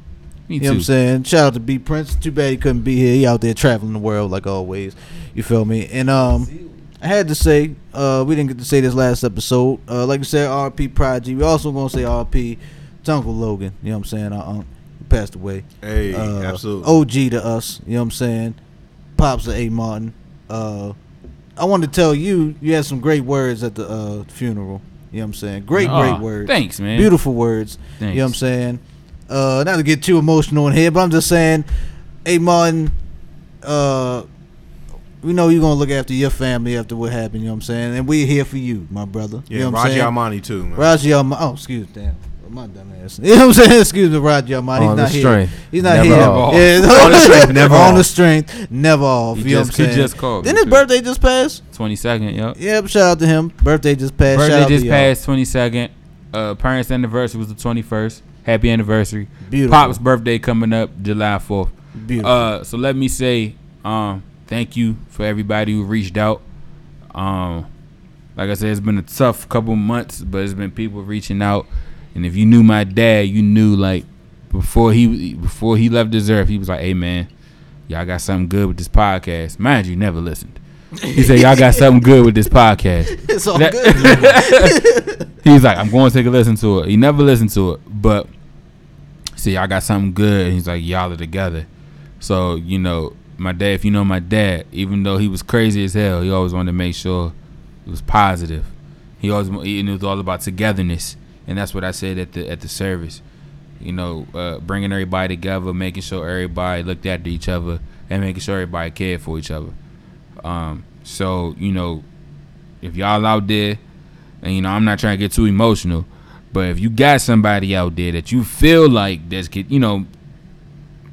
Speaker 3: Me
Speaker 1: You
Speaker 3: too.
Speaker 1: know what I'm saying? Shout out to B Prince. Too bad he couldn't be here. He out there traveling the world like always. You feel me? And um I had to say, uh we didn't get to say this last episode. Uh like you said, RP Prodigy. We also gonna say RP to Uncle Logan. You know what I'm saying? Our aunt who passed away.
Speaker 5: Hey,
Speaker 1: Uh, OG to us, you know what I'm saying? Pops to A Martin. Uh I wanted to tell you you had some great words at the uh funeral. You know what I'm saying? Great,
Speaker 3: Aw,
Speaker 1: great words.
Speaker 3: Thanks, man.
Speaker 1: Beautiful words. You know what I'm
Speaker 3: Thanks.
Speaker 1: saying? Uh, not to get too emotional in here, but I'm just saying, hey Martin, uh, we know you're gonna look after your family after what happened. You know what I'm saying? And we're here for you, my brother.
Speaker 5: Yeah,
Speaker 1: you know what
Speaker 5: Roger
Speaker 1: I'm saying?
Speaker 5: Armani too. Man.
Speaker 1: Raji Alma- Oh, excuse damn. My dumb ass. [laughs] You know what I'm saying? Excuse me, Roger Almani. He's
Speaker 4: On the
Speaker 1: not here.
Speaker 4: strength.
Speaker 1: He's not
Speaker 4: Never
Speaker 1: here.
Speaker 4: off.
Speaker 1: Yeah.
Speaker 5: On the strength,
Speaker 1: [laughs]
Speaker 5: never
Speaker 1: on the
Speaker 5: off.
Speaker 1: strength, never off.
Speaker 3: He
Speaker 1: you know
Speaker 3: just-
Speaker 1: what I'm
Speaker 3: he
Speaker 1: saying?
Speaker 3: just called me,
Speaker 1: Didn't his
Speaker 3: too.
Speaker 1: birthday just pass?
Speaker 3: 22nd, yep.
Speaker 1: Yep. Shout out to him. Birthday just passed. shout out
Speaker 3: Birthday
Speaker 1: to
Speaker 3: just
Speaker 1: y'all.
Speaker 3: passed, 22nd. Uh, parents' anniversary was the 21st. Happy anniversary.
Speaker 1: Beautiful.
Speaker 3: Pop's birthday coming up July 4th.
Speaker 1: Beautiful.
Speaker 3: Uh, so let me say um, thank you for everybody who reached out. Um, like I said, it's been a tough couple months, but it's been people reaching out. And if you knew my dad, you knew like before he before he left this earth, he was like, "Hey man, y'all got something good with this podcast." Mind you, never listened. He said, "Y'all got something good with this
Speaker 1: [laughs]
Speaker 3: podcast."
Speaker 1: it's all
Speaker 3: That-
Speaker 1: good.
Speaker 3: [laughs] He was like, I'm going to take a listen to it. He never listened to it, but see, I got something good. And he's like, y'all are together. So you know, my dad. If you know my dad, even though he was crazy as hell, he always wanted to make sure it was positive. He always wa- and it was all about togetherness, and that's what I said at the at the service. You know, uh, bringing everybody together, making sure everybody looked after each other, and making sure everybody cared for each other. Um, so you know, if y'all out there, and you know, I'm not trying to get too emotional, but if you got somebody out there that you feel like that's get, you know,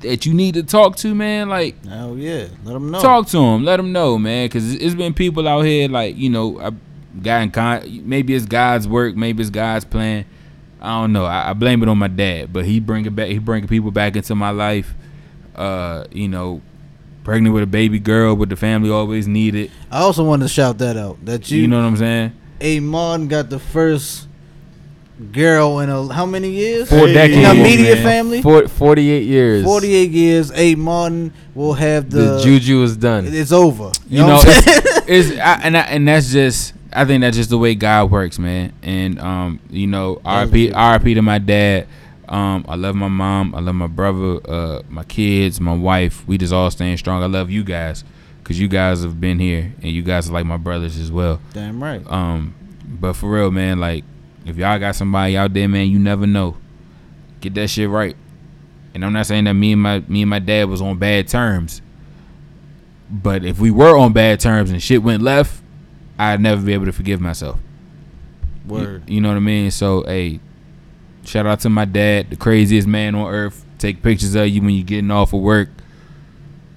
Speaker 3: that you need to talk to, man, like
Speaker 1: Oh yeah, let them know.
Speaker 3: talk to them, let them know, man, because it's been people out here like you know, I got in con. Maybe it's God's work, maybe it's God's plan. I don't know. I, I blame it on my dad, but he bringing back, he bringing people back into my life. Uh, you know, pregnant with a baby girl, what the family always needed.
Speaker 1: I also wanted to shout that out. That you,
Speaker 3: You know what I'm saying?
Speaker 1: A Martin got the first girl in a, how many years?
Speaker 4: Four
Speaker 1: In a
Speaker 4: decades,
Speaker 1: media
Speaker 3: man.
Speaker 1: family?
Speaker 4: For, 48 years.
Speaker 1: 48 years, A. Martin will have the,
Speaker 4: The juju is done.
Speaker 1: It's over.
Speaker 3: you know,
Speaker 1: what I'm saying?
Speaker 3: it's, it's I, and I, and that's just I think that's just the way God works, man. And um, you know, RP RP to my dad. Um, I love my mom. I love my brother, uh, my kids, my wife. We just all staying strong. I love you guys because you guys have been here and you guys are like my brothers as well.
Speaker 1: Damn right. [laughs]
Speaker 3: Um, but for real, man, like if y'all got somebody out there, man, you never know. Get that shit right. And I'm not saying that me and my me and my dad was on bad terms. But if we were on bad terms and shit went left, I'd never be able to forgive myself. You-
Speaker 1: Word.
Speaker 3: You, know what I mean? So, hey, shout out to my dad, the craziest man on earth. Take pictures of you when you're getting off of work.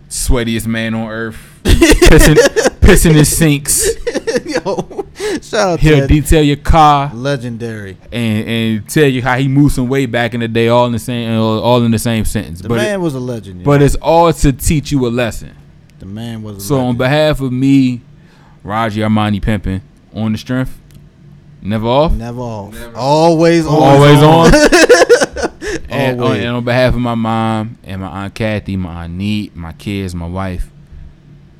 Speaker 3: Sweatiest man on earth. pissing, pissing in sinks.
Speaker 1: Yo, shout out
Speaker 3: He'll
Speaker 1: to that.
Speaker 3: detail your car
Speaker 1: Legendary.
Speaker 3: and and tell you how he moved some weight back in the day, all in the same, uh, all in the same sentence.
Speaker 1: The
Speaker 3: but
Speaker 1: man
Speaker 3: it,
Speaker 1: was a legend. yo.
Speaker 3: but it's all to teach you a lesson.
Speaker 1: the man was a
Speaker 3: So on
Speaker 1: legend.
Speaker 3: behalf of me, Roger Armani Pimpin, on the strength, never off,
Speaker 1: Never off. Always,
Speaker 3: always,
Speaker 1: always, [laughs]
Speaker 3: on. uh, and,
Speaker 1: Always.
Speaker 3: and on behalf of my mom and my aunt Kathy, my aunt Neat, my kids, my wife,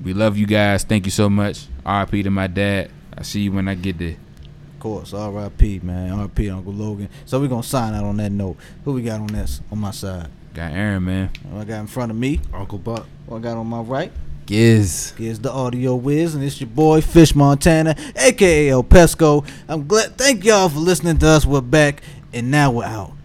Speaker 3: we love you guys. Thank you so much. R.I.P. to my dad. I see you when I get there.
Speaker 1: Of course, R.I.P. Man, R.I.P. Uncle Logan. So we're gonna sign out on that note. Who we got on this on my side?
Speaker 3: Got Aaron, man.
Speaker 1: What I got in front of me.
Speaker 5: Uncle Buck.
Speaker 1: What I got on my right
Speaker 4: Giz.
Speaker 1: is the audio whiz, and it's your boy Fish Montana, aka El Pesco. I'm glad. Thank y'all for listening to us. We're back, and now we're out.